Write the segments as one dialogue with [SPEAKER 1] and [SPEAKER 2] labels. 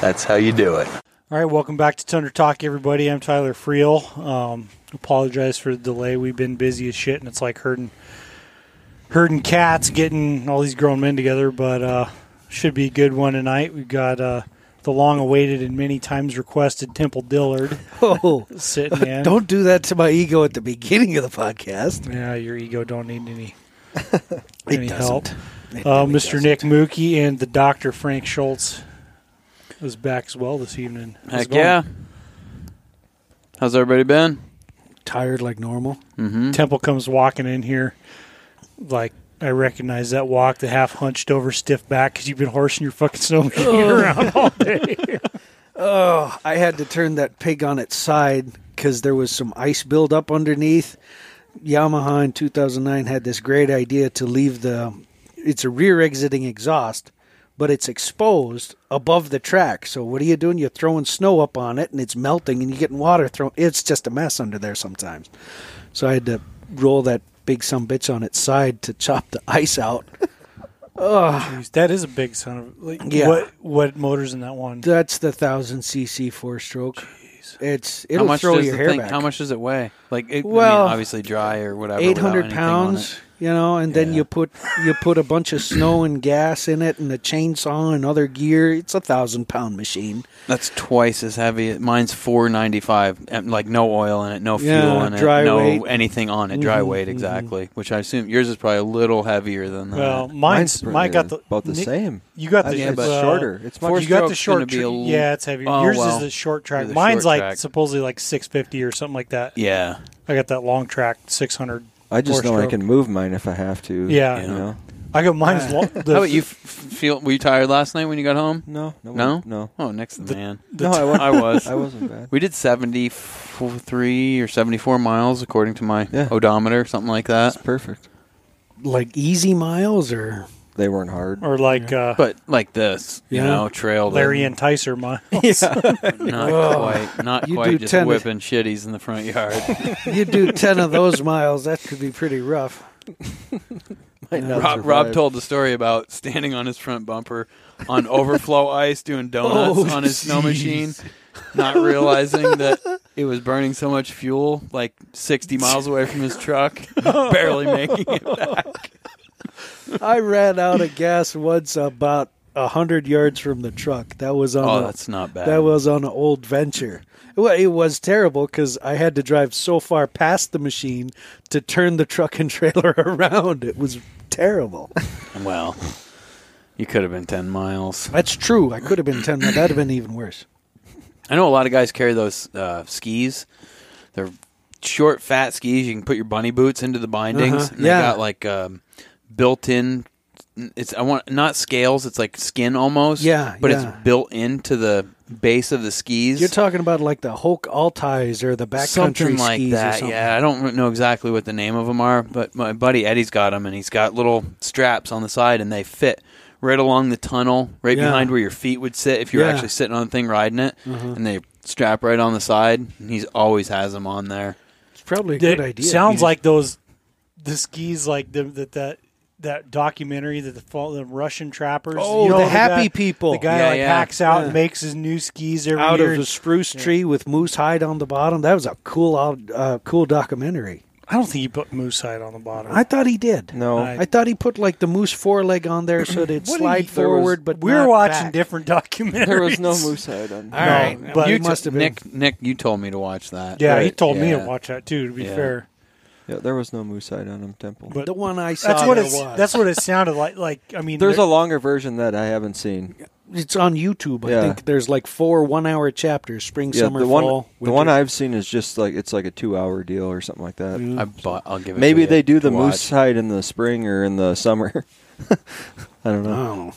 [SPEAKER 1] That's how you do it.
[SPEAKER 2] All right, welcome back to Thunder Talk, everybody. I'm Tyler Friel. Um, apologize for the delay. We've been busy as shit, and it's like herding, herding cats, getting all these grown men together. But uh, should be a good one tonight. We've got uh, the long-awaited and many times requested Temple Dillard
[SPEAKER 3] Oh,
[SPEAKER 2] sitting in.
[SPEAKER 3] don't do that to my ego at the beginning of the podcast.
[SPEAKER 2] yeah, your ego don't need any
[SPEAKER 3] It
[SPEAKER 2] any help.
[SPEAKER 3] doesn't. It
[SPEAKER 2] Uh,
[SPEAKER 3] really
[SPEAKER 2] Mr.
[SPEAKER 3] doesn't.
[SPEAKER 2] Nick Mookie and the Doctor Frank Schultz is back as well this evening. How's it
[SPEAKER 4] Heck
[SPEAKER 2] going?
[SPEAKER 4] yeah. How's everybody been?
[SPEAKER 3] tired like normal.
[SPEAKER 4] Mm-hmm.
[SPEAKER 2] Temple comes walking in here, like I recognize that walk, the half hunched over, stiff back, because you've been horsing your fucking snowmobile around all day.
[SPEAKER 3] Oh, I had to turn that pig on its side because there was some ice buildup underneath. Yamaha in 2009 had this great idea to leave the. It's a rear exiting exhaust, but it's exposed above the track. So what are you doing? You're throwing snow up on it, and it's melting, and you're getting water thrown. It's just a mess under there sometimes. So I had to roll that big some bitch on its side to chop the ice out.
[SPEAKER 2] Jeez, that is a big son of. Like,
[SPEAKER 3] Yeah.
[SPEAKER 2] What what motors in that one?
[SPEAKER 3] That's the thousand cc four stroke. It's it'll
[SPEAKER 4] how much
[SPEAKER 3] throw
[SPEAKER 4] does
[SPEAKER 3] your
[SPEAKER 4] the
[SPEAKER 3] hair
[SPEAKER 4] thing,
[SPEAKER 3] back.
[SPEAKER 4] How much does it weigh? Like, it, I
[SPEAKER 3] Well,
[SPEAKER 4] mean, obviously dry or whatever.
[SPEAKER 3] eight
[SPEAKER 4] without
[SPEAKER 3] hundred
[SPEAKER 4] anything on
[SPEAKER 3] pounds,
[SPEAKER 4] it.
[SPEAKER 3] you know, and then you put you put a bunch of snow and gas in it, and a chainsaw and other gear. It's a thousand pound machine.
[SPEAKER 4] That's twice as heavy. Mine's four ninety five. Like no oil in it, no fuel
[SPEAKER 3] Yeah,
[SPEAKER 4] in it,
[SPEAKER 3] dry
[SPEAKER 4] no
[SPEAKER 3] weight. Mm-hmm,
[SPEAKER 4] anything on it. Dry weight exactly. Which I assume yours is probably a little heavier than that.
[SPEAKER 2] Well, mine's
[SPEAKER 1] pretty-
[SPEAKER 2] mine got the
[SPEAKER 1] about the
[SPEAKER 2] Nick-
[SPEAKER 1] same.
[SPEAKER 2] You got the
[SPEAKER 1] Yeah, but
[SPEAKER 2] well,
[SPEAKER 1] shorter. It's much-
[SPEAKER 2] you got the
[SPEAKER 4] Four-stroke's
[SPEAKER 2] short.
[SPEAKER 4] gonna be
[SPEAKER 2] Tra-
[SPEAKER 4] a l-
[SPEAKER 2] yeah, it's heavy.
[SPEAKER 4] Oh,
[SPEAKER 2] Yours
[SPEAKER 4] well.
[SPEAKER 2] is the short track.
[SPEAKER 4] The short
[SPEAKER 2] Mine's like
[SPEAKER 4] track.
[SPEAKER 2] supposedly like six fifty or something like that.
[SPEAKER 4] yeah.
[SPEAKER 2] I got that long track six hundred.
[SPEAKER 1] I just know I can move mine if I have to.
[SPEAKER 2] Yeah.
[SPEAKER 1] You know?
[SPEAKER 2] I got mine's long. The,
[SPEAKER 4] How about you? F- feel? Were you tired last night when you got home?
[SPEAKER 1] No. No.
[SPEAKER 4] No.
[SPEAKER 1] No.
[SPEAKER 4] Oh, Nick's the, man.
[SPEAKER 1] No, I wasn't.
[SPEAKER 4] I was.
[SPEAKER 1] I wasn't bad.
[SPEAKER 4] We did 73 or 74 miles, according to my
[SPEAKER 1] Yeah.
[SPEAKER 4] odometer, something like that.
[SPEAKER 1] It's perfect.
[SPEAKER 3] Like easy miles, or
[SPEAKER 1] They weren't hard.
[SPEAKER 2] or like uh,
[SPEAKER 4] But like this, you
[SPEAKER 3] Yeah.
[SPEAKER 4] know, trail. that-
[SPEAKER 2] Larry and Ticer miles.
[SPEAKER 4] Not quite. Not
[SPEAKER 3] You do
[SPEAKER 4] quite just
[SPEAKER 3] 10
[SPEAKER 4] whipping shitties in the front yard.
[SPEAKER 3] you do ten of those miles, that could be pretty rough.
[SPEAKER 4] Rob, Rob told the story about standing on his front bumper on overflow ice doing donuts
[SPEAKER 3] Oh,
[SPEAKER 4] on his snow machine, not realizing that it was burning so much fuel, like 60 miles away from his truck,
[SPEAKER 3] Oh.
[SPEAKER 4] barely making it back.
[SPEAKER 3] I ran out of gas once about a hundred yards from the truck. That was on.
[SPEAKER 4] Oh,
[SPEAKER 3] a-
[SPEAKER 4] that's not bad.
[SPEAKER 3] That was on an old venture. Well, it was terrible because I had to drive so far past the machine to turn the truck and trailer around. It was terrible.
[SPEAKER 4] Well, you could have been 10 miles.
[SPEAKER 3] That's true. I could have been 10, but that'd have been even worse.
[SPEAKER 4] I know a lot of guys carry those uh, skis. They're short, fat skis. You can put your bunny boots into the bindings.
[SPEAKER 3] Uh-huh.
[SPEAKER 4] And they
[SPEAKER 3] Yeah.
[SPEAKER 4] got like um, built-in. It's I want not scales. It's like skin almost.
[SPEAKER 3] Yeah,
[SPEAKER 4] but
[SPEAKER 3] yeah.
[SPEAKER 4] it's built into the base of the skis.
[SPEAKER 3] You're talking about like the Hulk Altais or the backcountry
[SPEAKER 4] something like
[SPEAKER 3] skis
[SPEAKER 4] that.
[SPEAKER 3] or something.
[SPEAKER 4] Yeah, I don't know exactly what the name of them are, but my buddy Eddie's got them, and he's got little straps on the side, and they fit right along the tunnel, right
[SPEAKER 3] Yeah.
[SPEAKER 4] behind where your feet would sit if you were
[SPEAKER 3] Yeah. Mm-hmm.
[SPEAKER 4] actually sitting on the thing riding it, and they strap right on the side. And he's always has them on there.
[SPEAKER 3] It's probably a
[SPEAKER 2] It
[SPEAKER 3] good idea.
[SPEAKER 2] Sounds like those the skis like the, that that that documentary that the fall the Russian trappers.
[SPEAKER 3] Oh, the
[SPEAKER 2] guy-
[SPEAKER 3] happy people.
[SPEAKER 2] The guy
[SPEAKER 4] Yeah,
[SPEAKER 2] like
[SPEAKER 4] yeah.
[SPEAKER 2] hacks out
[SPEAKER 3] Yeah.
[SPEAKER 2] and makes his new skis every
[SPEAKER 3] out
[SPEAKER 2] year.
[SPEAKER 3] of the spruce tree with moose hide on the bottom. That was a cool, out- uh, cool documentary.
[SPEAKER 2] I don't think he put moose hide on the bottom.
[SPEAKER 3] I thought he did.
[SPEAKER 1] No.
[SPEAKER 2] I-
[SPEAKER 3] I thought he put like the moose foreleg on there so that it
[SPEAKER 1] What
[SPEAKER 3] slide
[SPEAKER 1] he- there was-
[SPEAKER 3] forward. but
[SPEAKER 2] we were
[SPEAKER 3] not
[SPEAKER 2] watching
[SPEAKER 3] back.
[SPEAKER 2] different documentaries.
[SPEAKER 1] there was no moose hide on.
[SPEAKER 3] All right,
[SPEAKER 2] but-
[SPEAKER 3] but
[SPEAKER 2] You
[SPEAKER 3] you
[SPEAKER 2] t-
[SPEAKER 3] must have been.
[SPEAKER 4] Nick, Nick, you told me to watch that.
[SPEAKER 2] Yeah, he
[SPEAKER 1] Right,
[SPEAKER 2] told me to
[SPEAKER 4] yeah.
[SPEAKER 2] watch that too. To be
[SPEAKER 4] Yeah.
[SPEAKER 2] fair,
[SPEAKER 1] Yeah, there was no moose hide on them temple.
[SPEAKER 2] But-
[SPEAKER 3] the one I saw.
[SPEAKER 2] that's what
[SPEAKER 3] there
[SPEAKER 2] it's
[SPEAKER 3] was.
[SPEAKER 2] that's what it sounded like. Like I mean,
[SPEAKER 1] There's a
[SPEAKER 2] there-
[SPEAKER 1] longer version that I haven't seen.
[SPEAKER 3] it's on YouTube. I
[SPEAKER 1] Yeah.
[SPEAKER 3] think there's like four one-hour chapters: spring,
[SPEAKER 1] Yeah,
[SPEAKER 3] summer,
[SPEAKER 1] the one
[SPEAKER 3] fall.
[SPEAKER 1] the one
[SPEAKER 3] winter.
[SPEAKER 1] I've seen is just like it's like a two hour deal or something like that.
[SPEAKER 4] I bought, I'll give it.
[SPEAKER 1] Maybe
[SPEAKER 4] to
[SPEAKER 1] they
[SPEAKER 4] you
[SPEAKER 1] do
[SPEAKER 4] to
[SPEAKER 1] the
[SPEAKER 4] watch.
[SPEAKER 1] moose hide in the spring or in the summer. I don't
[SPEAKER 2] Uh-huh.
[SPEAKER 1] know.
[SPEAKER 3] Oh,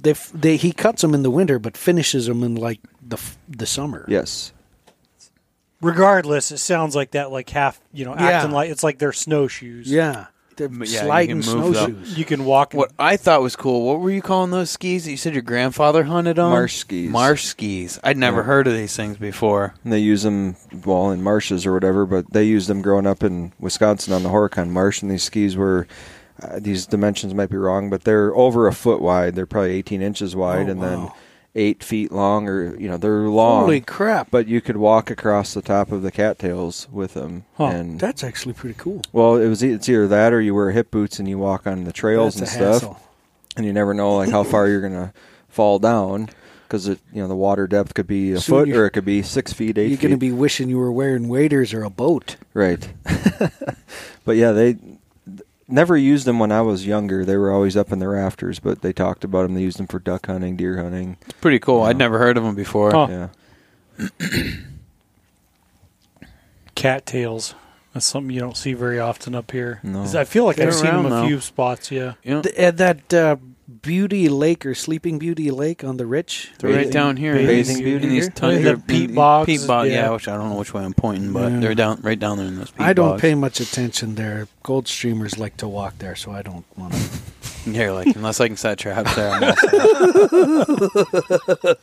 [SPEAKER 3] they, f- they he cuts them in the winter, but finishes them in like the f- the summer.
[SPEAKER 1] Yes.
[SPEAKER 2] regardless, it sounds like that. Like half, you know,
[SPEAKER 3] Yeah.
[SPEAKER 2] acting like it's like their snowshoes.
[SPEAKER 3] yeah. They're
[SPEAKER 4] But yeah, you
[SPEAKER 3] sliding
[SPEAKER 4] can move, though.
[SPEAKER 3] snowshoes.
[SPEAKER 2] You can walk.
[SPEAKER 4] What I thought was cool. What were you calling those skis that you said your grandfather hunted on?
[SPEAKER 1] Marsh skis.
[SPEAKER 4] Marsh skis. I'd never
[SPEAKER 1] Yeah.
[SPEAKER 4] heard of these things before.
[SPEAKER 1] And they use them, well, in marshes or whatever, but they used them growing up in Wisconsin on the Horicon Marsh, and these skis were, uh, these dimensions might be wrong, but they're over a foot wide. They're probably 18 inches wide
[SPEAKER 3] Oh,
[SPEAKER 1] and then eight feet long, or, you know, they're long.
[SPEAKER 3] Holy crap!
[SPEAKER 1] But you could walk across the top of the cattails with them.
[SPEAKER 2] Huh.
[SPEAKER 1] And
[SPEAKER 3] that's actually pretty cool.
[SPEAKER 1] Well, it was e- it's either that or you wear hip boots and you walk on the trails
[SPEAKER 3] That's a
[SPEAKER 1] and stuff,
[SPEAKER 3] hassle.
[SPEAKER 1] and you never know like how far you're gonna fall down because it you know the water depth could be a
[SPEAKER 3] Soon
[SPEAKER 1] foot
[SPEAKER 3] you-
[SPEAKER 1] or it could be six feet, 8
[SPEAKER 3] You're
[SPEAKER 1] feet.
[SPEAKER 3] going to be wishing you were wearing waders or a boat.
[SPEAKER 1] right, but yeah, they th- never used them when I was younger. They were always up in the rafters, but they talked about them. They used them for duck hunting, deer hunting.
[SPEAKER 4] It's pretty cool. I'd never heard of them before.
[SPEAKER 2] Huh.
[SPEAKER 1] Yeah,
[SPEAKER 2] cattails. That's something you don't see very often up here.
[SPEAKER 1] No.
[SPEAKER 2] I feel like
[SPEAKER 4] They're
[SPEAKER 2] I've seen them
[SPEAKER 4] around,
[SPEAKER 2] a
[SPEAKER 4] though.
[SPEAKER 2] few spots. Yeah.
[SPEAKER 4] Yep.
[SPEAKER 3] Th- at that uh, Beauty Lake or Sleeping Beauty Lake on the Rich.
[SPEAKER 4] They're right down here. in
[SPEAKER 1] Bathing
[SPEAKER 4] these-
[SPEAKER 1] Beauty
[SPEAKER 4] in these
[SPEAKER 1] here?
[SPEAKER 4] tundra
[SPEAKER 2] The peat bogs,
[SPEAKER 4] Peat bog, yeah.
[SPEAKER 2] yeah.
[SPEAKER 4] which I don't know which way I'm pointing, but
[SPEAKER 3] Yeah.
[SPEAKER 4] they're down right down there in those peat
[SPEAKER 3] I don't
[SPEAKER 4] bogs.
[SPEAKER 3] pay much attention there. Gold streamers like to walk there, so I don't want to.
[SPEAKER 4] Yeah, like unless I can set traps there. I'm all set.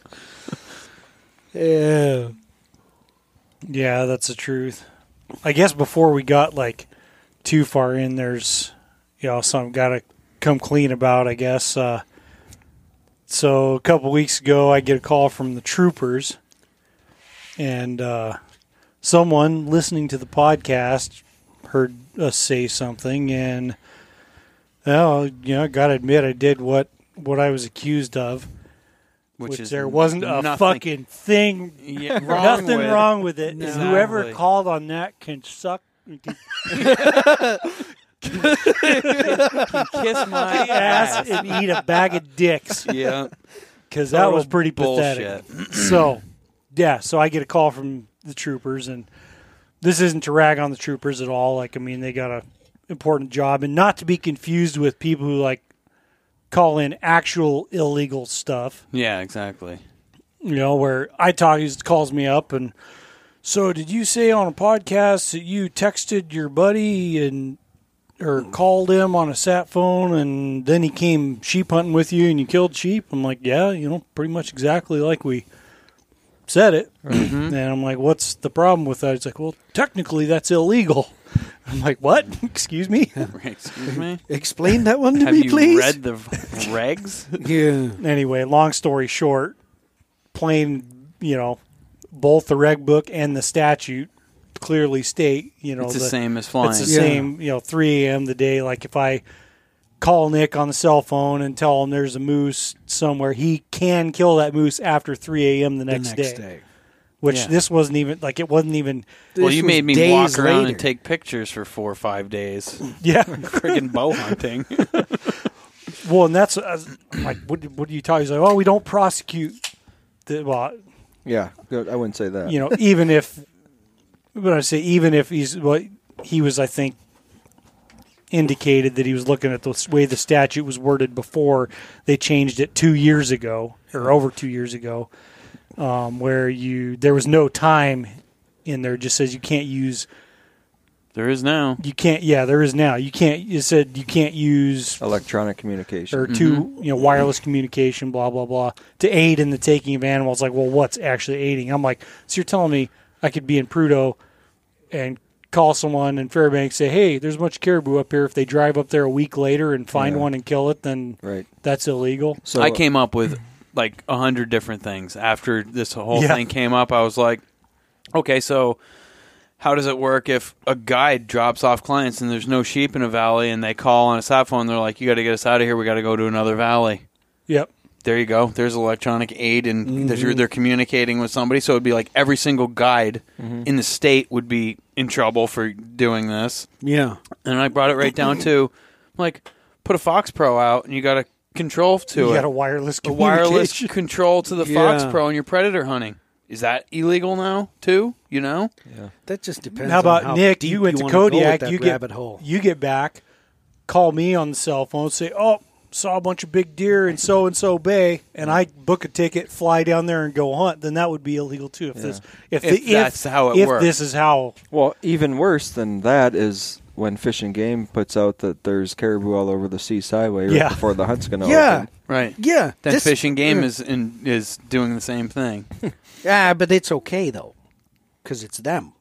[SPEAKER 3] yeah.
[SPEAKER 2] Yeah, that's the truth. I guess before we got like too far in, there's you know something got to come clean about. I guess. Uh, so a couple weeks ago, I get a call from the troopers, and uh, someone listening to the podcast heard us say something, and well, you know, got to admit, I did what what I was accused of, which, there wasn't a
[SPEAKER 4] nothing-
[SPEAKER 2] fucking thing
[SPEAKER 4] yeah, wrong
[SPEAKER 2] Nothing
[SPEAKER 4] with-
[SPEAKER 2] wrong with it.
[SPEAKER 4] No.
[SPEAKER 2] Whoever
[SPEAKER 4] Exactly.
[SPEAKER 2] called on that can suck. Can
[SPEAKER 4] Kiss my
[SPEAKER 2] kick ass and eat a bag of dicks
[SPEAKER 4] Yeah,
[SPEAKER 2] because that was
[SPEAKER 4] Total
[SPEAKER 2] pretty
[SPEAKER 4] bullshit.
[SPEAKER 2] pathetic. so, yeah. So I get a call from the troopers, and this isn't to rag on the troopers at all. Like, I mean, they got a important job, and not to be confused with people who like call in actual illegal stuff.
[SPEAKER 4] yeah, exactly.
[SPEAKER 2] you know, where I talk, he calls me up and so did you say on a podcast that you texted your buddy and or called him on a sat phone and then he came sheep hunting with you and you killed sheep? I'm like, yeah, you know, pretty much exactly like we said it. And I'm like, what's the problem with that? He's like, well, technically that's illegal. I'm like, what? Excuse me?
[SPEAKER 4] Excuse me.
[SPEAKER 3] Explain that one to
[SPEAKER 4] Have
[SPEAKER 3] me,
[SPEAKER 4] you
[SPEAKER 3] please.
[SPEAKER 4] read the regs?
[SPEAKER 3] yeah.
[SPEAKER 2] anyway, long story short, plain, you know, both the reg book and the statute clearly state, you know,
[SPEAKER 4] It's the
[SPEAKER 2] the,
[SPEAKER 4] same as flying.
[SPEAKER 2] it's the
[SPEAKER 3] Yeah.
[SPEAKER 2] same, you know, 3 a.m. the day. Like if I call Nick on the cell phone and tell him there's a moose somewhere, he can kill that moose after 3 a.m. the
[SPEAKER 3] The
[SPEAKER 2] next,
[SPEAKER 3] next
[SPEAKER 2] day,
[SPEAKER 3] day.
[SPEAKER 2] Which
[SPEAKER 4] Yeah.
[SPEAKER 2] this wasn't even like it wasn't even,
[SPEAKER 4] well,
[SPEAKER 3] This
[SPEAKER 4] you
[SPEAKER 3] was
[SPEAKER 4] made me
[SPEAKER 3] days
[SPEAKER 4] walk around
[SPEAKER 3] later.
[SPEAKER 4] and take pictures for four or five days.
[SPEAKER 2] yeah.
[SPEAKER 4] Freaking bow hunting.
[SPEAKER 2] well, and that's I was- I'm like, what, what do you talk? He's like, oh, we don't prosecute. The, well,
[SPEAKER 1] yeah. Good. I wouldn't say that.
[SPEAKER 2] you know, even if, but I say even if he's what he was, I think indicated that he was looking at the s- way the statute was worded before they changed it two years ago or over two years ago, um, where you there was no time in there. It just says you can't use
[SPEAKER 4] there is now.
[SPEAKER 2] you can't. Yeah, there is now. You can't. It said you can't use
[SPEAKER 1] Electronic communication.
[SPEAKER 2] or
[SPEAKER 4] Mm-hmm.
[SPEAKER 2] to you know wireless communication, blah blah blah, to aid in the taking of animals. Like, well, what's actually aiding? I'm like, so you're telling me I could be in Prudhoe and call someone in Fairbanks, say, hey, there's a bunch of caribou up here. If they drive up there a week later and find
[SPEAKER 1] Yeah.
[SPEAKER 2] one and kill it, then
[SPEAKER 1] right.
[SPEAKER 2] that's illegal.
[SPEAKER 1] So
[SPEAKER 4] I came up with like a hundred different things after this whole
[SPEAKER 2] Yeah.
[SPEAKER 4] thing came up. I was like, okay, so how does it work if a guide drops off clients and there's no sheep in a valley and they call on a cell phone? They're like, you got to get us out of here. We got to go to another valley.
[SPEAKER 2] Yep.
[SPEAKER 4] There you go. There's electronic aid, and
[SPEAKER 2] Mm-hmm.
[SPEAKER 4] they're, they're communicating with somebody. So it'd be like every single guide
[SPEAKER 2] Mm-hmm.
[SPEAKER 4] in the state would be in trouble for doing this.
[SPEAKER 3] Yeah.
[SPEAKER 4] And I brought it right down to, like, put a Fox Pro out, and you got to control to
[SPEAKER 2] You
[SPEAKER 4] it
[SPEAKER 2] got a wireless
[SPEAKER 4] a wireless
[SPEAKER 2] communication.
[SPEAKER 4] control to the
[SPEAKER 3] Yeah.
[SPEAKER 4] Fox Pro and your predator hunting. Is that illegal now too? You know?
[SPEAKER 3] That just depends.
[SPEAKER 2] How about
[SPEAKER 3] on how
[SPEAKER 2] Nick?
[SPEAKER 3] Deep
[SPEAKER 2] You went to
[SPEAKER 3] wanna go with
[SPEAKER 2] Kodiak.
[SPEAKER 3] that
[SPEAKER 2] You get
[SPEAKER 3] rabbit hole.
[SPEAKER 2] you get back. Call me on the cell phone. Say, oh, saw a bunch of big deer in so and so bay, and I book a ticket, fly down there, and go hunt. Then that would be illegal too. If this, if,
[SPEAKER 4] If
[SPEAKER 2] the,
[SPEAKER 4] that's
[SPEAKER 2] if,
[SPEAKER 4] how it
[SPEAKER 2] if
[SPEAKER 4] works.
[SPEAKER 2] this is how
[SPEAKER 1] Well, even worse than that is when Fish and Game puts out that there's caribou all over the Sea Highway right
[SPEAKER 2] Yeah.
[SPEAKER 1] before the hunt's going to
[SPEAKER 3] yeah,
[SPEAKER 4] Right.
[SPEAKER 3] yeah.
[SPEAKER 4] Then
[SPEAKER 3] this-
[SPEAKER 4] fishing game is in, is doing the same thing.
[SPEAKER 3] Ah, but it's okay though, because it's them.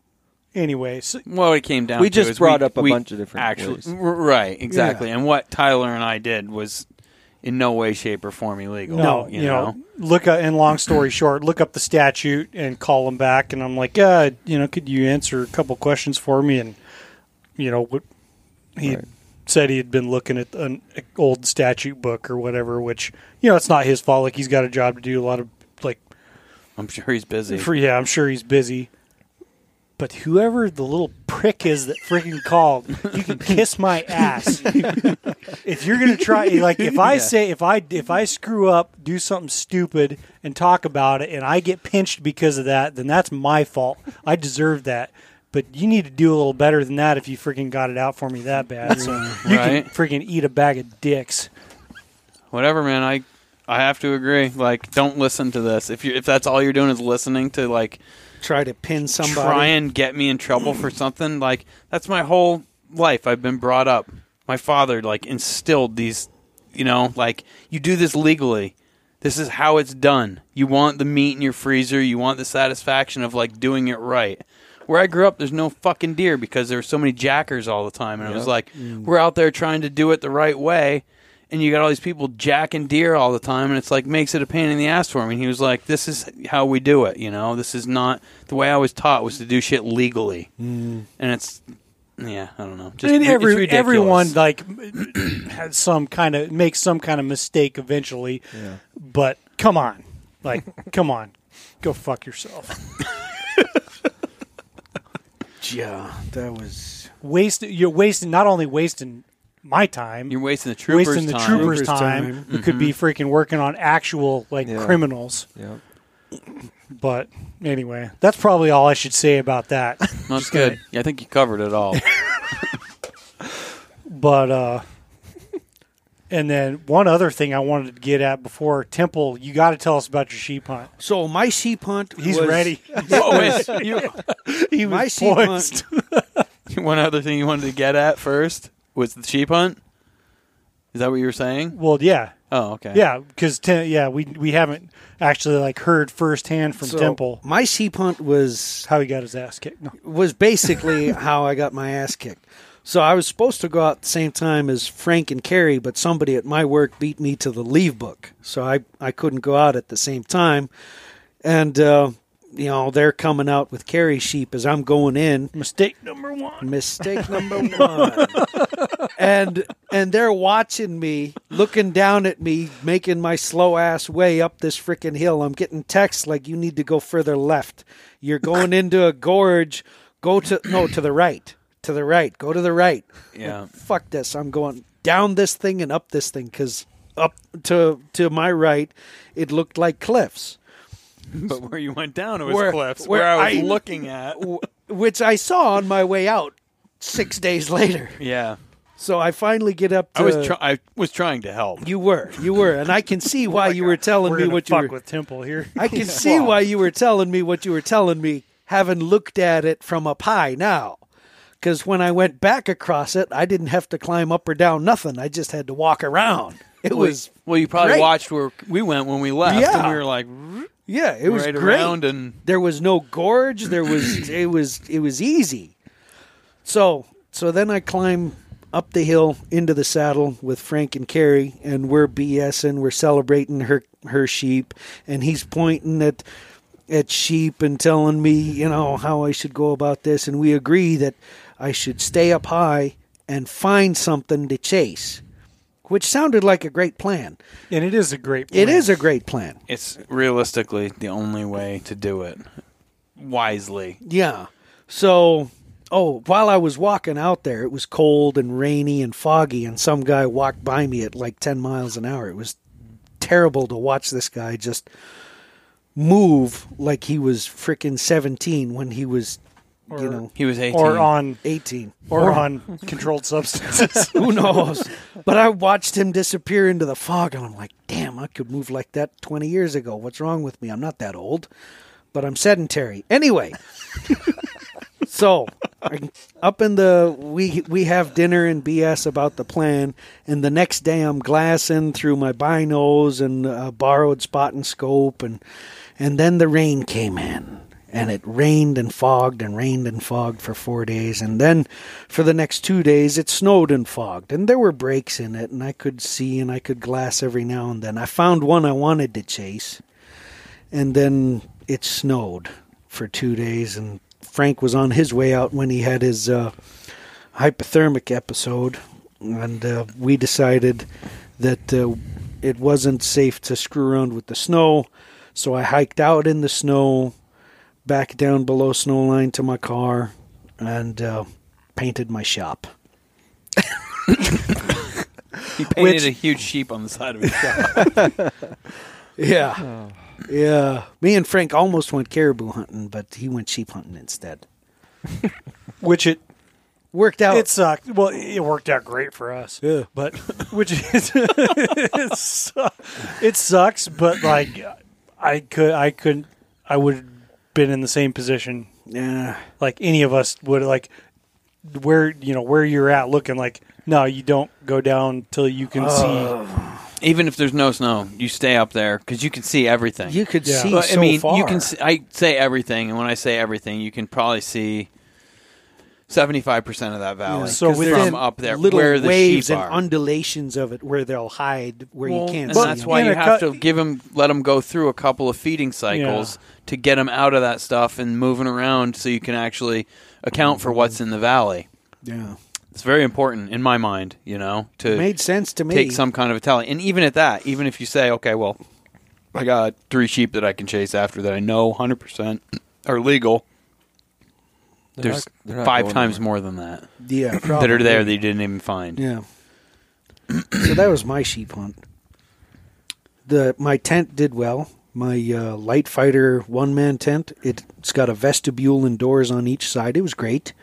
[SPEAKER 2] Anyway, so,
[SPEAKER 4] Well, it came down.
[SPEAKER 1] We
[SPEAKER 4] to
[SPEAKER 1] just
[SPEAKER 4] is
[SPEAKER 1] brought
[SPEAKER 4] we-
[SPEAKER 1] up a
[SPEAKER 4] we
[SPEAKER 1] bunch of different
[SPEAKER 4] actually,
[SPEAKER 1] ways.
[SPEAKER 4] r- right? Exactly. And what Tyler and I did was in no way, shape, or form illegal.
[SPEAKER 2] no, you, know, look at, and long story short, look up the statute and call them back. And I'm like, uh, you know, could you answer a couple questions for me? And, you know, what he
[SPEAKER 1] Right.
[SPEAKER 2] said he had been looking at an old statute book or whatever, which, you know, it's not his fault. Like, he's got a job to do, a lot of, like,
[SPEAKER 4] I'm sure he's busy.
[SPEAKER 2] For, yeah, I'm sure he's busy. But whoever the little prick is that freaking called, you can kiss my ass. if you're gonna try, like, if I say, if I if I screw up, do something stupid, and talk about it, and I get pinched because of that, then that's my fault. I deserve that. But you need to do a little better than that if you freaking got it out for me that bad. So you can
[SPEAKER 4] Right.
[SPEAKER 2] freaking eat a bag of dicks.
[SPEAKER 4] Whatever, man. I I have to agree. Like, don't listen to this. If you if that's all you're doing is listening to like
[SPEAKER 3] Try to pin somebody.
[SPEAKER 4] try and get me in trouble for something, like that's my whole life. I've been brought up. My father like instilled these, you know, like you do this legally. This is how it's done. You want the meat in your freezer. You want the satisfaction of like doing it right. Where I grew up, there's no fucking deer because there were so many jackers all the time, and it was like
[SPEAKER 2] Mm.
[SPEAKER 4] we're out there trying to do it the right way, and you got all these people jacking deer all the time, and it's like makes it a pain in the ass for me. And he was like, "This is how we do it, you know. This is not the way I was taught was to do shit legally." Mm. And it's yeah, I don't know. Just,
[SPEAKER 2] and
[SPEAKER 4] it's
[SPEAKER 2] every,
[SPEAKER 4] ridiculous.
[SPEAKER 2] everyone like has some kind of makes some kind of mistake eventually but come on like come on go fuck yourself
[SPEAKER 3] Yeah, that was
[SPEAKER 2] waste you're wasting not only wasting my time
[SPEAKER 4] you're wasting the troopers'
[SPEAKER 2] wasting the
[SPEAKER 4] time.
[SPEAKER 2] troopers,
[SPEAKER 3] Troopers'
[SPEAKER 2] time,
[SPEAKER 3] time.
[SPEAKER 2] who could be freaking working on actual like
[SPEAKER 1] Yeah.
[SPEAKER 2] criminals
[SPEAKER 1] Yeah. Yep.
[SPEAKER 2] but anyway that's probably all i should say about that
[SPEAKER 4] That's good. Yeah, I think you covered it all.
[SPEAKER 2] But uh and then one other thing I wanted to get at before Temple, you got to tell us about your sheep hunt.
[SPEAKER 3] so. My sheep hunt.
[SPEAKER 2] He's
[SPEAKER 3] was-
[SPEAKER 2] ready.
[SPEAKER 4] Whoa, wait.
[SPEAKER 2] He was
[SPEAKER 3] My sheep
[SPEAKER 2] poised.
[SPEAKER 3] hunt.
[SPEAKER 4] One other thing you wanted to get at first was the sheep hunt. Is that what you were saying?
[SPEAKER 2] Well, yeah,
[SPEAKER 4] Oh, okay.
[SPEAKER 2] yeah, because yeah, we we haven't actually like heard firsthand from
[SPEAKER 3] so
[SPEAKER 2] Temple
[SPEAKER 3] My sheep hunt was
[SPEAKER 2] how he got his ass kicked. No.
[SPEAKER 3] was basically how I got my ass kicked. So I was supposed to go out the same time as Frank and Carrie, but somebody at my work beat me to the leave book, so I I couldn't go out at the same time. And uh, you know they're coming out with Carrie sheep as I'm going in.
[SPEAKER 2] Mistake number one.
[SPEAKER 3] Mistake number one. and and they're watching me, looking down at me, making my slow ass way up this freaking hill. I'm getting texts like you need to go further left. You're going into a gorge. Go to no to the right. To the right. Go to the right.
[SPEAKER 4] Yeah.
[SPEAKER 3] Fuck this. I'm going down this thing and up this thing cuz up to to my right it looked like cliffs.
[SPEAKER 4] But where you went down, it was
[SPEAKER 3] Where-
[SPEAKER 4] cliffs. Where,
[SPEAKER 3] where
[SPEAKER 4] I was
[SPEAKER 3] I-
[SPEAKER 4] looking at.
[SPEAKER 3] w- which I saw on my way out 6 days later.
[SPEAKER 4] Yeah,
[SPEAKER 3] So I finally get up to
[SPEAKER 4] I was. Try- I was trying to help.
[SPEAKER 3] You were, you were, and I can see why you were telling
[SPEAKER 2] We're
[SPEAKER 3] me
[SPEAKER 2] gonna
[SPEAKER 3] what you
[SPEAKER 2] fuck
[SPEAKER 3] were.
[SPEAKER 2] with Temple here.
[SPEAKER 3] I can see why you were telling me what you were telling me, having looked at it from up high now. Because when I went back across it, I didn't have to climb up or down nothing. I just had to walk around. It was,
[SPEAKER 4] Well, you probably
[SPEAKER 3] Great.
[SPEAKER 4] watched where we went when we left,
[SPEAKER 3] Yeah.
[SPEAKER 4] and we were like,
[SPEAKER 3] yeah, it was
[SPEAKER 4] right
[SPEAKER 3] great.
[SPEAKER 4] around, and
[SPEAKER 3] there was no gorge. There was, it was, it was easy. So, so then I climb up the hill into the saddle with Frank and Carrie, and we're BSing, we're celebrating her her sheep, and he's pointing at at sheep and telling me, you know, how I should go about this, and we agree that I should stay up high and find something to chase, which sounded like a great plan.
[SPEAKER 2] And it is a great.
[SPEAKER 3] It
[SPEAKER 2] plan.
[SPEAKER 3] is a great plan.
[SPEAKER 4] it's realistically the only way to do it wisely.
[SPEAKER 3] Yeah. So, oh, while I was walking out there, it was cold and rainy and foggy, and some guy walked by me at like 10 miles an hour. It was terrible to watch this guy just move like he was frickin' 17 when he was, you know,
[SPEAKER 4] He was eighteen.
[SPEAKER 2] or on
[SPEAKER 3] 18.
[SPEAKER 2] or on controlled substances.
[SPEAKER 3] Who knows? but I watched him disappear into the fog, and I'm like, damn, I could move like that 20 years ago. What's wrong with me? I'm not that old, but I'm sedentary. Anyway, So, I- up in the we we have dinner and BS about the plan, and the next day I'm glassing through my binos and a borrowed spot and scope, and and then the rain came in, and it rained and fogged and rained and fogged for four days, and then for the next two days it snowed and fogged, and there were breaks in it, and I could see and I could glass every now and then. I found one I wanted to chase and then it snowed for two days and frank was on his way out when he had his uh, hypothermic episode and uh, we decided that uh, it wasn't safe to screw around with the snow so i hiked out in the snow back down below snow line to my car and uh, painted my shop
[SPEAKER 4] He painted
[SPEAKER 3] Which-
[SPEAKER 4] a huge sheep on the side of his shop.
[SPEAKER 3] yeah yeah me and frank almost went caribou hunting but he went sheep hunting instead
[SPEAKER 2] which it
[SPEAKER 3] worked out
[SPEAKER 2] it sucked. Well, it worked out great for us.
[SPEAKER 3] Yeah.
[SPEAKER 2] but which is it, su- it sucks. But like, I could, I couldn't, I would have been in the same position.
[SPEAKER 3] yeah
[SPEAKER 2] Like any of us would like where you know where you're at, looking like no, you don't go down till you can see.
[SPEAKER 4] Even if there's no snow, you stay up there because you can see everything.
[SPEAKER 3] You could
[SPEAKER 2] Yeah.
[SPEAKER 3] see
[SPEAKER 4] Well, I
[SPEAKER 3] so
[SPEAKER 4] mean,
[SPEAKER 3] far.
[SPEAKER 4] you can. See, I say everything, and when I say everything, you can probably see seventy-five percent of that valley.
[SPEAKER 2] Yeah, so
[SPEAKER 4] 'cause
[SPEAKER 2] within
[SPEAKER 4] from up there,
[SPEAKER 3] little
[SPEAKER 4] where the
[SPEAKER 3] waves
[SPEAKER 4] sheep
[SPEAKER 3] and
[SPEAKER 4] are.
[SPEAKER 3] undulations of it, where they'll hide, where
[SPEAKER 4] Well,
[SPEAKER 3] you can't
[SPEAKER 4] and
[SPEAKER 3] see.
[SPEAKER 4] that's
[SPEAKER 3] them.
[SPEAKER 4] why
[SPEAKER 2] Yeah,
[SPEAKER 4] you
[SPEAKER 2] the
[SPEAKER 4] have
[SPEAKER 2] cut-
[SPEAKER 4] to give them, let them go through a couple of feeding cycles to get them out of that stuff and moving around, so you can actually account for what's in the valley.
[SPEAKER 3] yeah,
[SPEAKER 4] It's very important in my mind, you know, to
[SPEAKER 3] made sense to me.
[SPEAKER 4] take some kind of a tally. And even at that, even if you say, okay, well, I got three sheep that I can chase after that I know 100% are legal, there's
[SPEAKER 1] not- they're not
[SPEAKER 4] five
[SPEAKER 1] going
[SPEAKER 4] times more than that
[SPEAKER 3] yeah,
[SPEAKER 4] that are
[SPEAKER 3] probably.
[SPEAKER 4] there that you didn't even find.
[SPEAKER 3] Yeah. so that was my sheep hunt. The my tent did well. My uh, light fighter one man tent. It, it's got a vestibule and doors on each side. It was great.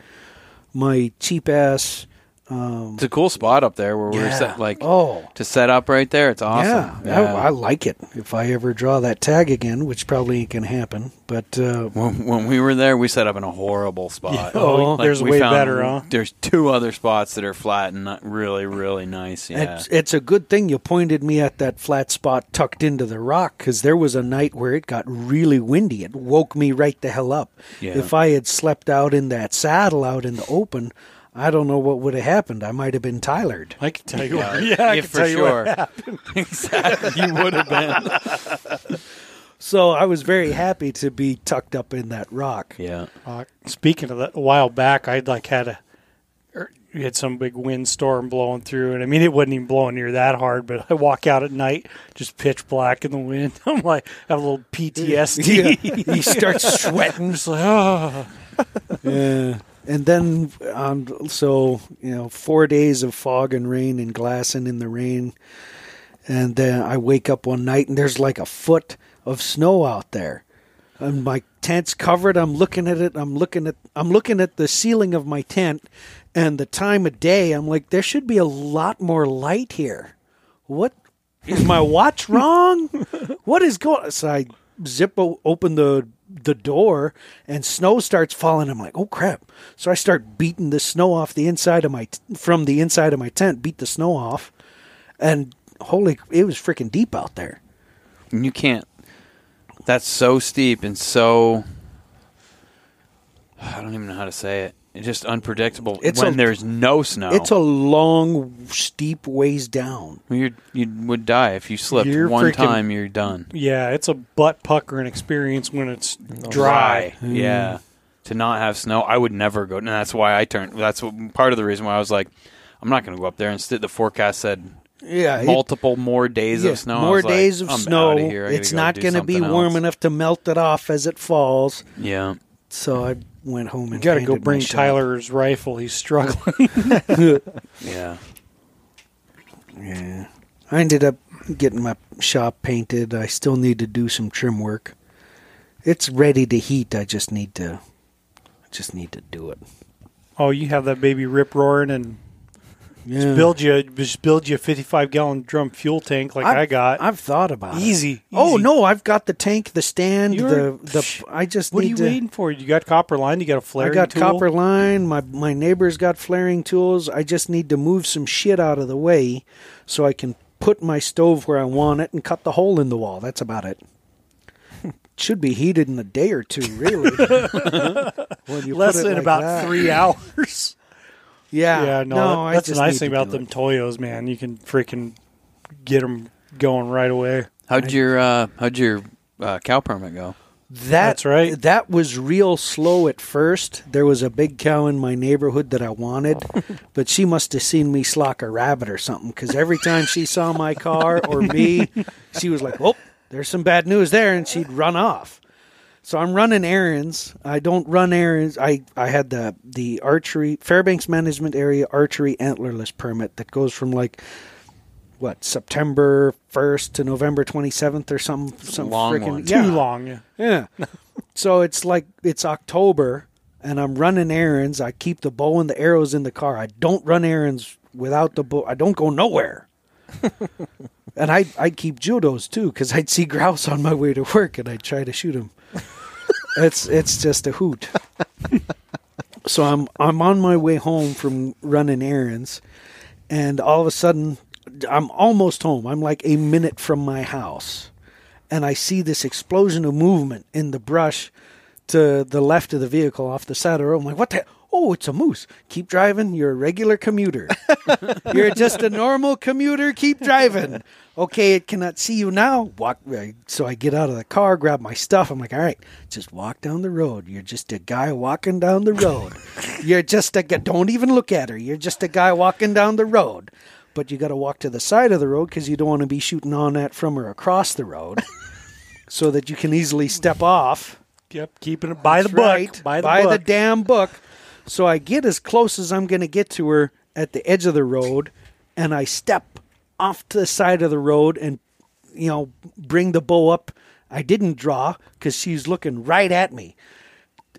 [SPEAKER 3] My cheap ass. Um,
[SPEAKER 4] It's a cool spot up there where we're
[SPEAKER 3] yeah.
[SPEAKER 4] set, like
[SPEAKER 3] oh
[SPEAKER 4] to set up right there. It's awesome.
[SPEAKER 3] Yeah, I, I like it. If I ever draw that tag again, which probably ain't gonna happen, but uh,
[SPEAKER 4] when, when we were there, we set up in a horrible spot.
[SPEAKER 2] Yeah. Oh, there's
[SPEAKER 4] we
[SPEAKER 2] way
[SPEAKER 4] found-
[SPEAKER 2] better, huh?
[SPEAKER 4] There's two other spots that are flat and not really, really nice. Yeah.
[SPEAKER 3] it's, it's a good thing you pointed me at that flat spot tucked into the rock because there was a night where it got really windy. It woke me right the hell up.
[SPEAKER 4] Yeah.
[SPEAKER 3] If I had slept out in that saddle out in the open, I don't know what would have happened. I might have been tilered.
[SPEAKER 2] I can tell you, what, yeah, I
[SPEAKER 4] Yeah,
[SPEAKER 2] can
[SPEAKER 4] for
[SPEAKER 2] tell you
[SPEAKER 4] sure.
[SPEAKER 2] what happened.
[SPEAKER 4] exactly. You would have been.
[SPEAKER 3] So I was very happy to be tucked up in that rock.
[SPEAKER 4] Yeah.
[SPEAKER 2] Uh, speaking of that, a while back, I'd like had a er, we had some big windstorm blowing through, and I mean it wasn't even blowing near that hard. But I walk out at night, just pitch black in the wind. I'm like, I have a little PTSD.
[SPEAKER 3] Yeah. he starts sweating.
[SPEAKER 2] I'm just like, oh,
[SPEAKER 3] Yeah. And then, um, so, you know, four days of fog and rain and glassing in the rain. And then I wake up one night and there's like a foot of snow out there. And my tent's covered. I'm looking at it. I'm looking at I'm looking at the ceiling of my tent and the time of day. I'm like, there should be a lot more light here. What is my watch wrong? what is going? So I zip o- open the the door, and snow starts falling. I'm like, oh crap! So I start beating the snow off the inside of my t- from the inside of my tent. Beat the snow off, and holy, it was freaking deep out there.
[SPEAKER 4] And you can't. That's so steep and so. I don't even know how to say it. It's just unpredictable
[SPEAKER 3] It's
[SPEAKER 4] when
[SPEAKER 3] a-
[SPEAKER 4] there's no snow.
[SPEAKER 3] It's a long, steep ways down.
[SPEAKER 4] you you would die if you slipped
[SPEAKER 2] You're
[SPEAKER 4] one
[SPEAKER 2] freaking-
[SPEAKER 4] time. You're done.
[SPEAKER 2] yeah, it's a butt puckering experience when it's
[SPEAKER 4] Dry. Hmm.
[SPEAKER 2] dry.
[SPEAKER 4] Yeah. To not have snow, I would never go. And that's why I turned. That's what, part of the reason why I was like, I'm not going to go up there. Instead, the forecast said
[SPEAKER 3] Yeah, it-
[SPEAKER 4] multiple more days
[SPEAKER 3] yeah,
[SPEAKER 4] of snow. I
[SPEAKER 3] more
[SPEAKER 4] was like,
[SPEAKER 3] days of
[SPEAKER 4] I'm
[SPEAKER 3] snow.
[SPEAKER 4] outta here. I gotta
[SPEAKER 3] It's
[SPEAKER 4] go
[SPEAKER 3] not
[SPEAKER 4] do
[SPEAKER 3] going to be
[SPEAKER 4] something
[SPEAKER 3] warm
[SPEAKER 4] else.
[SPEAKER 3] enough to melt it off as it falls.
[SPEAKER 4] Yeah.
[SPEAKER 3] So I went home and
[SPEAKER 2] You got to go
[SPEAKER 3] painted my
[SPEAKER 2] bring
[SPEAKER 3] shop.
[SPEAKER 2] Tyler's rifle. He's struggling.
[SPEAKER 4] Yeah.
[SPEAKER 3] Yeah. I ended up getting my shop painted. I still need to do some trim work. It's ready to heat. I just need to I just need to do it.
[SPEAKER 2] oh, you have that baby rip roaring and
[SPEAKER 3] Yeah.
[SPEAKER 2] Just build you just build you a 55 gallon drum fuel tank like
[SPEAKER 3] I've-
[SPEAKER 2] i got.
[SPEAKER 3] I've thought about it.
[SPEAKER 2] Easy,
[SPEAKER 3] Oh
[SPEAKER 2] easy.
[SPEAKER 3] no, I've got the tank, the stand,
[SPEAKER 2] You're-
[SPEAKER 3] the the. I just
[SPEAKER 2] what are
[SPEAKER 3] need
[SPEAKER 2] you
[SPEAKER 3] to.
[SPEAKER 2] waiting for? You got copper line. You got a
[SPEAKER 3] I
[SPEAKER 2] flaring
[SPEAKER 3] got
[SPEAKER 2] tool?
[SPEAKER 3] copper line. My my neighbor's got flaring tools. I just need to move some shit out of the way, so I can put my stove where I want it and cut the hole in the wall. That's about it. Should be heated in a day or two, really. When you put
[SPEAKER 2] Less
[SPEAKER 3] it
[SPEAKER 2] than
[SPEAKER 3] like
[SPEAKER 2] about
[SPEAKER 3] that.
[SPEAKER 2] three hours.
[SPEAKER 3] Yeah,
[SPEAKER 2] yeah, no,
[SPEAKER 3] I
[SPEAKER 2] that- that's the
[SPEAKER 3] just
[SPEAKER 2] nice
[SPEAKER 3] need
[SPEAKER 2] thing
[SPEAKER 3] to
[SPEAKER 2] about
[SPEAKER 3] do
[SPEAKER 2] them
[SPEAKER 3] it.
[SPEAKER 2] Toyos, man. You can freaking get them going right away.
[SPEAKER 4] How'd your uh, how'd your uh, cow permit go?
[SPEAKER 3] That,
[SPEAKER 2] That's right.
[SPEAKER 3] That was real slow at first. There was a big cow in my neighborhood that I wanted,
[SPEAKER 2] Oh.
[SPEAKER 3] but she must have seen me slock a rabbit or something because every time she saw my car or me, she was like, oh, there's some bad news there, and she'd run off. So I'm running errands. I don't run errands. I, I had the the archery Fairbanks Management Area Archery Antlerless permit that goes from like what September 1st to November 27th or some some
[SPEAKER 4] long
[SPEAKER 3] freaking
[SPEAKER 4] one.
[SPEAKER 3] yeah.
[SPEAKER 2] Too long. Yeah.
[SPEAKER 3] Yeah. so it's like it's October and I'm running errands. I keep the bow and the arrows in the car. I don't run errands without the bow. I don't go nowhere. and I I keep judos too cuz I'd see grouse on my way to work and I'd try to shoot them. it's it's just a hoot. so I'm I'm on my way home from running errands and all of a sudden I'm almost home. I'm like a minute from my house and I see this explosion of movement in the brush to the left of the vehicle off the side of the road. I'm like, what the? Oh, it's a moose. Keep driving. You're a regular commuter. You're just a normal commuter. Keep driving. Okay, it cannot see you now. Walk. uh, So I get out of the car, grab my stuff. I'm like, all right, just walk down the road. You're just a guy walking down the road. You're just a guy. Don't even look at her. You're just a guy walking down the road. But you got to walk to the side of the road because you don't want to be shooting on at from or across the road so that you can easily step off.
[SPEAKER 2] Yep. Keeping it by the
[SPEAKER 3] That's
[SPEAKER 2] book.
[SPEAKER 3] right,
[SPEAKER 2] By the
[SPEAKER 3] by
[SPEAKER 2] book.
[SPEAKER 3] the damn book. So I get as close as I'm going to get to her at the edge of the road, and I step off to the side of the road and, you know, bring the bow up. I didn't draw because she's looking right at me,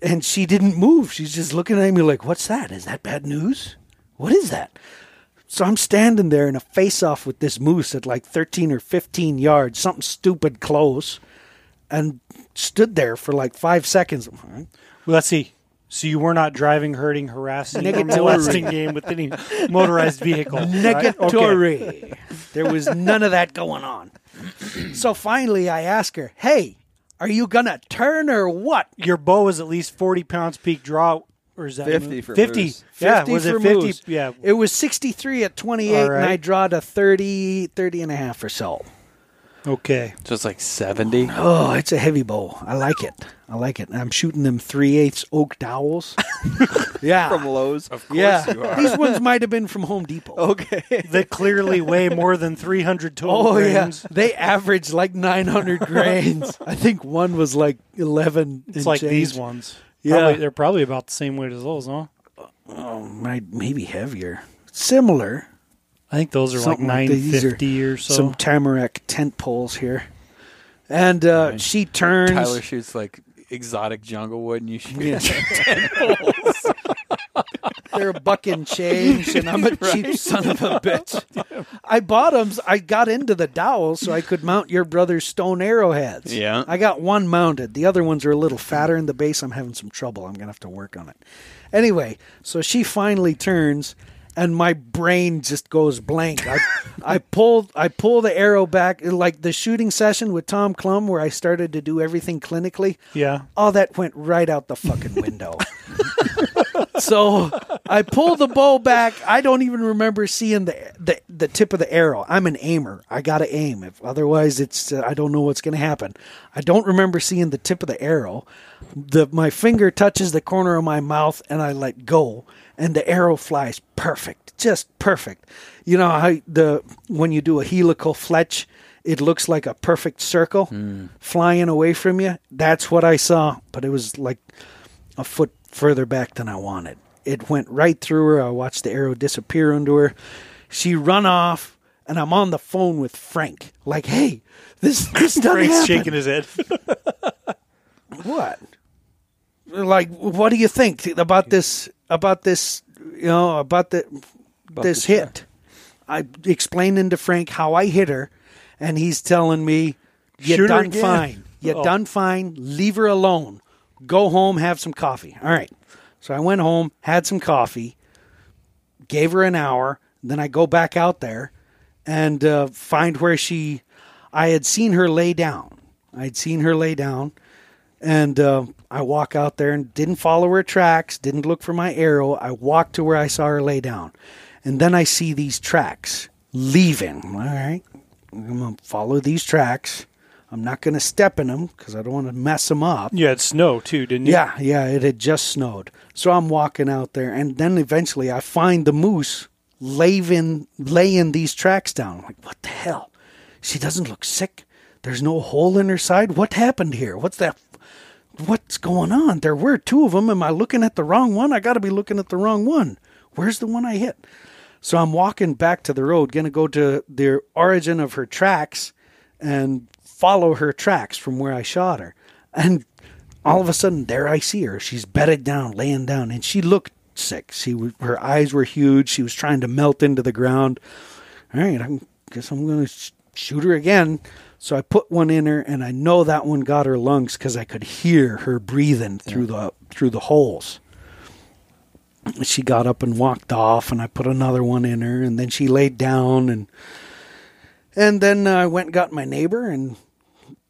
[SPEAKER 3] and she didn't move. She's just looking at me like, "What's that? Is that bad news? What is that?" So I'm standing there in a face off with this moose at like 13 or 15 yards, something stupid close, and stood there for like five seconds.
[SPEAKER 2] Well, let's see. So you were not driving, hurting, harassing, or
[SPEAKER 3] Negatory.
[SPEAKER 2] molesting game with any motorized vehicle. right? Okay.
[SPEAKER 3] Negatory. There was none of that going on. So finally I ask her, hey, are you going to turn or what?
[SPEAKER 2] Your bow is at least forty pounds peak draw, or is that
[SPEAKER 1] 50 for
[SPEAKER 2] fifty?
[SPEAKER 1] moose.
[SPEAKER 2] Yeah, was
[SPEAKER 3] for
[SPEAKER 2] it fifty?
[SPEAKER 3] moose.
[SPEAKER 2] Yeah,
[SPEAKER 3] It was 63 at 28,
[SPEAKER 2] All
[SPEAKER 3] and
[SPEAKER 2] right.
[SPEAKER 3] I drawed a 30, 30 and a half or so.
[SPEAKER 2] okay.
[SPEAKER 4] So it's like seventy.
[SPEAKER 3] Oh, it's a heavy bow. I like it. I like it. And I'm shooting them three eighths oak dowels. yeah.
[SPEAKER 1] From Lowe's. Of course
[SPEAKER 3] yeah. These ones might have been from Home Depot.
[SPEAKER 1] Okay.
[SPEAKER 2] They clearly weigh more than three hundred total
[SPEAKER 3] Oh
[SPEAKER 2] grams.
[SPEAKER 3] yeah, they average like 900 grains. I think one was like 11.
[SPEAKER 2] It's like these ones.
[SPEAKER 3] Yeah.
[SPEAKER 2] Probably- they're probably about the same weight as those, huh?
[SPEAKER 3] might maybe heavier, similar.
[SPEAKER 2] I think those are
[SPEAKER 3] Something
[SPEAKER 2] like
[SPEAKER 3] like that.
[SPEAKER 2] nine
[SPEAKER 3] These are
[SPEAKER 2] fifty or so.
[SPEAKER 3] Some tamarack tent poles here, and uh, she turns.
[SPEAKER 4] Tyler shoots like exotic jungle wood, and you shoot.
[SPEAKER 3] They're a buck and change, and I'm a cheap son of a bitch. I bought them. I got into the dowels so I could mount your brother's stone arrowheads.
[SPEAKER 4] Yeah.
[SPEAKER 3] I got one mounted. The other ones are a little fatter in the base. I'm having some trouble. I'm gonna have to work on it. Anyway, so she finally turns, and my brain just goes blank. I, I pull, I pull the arrow back, like the shooting session with Tom Clum, where I started to do everything clinically
[SPEAKER 2] yeah.
[SPEAKER 3] all that went right out the fucking window. so I pull the bow back. I don't even remember seeing the, the the tip of the arrow. I'm an aimer. I gotta aim. If otherwise, it's uh, I don't know what's gonna happen. I don't remember seeing the tip of the arrow. The my finger touches the corner of my mouth, and I let go, and the arrow flies perfect, just perfect. You know how the when you do a helical fletch it looks like a perfect circle flying away from you. That's what I saw, but it was like a foot further back than I wanted. It went right through her. I watched the arrow disappear under her. She run off, and I'm on the phone with Frank. Like, hey, this this doesn't
[SPEAKER 2] Frank's
[SPEAKER 3] happen.
[SPEAKER 2] shaking his head.
[SPEAKER 3] What? Like, what do you think about this? About this? You know, about the
[SPEAKER 1] Buck
[SPEAKER 3] this
[SPEAKER 1] is shy.
[SPEAKER 3] hit. I'm explaining to Frank how I hit her, and he's telling me, "You
[SPEAKER 2] Shoot her
[SPEAKER 3] done
[SPEAKER 2] again."
[SPEAKER 3] fine. You
[SPEAKER 2] Oh.
[SPEAKER 3] done fine. Leave her alone. Go home. Have some coffee." All right. So I went home, had some coffee, gave her an hour. Then I go back out there and uh, find where she. I had seen her lay down. I'd seen her lay down, and uh, I walk out there and didn't follow her tracks, didn't look for my arrow. I walked to where I saw her lay down, and then I see these tracks leaving. All right, I'm gonna follow these tracks. I'm not gonna step in them because I don't want to mess them up.
[SPEAKER 2] You had snow too, didn't you?
[SPEAKER 3] Yeah, yeah, it had just snowed. So I'm walking out there, and then eventually I find the moose laying, laying these tracks down. I'm like, what the hell? She doesn't look sick. There's no hole in her side. What happened here? What's that? What's going on? There were two of them. Am I looking at the wrong one? I got to be looking at the wrong one. Where's the one I hit? So I'm walking back to the road, going to go to the origin of her tracks and follow her tracks from where I shot her. And all of a sudden, there I see her. She's bedded down, laying down, and she looked sick. She was, her eyes were huge. She was trying to melt into the ground. All right, I guess I'm going to sh- shoot her again. So I put one in her, and I know that one got her lungs because I could hear her breathing through the through the holes she got up and walked off and I put another one in her and then she laid down and and then uh, I went and got my neighbor and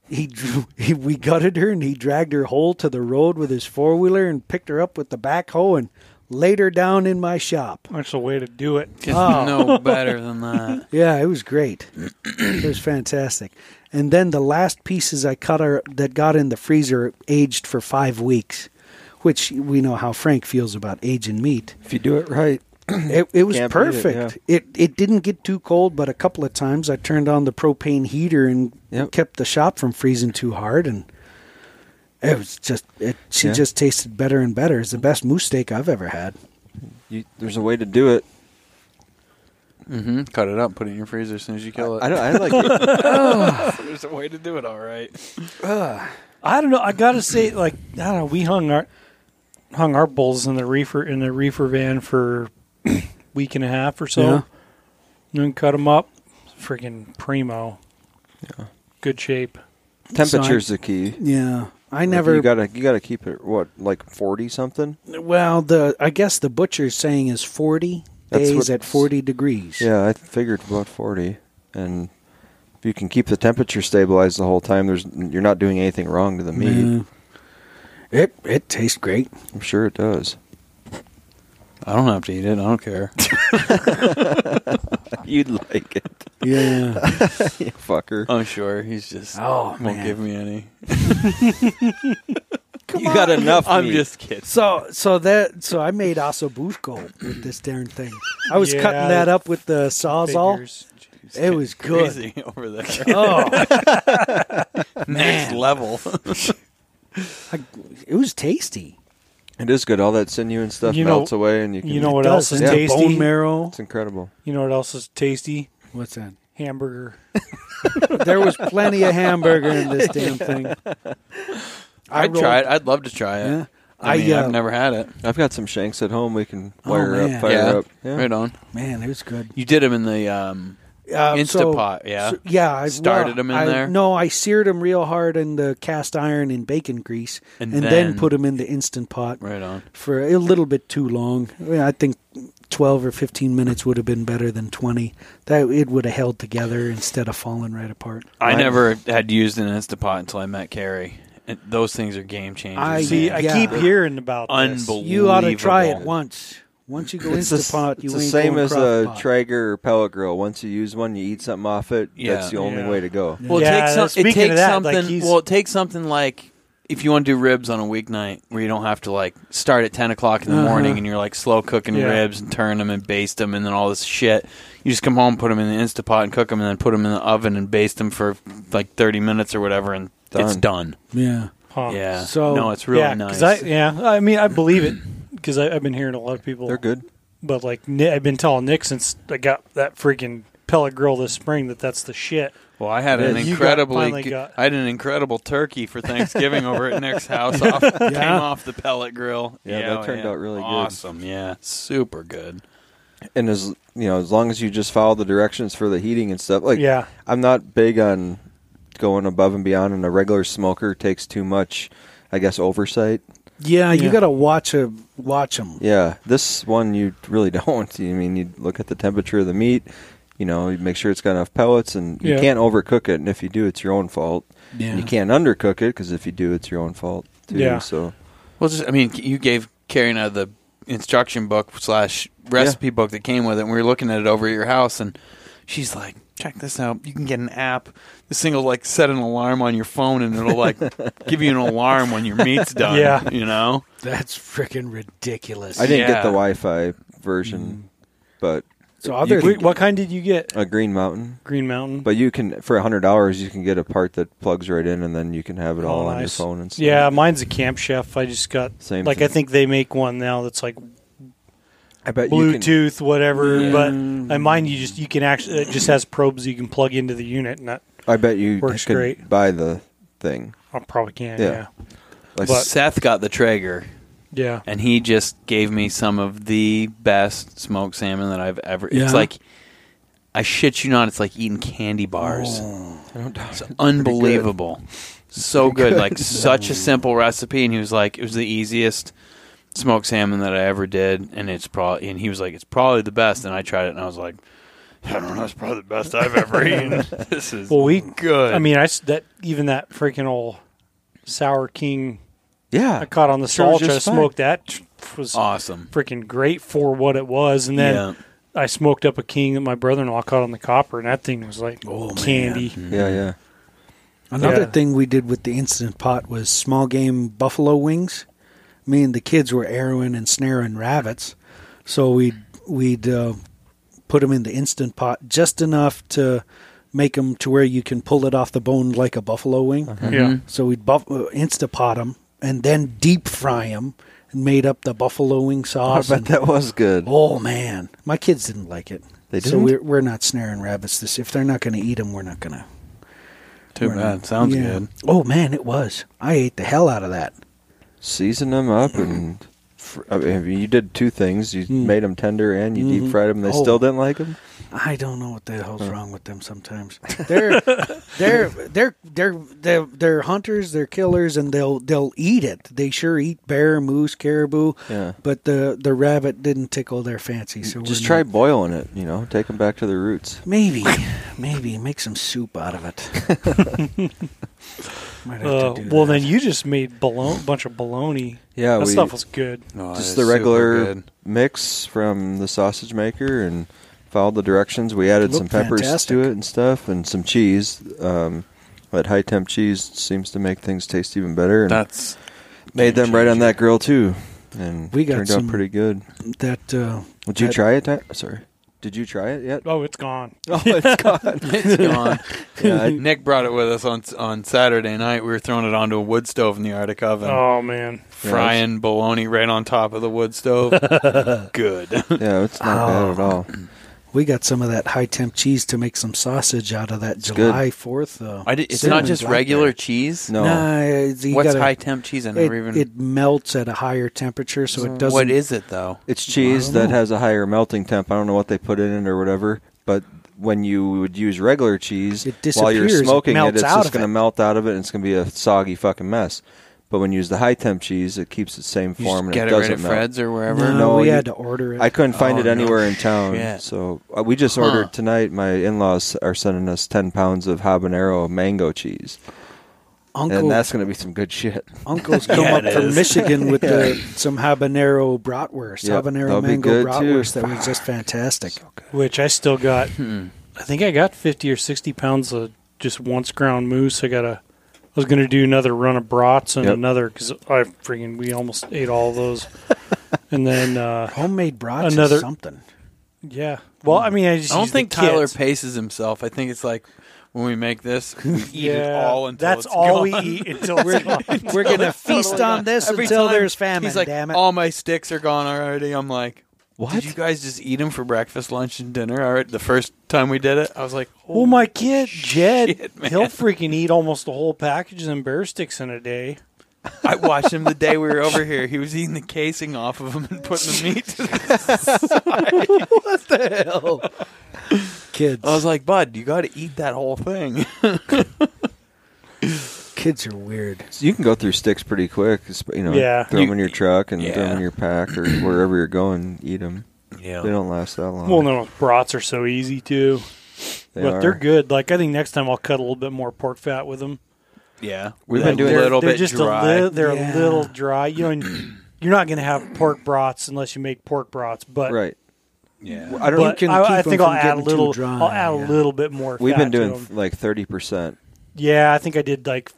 [SPEAKER 3] he, drew, he we gutted her and he dragged her whole to the road with his four-wheeler and picked her up with the backhoe and laid her down in my shop.
[SPEAKER 2] That's the way to do it.
[SPEAKER 4] Just no better than that.
[SPEAKER 3] Yeah, it was great. it was fantastic. And then the last pieces I cut are that got in the freezer aged for 5 weeks, which we know how Frank feels about aging meat.
[SPEAKER 1] If you do it right,
[SPEAKER 3] It, it was
[SPEAKER 1] Can't beat it,
[SPEAKER 3] perfect. It, it didn't get too cold, but a couple of times I turned on the propane heater and
[SPEAKER 1] Yep.
[SPEAKER 3] kept the shop from freezing too hard, and it was just it. She
[SPEAKER 1] Yeah.
[SPEAKER 3] just tasted better and better. It's the best moose steak I've ever had.
[SPEAKER 1] you, there's a way to do it.
[SPEAKER 4] Mm-hmm. Cut it up, put it in your freezer as soon as you kill it.
[SPEAKER 1] I, don't, I like it.
[SPEAKER 4] There's a way to do it, all right.
[SPEAKER 2] I don't know. I gotta say, like I don't know. We hung our hung our bulls in the reefer in the reefer van for week and a half or so.
[SPEAKER 3] Yeah.
[SPEAKER 2] And then cut them up. Freaking primo. Good shape.
[SPEAKER 1] temperature's the key.
[SPEAKER 3] Yeah, I
[SPEAKER 1] Like,
[SPEAKER 3] never.
[SPEAKER 1] You gotta you gotta keep it what like forty something.
[SPEAKER 3] well, the I guess the butcher's saying is forty
[SPEAKER 1] That's
[SPEAKER 3] days
[SPEAKER 1] what-
[SPEAKER 3] at forty degrees.
[SPEAKER 1] Yeah, I figured about forty, and if you can keep the temperature stabilized the whole time, there's you're not doing anything wrong to the meat.
[SPEAKER 3] Yeah. It it tastes great.
[SPEAKER 1] I'm sure it does.
[SPEAKER 4] I don't have to eat it. I don't care.
[SPEAKER 1] You'd like it,
[SPEAKER 3] Yeah.
[SPEAKER 1] you fucker.
[SPEAKER 4] I'm sure he's just
[SPEAKER 3] oh
[SPEAKER 4] won't
[SPEAKER 3] man.
[SPEAKER 4] give me any.
[SPEAKER 1] you got enough.
[SPEAKER 4] I'm
[SPEAKER 1] meat.
[SPEAKER 4] just kidding.
[SPEAKER 3] So so that so I made osso bushko with this darn thing. I was
[SPEAKER 2] Yeah,
[SPEAKER 3] cutting that up with the sawzall.
[SPEAKER 2] Figures.
[SPEAKER 3] It was good.
[SPEAKER 4] Crazy over there.
[SPEAKER 3] Oh,
[SPEAKER 4] Next level.
[SPEAKER 3] I- it was tasty.
[SPEAKER 1] It is good. All that sinew and stuff
[SPEAKER 2] You know-
[SPEAKER 1] melts away, and you can.
[SPEAKER 2] You know what
[SPEAKER 3] It
[SPEAKER 2] else
[SPEAKER 3] does.
[SPEAKER 2] is
[SPEAKER 3] It's
[SPEAKER 2] tasty?
[SPEAKER 3] Bone marrow.
[SPEAKER 1] It's incredible.
[SPEAKER 2] You know what else is tasty?
[SPEAKER 3] What's that?
[SPEAKER 2] Hamburger.
[SPEAKER 3] There was plenty of hamburger in this damn thing. I
[SPEAKER 4] I'd try it. I'd love to try it.
[SPEAKER 3] Yeah.
[SPEAKER 4] I mean,
[SPEAKER 3] I, uh,
[SPEAKER 4] I've never had it.
[SPEAKER 1] I've got some shanks at home. We can
[SPEAKER 3] Oh,
[SPEAKER 1] wire
[SPEAKER 3] man.
[SPEAKER 1] up, fire
[SPEAKER 4] yeah.
[SPEAKER 1] up. Yeah.
[SPEAKER 4] Right on.
[SPEAKER 3] Man, it was good.
[SPEAKER 4] You did them in the um,
[SPEAKER 3] Uh, so-
[SPEAKER 4] Instapot, yeah.
[SPEAKER 3] so- yeah, I
[SPEAKER 4] Started 'em in
[SPEAKER 3] I-
[SPEAKER 4] there?
[SPEAKER 3] No, I seared them real hard in the cast iron and bacon grease,
[SPEAKER 4] And
[SPEAKER 3] and, then,
[SPEAKER 4] then-
[SPEAKER 3] put them in the instant pot.
[SPEAKER 4] right on.
[SPEAKER 3] for a little bit too long. I mean, I think 12 or 15 minutes would have been better than 20. That it would have held together instead of falling right apart.
[SPEAKER 4] I
[SPEAKER 1] I-
[SPEAKER 4] never had used an Instapot until I met Carrie. And those things are game changers.
[SPEAKER 3] I-
[SPEAKER 4] man.
[SPEAKER 2] See, I
[SPEAKER 3] Yeah.
[SPEAKER 2] keep hearing about this.
[SPEAKER 4] Unbelievable.
[SPEAKER 3] You ought to try it once. Once you go
[SPEAKER 1] It's,
[SPEAKER 3] into
[SPEAKER 1] the,
[SPEAKER 3] pot, you
[SPEAKER 1] it's the
[SPEAKER 3] ain't
[SPEAKER 1] same
[SPEAKER 3] going
[SPEAKER 1] as uh,
[SPEAKER 3] crock
[SPEAKER 1] a
[SPEAKER 3] pot.
[SPEAKER 1] Traeger or Pellet Grill. Once you use one, you eat something off it.
[SPEAKER 4] Yeah.
[SPEAKER 1] That's the only
[SPEAKER 2] Yeah.
[SPEAKER 1] way to go.
[SPEAKER 4] Well,
[SPEAKER 2] Yeah,
[SPEAKER 4] it takes,
[SPEAKER 2] that-
[SPEAKER 4] some, it
[SPEAKER 2] speaking of
[SPEAKER 4] takes
[SPEAKER 2] that, like,
[SPEAKER 4] something.
[SPEAKER 2] he's-
[SPEAKER 4] well, it takes something like if you want to do ribs on a weeknight where you don't have to like start at ten o'clock in the
[SPEAKER 3] Uh-huh.
[SPEAKER 4] morning and you're like slow cooking
[SPEAKER 2] Yeah.
[SPEAKER 4] ribs and turn them and baste them and then all this shit. You just come home, put them in the Instapot and cook them, and then put them in the oven and baste them for like thirty minutes or whatever, and it's done.
[SPEAKER 3] Yeah.
[SPEAKER 2] Huh.
[SPEAKER 4] Yeah.
[SPEAKER 3] So-
[SPEAKER 4] no, it's really
[SPEAKER 2] Oh, yeah, 'cause
[SPEAKER 4] nice.
[SPEAKER 2] I, yeah, I mean, I believe it because I've been hearing a lot of people.
[SPEAKER 1] They're good.
[SPEAKER 2] But like, Ni- I've been telling Nick since I got that freaking pellet grill this spring that that's the shit.
[SPEAKER 4] Well, I had
[SPEAKER 1] Yeah,
[SPEAKER 4] an
[SPEAKER 2] you got-
[SPEAKER 4] incredibly,
[SPEAKER 2] finally got-
[SPEAKER 4] I had an incredible turkey for Thanksgiving over at Nick's house. Off, Came off the pellet grill. oh,
[SPEAKER 1] Yeah, that turned out really good.
[SPEAKER 4] awesome. Yeah, super good.
[SPEAKER 1] and as you know, as long as you just follow the directions for the heating and stuff, like
[SPEAKER 2] Yeah.
[SPEAKER 1] I'm not big on going above and beyond, and a regular smoker takes too much, I guess, oversight.
[SPEAKER 3] Yeah, you
[SPEAKER 2] Yeah.
[SPEAKER 3] got to watch a watch them.
[SPEAKER 1] Yeah, this one you really don't. I mean, you look at the temperature of the meat. You know, you make sure it's got enough pellets, and you
[SPEAKER 2] Yeah.
[SPEAKER 1] can't overcook it. And if you do, it's your own fault.
[SPEAKER 3] Yeah.
[SPEAKER 1] You can't undercook it because if you do, it's your own fault too.
[SPEAKER 2] Yeah.
[SPEAKER 1] So
[SPEAKER 4] Well, just I mean, you gave Karina the instruction book slash recipe book that came with it, and we were looking at it over at your house, and she's like, "Check this out! You can get an app. This thing will like set an alarm on your phone, and it'll like give you an alarm when your meat's done.
[SPEAKER 2] Yeah.
[SPEAKER 4] you know."
[SPEAKER 3] That's freaking ridiculous.
[SPEAKER 1] I didn't
[SPEAKER 4] Yeah.
[SPEAKER 1] get the Wi-Fi version,
[SPEAKER 2] Mm.
[SPEAKER 1] but
[SPEAKER 3] so
[SPEAKER 1] you
[SPEAKER 3] other
[SPEAKER 1] can-
[SPEAKER 2] Wait, what kind did you get?
[SPEAKER 1] a Green Mountain.
[SPEAKER 2] Green Mountain.
[SPEAKER 1] But you can for a hundred dollars, you can get a part that plugs right in, and then you can have it all
[SPEAKER 2] Oh,
[SPEAKER 1] on your
[SPEAKER 2] nice.
[SPEAKER 1] phone and stuff.
[SPEAKER 2] Yeah, mine's a Camp Chef. I just got
[SPEAKER 1] Same
[SPEAKER 2] like I
[SPEAKER 1] thing.
[SPEAKER 2] think they make one now that's like
[SPEAKER 1] I bet you can,
[SPEAKER 2] Bluetooth, whatever.
[SPEAKER 1] Yeah.
[SPEAKER 2] But and mine, you just you can actually it just has probes you can plug into the unit, and that,
[SPEAKER 1] I bet you
[SPEAKER 2] Works
[SPEAKER 1] could
[SPEAKER 2] great.
[SPEAKER 1] buy the thing.
[SPEAKER 2] I probably can.
[SPEAKER 1] Yeah.
[SPEAKER 2] Yeah,
[SPEAKER 1] Like
[SPEAKER 2] But-
[SPEAKER 4] Seth got the Traeger,
[SPEAKER 2] yeah.
[SPEAKER 4] and he just gave me some of the best smoked salmon that I've ever.
[SPEAKER 3] Yeah.
[SPEAKER 4] It's like, I shit you not, it's like eating candy bars.
[SPEAKER 3] Oh.
[SPEAKER 1] I don't doubt it.
[SPEAKER 4] unbelievable. So good. Like such a simple recipe and he was like it was the easiest smoked salmon that I ever did and it's probably and he was like it's probably the best and I tried it and I was like I don't know it's probably the best I've ever eaten. This is
[SPEAKER 2] Well, we.
[SPEAKER 4] good.
[SPEAKER 2] I mean, I s- that even that freaking old sour king
[SPEAKER 1] Yeah,
[SPEAKER 2] I caught on the
[SPEAKER 1] Sure was
[SPEAKER 2] salt. I
[SPEAKER 1] just fine.
[SPEAKER 2] smoked that tr- was
[SPEAKER 4] awesome.
[SPEAKER 2] freaking great for what it was, and then.
[SPEAKER 4] Yeah.
[SPEAKER 2] I smoked up a king that my brother-in-law caught on the copper, and that thing was like
[SPEAKER 1] Oh,
[SPEAKER 2] candy.
[SPEAKER 1] yeah, yeah.
[SPEAKER 3] Another
[SPEAKER 2] Yeah.
[SPEAKER 3] thing we did with the instant pot was small game buffalo wings. Me and the kids were arrowing and snaring rabbits, so we'd we'd uh, put them in the instant pot just enough to make them to where you can pull it off the bone like a buffalo wing.
[SPEAKER 1] Uh-huh.
[SPEAKER 2] Yeah,
[SPEAKER 1] Mm-hmm.
[SPEAKER 3] So we'd buff- uh, instapot them and then deep fry them and made up the buffalo wing
[SPEAKER 1] I
[SPEAKER 3] sauce.
[SPEAKER 1] bet
[SPEAKER 3] and-
[SPEAKER 1] that was good.
[SPEAKER 3] oh man, my kids didn't like it.
[SPEAKER 1] They
[SPEAKER 3] So
[SPEAKER 1] didn't?
[SPEAKER 3] we're we're not snaring rabbits. This if they're not going to eat them, we're not going to.
[SPEAKER 4] Too bad. Sounds
[SPEAKER 3] Yeah.
[SPEAKER 4] good.
[SPEAKER 3] Oh man, it was. I ate the hell out of that.
[SPEAKER 1] Season them up and. fr- I mean, you did two things. You
[SPEAKER 2] Hmm.
[SPEAKER 1] made them tender and you
[SPEAKER 2] Mm-hmm.
[SPEAKER 1] deep fried them. They
[SPEAKER 3] Oh.
[SPEAKER 1] still didn't like them.
[SPEAKER 3] I don't know what the hell's wrong with them sometimes. They're they're they're they're they're they're hunters, they're killers, and they'll they'll eat it. They sure eat bear, moose, caribou.
[SPEAKER 1] Yeah.
[SPEAKER 3] But the the rabbit didn't tickle their fancy. So
[SPEAKER 1] Just
[SPEAKER 3] we're
[SPEAKER 1] try
[SPEAKER 3] not-
[SPEAKER 1] boiling it. You know, take them back to their roots.
[SPEAKER 3] maybe maybe make some soup out of it. Might have
[SPEAKER 2] Uh,
[SPEAKER 3] to do
[SPEAKER 2] well,
[SPEAKER 3] that.
[SPEAKER 2] then you just made balon- a bunch of bologna.
[SPEAKER 1] Yeah,
[SPEAKER 2] that
[SPEAKER 1] we-
[SPEAKER 2] stuff was good.
[SPEAKER 4] No, that is
[SPEAKER 1] Just the
[SPEAKER 4] super
[SPEAKER 1] regular
[SPEAKER 4] good.
[SPEAKER 1] mix from the sausage maker and followed the directions. We added some
[SPEAKER 3] looked
[SPEAKER 1] peppers
[SPEAKER 3] fantastic.
[SPEAKER 1] to it and stuff, and some cheese. Um, that high temp cheese seems to make things taste even better. And
[SPEAKER 4] That's
[SPEAKER 1] made them right on that grill too, and
[SPEAKER 3] We got
[SPEAKER 1] turned
[SPEAKER 3] some-
[SPEAKER 1] out pretty good.
[SPEAKER 3] that uh,
[SPEAKER 1] Would you
[SPEAKER 3] that-
[SPEAKER 1] try it? Ty- Sorry, did you try it yet?
[SPEAKER 2] Oh, it's gone.
[SPEAKER 1] Oh, it's gone.
[SPEAKER 4] it's gone.
[SPEAKER 1] yeah, I-
[SPEAKER 4] Nick brought it with us on on Saturday night. We were throwing it onto a wood stove in the Arctic oven.
[SPEAKER 2] Oh man,
[SPEAKER 4] Frying bologna right on top of the wood stove. good.
[SPEAKER 1] yeah, it's not bad
[SPEAKER 3] Oh.
[SPEAKER 1] at all.
[SPEAKER 3] we got some of that high temp cheese to make some sausage out of that
[SPEAKER 1] good.
[SPEAKER 3] July Fourth. Uh,
[SPEAKER 4] I did, it's
[SPEAKER 3] cinnamon
[SPEAKER 4] not just
[SPEAKER 3] blackberry.
[SPEAKER 4] regular cheese.
[SPEAKER 1] No,
[SPEAKER 3] Nah, it's- you
[SPEAKER 4] What's
[SPEAKER 3] gotta-
[SPEAKER 4] high temp cheese? I
[SPEAKER 3] It,
[SPEAKER 4] never even. Mm.
[SPEAKER 3] it melts at a higher temperature, so it doesn't.
[SPEAKER 4] what is it though?
[SPEAKER 1] it's cheese
[SPEAKER 3] I don't
[SPEAKER 1] that
[SPEAKER 3] know.
[SPEAKER 1] has a higher melting temp. I don't know what they put in it or whatever, but when you would use regular cheese
[SPEAKER 3] It
[SPEAKER 1] while you're
[SPEAKER 3] disappears, it
[SPEAKER 1] smoking it,
[SPEAKER 3] melts
[SPEAKER 1] it's
[SPEAKER 3] out
[SPEAKER 1] just
[SPEAKER 3] of
[SPEAKER 1] going to
[SPEAKER 3] it.
[SPEAKER 1] melt out of it and it's going to be a soggy fucking mess. But when you use the high temp cheese, it keeps its same
[SPEAKER 4] You just
[SPEAKER 1] form and
[SPEAKER 4] get it
[SPEAKER 1] it
[SPEAKER 4] right
[SPEAKER 1] doesn't
[SPEAKER 4] at
[SPEAKER 1] melt.
[SPEAKER 4] Fred's or wherever.
[SPEAKER 3] No,
[SPEAKER 1] No,
[SPEAKER 3] we
[SPEAKER 1] you-
[SPEAKER 3] had to order it.
[SPEAKER 1] I couldn't find
[SPEAKER 4] Oh,
[SPEAKER 1] it
[SPEAKER 4] no
[SPEAKER 1] anywhere in town,
[SPEAKER 4] shit.
[SPEAKER 1] so uh, we just ordered tonight. My in-laws are sending us ten pounds of habanero mango cheese,
[SPEAKER 3] Uncle
[SPEAKER 1] and that's going to be some good shit.
[SPEAKER 3] Uncle's come
[SPEAKER 4] Yeah,
[SPEAKER 3] up
[SPEAKER 4] it
[SPEAKER 3] from
[SPEAKER 4] is.
[SPEAKER 3] Michigan with the, some habanero bratwurst,
[SPEAKER 1] Yep,
[SPEAKER 3] habanero
[SPEAKER 1] that'll be
[SPEAKER 3] mango
[SPEAKER 1] good, too.
[SPEAKER 3] bratwurst that was just fantastic.
[SPEAKER 2] which I still got.
[SPEAKER 1] Hmm.
[SPEAKER 2] I think I got fifty or sixty pounds of just once ground moose. I got a. I was going to do another run of brats and
[SPEAKER 1] Yep.
[SPEAKER 2] another because I freaking we almost ate all those, and then uh,
[SPEAKER 3] Homemade brats
[SPEAKER 2] Another-
[SPEAKER 3] is something.
[SPEAKER 2] yeah. Well, I mean, I just
[SPEAKER 4] I don't
[SPEAKER 2] used the
[SPEAKER 4] think Tyler
[SPEAKER 2] kits.
[SPEAKER 4] paces himself. I think it's like when we make this, we eat it
[SPEAKER 2] Yeah,
[SPEAKER 4] all until
[SPEAKER 2] that's
[SPEAKER 4] it's
[SPEAKER 2] all
[SPEAKER 4] gone.
[SPEAKER 2] we eat until it's gone.
[SPEAKER 3] We're gonna feast on this
[SPEAKER 4] Every
[SPEAKER 3] until
[SPEAKER 4] time
[SPEAKER 3] there's famine.
[SPEAKER 4] He's like,
[SPEAKER 3] damn it!
[SPEAKER 4] all my sticks are gone already. I'm like,
[SPEAKER 1] What?
[SPEAKER 4] Did you guys just eat them for breakfast, lunch, and dinner? All right, the first time we did it, I was like,
[SPEAKER 3] Oh,
[SPEAKER 2] Well, my kid Jed,
[SPEAKER 4] shit, man.
[SPEAKER 2] he'll freaking eat almost the whole package of them bear sticks in a day.
[SPEAKER 4] I watched him the day we were over here. He was eating the casing off of him and putting the meat. To the
[SPEAKER 3] Kids,
[SPEAKER 4] I was like, Bud, you got to eat that whole thing.
[SPEAKER 3] kids are weird.
[SPEAKER 1] So you can go through sticks pretty quick. It's, You know,
[SPEAKER 2] Yeah.
[SPEAKER 1] throw them
[SPEAKER 4] You-
[SPEAKER 1] in your truck and throw them
[SPEAKER 4] Yeah.
[SPEAKER 1] in your pack or wherever you're going. Eat them. They don't last that long.
[SPEAKER 2] Well, no, brats are so easy too,
[SPEAKER 1] They
[SPEAKER 2] but
[SPEAKER 1] are.
[SPEAKER 2] they're good. Like I think next time I'll cut a little bit more pork fat with them.
[SPEAKER 4] Yeah,
[SPEAKER 1] We've been
[SPEAKER 4] Like,
[SPEAKER 1] doing
[SPEAKER 4] a
[SPEAKER 1] it-
[SPEAKER 4] little
[SPEAKER 2] they're
[SPEAKER 4] bit
[SPEAKER 2] just
[SPEAKER 4] dry.
[SPEAKER 2] A li- they're a
[SPEAKER 3] Yeah.
[SPEAKER 2] little dry. You know, and you're not going to have pork brats unless you make pork brats. But
[SPEAKER 1] Right.
[SPEAKER 4] yeah,
[SPEAKER 1] I don't.
[SPEAKER 2] but
[SPEAKER 3] can keep
[SPEAKER 2] I, I
[SPEAKER 3] 'em
[SPEAKER 2] think
[SPEAKER 3] from
[SPEAKER 2] I'll add a
[SPEAKER 3] getting too
[SPEAKER 2] little.
[SPEAKER 3] dry,
[SPEAKER 2] I'll add a
[SPEAKER 3] yeah.
[SPEAKER 2] little bit more.
[SPEAKER 1] We've
[SPEAKER 2] fat
[SPEAKER 1] been
[SPEAKER 2] to
[SPEAKER 1] doing
[SPEAKER 2] 'em.
[SPEAKER 1] f- like thirty percent.
[SPEAKER 2] Yeah, I think I did like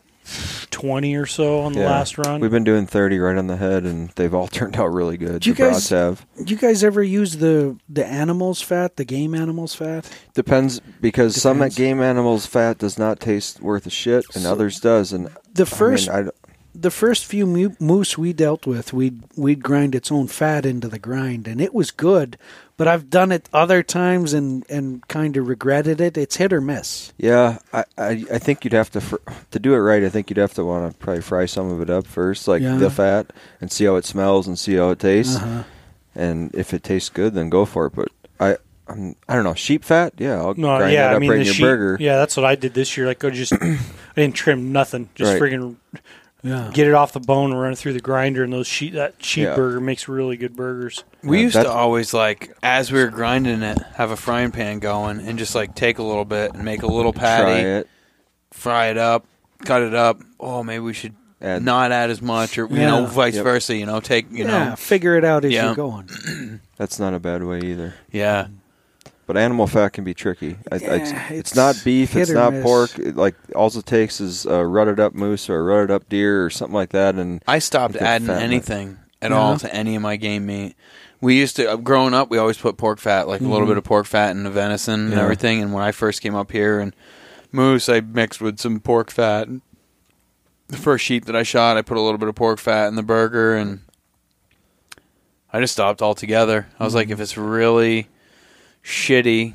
[SPEAKER 2] twenty or so on the last run.
[SPEAKER 1] We've been doing thirty right on the head, and they've all turned out really good.
[SPEAKER 3] Do you
[SPEAKER 1] the
[SPEAKER 3] guys-
[SPEAKER 1] brats have
[SPEAKER 3] You guys ever use the the animals fat, the game animals fat?
[SPEAKER 1] depends because some
[SPEAKER 3] Depends.
[SPEAKER 1] game animals' fat does not taste worth a shit, and
[SPEAKER 3] So-
[SPEAKER 1] others does. And
[SPEAKER 3] The
[SPEAKER 1] I mean,
[SPEAKER 3] first
[SPEAKER 1] I d-
[SPEAKER 3] the first few mu- moose we dealt with, we'd we'd grind its own fat into the grind, and it was good. But I've done it other times and and kind of regretted it. It's hit or miss.
[SPEAKER 1] Yeah, I, I I think you'd have to fr- to do it right. I think you'd have to want to probably fry some of it up first, like
[SPEAKER 3] Yeah.
[SPEAKER 1] the fat, and see how it smells and see how it tastes.
[SPEAKER 3] Uh-huh.
[SPEAKER 1] And if it tastes good, then go for it. But I I'm, I don't know sheep fat. Yeah, I'll
[SPEAKER 2] no,
[SPEAKER 1] grind
[SPEAKER 2] yeah,
[SPEAKER 1] that up
[SPEAKER 2] I mean
[SPEAKER 1] right
[SPEAKER 2] the
[SPEAKER 1] in your
[SPEAKER 2] sheep-
[SPEAKER 1] burger.
[SPEAKER 2] Yeah, that's what I did this year. Like, I just I didn't trim nothing. Just
[SPEAKER 1] Right.
[SPEAKER 2] friggin'
[SPEAKER 3] Yeah.
[SPEAKER 2] get it off the bone and run it through the grinder. And those sheep that sheep
[SPEAKER 1] Yeah.
[SPEAKER 2] burger makes really good burgers.
[SPEAKER 4] we
[SPEAKER 1] Yeah,
[SPEAKER 4] used to
[SPEAKER 1] that's-
[SPEAKER 4] always like as we were grinding it, have a frying pan going and just like take a little bit and make a little
[SPEAKER 1] Try
[SPEAKER 4] patty,
[SPEAKER 1] it.
[SPEAKER 4] fry it up, cut it up. Oh, maybe we should
[SPEAKER 1] Add-
[SPEAKER 4] not add as much, or you
[SPEAKER 3] Yeah.
[SPEAKER 4] know, vice
[SPEAKER 1] Yep.
[SPEAKER 4] versa. You know, take you
[SPEAKER 3] yeah,
[SPEAKER 4] know,
[SPEAKER 3] figure it out as
[SPEAKER 4] Yeah. Mm-hmm.
[SPEAKER 3] you're going.
[SPEAKER 1] That's not a bad way either.
[SPEAKER 4] yeah,
[SPEAKER 1] But animal fat can be tricky. I, I, it's,
[SPEAKER 3] Yeah, it's
[SPEAKER 1] not beef.
[SPEAKER 3] hit
[SPEAKER 1] It's
[SPEAKER 3] or
[SPEAKER 1] not
[SPEAKER 3] miss.
[SPEAKER 1] pork. It, like all it takes is a rutted up moose or a rutted up deer or something like that. And
[SPEAKER 4] I stopped
[SPEAKER 1] Like a
[SPEAKER 4] adding
[SPEAKER 1] fat nut.
[SPEAKER 4] anything at
[SPEAKER 3] Yeah.
[SPEAKER 4] all to any of my game meat. We used to uh, growing up. We always put pork fat, like a little bit of pork fat in the venison and
[SPEAKER 1] Yeah.
[SPEAKER 4] everything. And when I first came up here and moose, I mixed with some pork fat. The first sheep that I shot, I put a little bit of pork fat in the burger, and I just stopped altogether. I was like, if it's really shitty,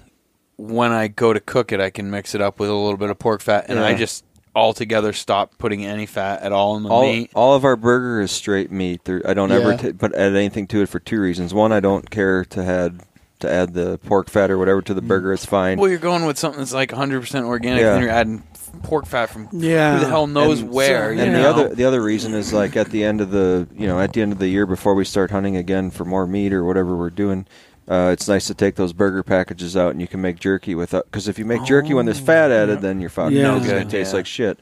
[SPEAKER 4] when I go to cook it, I can mix it up with a little bit of pork fat, and I
[SPEAKER 1] Yeah.
[SPEAKER 4] just altogether stopped putting any fat at all in the
[SPEAKER 1] all,
[SPEAKER 4] meat.
[SPEAKER 1] all of our burger is straight meat. There, I don't ever
[SPEAKER 4] Yeah.
[SPEAKER 1] t- put add anything to it for two reasons. One, I don't care to add to add the pork fat or whatever to
[SPEAKER 4] Mm.
[SPEAKER 1] the burger. It's fine.
[SPEAKER 4] Well, you're going with something that's like 100% organic,
[SPEAKER 1] Yeah.
[SPEAKER 4] and then you're adding pork fat from
[SPEAKER 3] Yeah.
[SPEAKER 4] who the hell knows where.
[SPEAKER 1] And
[SPEAKER 4] you
[SPEAKER 1] the
[SPEAKER 4] know?
[SPEAKER 1] other the other reason is like at the end of the you know at the end of the year before we start hunting again for more meat or whatever we're doing. Uh, it's nice to take those burger packages out and you can make jerky without because if you make jerky when there's fat added, then you're fucked.
[SPEAKER 3] Yeah.
[SPEAKER 1] It's gonna
[SPEAKER 4] Yeah.
[SPEAKER 1] taste like shit.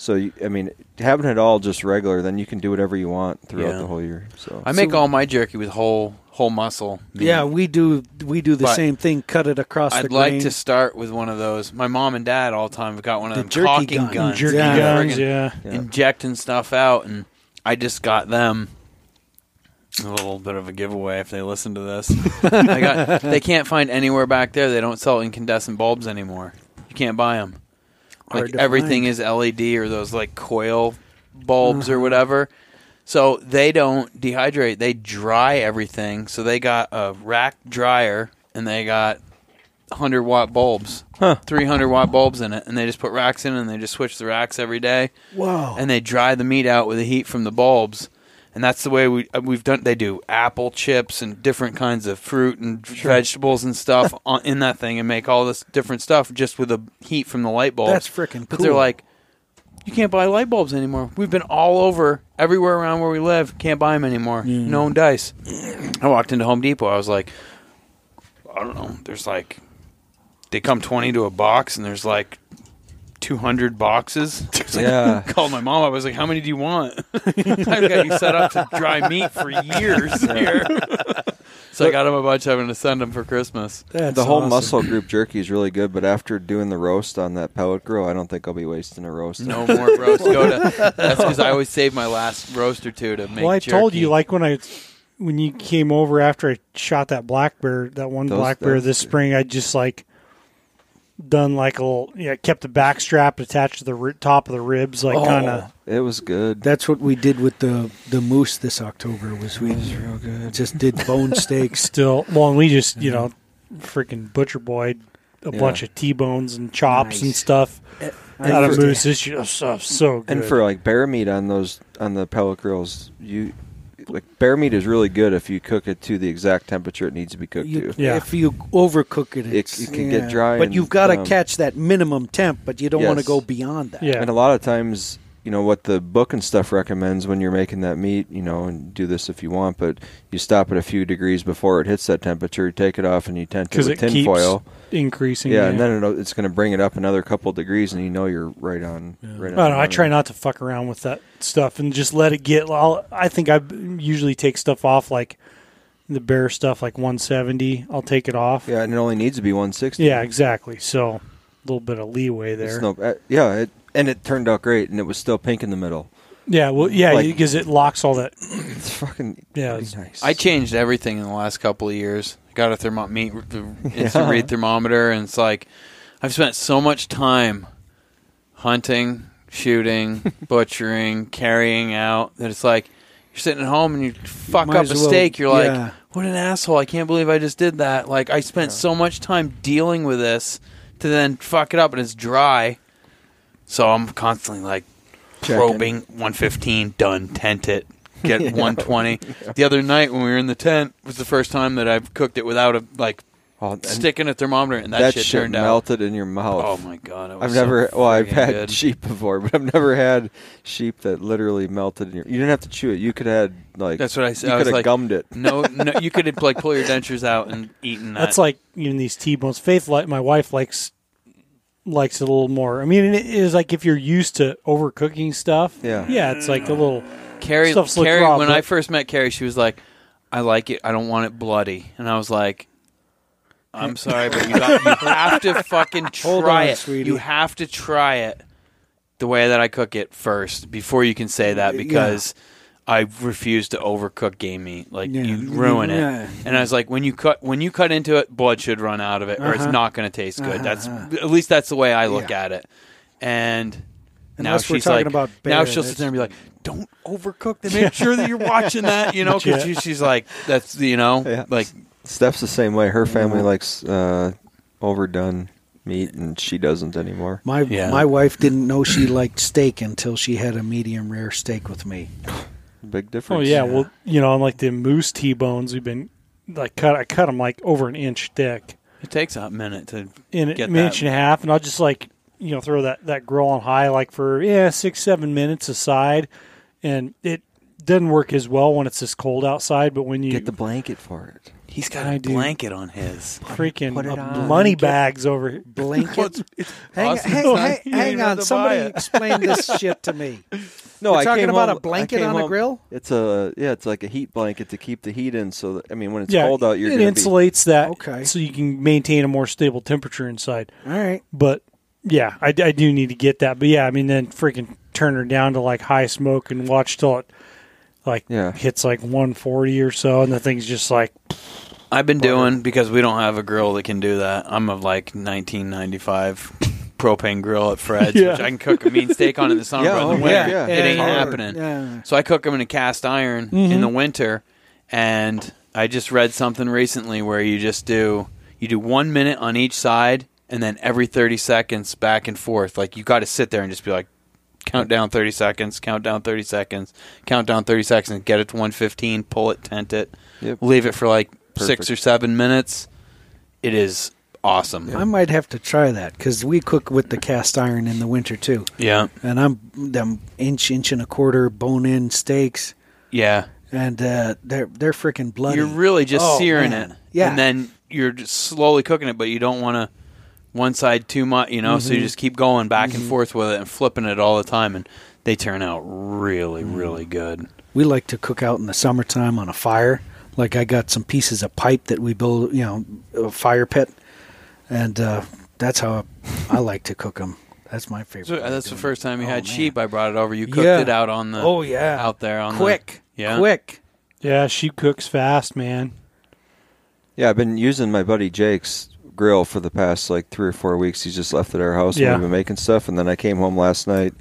[SPEAKER 1] So you, I mean, having it all just regular, then you can do whatever you want throughout
[SPEAKER 4] Yeah.
[SPEAKER 1] the whole year. So
[SPEAKER 4] I make all my jerky with whole whole muscle. meat.
[SPEAKER 3] Yeah, we do we do the
[SPEAKER 4] But
[SPEAKER 3] same thing. Cut it across. the
[SPEAKER 4] I'd like
[SPEAKER 3] grain.
[SPEAKER 4] to start with one of those. My mom and dad all the time have got one of
[SPEAKER 3] The
[SPEAKER 4] them
[SPEAKER 3] jerky
[SPEAKER 4] caulking
[SPEAKER 3] gun.
[SPEAKER 4] guns,
[SPEAKER 2] Jerky
[SPEAKER 3] Yeah.
[SPEAKER 2] guns,
[SPEAKER 4] friggin'
[SPEAKER 2] yeah.
[SPEAKER 1] Yeah.
[SPEAKER 4] injecting stuff out, and I just got them. A little bit of a giveaway if they listen to this. I got, they can't find anywhere back there. They don't sell incandescent bulbs anymore. You can't buy them.
[SPEAKER 3] Hard
[SPEAKER 4] like
[SPEAKER 3] to
[SPEAKER 4] everything
[SPEAKER 3] find. Uh-huh.
[SPEAKER 4] is LED or those like coil bulbs or whatever. So they don't dehydrate; they dry everything. So they got a rack dryer and they got 100 watt bulbs, 300 watt bulbs in it, and they just put racks in and they just switch the racks every day
[SPEAKER 3] Wow.
[SPEAKER 4] and they dry the meat out with the heat from the bulbs. And that's the way we uh, we've done. They do apple chips and different kinds of fruit and vegetables and stuff on, in that thing, and make all this different stuff just with the heat from the light bulbs.
[SPEAKER 3] That's frickin'
[SPEAKER 4] But they're
[SPEAKER 3] cool.
[SPEAKER 4] like, you can't buy light bulbs anymore. We've been all over everywhere around where we live. Can't buy them anymore. No one dice. I walked into Home Depot. I was like, I don't know. There's like, they come twenty to a box, and there's like two hundred boxes. It's like,
[SPEAKER 1] yeah,
[SPEAKER 4] called my mom. I was like, "How many do you want?" I've got you set up to dry meat for years here. so I got him a bunch of them to send them for Christmas.
[SPEAKER 3] That's
[SPEAKER 1] the whole
[SPEAKER 3] awesome.
[SPEAKER 1] muscle group jerky is really good. But after doing the roast on that pellet grill, I don't think I'll be wasting a roast.
[SPEAKER 4] No more roast. Go to, that's because I always save my last roast or two to make.
[SPEAKER 2] Well, I told
[SPEAKER 4] jerky.
[SPEAKER 2] you, like when I when you came over after I shot that black bear, that one
[SPEAKER 1] Those-
[SPEAKER 2] black bear
[SPEAKER 1] that's-
[SPEAKER 2] this spring, I just like done like a little, yeah, kept the back strap attached to the ri- top of the ribs,
[SPEAKER 1] Oh.
[SPEAKER 2] like kind of.
[SPEAKER 1] It was good.
[SPEAKER 3] That's what we did with the the moose this October. Was we just did bone steaks.
[SPEAKER 2] still well and we just you know freaking butcher boy a
[SPEAKER 1] Yeah.
[SPEAKER 2] bunch of t-bones and chops and
[SPEAKER 3] Nice.
[SPEAKER 2] stuff
[SPEAKER 3] I
[SPEAKER 2] out of
[SPEAKER 3] understand.
[SPEAKER 2] moose this year so, so good
[SPEAKER 1] And for like bear meat on those on the pellet grills, you like bear meat is really good if you cook it to the exact temperature it needs to be cooked
[SPEAKER 3] You,
[SPEAKER 1] to.
[SPEAKER 2] Yeah.
[SPEAKER 3] If you overcook it, it's,
[SPEAKER 1] it can get dry
[SPEAKER 3] But
[SPEAKER 1] and
[SPEAKER 3] you've got to
[SPEAKER 1] dumb.
[SPEAKER 3] catch that minimum temp, but you don't want to
[SPEAKER 1] Yes.
[SPEAKER 3] go beyond that.
[SPEAKER 2] Yeah.
[SPEAKER 1] And a lot of times, you know, what the book and stuff recommends when you're making that meat, you know, and do this if you want, but you stop it a few degrees before it hits that temperature, you take it off, and you tent it
[SPEAKER 2] because
[SPEAKER 1] with
[SPEAKER 2] it keeps
[SPEAKER 1] tinfoil.
[SPEAKER 2] increasing.
[SPEAKER 1] Yeah, and then it'll, it's going to bring it up another couple degrees, and you know you're right on. Right on
[SPEAKER 2] I don't know. I
[SPEAKER 1] running.
[SPEAKER 2] try not to fuck around with that stuff and just let it get. I'll, I think I usually take stuff off like the bare stuff, like 170. I'll take it off.
[SPEAKER 1] Yeah, and it only needs to be 160.
[SPEAKER 2] Yeah, exactly. So a little bit of leeway there.
[SPEAKER 1] It's no, uh, yeah, it, and it turned out great, and it was still pink in the middle.
[SPEAKER 2] yeah, well, yeah,
[SPEAKER 1] Like-
[SPEAKER 2] because it locks all that.
[SPEAKER 1] It's fucking
[SPEAKER 2] Yeah,
[SPEAKER 1] pretty
[SPEAKER 2] it's-
[SPEAKER 1] nice.
[SPEAKER 4] I changed everything in the last couple of years. Got a thermo- meat, instant
[SPEAKER 1] Yeah.
[SPEAKER 4] read thermometer, and it's like I've spent so much time hunting, shooting, butchering, carrying out that it's like you're sitting at home and you fuck
[SPEAKER 3] Might
[SPEAKER 4] up
[SPEAKER 3] as
[SPEAKER 4] a
[SPEAKER 3] well-
[SPEAKER 4] steak. You're
[SPEAKER 3] yeah.
[SPEAKER 4] like, what an asshole! I can't believe I just did that. Like I spent so much time dealing with this to then fuck it up, and it's dry. So I'm constantly like
[SPEAKER 1] Checking.
[SPEAKER 4] probing 115 done tent it get 120 the other night when we were in the tent was the first time that i've cooked it without a like
[SPEAKER 1] Oh, and
[SPEAKER 4] sticking a thermometer and that,
[SPEAKER 1] that
[SPEAKER 4] shit,
[SPEAKER 1] shit,
[SPEAKER 4] turned out
[SPEAKER 1] melted in your mouth.
[SPEAKER 4] oh my god it was
[SPEAKER 1] I've
[SPEAKER 4] so
[SPEAKER 1] never. well, I've
[SPEAKER 4] friggin'
[SPEAKER 1] had
[SPEAKER 4] good.
[SPEAKER 1] sheep before, but I've never had sheep that literally melted in your. You didn't have to chew it. You could have had like.
[SPEAKER 4] that's what i said
[SPEAKER 1] You
[SPEAKER 4] i
[SPEAKER 1] could
[SPEAKER 4] was
[SPEAKER 1] have
[SPEAKER 4] like mm,
[SPEAKER 1] gummed it.
[SPEAKER 4] no no you could have like pull your dentures out and eaten that
[SPEAKER 2] That's like even these T-bones. Faith, like my wife likes likes it a little more. I mean, it is like if you're used to overcooking stuff.
[SPEAKER 1] Yeah.
[SPEAKER 2] yeah, it's like a little. oh,
[SPEAKER 4] Carrie,
[SPEAKER 2] Stuff's looked
[SPEAKER 4] Carrie
[SPEAKER 2] raw,
[SPEAKER 4] when
[SPEAKER 2] but-
[SPEAKER 4] I first met Carrie, she was like, "I like it. I don't want it bloody." And I was like, "I'm sorry, but you, got, you have to fucking try
[SPEAKER 3] Hold on,
[SPEAKER 4] it.
[SPEAKER 3] sweetie.
[SPEAKER 4] You have to try it the way that I cook it first before you can say that
[SPEAKER 3] Yeah.
[SPEAKER 4] because." I refuse to overcook game meat. Like
[SPEAKER 3] Yeah.
[SPEAKER 4] you ruin it.
[SPEAKER 3] Yeah.
[SPEAKER 4] And I was like, when you cut when you cut into it, blood should run out of it, or it's
[SPEAKER 3] Uh-huh.
[SPEAKER 4] not going to taste good. That's at least that's the way I look
[SPEAKER 3] Yeah.
[SPEAKER 4] at it. And
[SPEAKER 3] Unless
[SPEAKER 4] now
[SPEAKER 3] we're
[SPEAKER 4] she's
[SPEAKER 3] talking
[SPEAKER 4] like,
[SPEAKER 3] about
[SPEAKER 4] now
[SPEAKER 3] bear,
[SPEAKER 4] she'll sit
[SPEAKER 3] that's-
[SPEAKER 4] there and be like, "Don't overcook them. Make sure that you're watching that." You know, because she's like, "That's you know,
[SPEAKER 1] Yeah.
[SPEAKER 4] like Mm.
[SPEAKER 1] Steph's the same way. Her family likes uh, overdone meat, and she doesn't anymore.
[SPEAKER 3] My
[SPEAKER 4] Yeah.
[SPEAKER 3] my wife didn't know she liked steak until she had a medium rare steak with me.
[SPEAKER 1] Big difference.
[SPEAKER 2] Oh yeah, well you know, like the moose T-bones, we've been like cut. I cut them like over an inch thick,
[SPEAKER 4] it takes a minute to
[SPEAKER 2] in
[SPEAKER 4] get
[SPEAKER 2] an inch and a half, and I'll just like you know throw that that grill on high like for yeah six seven minutes aside, and it doesn't work as well when it's this cold outside. But when you
[SPEAKER 1] Get the blanket for it.
[SPEAKER 4] that. He's got
[SPEAKER 2] I
[SPEAKER 4] a
[SPEAKER 2] do.
[SPEAKER 4] blanket on his.
[SPEAKER 2] freaking
[SPEAKER 1] Put it
[SPEAKER 2] uh,
[SPEAKER 1] on.
[SPEAKER 2] money bags over here.
[SPEAKER 3] Blanket. hang
[SPEAKER 4] Austin's
[SPEAKER 3] hang,
[SPEAKER 4] not-
[SPEAKER 3] hang,
[SPEAKER 4] you didn't
[SPEAKER 3] hang
[SPEAKER 4] even have
[SPEAKER 3] on,
[SPEAKER 4] to
[SPEAKER 3] somebody
[SPEAKER 4] buy it.
[SPEAKER 3] explain this shit to me.
[SPEAKER 1] No,
[SPEAKER 3] You're
[SPEAKER 1] I
[SPEAKER 3] talking
[SPEAKER 1] came
[SPEAKER 3] about a
[SPEAKER 1] home- I
[SPEAKER 3] blanket
[SPEAKER 1] came
[SPEAKER 3] on a
[SPEAKER 1] home-
[SPEAKER 3] grill?
[SPEAKER 1] It's a yeah, it's like a heat blanket to keep the heat in. So that, I mean, when it's cold out, you're
[SPEAKER 2] it
[SPEAKER 1] gonna be
[SPEAKER 2] insulates that
[SPEAKER 3] Okay.
[SPEAKER 2] so you can maintain a more stable temperature inside.
[SPEAKER 3] All right.
[SPEAKER 2] But yeah, I, I do need to get that. But yeah, I mean, then freaking turn her down to like high smoke and watch till it like
[SPEAKER 1] Yeah.
[SPEAKER 2] hits like 140 or so, and the thing's just like
[SPEAKER 4] I've been doing because we don't have a grill that can do that. I'm of like 1995 propane grill at Fred's,
[SPEAKER 2] Yeah.
[SPEAKER 4] which I can cook a mean steak on in the summer.
[SPEAKER 1] Yeah,
[SPEAKER 4] but in
[SPEAKER 1] oh,
[SPEAKER 4] the winter,
[SPEAKER 1] yeah, yeah.
[SPEAKER 4] it ain't
[SPEAKER 1] Yeah. Mm-hmm.
[SPEAKER 4] happening.
[SPEAKER 3] Yeah.
[SPEAKER 4] So I cook them in a cast iron in the winter, and I just read something recently where you just do you do one minute on each side, and then every thirty seconds back and forth. Like you got to sit there and just be like, count down thirty seconds, count down thirty seconds, count down thirty seconds, get it to one fifteen, pull it, tent it,
[SPEAKER 1] Yep.
[SPEAKER 4] leave it for like six
[SPEAKER 1] Perfect.
[SPEAKER 4] or seven minutes. It is awesome.
[SPEAKER 3] I might have to try that because we cook with the cast iron in the winter too,
[SPEAKER 4] Yeah,
[SPEAKER 3] and I'm them inch, inch and a quarter bone in steaks,
[SPEAKER 4] yeah.
[SPEAKER 3] and uh, they're they're freaking bloody.
[SPEAKER 4] You're really just
[SPEAKER 3] Oh,
[SPEAKER 4] searing
[SPEAKER 3] man.
[SPEAKER 4] it.
[SPEAKER 3] Yeah.
[SPEAKER 4] And then you're just slowly cooking it, but you don't want to one side too much, you know, so
[SPEAKER 3] Mm-hmm.
[SPEAKER 4] you just keep going back and forth with it and flipping it all the time and they turn out really
[SPEAKER 3] Mm.
[SPEAKER 4] really good.
[SPEAKER 3] we like to cook out in the summertime on a fire. Like I got some pieces of pipe that we build, you know, a fire pit, and uh, that's how I like to cook them. That's my favorite.
[SPEAKER 4] So uh,
[SPEAKER 3] way of
[SPEAKER 4] that's the
[SPEAKER 3] doing it.
[SPEAKER 4] first time you
[SPEAKER 3] Oh,
[SPEAKER 4] had
[SPEAKER 3] man.
[SPEAKER 4] sheep I brought it over. You cooked
[SPEAKER 3] Yeah.
[SPEAKER 4] it out on the
[SPEAKER 3] Oh yeah,
[SPEAKER 4] out there on the-
[SPEAKER 3] quick,
[SPEAKER 4] uh, Yeah.
[SPEAKER 3] quick.
[SPEAKER 2] yeah, she cooks fast, man.
[SPEAKER 1] Yeah, I've been using my buddy Jake's grill for the past like three or four weeks. He's just left at our house
[SPEAKER 2] Yeah.
[SPEAKER 1] and we've been making stuff. And then I came home last night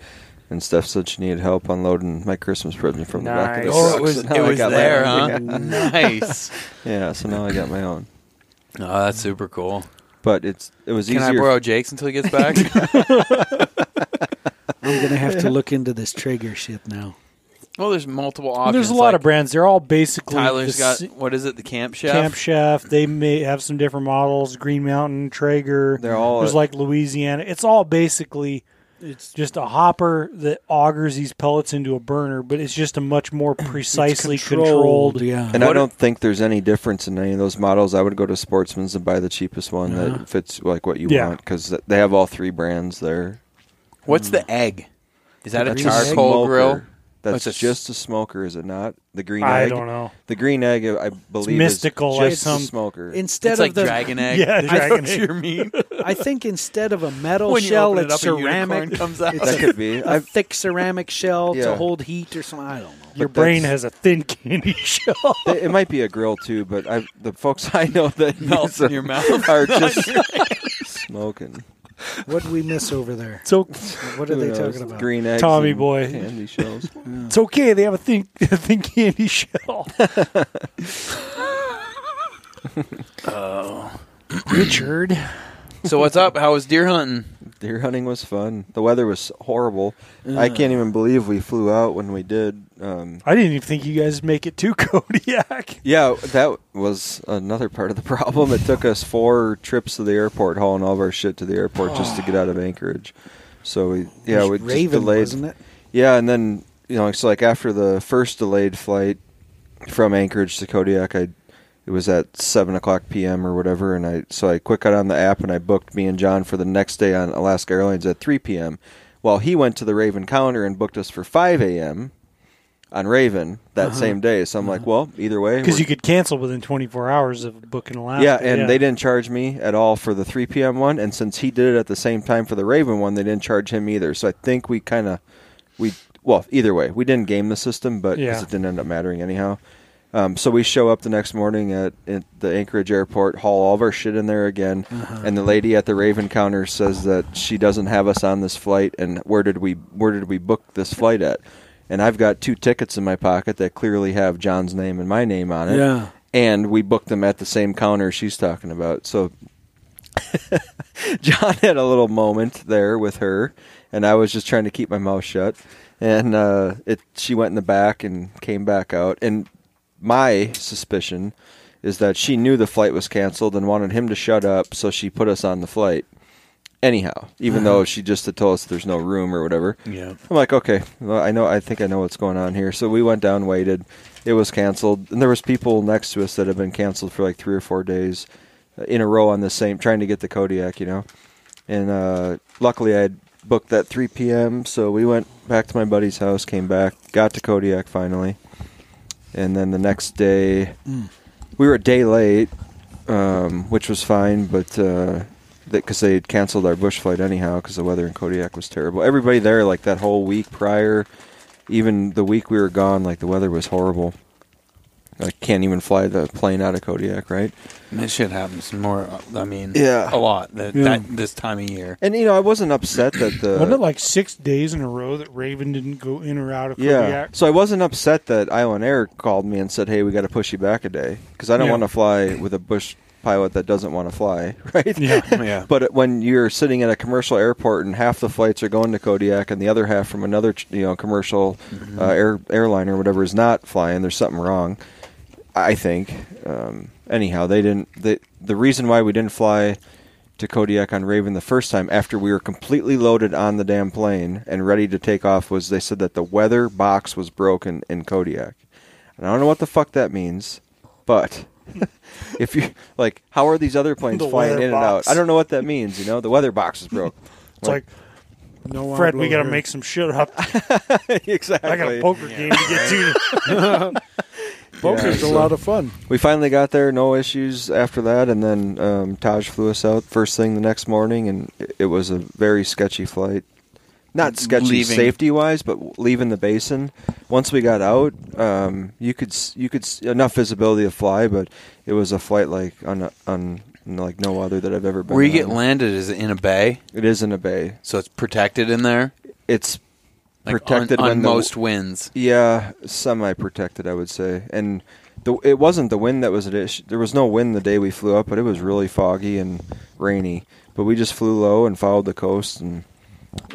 [SPEAKER 1] and Steph said she needed help unloading my Christmas present from the back of the
[SPEAKER 2] Nice.
[SPEAKER 1] truck.
[SPEAKER 4] Oh, it was
[SPEAKER 1] So
[SPEAKER 4] it
[SPEAKER 1] now I
[SPEAKER 4] was
[SPEAKER 1] got my
[SPEAKER 4] there,
[SPEAKER 1] own.
[SPEAKER 4] huh? Nice.
[SPEAKER 1] Yeah. Yeah, so now I got my own.
[SPEAKER 4] Oh, that's super cool.
[SPEAKER 1] But it's it was
[SPEAKER 4] Can I
[SPEAKER 1] easier.
[SPEAKER 4] borrow Jake's until he gets back?
[SPEAKER 3] I'm gonna have to look into this Traeger shit now.
[SPEAKER 4] Well, there's multiple
[SPEAKER 2] And
[SPEAKER 4] options.
[SPEAKER 2] there's a lot
[SPEAKER 4] like
[SPEAKER 2] of brands. They're all basically
[SPEAKER 4] Tyler's
[SPEAKER 2] the
[SPEAKER 4] got
[SPEAKER 2] s-
[SPEAKER 4] what is it? The Camp Chef.
[SPEAKER 2] Camp Chef. They may have some different models. Green Mountain, Traeger.
[SPEAKER 1] They're all-
[SPEAKER 2] there's like Louisiana. It's all basically
[SPEAKER 3] It's
[SPEAKER 2] just a hopper that augers these pellets into a burner, but it's just a much more precisely controlled.
[SPEAKER 3] Yeah.
[SPEAKER 1] And I
[SPEAKER 4] What-
[SPEAKER 1] don't think there's any difference in any of those models. I would go to Sportsman's and buy the cheapest one
[SPEAKER 4] Uh-huh.
[SPEAKER 1] that fits like what you
[SPEAKER 2] Yeah.
[SPEAKER 1] want because they have all three brands there.
[SPEAKER 4] What's the egg? Is that
[SPEAKER 1] That's
[SPEAKER 4] a
[SPEAKER 1] a
[SPEAKER 4] charcoal
[SPEAKER 1] smoker.
[SPEAKER 4] grill?
[SPEAKER 1] That's
[SPEAKER 4] That's a s-
[SPEAKER 1] just a smoker, is it not? The green egg.
[SPEAKER 2] I don't know.
[SPEAKER 1] The green egg, I believe,
[SPEAKER 2] mystical,
[SPEAKER 1] Is
[SPEAKER 2] like
[SPEAKER 1] just
[SPEAKER 2] some-
[SPEAKER 1] a smoker.
[SPEAKER 3] Instead
[SPEAKER 4] It's
[SPEAKER 3] of
[SPEAKER 4] like
[SPEAKER 3] uh, the,
[SPEAKER 4] dragon egg.
[SPEAKER 2] Yeah,
[SPEAKER 4] I know
[SPEAKER 2] dragon
[SPEAKER 4] what
[SPEAKER 2] egg.
[SPEAKER 4] you mean.
[SPEAKER 3] I think instead of a metal
[SPEAKER 4] When you
[SPEAKER 3] shell,
[SPEAKER 4] open it
[SPEAKER 3] it's
[SPEAKER 4] up, a
[SPEAKER 3] ceramic.
[SPEAKER 4] unicorn comes out.
[SPEAKER 1] that could be.
[SPEAKER 3] a
[SPEAKER 1] I've,
[SPEAKER 3] thick ceramic shell
[SPEAKER 1] Yeah.
[SPEAKER 3] to hold heat or something. I don't know.
[SPEAKER 2] Your
[SPEAKER 1] But
[SPEAKER 2] brain
[SPEAKER 1] that's-
[SPEAKER 2] has a thin candy shell.
[SPEAKER 1] it it might be a grill too, but I, the folks I know that
[SPEAKER 4] Melts
[SPEAKER 1] use
[SPEAKER 4] in
[SPEAKER 1] them
[SPEAKER 4] your mouth.
[SPEAKER 1] are just smoking.
[SPEAKER 3] What did we miss over there?
[SPEAKER 2] So
[SPEAKER 3] What are
[SPEAKER 1] Who
[SPEAKER 3] they
[SPEAKER 1] knows?
[SPEAKER 3] talking about?
[SPEAKER 1] Green eggs,
[SPEAKER 2] Tommy
[SPEAKER 1] and
[SPEAKER 2] boy.
[SPEAKER 1] candy shells.
[SPEAKER 2] it's okay. They have a thin, a thin candy shell. Richard.
[SPEAKER 4] so what's up? How was deer hunting?
[SPEAKER 1] Deer hunting was fun. The weather was horrible. I can't even believe we flew out when we did. Um,
[SPEAKER 2] I didn't even think you guys make it to Kodiak.
[SPEAKER 1] yeah, that was another part of the problem. It took us four trips to the airport, hauling all of our shit to the airport just to get out of Anchorage. So we, yeah,
[SPEAKER 3] It
[SPEAKER 1] we
[SPEAKER 3] was
[SPEAKER 1] just
[SPEAKER 3] Raven,
[SPEAKER 1] delayed.
[SPEAKER 3] wasn't it?
[SPEAKER 1] Yeah, and then you know it's like after the first delayed flight from Anchorage to Kodiak, I it was at seven o'clock p.m. or whatever, and I so I quick got on the app and I booked me and John for the next day on Alaska Airlines at three p.m. While he went to the Raven counter and booked us for five a.m. on Raven that same day. So I'm like, well, either way,
[SPEAKER 2] Because
[SPEAKER 1] we're-
[SPEAKER 2] you could cancel within 24 hours of booking Alaska.
[SPEAKER 1] yeah, and they didn't charge me at all for the 3 p.m. one, and since he did it at the same time for the Raven one, they didn't charge him either. So I think we kind of we well, either way, we didn't game the system, but 'cause
[SPEAKER 2] Yeah.
[SPEAKER 1] it didn't end up mattering anyhow. Um, so we show up the next morning at, at the Anchorage airport, haul all of our shit in there again, and the lady at the Raven counter says that she doesn't have us on this flight, and where did we where did we book this flight at? And I've got two tickets in my pocket that clearly have John's name and my name on it
[SPEAKER 3] Yeah.
[SPEAKER 1] and we booked them at the same counter she's talking about. So John had a little moment there with her, and I was just trying to keep my mouth shut. And uh, it, she went in the back and came back out. And my suspicion is that she knew the flight was canceled and wanted him to shut up, so she put us on the flight. Anyhow, even though she just had told us there's no room or whatever,
[SPEAKER 4] Yeah.
[SPEAKER 1] I'm like, okay, well, I know, I think I know what's going on here. So we went down, waited. It was canceled, and there was people next to us that had been canceled for like three or four days uh, in a row on the same, trying to get the Kodiak, you know. And uh, luckily, I had booked that 3 p.m., so we went back to my buddy's house, came back, got to Kodiak finally, and then the next day, we were a day late, um, which was fine, but uh, because they had canceled our bush flight anyhow because the weather in Kodiak was terrible. Everybody there, like that whole week prior, even the week we were gone, like the weather was horrible. I can't even fly the plane out of Kodiak, right?
[SPEAKER 4] This shit happens more. I mean,
[SPEAKER 1] Yeah.
[SPEAKER 4] a lot that,
[SPEAKER 3] Yeah.
[SPEAKER 4] that this time of year.
[SPEAKER 1] And you know, I wasn't upset that the
[SPEAKER 2] Wasn't it like six days in a row that Raven didn't go in or out of
[SPEAKER 1] yeah.
[SPEAKER 2] Kodiak?
[SPEAKER 1] So I wasn't upset that Island Air called me and said, "Hey, we got to push you back a day," because I don't
[SPEAKER 2] Yeah.
[SPEAKER 1] want to fly with a bush pilot that doesn't want to fly, right?
[SPEAKER 2] Yeah.
[SPEAKER 4] Yeah,
[SPEAKER 1] But when you're sitting at a commercial airport and half the flights are going to Kodiak and the other half from another you know commercial uh, air airline or whatever is not flying, there's something wrong. I think. Um, anyhow, they didn't. They, the reason why we didn't fly to Kodiak on Raven the first time after we were completely loaded on the damn plane and ready to take off was they said that the weather box was broken in Kodiak. And I don't know what the fuck that means, but if you like, how are these other planes
[SPEAKER 2] The
[SPEAKER 1] flying
[SPEAKER 2] weather
[SPEAKER 1] in
[SPEAKER 2] box.
[SPEAKER 1] and out? I don't know what that means. You know, the weather box is broke.
[SPEAKER 2] It's like,
[SPEAKER 3] No,
[SPEAKER 2] Fred,
[SPEAKER 3] outlaw
[SPEAKER 2] we got to
[SPEAKER 3] here.
[SPEAKER 2] make some shit up.
[SPEAKER 1] exactly.
[SPEAKER 2] I got a poker game to get to.
[SPEAKER 3] poker's
[SPEAKER 1] Yeah,
[SPEAKER 3] a
[SPEAKER 1] so-
[SPEAKER 3] lot of fun.
[SPEAKER 1] we finally got there, no issues after that, and then um, Taj flew us out first thing the next morning, and it- it was a very sketchy flight. Not sketchy
[SPEAKER 4] Leaving.
[SPEAKER 1] safety wise, but w- leaving the basin. Once we got out, um, you could s- you could s- enough visibility to fly, but it was a flight like on on like no other that I've ever been.
[SPEAKER 4] where you
[SPEAKER 1] on.
[SPEAKER 4] get landed is in a bay,
[SPEAKER 1] It is in a bay.
[SPEAKER 4] so it's protected in there.
[SPEAKER 1] It's
[SPEAKER 4] Like on-
[SPEAKER 1] protected
[SPEAKER 4] on,
[SPEAKER 1] when the-
[SPEAKER 4] most winds.
[SPEAKER 1] Yeah, semi-protected, I would say. And the, it wasn't the wind that was at issue. There was no wind the day we flew up, but it was really foggy and rainy. But we just flew low and followed the coast, and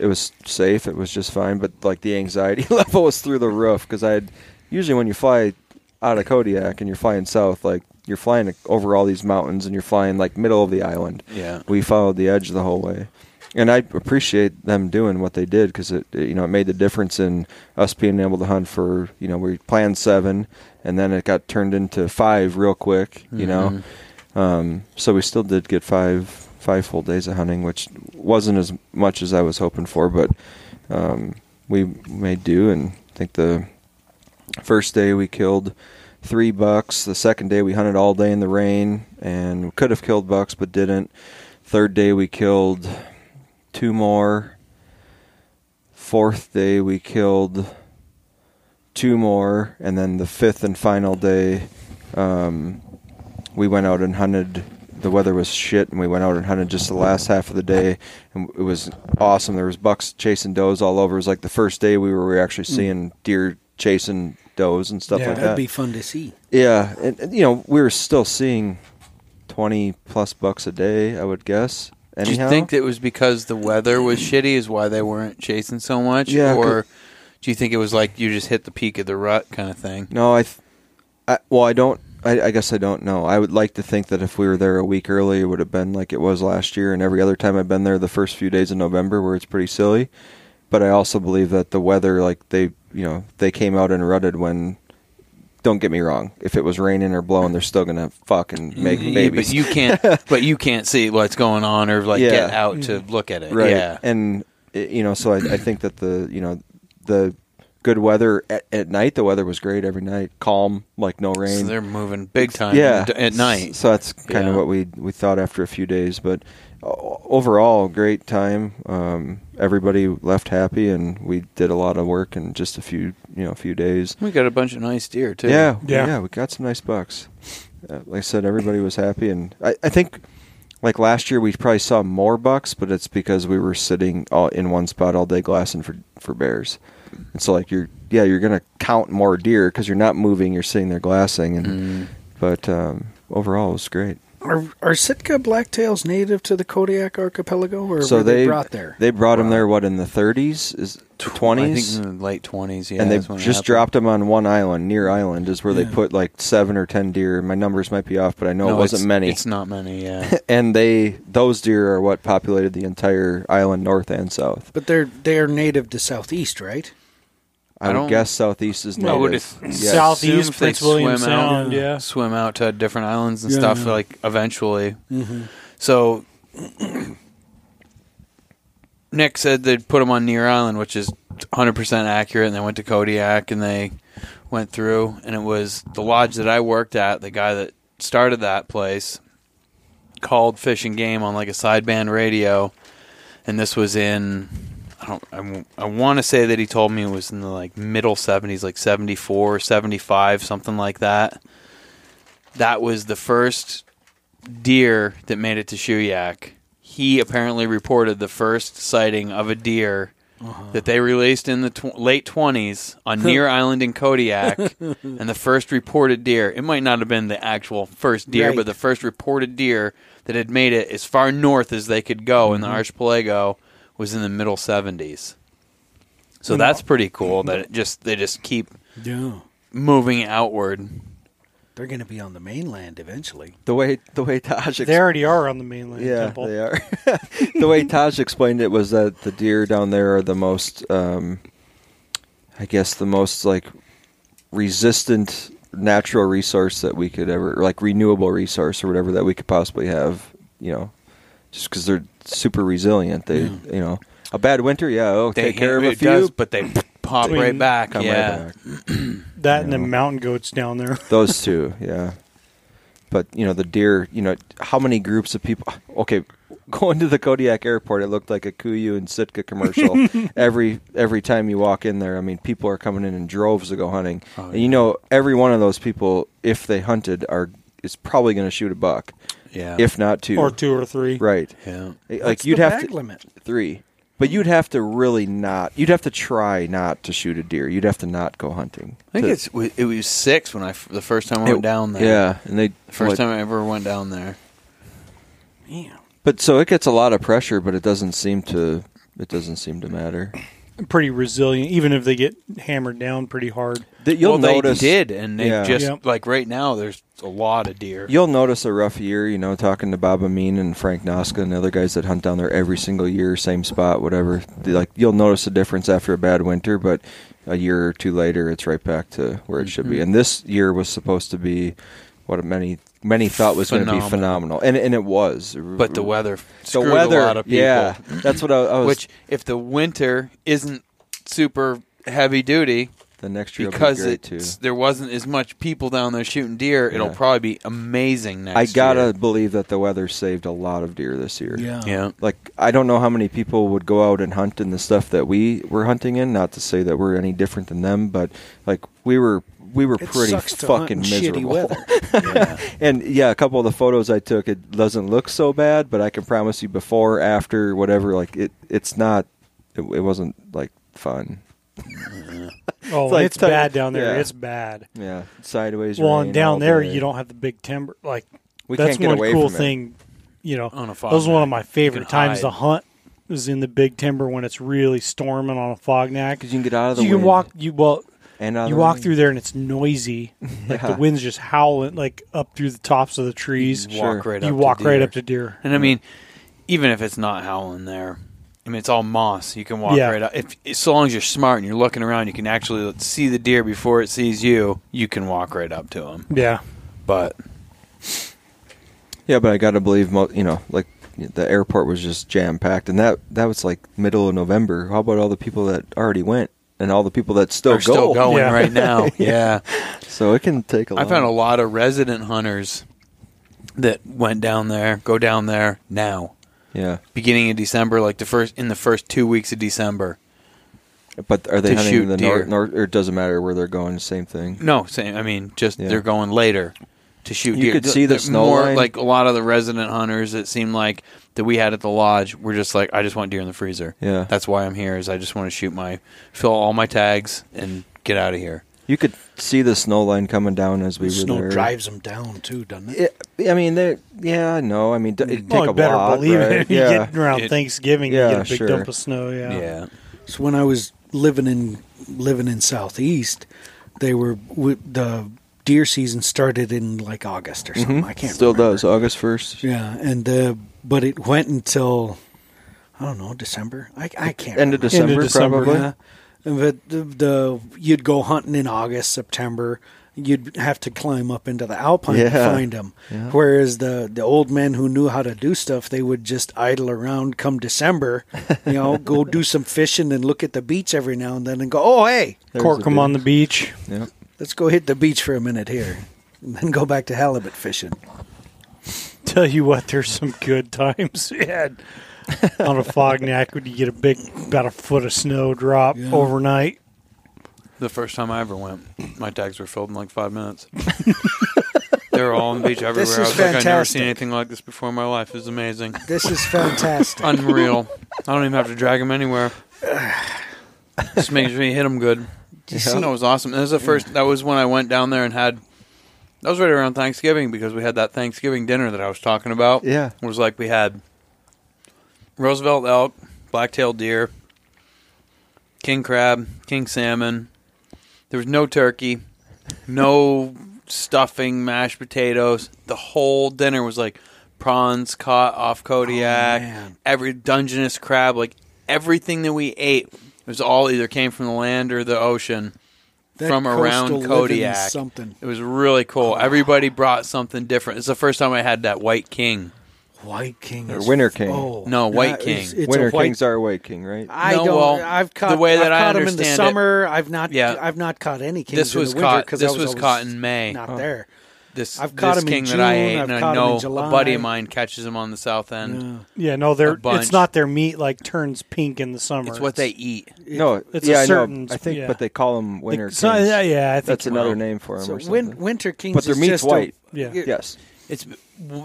[SPEAKER 1] it was safe. It was just fine. But like the anxiety level was through the roof because I had usually when you fly out of Kodiak and you're flying south, like you're flying over all these mountains and you're flying like middle of the island.
[SPEAKER 4] Yeah.
[SPEAKER 1] we followed the edge the whole way. And I appreciate them doing what they did because it, it, you know, it made the difference in us being able to hunt for, you know, we planned seven, and then it got turned into five real quick, you know. Um, so we still did get five five full days of hunting, which wasn't as much as I was hoping for, but um, we made do. And I think the first day we killed three bucks. The second day we hunted all day in the rain and we could have killed bucks but didn't. Third day we killed two more. Fourth day we killed two more, and then the fifth and final day, um, we went out and hunted. The weather was shit, and we went out and hunted just the last half of the day, and it was awesome. There was bucks chasing does all over. It was like the first day we were, we were actually seeing deer chasing does and stuff
[SPEAKER 2] Yeah,
[SPEAKER 1] like
[SPEAKER 3] Hmm. That'd
[SPEAKER 1] that.
[SPEAKER 3] be fun to see.
[SPEAKER 1] Yeah, and, and, you know we were still seeing twenty plus bucks a day, I would guess.
[SPEAKER 4] Do you
[SPEAKER 1] Anyhow,
[SPEAKER 4] think it was because the weather was shitty is why they weren't chasing so much?
[SPEAKER 1] Yeah,
[SPEAKER 4] Or do you think it was like you just hit the peak of the rut kind of thing?
[SPEAKER 1] no, I, th- I well, I don't. I, I guess I don't know. I would like to think that if we were there a week early, it would have been like it was last year, and every other time I've been there, the first few days of November, where it's pretty silly. But I also believe that the weather, like they, you know, they came out and rutted when. Don't get me wrong. If it was raining or blowing, they're still gonna fucking make
[SPEAKER 4] Yeah,
[SPEAKER 1] babies.
[SPEAKER 4] But you can't. but you can't see what's going on or like
[SPEAKER 1] Yeah.
[SPEAKER 4] get out
[SPEAKER 2] Mm.
[SPEAKER 4] to look at it.
[SPEAKER 1] right
[SPEAKER 4] Yeah.
[SPEAKER 1] and i- you know so I, I think that the you know the good weather at, at night the weather was great every night calm like no rain
[SPEAKER 4] so they're moving big time.
[SPEAKER 1] yeah
[SPEAKER 4] d- At night.
[SPEAKER 1] so that's kind of
[SPEAKER 4] Yeah.
[SPEAKER 1] what we we thought after a few days but o- overall great time um, everybody left happy and we did a lot of work in just a few you know a few days
[SPEAKER 4] we got a bunch of nice deer too.
[SPEAKER 1] yeah,
[SPEAKER 2] Yeah.
[SPEAKER 1] yeah, We got some nice bucks. Uh, like I said, everybody was happy, and I, I think like last year we probably saw more bucks, but it's because we were sitting all in one spot all day glassing for for bears. And so like you're yeah you're gonna count more deer because you're not moving, you're sitting there glassing, and
[SPEAKER 4] Mm.
[SPEAKER 1] but um, overall it was great.
[SPEAKER 3] Are, are Sitka blacktails native to the Kodiak archipelago, or
[SPEAKER 1] so
[SPEAKER 3] were they, brought there?
[SPEAKER 1] they brought them there what in the 30s is
[SPEAKER 4] I
[SPEAKER 1] 20s.
[SPEAKER 4] think in the late twenties. Yeah.
[SPEAKER 1] and they
[SPEAKER 4] that's when it
[SPEAKER 1] just
[SPEAKER 4] happened.
[SPEAKER 1] dropped them on one island near island is where they put like seven or ten deer. My numbers might be off, but I know it wasn't
[SPEAKER 4] it's,
[SPEAKER 1] many.
[SPEAKER 4] It's not many. Yeah.
[SPEAKER 1] and they those deer are what populated the entire island north and south.
[SPEAKER 3] but they're they are native to southeast, right?
[SPEAKER 1] I,
[SPEAKER 4] I
[SPEAKER 1] would
[SPEAKER 4] don't-
[SPEAKER 1] guess southeast is
[SPEAKER 2] No,
[SPEAKER 1] native.
[SPEAKER 2] it
[SPEAKER 1] Yes.
[SPEAKER 2] south- Southeast,
[SPEAKER 4] Assume if they
[SPEAKER 2] Prince William
[SPEAKER 4] swim out-
[SPEAKER 2] Sound, yeah.
[SPEAKER 4] swim out to different islands and
[SPEAKER 3] Yeah,
[SPEAKER 4] stuff
[SPEAKER 3] yeah. Mm-hmm.
[SPEAKER 4] like eventually. So Nick said they'd put them on Near Island, which is 100% accurate, and they went to Kodiak and they went through, and it was the lodge that I worked at, the guy that started that place, called Fish and Game on like a sideband radio, and this was in I don't I w- I, want to say that he told me it was in the like middle 70s like 74 75 something like that that was the first deer that made it to Shuyak he apparently reported the first sighting of a deer that they released in the tw- late 20s on Near Island in Kodiak and the first reported deer it might not have been the actual first deer
[SPEAKER 3] Right.
[SPEAKER 4] but the first reported deer that had made it as far north as they could go in the archipelago was in the middle 70s. So that's pretty cool that it just they just keep
[SPEAKER 3] Yeah,
[SPEAKER 4] moving outward.
[SPEAKER 3] they're going to be on the mainland eventually.
[SPEAKER 1] the way the way Taj
[SPEAKER 2] They already are on the mainland.
[SPEAKER 1] yeah
[SPEAKER 2] Temple.
[SPEAKER 1] they are the way Taj explained it was that the deer down there are the most um, I guess the most like resistant natural resource that we could ever like renewable resource or whatever that we could possibly have you know just because they're super resilient they you know a bad winter yeah oh
[SPEAKER 4] They
[SPEAKER 1] take care of a
[SPEAKER 4] it
[SPEAKER 1] few
[SPEAKER 4] does, but they pop
[SPEAKER 2] They
[SPEAKER 4] right back.
[SPEAKER 1] come
[SPEAKER 4] yeah.
[SPEAKER 1] right back
[SPEAKER 2] That and the mountain goats down there.
[SPEAKER 1] Those two, yeah. But you know the deer. You know how many groups of people? Okay, going to the Kodiak Airport, it looked like a Kuyu and Sitka commercial. every every time you walk in there, I mean, people are coming in in droves to go hunting,
[SPEAKER 4] Oh,
[SPEAKER 1] and you know every one of those people, if they hunted, are is probably going to shoot a buck,
[SPEAKER 4] Yeah.
[SPEAKER 1] if not two,
[SPEAKER 2] Or two or three.
[SPEAKER 1] right? Eh,
[SPEAKER 4] yeah.
[SPEAKER 1] Like
[SPEAKER 3] What's
[SPEAKER 1] you'd
[SPEAKER 3] the
[SPEAKER 1] have
[SPEAKER 3] bag
[SPEAKER 1] to
[SPEAKER 3] limit?
[SPEAKER 1] three, but you'd have to really not. You'd have to try not to shoot a deer. You'd have to not go hunting.
[SPEAKER 4] I think
[SPEAKER 1] to-
[SPEAKER 4] it's it was 6 when I f- the first time I went down there.
[SPEAKER 1] Yeah, and they
[SPEAKER 4] The first
[SPEAKER 1] what-
[SPEAKER 4] time I ever went down there.
[SPEAKER 3] Yeah,
[SPEAKER 1] But so it gets a lot of pressure, but it doesn't seem to. it doesn't seem to matter.
[SPEAKER 2] pretty resilient, even if they get hammered down pretty hard.
[SPEAKER 1] That you'll
[SPEAKER 4] well, they
[SPEAKER 1] notice
[SPEAKER 4] did, and they
[SPEAKER 1] Yeah.
[SPEAKER 4] just
[SPEAKER 2] Yep.
[SPEAKER 4] like right now. There's a lot of deer.
[SPEAKER 1] You'll notice a rough year, you know, talking to Bob Amin and Frank Noska and the other guys that hunt down there every single year, same spot, whatever. They- Like you'll notice a difference after a bad winter, but a year or two later, it's right back to where it should be.
[SPEAKER 4] Mm-hmm.
[SPEAKER 1] And this year was supposed to be what many many thought was going to be
[SPEAKER 4] Phenomenal.
[SPEAKER 1] phenomenal, and and it was.
[SPEAKER 4] But the weather,
[SPEAKER 1] the
[SPEAKER 4] screwed
[SPEAKER 1] weather,
[SPEAKER 4] a lot of people.
[SPEAKER 1] yeah, that's what I, I was.
[SPEAKER 4] Which, if the winter isn't super heavy duty,
[SPEAKER 1] the next year
[SPEAKER 4] because
[SPEAKER 1] will be
[SPEAKER 4] it
[SPEAKER 1] great too.
[SPEAKER 4] there wasn't as much people down there shooting deer, it'll
[SPEAKER 1] Yeah.
[SPEAKER 4] probably be amazing next.
[SPEAKER 1] I gotta Oh.
[SPEAKER 4] year.
[SPEAKER 1] believe that the weather saved a lot of deer this year.
[SPEAKER 4] yeah.
[SPEAKER 1] like I don't know how many people would go out and hunt in the stuff that we were hunting in. Not to say that we're any different than them, but like we were, we were
[SPEAKER 3] It
[SPEAKER 1] pretty
[SPEAKER 3] sucks to hunt
[SPEAKER 1] fucking
[SPEAKER 3] in shitty
[SPEAKER 1] miserable.
[SPEAKER 3] weather.
[SPEAKER 1] and yeah, a couple of the photos I took, it doesn't look so bad, but I can promise you, before, after, whatever, like it, it's not, it, it wasn't like fun.
[SPEAKER 2] Oh,
[SPEAKER 1] It's like
[SPEAKER 2] it's
[SPEAKER 1] type-
[SPEAKER 2] bad down there.
[SPEAKER 1] yeah.
[SPEAKER 2] It's bad.
[SPEAKER 1] Yeah, sideways.
[SPEAKER 2] Well,
[SPEAKER 1] rain
[SPEAKER 2] and down
[SPEAKER 1] all
[SPEAKER 2] there,
[SPEAKER 1] day.
[SPEAKER 2] you don't have the big timber. Like
[SPEAKER 1] We
[SPEAKER 2] that's
[SPEAKER 1] can't get
[SPEAKER 2] one
[SPEAKER 1] away
[SPEAKER 2] cool
[SPEAKER 1] from it.
[SPEAKER 2] thing. You know,
[SPEAKER 4] On a
[SPEAKER 2] that
[SPEAKER 4] fog
[SPEAKER 2] was one of
[SPEAKER 4] night,
[SPEAKER 2] my
[SPEAKER 4] you
[SPEAKER 2] favorite
[SPEAKER 4] can
[SPEAKER 2] times
[SPEAKER 4] hide.
[SPEAKER 2] to hunt was in the big timber when it's really storming on a fog night.
[SPEAKER 1] 'Cause you can get out of the
[SPEAKER 2] you can
[SPEAKER 1] wind
[SPEAKER 2] walk. You well,
[SPEAKER 1] And out of
[SPEAKER 2] you
[SPEAKER 1] the
[SPEAKER 2] walk
[SPEAKER 1] rain.
[SPEAKER 2] through there and it's noisy. Like
[SPEAKER 1] Yeah.
[SPEAKER 2] the wind's just howling, like up through the tops of the trees.
[SPEAKER 4] You walk right
[SPEAKER 2] you
[SPEAKER 4] up to
[SPEAKER 2] walk right
[SPEAKER 4] deer.
[SPEAKER 2] up to deer.
[SPEAKER 4] And I mean, even if it's not howling there, I mean it's all moss. You can walk
[SPEAKER 2] Yeah.
[SPEAKER 4] right up. If so long as you're smart and you're looking around, you can actually see the deer before it sees you. You can walk right up to them.
[SPEAKER 2] Yeah,
[SPEAKER 4] But
[SPEAKER 1] Yeah, but I gotta believe, mo- you know, like the airport was just jam packed, and that that was like middle of November. How about all the people that already went and all the people that still
[SPEAKER 4] they're
[SPEAKER 1] go?
[SPEAKER 4] still going
[SPEAKER 2] Yeah.
[SPEAKER 4] right now. yeah.
[SPEAKER 1] So it can take a.
[SPEAKER 4] I
[SPEAKER 1] long-
[SPEAKER 4] found a lot of resident hunters that went down there, go down there now,
[SPEAKER 1] Yeah,
[SPEAKER 4] beginning of December, like the first in the first two weeks of December.
[SPEAKER 1] but are they
[SPEAKER 4] To
[SPEAKER 1] hunting
[SPEAKER 4] shoot
[SPEAKER 1] the
[SPEAKER 4] deer.
[SPEAKER 1] north? North or it doesn't matter where they're going. Same thing.
[SPEAKER 4] No, same. I mean, just
[SPEAKER 1] Yeah.
[SPEAKER 4] they're going later to shoot.
[SPEAKER 1] You
[SPEAKER 4] deer.
[SPEAKER 1] could
[SPEAKER 4] Th-
[SPEAKER 1] see the
[SPEAKER 4] th-
[SPEAKER 1] snow
[SPEAKER 4] More
[SPEAKER 1] line.
[SPEAKER 4] like a lot of the resident hunters. It seemed like that we had at the lodge. We're just like, I just want deer in the freezer.
[SPEAKER 1] Yeah.
[SPEAKER 4] that's why I'm here. Is I just want to shoot my fill all my tags and get out of here.
[SPEAKER 1] You could see the snow line coming down as we
[SPEAKER 3] Snow
[SPEAKER 1] were there.
[SPEAKER 3] drives them down too, doesn't it?
[SPEAKER 1] It, I mean, they. Yeah, I know. I mean, d- it'd take
[SPEAKER 2] well, you
[SPEAKER 1] a
[SPEAKER 2] better
[SPEAKER 1] lot.
[SPEAKER 2] believe
[SPEAKER 1] right?
[SPEAKER 2] it. If
[SPEAKER 1] Yeah.
[SPEAKER 2] you get around
[SPEAKER 4] It-
[SPEAKER 2] Thanksgiving,
[SPEAKER 1] yeah,
[SPEAKER 2] you get a big
[SPEAKER 1] sure.
[SPEAKER 2] dump of snow. Yeah,
[SPEAKER 4] yeah.
[SPEAKER 3] So when I was living in living in southeast, they were w- the deer season started in like August or something. I can't
[SPEAKER 1] Mm-hmm. Still
[SPEAKER 3] remember.
[SPEAKER 1] does August first.
[SPEAKER 3] Yeah, and the but it went until I don't know December. I I can't
[SPEAKER 1] End of
[SPEAKER 3] remember.
[SPEAKER 1] December,
[SPEAKER 2] December,
[SPEAKER 1] probably.
[SPEAKER 3] Yeah. But the, the you'd go hunting in August, September. You'd have to climb up into the alpine to
[SPEAKER 1] Yeah.
[SPEAKER 3] find them. Whereas the the old men who knew how to do stuff, they would just idle around. Come December, you know, go do some fishing and look at the beach every now and then, and go, oh hey,
[SPEAKER 1] There's
[SPEAKER 2] cork
[SPEAKER 1] the
[SPEAKER 2] them on the beach.
[SPEAKER 1] Yeah.
[SPEAKER 3] let's go hit the beach for a minute here, and then go back to halibut fishing.
[SPEAKER 2] Tell you what, there's some good times we had on a fog neck when you get a big, about a foot of snow drop
[SPEAKER 3] Yeah.
[SPEAKER 2] overnight.
[SPEAKER 4] The first time I ever went, my tags were filled in like five minutes. they were all on the beach everywhere.
[SPEAKER 3] is
[SPEAKER 4] I was like, I've never
[SPEAKER 3] fantastic.
[SPEAKER 4] seen anything like this before in my life. It's amazing,
[SPEAKER 3] This is fantastic.
[SPEAKER 4] unreal. I don't even have to drag them anywhere. Just makes me hit them good.
[SPEAKER 3] You
[SPEAKER 4] That
[SPEAKER 3] see-
[SPEAKER 4] was awesome. That was the first. That was when I went down there and had. That was right around Thanksgiving because we had that Thanksgiving dinner that I was talking about.
[SPEAKER 1] Yeah.
[SPEAKER 4] it was like we had Roosevelt elk, black-tailed deer, king crab, king salmon. There was no turkey, no stuffing, mashed potatoes. The whole dinner was like prawns caught off
[SPEAKER 3] Oh,
[SPEAKER 4] Kodiak,
[SPEAKER 3] man.
[SPEAKER 4] every Dungeness crab, like everything that we ate was all either came from the land or the ocean
[SPEAKER 3] That
[SPEAKER 4] from
[SPEAKER 3] coastal living
[SPEAKER 4] around
[SPEAKER 3] is
[SPEAKER 4] Kodiak.
[SPEAKER 3] something.
[SPEAKER 4] It was really
[SPEAKER 3] Oh.
[SPEAKER 4] cool. Everybody brought something different. It's the first time I had that white king.
[SPEAKER 3] White King
[SPEAKER 1] Or
[SPEAKER 3] is- oh,
[SPEAKER 1] Winter King.
[SPEAKER 4] No, White
[SPEAKER 3] it's-
[SPEAKER 4] King.
[SPEAKER 3] It's
[SPEAKER 1] Winter
[SPEAKER 3] a white,
[SPEAKER 1] Kings are white king, right?
[SPEAKER 3] I
[SPEAKER 4] No,
[SPEAKER 3] don't.
[SPEAKER 4] well,
[SPEAKER 3] I've caught
[SPEAKER 4] the way that
[SPEAKER 3] I've
[SPEAKER 4] I
[SPEAKER 3] caught 'em in the
[SPEAKER 4] understand it-
[SPEAKER 3] summer. I've not.
[SPEAKER 4] Yeah.
[SPEAKER 3] I've not caught any kings.
[SPEAKER 4] This
[SPEAKER 3] in
[SPEAKER 4] was
[SPEAKER 3] the winter
[SPEAKER 4] caught-
[SPEAKER 3] 'cause
[SPEAKER 4] this
[SPEAKER 3] I was,
[SPEAKER 4] was
[SPEAKER 3] always
[SPEAKER 4] caught in May.
[SPEAKER 3] Not
[SPEAKER 4] Oh.
[SPEAKER 3] there.
[SPEAKER 4] This
[SPEAKER 3] I've caught
[SPEAKER 4] this
[SPEAKER 3] him in
[SPEAKER 4] king that I
[SPEAKER 3] June,
[SPEAKER 4] ate,
[SPEAKER 3] I've
[SPEAKER 4] and
[SPEAKER 3] caught
[SPEAKER 4] I
[SPEAKER 3] him in
[SPEAKER 4] know
[SPEAKER 3] July.
[SPEAKER 4] a buddy of mine catches him on the south end.
[SPEAKER 3] Yeah.
[SPEAKER 2] Yeah, no, they're
[SPEAKER 4] bunch.
[SPEAKER 2] it's not their meat like turns pink in the summer.
[SPEAKER 4] It's what they eat.
[SPEAKER 1] no,
[SPEAKER 2] it's
[SPEAKER 1] yeah,
[SPEAKER 2] a
[SPEAKER 1] I
[SPEAKER 2] certain-
[SPEAKER 1] know. I think,
[SPEAKER 2] yeah.
[SPEAKER 1] but they call them winter.
[SPEAKER 2] It's not-
[SPEAKER 1] kings.
[SPEAKER 2] yeah, yeah, I think
[SPEAKER 1] that's
[SPEAKER 2] you're
[SPEAKER 1] another
[SPEAKER 2] right.
[SPEAKER 1] name for them.
[SPEAKER 3] So
[SPEAKER 1] or
[SPEAKER 3] win,
[SPEAKER 1] something.
[SPEAKER 3] winter kings,
[SPEAKER 1] but their
[SPEAKER 3] is
[SPEAKER 1] meat's
[SPEAKER 3] just a-
[SPEAKER 1] white.
[SPEAKER 2] Yeah.
[SPEAKER 3] Yeah.
[SPEAKER 1] Yes.
[SPEAKER 4] It's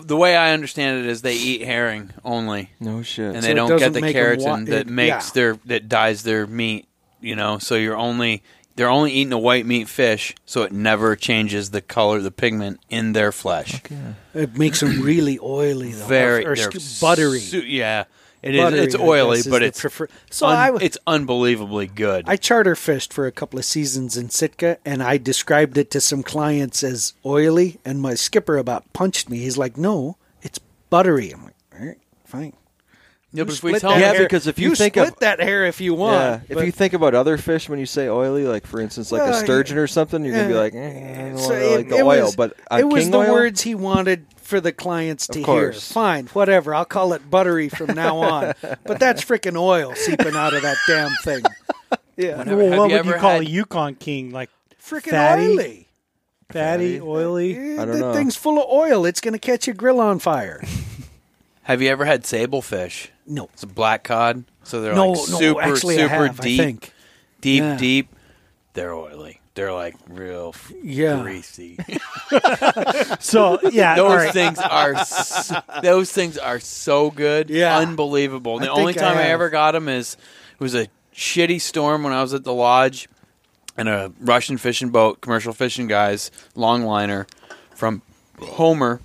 [SPEAKER 4] the way I understand it is they eat herring only,
[SPEAKER 1] No shit.
[SPEAKER 4] and
[SPEAKER 3] So
[SPEAKER 4] they
[SPEAKER 3] it
[SPEAKER 4] don't get
[SPEAKER 3] doesn't
[SPEAKER 4] the
[SPEAKER 3] make 'em
[SPEAKER 4] keratin
[SPEAKER 3] wa-
[SPEAKER 4] that
[SPEAKER 3] it-
[SPEAKER 4] makes
[SPEAKER 3] yeah.
[SPEAKER 4] their that dyes their meat. You know, so you're only they're only eating a white meat fish, so it never changes the color, the pigment in their flesh.
[SPEAKER 3] It makes them really oily, though,
[SPEAKER 4] Very
[SPEAKER 3] or, or
[SPEAKER 4] they're
[SPEAKER 3] st- buttery.
[SPEAKER 4] su- yeah, It is.
[SPEAKER 3] Buttery,
[SPEAKER 4] It's
[SPEAKER 3] I
[SPEAKER 4] oily,
[SPEAKER 3] guess, is
[SPEAKER 4] but
[SPEAKER 3] the
[SPEAKER 4] it's
[SPEAKER 3] prefer- so
[SPEAKER 4] un-
[SPEAKER 3] I w-
[SPEAKER 4] it's unbelievably good.
[SPEAKER 3] I charter fished for a couple of seasons in Sitka, and I described it to some clients as oily, and my skipper about punched me. He's like, "No, it's buttery." I'm like, "All right, fine."
[SPEAKER 4] yeah, but
[SPEAKER 3] You
[SPEAKER 4] if we
[SPEAKER 3] split
[SPEAKER 4] tell
[SPEAKER 3] that
[SPEAKER 4] them
[SPEAKER 1] Yeah,
[SPEAKER 3] hair-
[SPEAKER 1] because if you think
[SPEAKER 3] split
[SPEAKER 1] of-
[SPEAKER 3] that hair, if you want,
[SPEAKER 1] Yeah. If
[SPEAKER 3] but-
[SPEAKER 1] you think about other fish when you say oily, like for instance, like
[SPEAKER 3] Well,
[SPEAKER 1] a sturgeon or something, you're gonna be
[SPEAKER 3] yeah.
[SPEAKER 1] like, eh, I don't
[SPEAKER 3] So
[SPEAKER 1] want to like the oil.
[SPEAKER 3] was,
[SPEAKER 1] but on
[SPEAKER 3] it was
[SPEAKER 1] king
[SPEAKER 3] the
[SPEAKER 1] oil,
[SPEAKER 3] words he wanted for the clients to hear.
[SPEAKER 1] course.
[SPEAKER 3] Fine, whatever. I'll call it buttery from now on. but that's freaking oil seeping out of that damn thing. Yeah,
[SPEAKER 4] Never- have
[SPEAKER 2] well, what
[SPEAKER 4] you
[SPEAKER 2] would you
[SPEAKER 4] ever
[SPEAKER 2] call
[SPEAKER 4] had-
[SPEAKER 2] a Yukon King? Like
[SPEAKER 3] freaking
[SPEAKER 2] Fatty?
[SPEAKER 3] oily.
[SPEAKER 2] fatty, oily?
[SPEAKER 3] Eh,
[SPEAKER 1] I don't
[SPEAKER 3] that
[SPEAKER 1] know.
[SPEAKER 3] thing's full of oil. It's going to catch your grill on fire.
[SPEAKER 4] Have you ever had sablefish?
[SPEAKER 3] No,
[SPEAKER 4] It's a black cod, so they're
[SPEAKER 3] no,
[SPEAKER 4] like super,
[SPEAKER 3] no. Actually,
[SPEAKER 4] super
[SPEAKER 3] I have,
[SPEAKER 4] deep,
[SPEAKER 3] I think.
[SPEAKER 4] deep,
[SPEAKER 3] Yeah.
[SPEAKER 4] deep. They're oily. They're like real f-
[SPEAKER 3] Yeah.
[SPEAKER 4] greasy.
[SPEAKER 2] So yeah,
[SPEAKER 4] those
[SPEAKER 2] all right.
[SPEAKER 4] things are s those things are so good,
[SPEAKER 3] Yeah.
[SPEAKER 4] unbelievable.
[SPEAKER 3] I
[SPEAKER 4] the only
[SPEAKER 3] think I
[SPEAKER 4] time I,
[SPEAKER 3] have.
[SPEAKER 4] ever got them is it was a shitty storm when I was at the lodge, and a Russian fishing boat, commercial fishing guys, longliner from Homer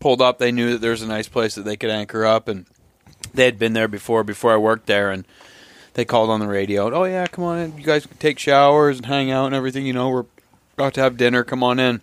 [SPEAKER 4] pulled up. They knew that there was a nice place that they could anchor up, and they had been there before before I worked there, and they called on the radio. Oh yeah, come on in. You guys can take showers and hang out and everything. You know, we're about to have dinner. Come on in.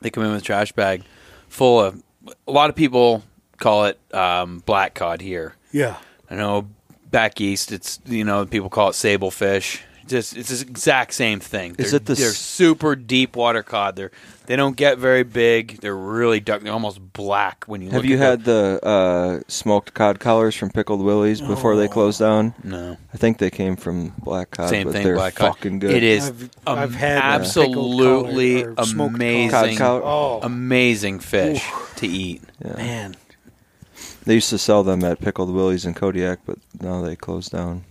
[SPEAKER 4] They come in with a trash bag full of. A lot of people call it um, black cod here.
[SPEAKER 3] Yeah.
[SPEAKER 4] I know back east, it's you know people call it sable fish. Just it's the exact same thing.
[SPEAKER 1] Is
[SPEAKER 4] they're,
[SPEAKER 1] it the s-
[SPEAKER 4] they're super deep water cod. They're they don't get very big. They're really dark. They're almost black when you
[SPEAKER 1] Have
[SPEAKER 4] look
[SPEAKER 1] you
[SPEAKER 4] at
[SPEAKER 1] had the uh, smoked cod collars from Pickled Willie's before they closed down?
[SPEAKER 4] the, no.
[SPEAKER 1] I think they came from Black Cod,
[SPEAKER 4] Same
[SPEAKER 1] but
[SPEAKER 4] thing,
[SPEAKER 1] they're
[SPEAKER 4] black cod.
[SPEAKER 1] fucking good.
[SPEAKER 4] It is
[SPEAKER 3] I've-
[SPEAKER 4] um,
[SPEAKER 3] I've had a pickled
[SPEAKER 4] absolutely
[SPEAKER 3] collar or smoked
[SPEAKER 4] amazing,
[SPEAKER 1] collar.
[SPEAKER 3] collar.
[SPEAKER 1] Cod
[SPEAKER 3] Oh.
[SPEAKER 4] amazing fish to eat. Man,
[SPEAKER 1] They used to sell them at Pickled Willie's in Kodiak, but now they closed down.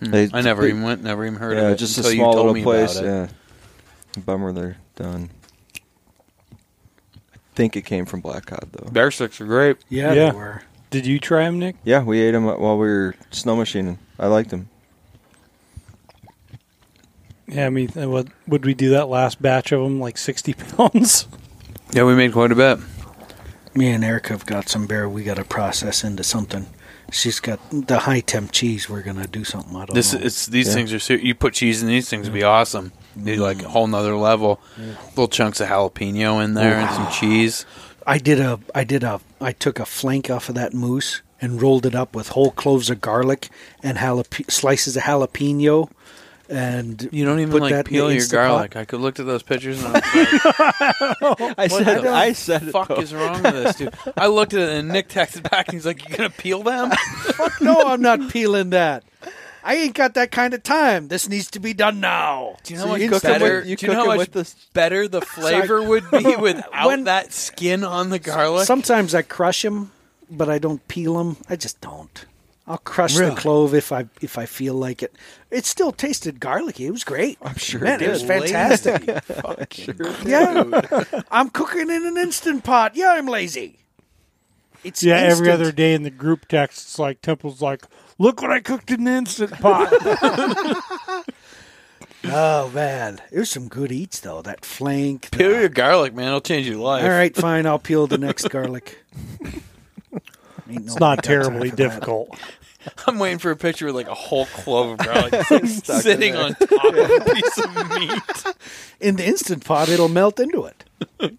[SPEAKER 1] They,
[SPEAKER 4] Hmm. I never
[SPEAKER 1] they-
[SPEAKER 4] even went, never even heard
[SPEAKER 1] Yeah,
[SPEAKER 4] of it
[SPEAKER 1] just a
[SPEAKER 4] until
[SPEAKER 1] small
[SPEAKER 4] you told
[SPEAKER 1] little
[SPEAKER 4] me
[SPEAKER 1] place.
[SPEAKER 4] about it.
[SPEAKER 1] Yeah, bummer they're done. I think it came from Black Cod though.
[SPEAKER 4] Bear sticks are great.
[SPEAKER 3] Yeah,
[SPEAKER 2] Yeah.
[SPEAKER 3] they were.
[SPEAKER 2] Did you try them, Nick?
[SPEAKER 1] Yeah, we ate them while we were snow machining. I liked them.
[SPEAKER 2] Yeah, I mean, uh, what would we do that last batch of them? Like sixty pounds.
[SPEAKER 4] Yeah, we made quite a bit.
[SPEAKER 3] Me and Erica have got some bear we got to process into something. She's got the high temp cheese. We're going to do something out of
[SPEAKER 4] This
[SPEAKER 3] it.
[SPEAKER 4] it's these
[SPEAKER 1] Yeah.
[SPEAKER 4] things are su- you put cheese in these things would be awesome. Need like
[SPEAKER 1] Mm.
[SPEAKER 4] a whole nother level. Little chunks of jalapeno in there and some cheese.
[SPEAKER 3] I did a I did a I took a flank off of that moose and rolled it up with whole cloves of garlic and jalap- slices of jalapeno and
[SPEAKER 4] You don't even
[SPEAKER 3] Put
[SPEAKER 4] like
[SPEAKER 3] that in
[SPEAKER 4] peel
[SPEAKER 3] the
[SPEAKER 4] your
[SPEAKER 3] Instapot?
[SPEAKER 4] garlic. I could looked at those pictures and I was like,
[SPEAKER 1] I
[SPEAKER 4] what the
[SPEAKER 1] said
[SPEAKER 4] fuck is wrong with this dude? I looked at it and Nick texted back and he's like, "You gonna peel them?"
[SPEAKER 3] fuck no I'm not peeling that. I ain't got that kind of time. This needs to be done now.
[SPEAKER 4] Do you know
[SPEAKER 1] So
[SPEAKER 4] how
[SPEAKER 1] you
[SPEAKER 4] much
[SPEAKER 1] cook 'em
[SPEAKER 4] better?
[SPEAKER 1] with- you
[SPEAKER 4] do you
[SPEAKER 1] cook
[SPEAKER 4] know how
[SPEAKER 1] 'em
[SPEAKER 4] much
[SPEAKER 1] with this-
[SPEAKER 4] better the flavor would be without
[SPEAKER 3] When-
[SPEAKER 4] that skin on the garlic?
[SPEAKER 3] Sometimes I crush them, but I don't peel them. I just don't. I'll crush
[SPEAKER 2] Really?
[SPEAKER 3] the clove if I if I feel like it. It still tasted garlicky. It was great.
[SPEAKER 1] I'm sure
[SPEAKER 3] Man,
[SPEAKER 1] it
[SPEAKER 3] it was
[SPEAKER 1] did.
[SPEAKER 3] fantastic.
[SPEAKER 4] Fucking
[SPEAKER 3] Yeah, I'm cooking in an instant pot. Yeah, I'm lazy. It's
[SPEAKER 2] Yeah, every
[SPEAKER 3] instant.
[SPEAKER 2] other day in the group text, it's like Temple's like, "Look what I cooked in an instant pot."
[SPEAKER 3] Oh man, there's some good eats though. That flank. the-
[SPEAKER 4] peel your garlic, man. It'll change your life.
[SPEAKER 3] All right, fine. I'll peel the next garlic.
[SPEAKER 2] it's not terribly difficult.
[SPEAKER 4] I'm waiting for a picture with like a whole clove of garlic just, like, sitting on top of a piece of meat.
[SPEAKER 3] In the instant pot, it'll melt into it.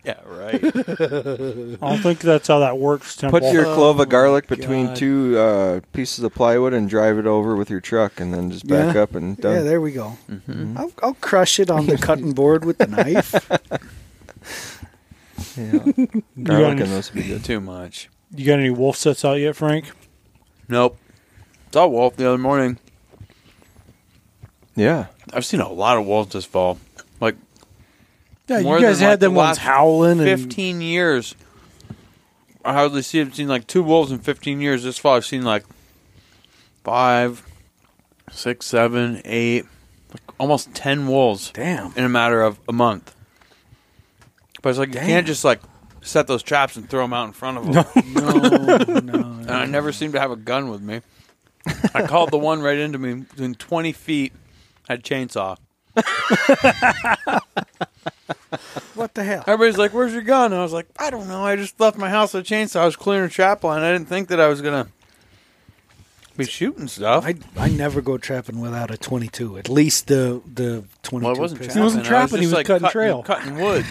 [SPEAKER 4] Yeah, right.
[SPEAKER 2] I don't think that's how that works, Temple.
[SPEAKER 1] Put your clove of garlic between
[SPEAKER 3] Oh God.
[SPEAKER 1] two uh, pieces of plywood and drive it over with your truck, and then just back
[SPEAKER 3] Yeah.
[SPEAKER 1] up and done. Mm-hmm.
[SPEAKER 3] Yeah, there we go. I'll, I'll crush it on the cutting board with the knife.
[SPEAKER 1] Yeah.
[SPEAKER 2] you, got
[SPEAKER 1] garlic
[SPEAKER 2] any,
[SPEAKER 1] and those would be good.
[SPEAKER 4] Too much.
[SPEAKER 2] you got any wolf sets out yet, Frank?
[SPEAKER 4] Nope. Saw a wolf the other morning.
[SPEAKER 1] Yeah,
[SPEAKER 4] I've seen a lot of wolves this fall. Like
[SPEAKER 2] Yeah,
[SPEAKER 4] More
[SPEAKER 2] you guys
[SPEAKER 4] than, like,
[SPEAKER 2] had them
[SPEAKER 4] the last
[SPEAKER 2] ones howling and
[SPEAKER 4] 15 years. I hardly see. I've seen like two wolves in 15 years. This fall, I've seen like five, six, seven, eight, like almost 10 wolves
[SPEAKER 3] Damn.
[SPEAKER 4] in a matter of a month. But it's like you can't just like set those traps and throw them out in front of them.
[SPEAKER 3] No, no.
[SPEAKER 4] and I never seemed to have a gun with me. I called the one right into me within 20 feet. Had a chainsaw.
[SPEAKER 3] What the hell?
[SPEAKER 4] Everybody's like, "Where's your gun?" I was like, "I don't know. I just left my house with a chainsaw. I was clearing a trap line. I didn't think that I was gonna Be shooting stuff.
[SPEAKER 3] I I never go trapping without a 22. At least the the 22.
[SPEAKER 4] well, I wasn't
[SPEAKER 3] pistol.
[SPEAKER 4] trapping.
[SPEAKER 2] wasn't
[SPEAKER 4] I was
[SPEAKER 2] trapping, he
[SPEAKER 4] just,
[SPEAKER 2] was
[SPEAKER 4] like,
[SPEAKER 2] cutting
[SPEAKER 4] cutting
[SPEAKER 2] trail.
[SPEAKER 4] cutting wood.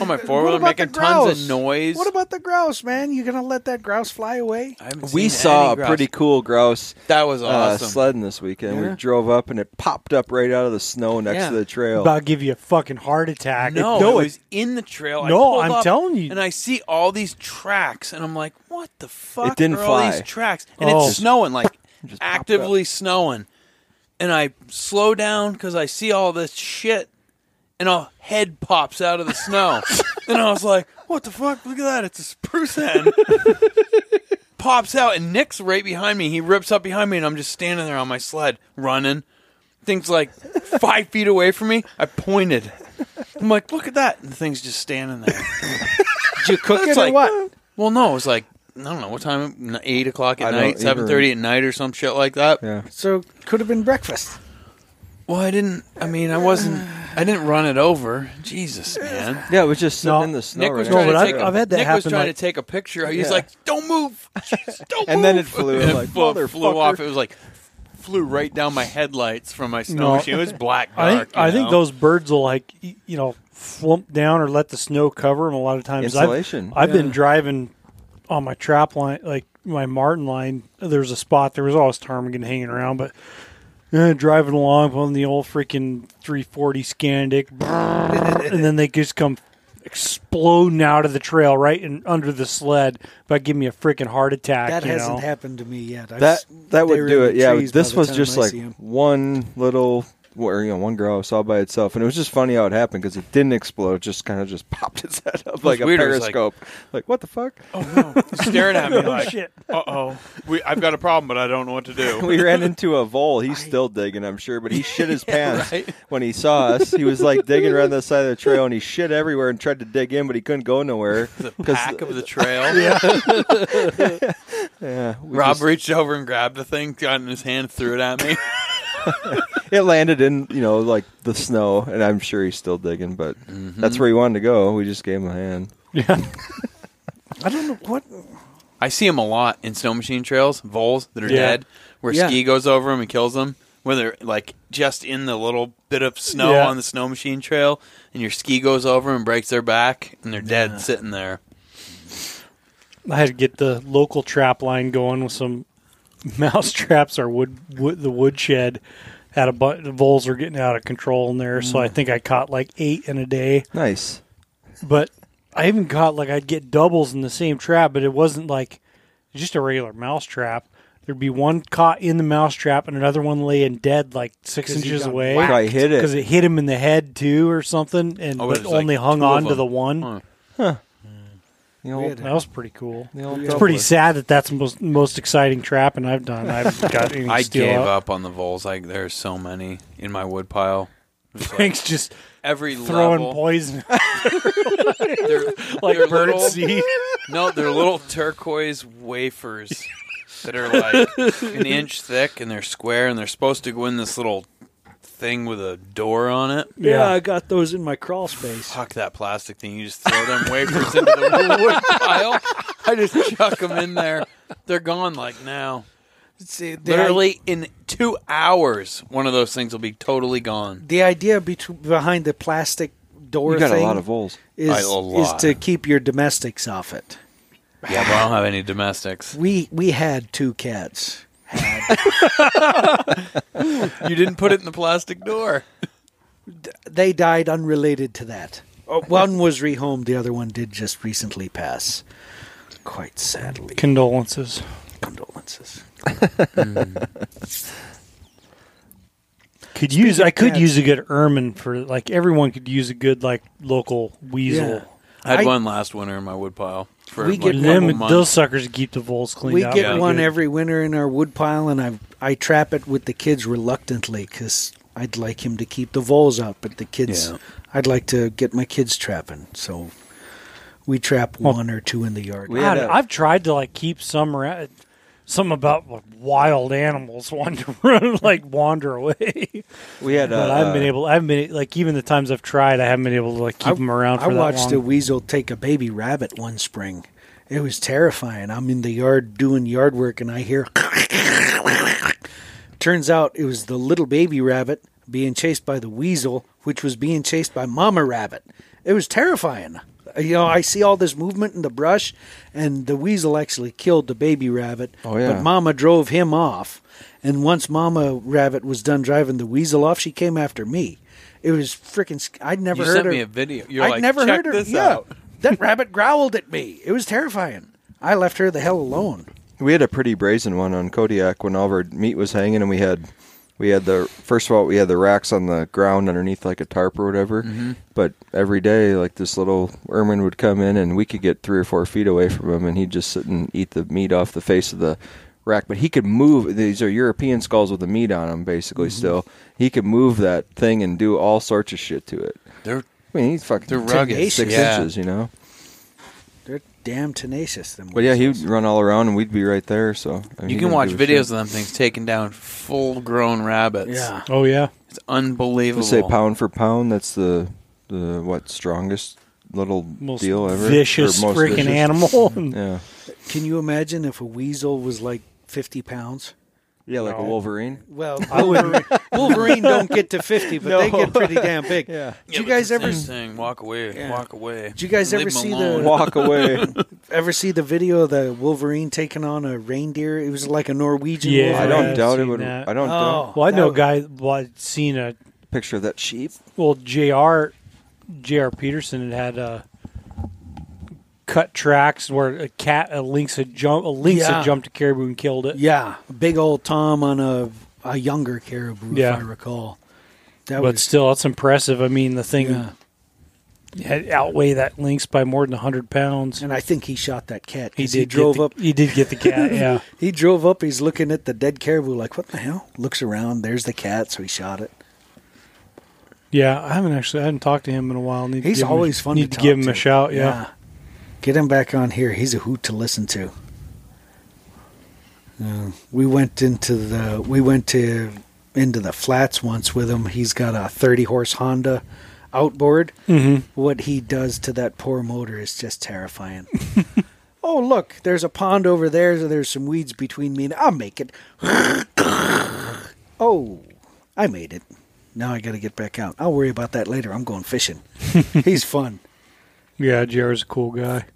[SPEAKER 4] on my four wheeler,
[SPEAKER 3] about
[SPEAKER 4] making
[SPEAKER 3] the
[SPEAKER 4] tons
[SPEAKER 3] grouse?
[SPEAKER 4] of noise.
[SPEAKER 3] What about the grouse, man? You gonna let that grouse fly away?
[SPEAKER 4] I haven't
[SPEAKER 1] We
[SPEAKER 4] seen
[SPEAKER 1] saw
[SPEAKER 4] any
[SPEAKER 1] a
[SPEAKER 4] grouse.
[SPEAKER 1] pretty cool grouse
[SPEAKER 4] That was awesome.
[SPEAKER 1] uh, sledding this weekend.
[SPEAKER 3] Yeah.
[SPEAKER 1] We drove up and it popped up right out of the snow next
[SPEAKER 3] Yeah.
[SPEAKER 1] to the trail.
[SPEAKER 2] About to give you a fucking heart attack.
[SPEAKER 4] No,
[SPEAKER 2] no,
[SPEAKER 4] it
[SPEAKER 2] it-
[SPEAKER 4] was in the trail. I
[SPEAKER 2] No,
[SPEAKER 4] pulled
[SPEAKER 2] I'm
[SPEAKER 4] up,
[SPEAKER 2] telling you.
[SPEAKER 4] And I see all these tracks, and I'm like, "What the fuck?"
[SPEAKER 1] It didn't
[SPEAKER 4] are all
[SPEAKER 1] fly.
[SPEAKER 4] these tracks, and
[SPEAKER 2] Oh.
[SPEAKER 4] it's snowing, like
[SPEAKER 1] Just popped
[SPEAKER 4] actively snowing. And I slow down because I see all this shit, and a head pops out of the snow, and I was like, "What the fuck? Look at that! It's a spruce head." pops out, and Nick's right behind me. He rips up behind me, and I'm just standing there on my sled, running. Thing's like five feet away from me. I pointed. I'm like, look at that. And the thing's just standing there.
[SPEAKER 3] Did you cook
[SPEAKER 4] It's
[SPEAKER 3] it
[SPEAKER 4] like-
[SPEAKER 3] or what?
[SPEAKER 4] well, no, it was like, I don't know, what time? N- 8 o'clock
[SPEAKER 1] I
[SPEAKER 4] at
[SPEAKER 1] don't
[SPEAKER 4] night,
[SPEAKER 1] even-
[SPEAKER 4] 7.30 at night or some shit like that.
[SPEAKER 1] yeah.
[SPEAKER 3] So could have been breakfast.
[SPEAKER 4] Well, I didn't, I mean, I wasn't, I didn't run it over. Jesus, man.
[SPEAKER 1] Yeah, it was just sitting
[SPEAKER 2] No,
[SPEAKER 1] in the snow.
[SPEAKER 4] Nick was
[SPEAKER 1] right
[SPEAKER 4] trying
[SPEAKER 2] No,
[SPEAKER 1] out
[SPEAKER 4] to
[SPEAKER 2] but
[SPEAKER 4] take.
[SPEAKER 2] I've-
[SPEAKER 4] a-
[SPEAKER 2] I've had that
[SPEAKER 4] Nick was
[SPEAKER 2] happen,
[SPEAKER 4] trying
[SPEAKER 2] like-
[SPEAKER 4] to take a picture. He's
[SPEAKER 1] Yeah.
[SPEAKER 4] like, "Don't move, Jeez, don't move!"
[SPEAKER 1] And then it flew,
[SPEAKER 4] And it
[SPEAKER 1] like,
[SPEAKER 4] flew, flew
[SPEAKER 1] motherfucker.
[SPEAKER 4] off. It was like flew right down my headlights from my snow
[SPEAKER 2] No.
[SPEAKER 4] machine. It was black.
[SPEAKER 2] I
[SPEAKER 4] Dark,
[SPEAKER 2] think I
[SPEAKER 4] you
[SPEAKER 2] think
[SPEAKER 4] know?
[SPEAKER 2] those birds will like y- you know flump down or let the snow cover them. A lot of times,
[SPEAKER 1] Insulation.
[SPEAKER 2] I've, I've been driving on my trap line, like my Martin line. There's a spot. There was always ptarmigan hanging around, but eh, driving along on the old freaking 340 Scandic, and then they just come exploding out of the trail right in under the sled by giving me a freaking heart attack.
[SPEAKER 3] That
[SPEAKER 2] you
[SPEAKER 3] hasn't
[SPEAKER 2] know?
[SPEAKER 3] happened to me yet. I've
[SPEAKER 1] that
[SPEAKER 3] s-
[SPEAKER 1] that
[SPEAKER 3] they
[SPEAKER 1] would
[SPEAKER 3] were
[SPEAKER 1] do
[SPEAKER 3] in
[SPEAKER 1] it.
[SPEAKER 3] the
[SPEAKER 1] Yeah,
[SPEAKER 3] trees by
[SPEAKER 1] this
[SPEAKER 3] the
[SPEAKER 1] was
[SPEAKER 3] time
[SPEAKER 1] just
[SPEAKER 3] I
[SPEAKER 1] like
[SPEAKER 3] see 'em.
[SPEAKER 1] one little, or, you know, one grouse all by itself, and it was just funny how it happened because it didn't explode. It just kind of just popped its head up like a
[SPEAKER 4] weird, it was like-
[SPEAKER 1] periscope. Like, what the fuck?
[SPEAKER 4] oh, no. staring at me like,
[SPEAKER 2] shit.
[SPEAKER 4] "Uh oh, we I've got a problem, but I don't know what to do."
[SPEAKER 1] We ran into a vole. He's still digging, I'm sure, but he shit his pants
[SPEAKER 4] right.
[SPEAKER 1] when he saw us. He was like digging around the side of the trail, and he shit everywhere and tried to dig in, but he couldn't go nowhere.
[SPEAKER 4] the
[SPEAKER 1] 'cause-
[SPEAKER 4] pack of the trail. yeah.
[SPEAKER 1] yeah, we
[SPEAKER 4] Rob
[SPEAKER 1] just-
[SPEAKER 4] reached over and grabbed the thing, got it in his hand, threw it at me.
[SPEAKER 1] it landed in you know like the snow, and I'm sure he's still digging, but
[SPEAKER 4] Mm-hmm.
[SPEAKER 1] that's where he wanted to go. We just gave him a hand.
[SPEAKER 2] Yeah.
[SPEAKER 3] I don't know what.
[SPEAKER 4] I see them a lot in snow machine trails, voles that are
[SPEAKER 2] Yeah.
[SPEAKER 4] dead, where
[SPEAKER 3] Yeah.
[SPEAKER 4] ski goes over them and kills them. When they're like just in the little bit of snow
[SPEAKER 2] Yeah.
[SPEAKER 4] on the snow machine trail, and your ski goes over and breaks their back, and they're dead sitting there.
[SPEAKER 2] I had to get the local trap line going with some mouse traps. Our wood, wood the woodshed had a bunch. The voles were getting out of control in there,
[SPEAKER 4] Mm.
[SPEAKER 2] so I think I caught like eight in a day.
[SPEAKER 1] Nice.
[SPEAKER 2] But I even caught like I'd get doubles in the same trap, but it wasn't like just a regular mouse trap. There'd be one caught in the mouse trap and another one laying dead like six
[SPEAKER 3] 'Cause he
[SPEAKER 2] inches
[SPEAKER 3] got
[SPEAKER 2] away
[SPEAKER 1] Probably hit it.
[SPEAKER 2] because it hit him in the head too or something, and
[SPEAKER 4] Oh,
[SPEAKER 2] but
[SPEAKER 4] there's, like,
[SPEAKER 2] only hung
[SPEAKER 4] two of
[SPEAKER 2] on to
[SPEAKER 4] them.
[SPEAKER 2] the one.
[SPEAKER 4] Huh.
[SPEAKER 1] You know,
[SPEAKER 3] We had
[SPEAKER 2] That was pretty cool.
[SPEAKER 1] The old
[SPEAKER 2] It's
[SPEAKER 1] doubler.
[SPEAKER 2] pretty sad that that's the most most exciting trapping I've done. I've got any
[SPEAKER 4] I
[SPEAKER 2] steel
[SPEAKER 4] gave
[SPEAKER 2] up.
[SPEAKER 4] up on the voles. Like there's so many in my wood pile. Just, like,
[SPEAKER 2] Frank's just
[SPEAKER 4] every
[SPEAKER 2] throwing
[SPEAKER 4] level,
[SPEAKER 2] poison
[SPEAKER 4] they're,
[SPEAKER 2] like
[SPEAKER 4] they're
[SPEAKER 2] bird
[SPEAKER 4] little-
[SPEAKER 2] seed.
[SPEAKER 4] No, they're little turquoise wafers that are like an inch thick and they're square and they're supposed to go in this little thing with a door on it.
[SPEAKER 3] Yeah.
[SPEAKER 2] Yeah.
[SPEAKER 3] I got those in my crawl space.
[SPEAKER 4] Fuck that plastic thing. You just throw them wafers into the wood pile. I just chuck them in there. They're gone like now.
[SPEAKER 3] See, the
[SPEAKER 4] Literally in two hours, one of those things will be totally gone.
[SPEAKER 3] the idea betw behind the plastic door
[SPEAKER 1] you got
[SPEAKER 3] thing
[SPEAKER 1] a lot of voles.
[SPEAKER 4] I-
[SPEAKER 3] is,
[SPEAKER 4] a lot.
[SPEAKER 3] is to keep your domestics off it.
[SPEAKER 4] Yeah, but I don't have any domestics.
[SPEAKER 3] We we had two cats.
[SPEAKER 4] You didn't put it in the plastic door.
[SPEAKER 3] They died unrelated to that. Oh, One was rehomed. The other one did just recently pass. Quite sadly.
[SPEAKER 2] Condolences.
[SPEAKER 3] Condolences.
[SPEAKER 2] Could use I could
[SPEAKER 3] cats.
[SPEAKER 2] use a good ermine for like everyone could use a good like local weasel.
[SPEAKER 4] I had
[SPEAKER 3] I-
[SPEAKER 4] one last winter in my wood pile for
[SPEAKER 3] We
[SPEAKER 4] like
[SPEAKER 3] get
[SPEAKER 4] a
[SPEAKER 2] Them
[SPEAKER 4] couple months.
[SPEAKER 2] those suckers keep the voles clean.
[SPEAKER 3] we
[SPEAKER 2] out
[SPEAKER 3] get
[SPEAKER 2] pretty
[SPEAKER 3] one
[SPEAKER 2] good.
[SPEAKER 3] every winter in our wood pile, and I I trap it with the kids reluctantly because I'd like him to keep the voles out, but the kids
[SPEAKER 4] Yeah.
[SPEAKER 3] I'd like to get my kids trapping, so we trap one or two in the yard.
[SPEAKER 1] We had
[SPEAKER 2] God,
[SPEAKER 1] a-
[SPEAKER 2] I've tried to like keep some ra- some about like, wild animals wanting to run like wander away.
[SPEAKER 1] We had.
[SPEAKER 2] But
[SPEAKER 1] uh,
[SPEAKER 2] I haven't been able. I haven't been like even the times I've tried. I haven't been able to like keep them around. For
[SPEAKER 3] I
[SPEAKER 2] that
[SPEAKER 3] watched
[SPEAKER 2] long.
[SPEAKER 3] a weasel take a baby rabbit one spring, It was terrifying. I'm in the yard doing yard work and I hear. Turns out it was the little baby rabbit being chased by the weasel, which was being chased by mama rabbit. It was terrifying. You know, I see all this movement in the brush, and the weasel actually killed the baby rabbit.
[SPEAKER 1] Oh, yeah.
[SPEAKER 3] But mama drove him off. And once mama rabbit was done driving the weasel off, she came after me. It was freaking. sc- I'd never
[SPEAKER 4] You
[SPEAKER 3] heard
[SPEAKER 4] sent
[SPEAKER 3] her.
[SPEAKER 4] me a video. You're
[SPEAKER 3] I'd
[SPEAKER 4] like,
[SPEAKER 3] never
[SPEAKER 4] "Check
[SPEAKER 3] heard her.
[SPEAKER 4] this
[SPEAKER 3] yeah,
[SPEAKER 4] out."
[SPEAKER 3] that rabbit growled at me. It was terrifying. I left her the hell alone.
[SPEAKER 1] We had a pretty brazen one on Kodiak when all of our meat was hanging, and we had we had the first of all we had the racks on the ground underneath like a tarp or whatever.
[SPEAKER 2] Mm-hmm.
[SPEAKER 1] But every day, like this little ermine would come in, and we could get three or four feet away from him, and he'd just sit and eat the meat off the face of the rack. But he could move. These are European skulls with the meat on them, basically.
[SPEAKER 2] Mm-hmm.
[SPEAKER 1] Still, he could move that thing and do all sorts of shit to it.
[SPEAKER 4] They're
[SPEAKER 1] I mean, he's fucking
[SPEAKER 4] They're rugged.
[SPEAKER 1] six
[SPEAKER 4] Yeah.
[SPEAKER 1] inches, you know.
[SPEAKER 3] They're damn tenacious. Them.
[SPEAKER 1] But yeah, he would
[SPEAKER 3] weasels.
[SPEAKER 1] run all around, and we'd be right there. So I mean,
[SPEAKER 4] You
[SPEAKER 1] he
[SPEAKER 4] can
[SPEAKER 1] didn't
[SPEAKER 4] watch
[SPEAKER 1] give a
[SPEAKER 4] videos of
[SPEAKER 1] shit.
[SPEAKER 4] them things taking down full grown rabbits.
[SPEAKER 3] Yeah.
[SPEAKER 2] Oh yeah.
[SPEAKER 4] It's unbelievable.
[SPEAKER 1] They say pound for pound, that's the the what strongest little
[SPEAKER 2] Most
[SPEAKER 1] deal ever.
[SPEAKER 2] vicious
[SPEAKER 1] Or most
[SPEAKER 2] freaking
[SPEAKER 1] vicious.
[SPEAKER 2] animal. And
[SPEAKER 1] Yeah,
[SPEAKER 3] Can you imagine if a weasel was like fifty pounds?
[SPEAKER 1] yeah, like a Wolverine.
[SPEAKER 3] Well, Wolverine, Wolverine don't get to fifty, but they get pretty damn big.
[SPEAKER 1] Yeah.
[SPEAKER 3] Did you guys ever?
[SPEAKER 4] thing. walk away?
[SPEAKER 3] Yeah.
[SPEAKER 4] Walk away.
[SPEAKER 3] Did you guys
[SPEAKER 4] Leave
[SPEAKER 3] ever
[SPEAKER 4] them
[SPEAKER 3] see the-
[SPEAKER 4] alone.
[SPEAKER 1] Walk away.
[SPEAKER 3] ever see the video of the Wolverine taking on a reindeer? It was like a Norwegian.
[SPEAKER 2] Yeah.
[SPEAKER 1] I
[SPEAKER 3] Wolverine.
[SPEAKER 1] don't
[SPEAKER 2] I've
[SPEAKER 1] doubt it
[SPEAKER 2] seen
[SPEAKER 1] would.
[SPEAKER 2] that.
[SPEAKER 1] I don't
[SPEAKER 3] Oh.
[SPEAKER 1] doubt.
[SPEAKER 2] Well, I know a
[SPEAKER 3] That-
[SPEAKER 2] guy. Well, I'd seen a
[SPEAKER 1] Picture of that sheep.
[SPEAKER 2] well Jr. Jr. Peterson had had uh, cut tracks where a cat a lynx had jumped a lynx
[SPEAKER 3] Yeah.
[SPEAKER 2] had jumped a caribou and killed it.
[SPEAKER 3] Yeah, big old Tom on a a younger caribou,
[SPEAKER 2] Yeah.
[SPEAKER 3] if I recall. That
[SPEAKER 2] But
[SPEAKER 3] was
[SPEAKER 2] still, that's impressive. I mean, the thing
[SPEAKER 3] yeah.
[SPEAKER 2] had outweigh that lynx by more than hundred pounds.
[SPEAKER 3] And I think he shot that cat.
[SPEAKER 2] He
[SPEAKER 3] 'cause
[SPEAKER 2] did
[SPEAKER 3] He
[SPEAKER 2] get
[SPEAKER 3] drove
[SPEAKER 2] the-
[SPEAKER 3] up.
[SPEAKER 2] He did get the cat. Yeah.
[SPEAKER 3] He drove up. He's looking at the dead caribou, like what the hell? Looks around. There's the cat. So he shot it.
[SPEAKER 2] Yeah, I haven't actually. I haven't talked to him in a while. Need to
[SPEAKER 3] He's
[SPEAKER 2] give him a-
[SPEAKER 3] always fun.
[SPEAKER 2] Need to,
[SPEAKER 3] to,
[SPEAKER 2] give
[SPEAKER 3] talk
[SPEAKER 2] him a
[SPEAKER 3] to.
[SPEAKER 2] shout. Yeah.
[SPEAKER 3] Get him back on here. He's a hoot to listen to. Uh, we went into the we went to into the flats once with him. He's got a thirty horse Honda outboard. Mm-hmm. What he does to that poor motor is just terrifying. oh look, there's a pond over there. So there's some weeds between me and I'll make it. oh, I made it. Now I got to get back out. I'll worry about that later. I'm going fishing. He's fun.
[SPEAKER 2] Yeah, Jared's a cool guy.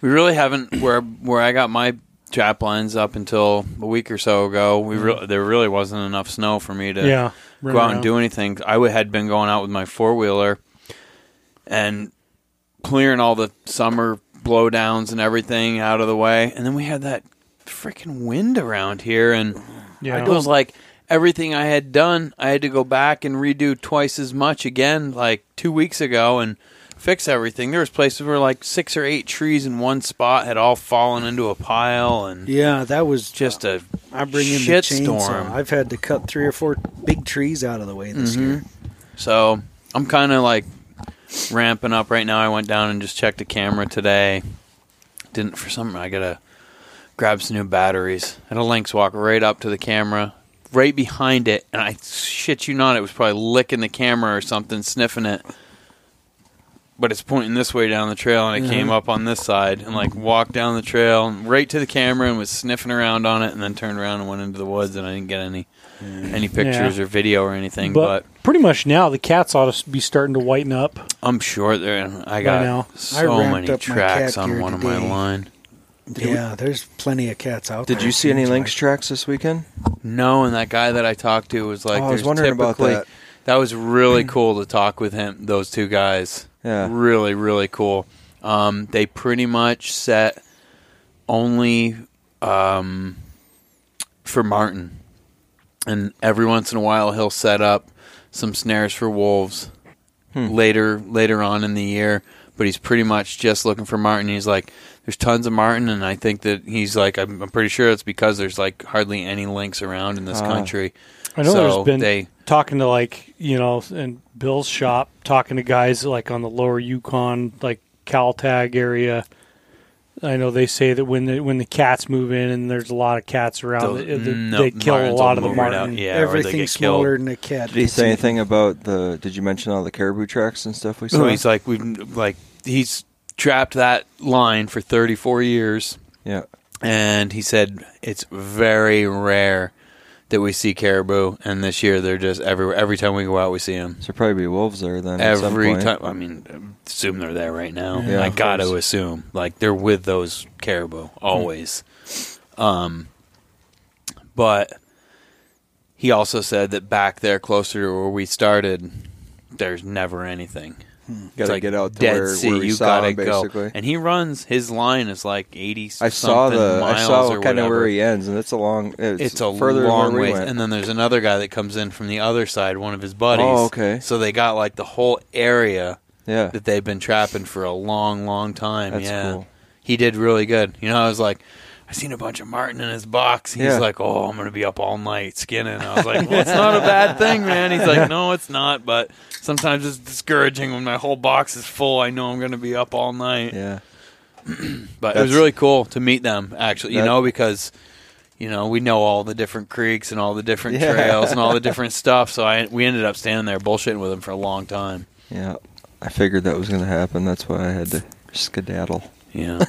[SPEAKER 4] We really haven't where where I got my trap lines up until a week or so ago.
[SPEAKER 3] Mm.
[SPEAKER 4] We re- there really wasn't enough snow for me to
[SPEAKER 2] Yeah,
[SPEAKER 4] go
[SPEAKER 2] run
[SPEAKER 4] out and
[SPEAKER 2] around.
[SPEAKER 4] do anything. I would- had been going out with my four wheeler and clearing all the summer blowdowns and everything out of the way, and then we had that freaking wind around here, and
[SPEAKER 2] Yeah.
[SPEAKER 4] it was like everything I had done, I had to go back and redo twice as much again, like two weeks ago, and fix everything. There was places where like six or eight trees in one spot had all fallen into a pile, and
[SPEAKER 3] Yeah, that was
[SPEAKER 4] just a
[SPEAKER 3] I bring in
[SPEAKER 4] shit
[SPEAKER 3] the chainsaw.
[SPEAKER 4] storm.
[SPEAKER 3] I've had to cut three or four big trees out of the way this year.
[SPEAKER 1] Mm-hmm.
[SPEAKER 4] So I'm kind of like ramping up right now. I went down and just checked the camera today. Didn't for some I gotta grab some new batteries. And a lynx walk right up to the camera, right behind it, and I shit you not, it was probably licking the camera or something, sniffing it. But it's pointing this way down the trail, and it
[SPEAKER 2] Mm-hmm.
[SPEAKER 4] came up on this side and like walked down the trail and right to the camera and was sniffing around on it, and then turned around and went into the woods, and I didn't get any any pictures
[SPEAKER 2] Yeah.
[SPEAKER 4] or video or anything.
[SPEAKER 2] but,
[SPEAKER 4] But,
[SPEAKER 2] pretty much now the cats ought to be starting to whiten up.
[SPEAKER 4] I'm sure there. I
[SPEAKER 2] By
[SPEAKER 4] got
[SPEAKER 2] now.
[SPEAKER 4] so
[SPEAKER 3] I ramped
[SPEAKER 4] many
[SPEAKER 3] up my
[SPEAKER 4] tracks
[SPEAKER 3] cat
[SPEAKER 4] on
[SPEAKER 3] gear
[SPEAKER 4] one of my
[SPEAKER 3] today.
[SPEAKER 4] line.
[SPEAKER 3] yeah, there's plenty of cats out there.
[SPEAKER 1] Did you see any
[SPEAKER 3] seems
[SPEAKER 1] lynx
[SPEAKER 3] like.
[SPEAKER 1] tracks this weekend?
[SPEAKER 4] No, and that guy that I talked to was like,
[SPEAKER 1] Oh, I was
[SPEAKER 4] there's
[SPEAKER 1] wondering about
[SPEAKER 4] typically-
[SPEAKER 1] that.
[SPEAKER 4] was really cool to talk with him. Those two guys,
[SPEAKER 1] Yeah.
[SPEAKER 4] really, really cool. Um, they pretty much set only um, for Martin, and every once in a while he'll set up some snares for wolves later later on in the year. But he's pretty much just looking for Martin. He's like, there's tons of Martin, and I think that he's like, I'm, I'm pretty sure it's because there's like hardly any links around in this
[SPEAKER 1] Ah.
[SPEAKER 4] country.
[SPEAKER 2] I know
[SPEAKER 4] So
[SPEAKER 2] there's been
[SPEAKER 4] they-
[SPEAKER 2] talking to like you know in Bill's shop, talking to guys like on the lower Yukon, like Caltag area. I know they say that when the when the cats move in and there's a lot of cats around,
[SPEAKER 4] Those-
[SPEAKER 2] it- it-
[SPEAKER 4] no,
[SPEAKER 2] they kill a
[SPEAKER 4] Martins
[SPEAKER 2] lot
[SPEAKER 4] will
[SPEAKER 2] of the
[SPEAKER 4] move right
[SPEAKER 2] martin.
[SPEAKER 4] out, yeah, or they
[SPEAKER 3] Everything
[SPEAKER 4] get killed.
[SPEAKER 3] smaller than a cat.
[SPEAKER 1] Did he say anything about the? Did you mention all the caribou tracks and stuff we saw?
[SPEAKER 4] So he's like, we've like he's trapped that line for 34 years,
[SPEAKER 1] Yeah.
[SPEAKER 4] and he said it's very rare that we see caribou, and this year they're just everywhere. Every time we go out, we see them.
[SPEAKER 1] So probably be wolves there then. at some
[SPEAKER 4] Every
[SPEAKER 1] point.
[SPEAKER 4] time, I mean, assume they're there right now.
[SPEAKER 1] Yeah,
[SPEAKER 4] I
[SPEAKER 1] of
[SPEAKER 4] got to
[SPEAKER 1] course. Hmm.
[SPEAKER 4] assume like they're with those caribou always. Um, but he also said that back there, closer to where we started, there's never anything.
[SPEAKER 1] Gotta
[SPEAKER 4] like
[SPEAKER 1] get out to
[SPEAKER 4] Dead
[SPEAKER 1] where,
[SPEAKER 4] Sea.
[SPEAKER 1] where we
[SPEAKER 4] you
[SPEAKER 1] saw
[SPEAKER 4] gotta
[SPEAKER 1] him, basically.
[SPEAKER 4] go. And he runs his line is like eighty.
[SPEAKER 1] I saw
[SPEAKER 4] something
[SPEAKER 1] the I
[SPEAKER 4] miles
[SPEAKER 1] saw
[SPEAKER 4] or
[SPEAKER 1] kind of
[SPEAKER 4] whatever
[SPEAKER 1] where he ends, and it's a long. It's,
[SPEAKER 4] it's a
[SPEAKER 1] further than
[SPEAKER 4] long
[SPEAKER 1] where we
[SPEAKER 4] way.
[SPEAKER 1] went.
[SPEAKER 4] And then there's another guy that comes in from the other side, one of his buddies.
[SPEAKER 1] Oh, okay.
[SPEAKER 4] So they got like the whole area
[SPEAKER 1] yeah,
[SPEAKER 4] that they've been trapping for a long, long time.
[SPEAKER 1] That's
[SPEAKER 4] yeah.
[SPEAKER 1] cool.
[SPEAKER 4] He did really good. You know, I was like, I seen a bunch of Martin in his box. He's
[SPEAKER 1] Yeah.
[SPEAKER 4] like, Oh, I'm gonna be up all night skinning. I was like, Well, it's not a bad thing, man. He's like, No, it's not, but sometimes it's discouraging when my whole box is full. I know I'm gonna be up all night.
[SPEAKER 1] yeah,
[SPEAKER 4] But it was
[SPEAKER 1] That's-
[SPEAKER 4] really cool to meet them, actually. You
[SPEAKER 1] That-
[SPEAKER 4] know, because you know we know all the different creeks and all the different
[SPEAKER 1] Yeah.
[SPEAKER 4] trails and all the different stuff. So I we ended up standing there bullshitting with them for a long time.
[SPEAKER 1] yeah. I figured that was going to happen. That's why I had to skedaddle.
[SPEAKER 4] Yeah,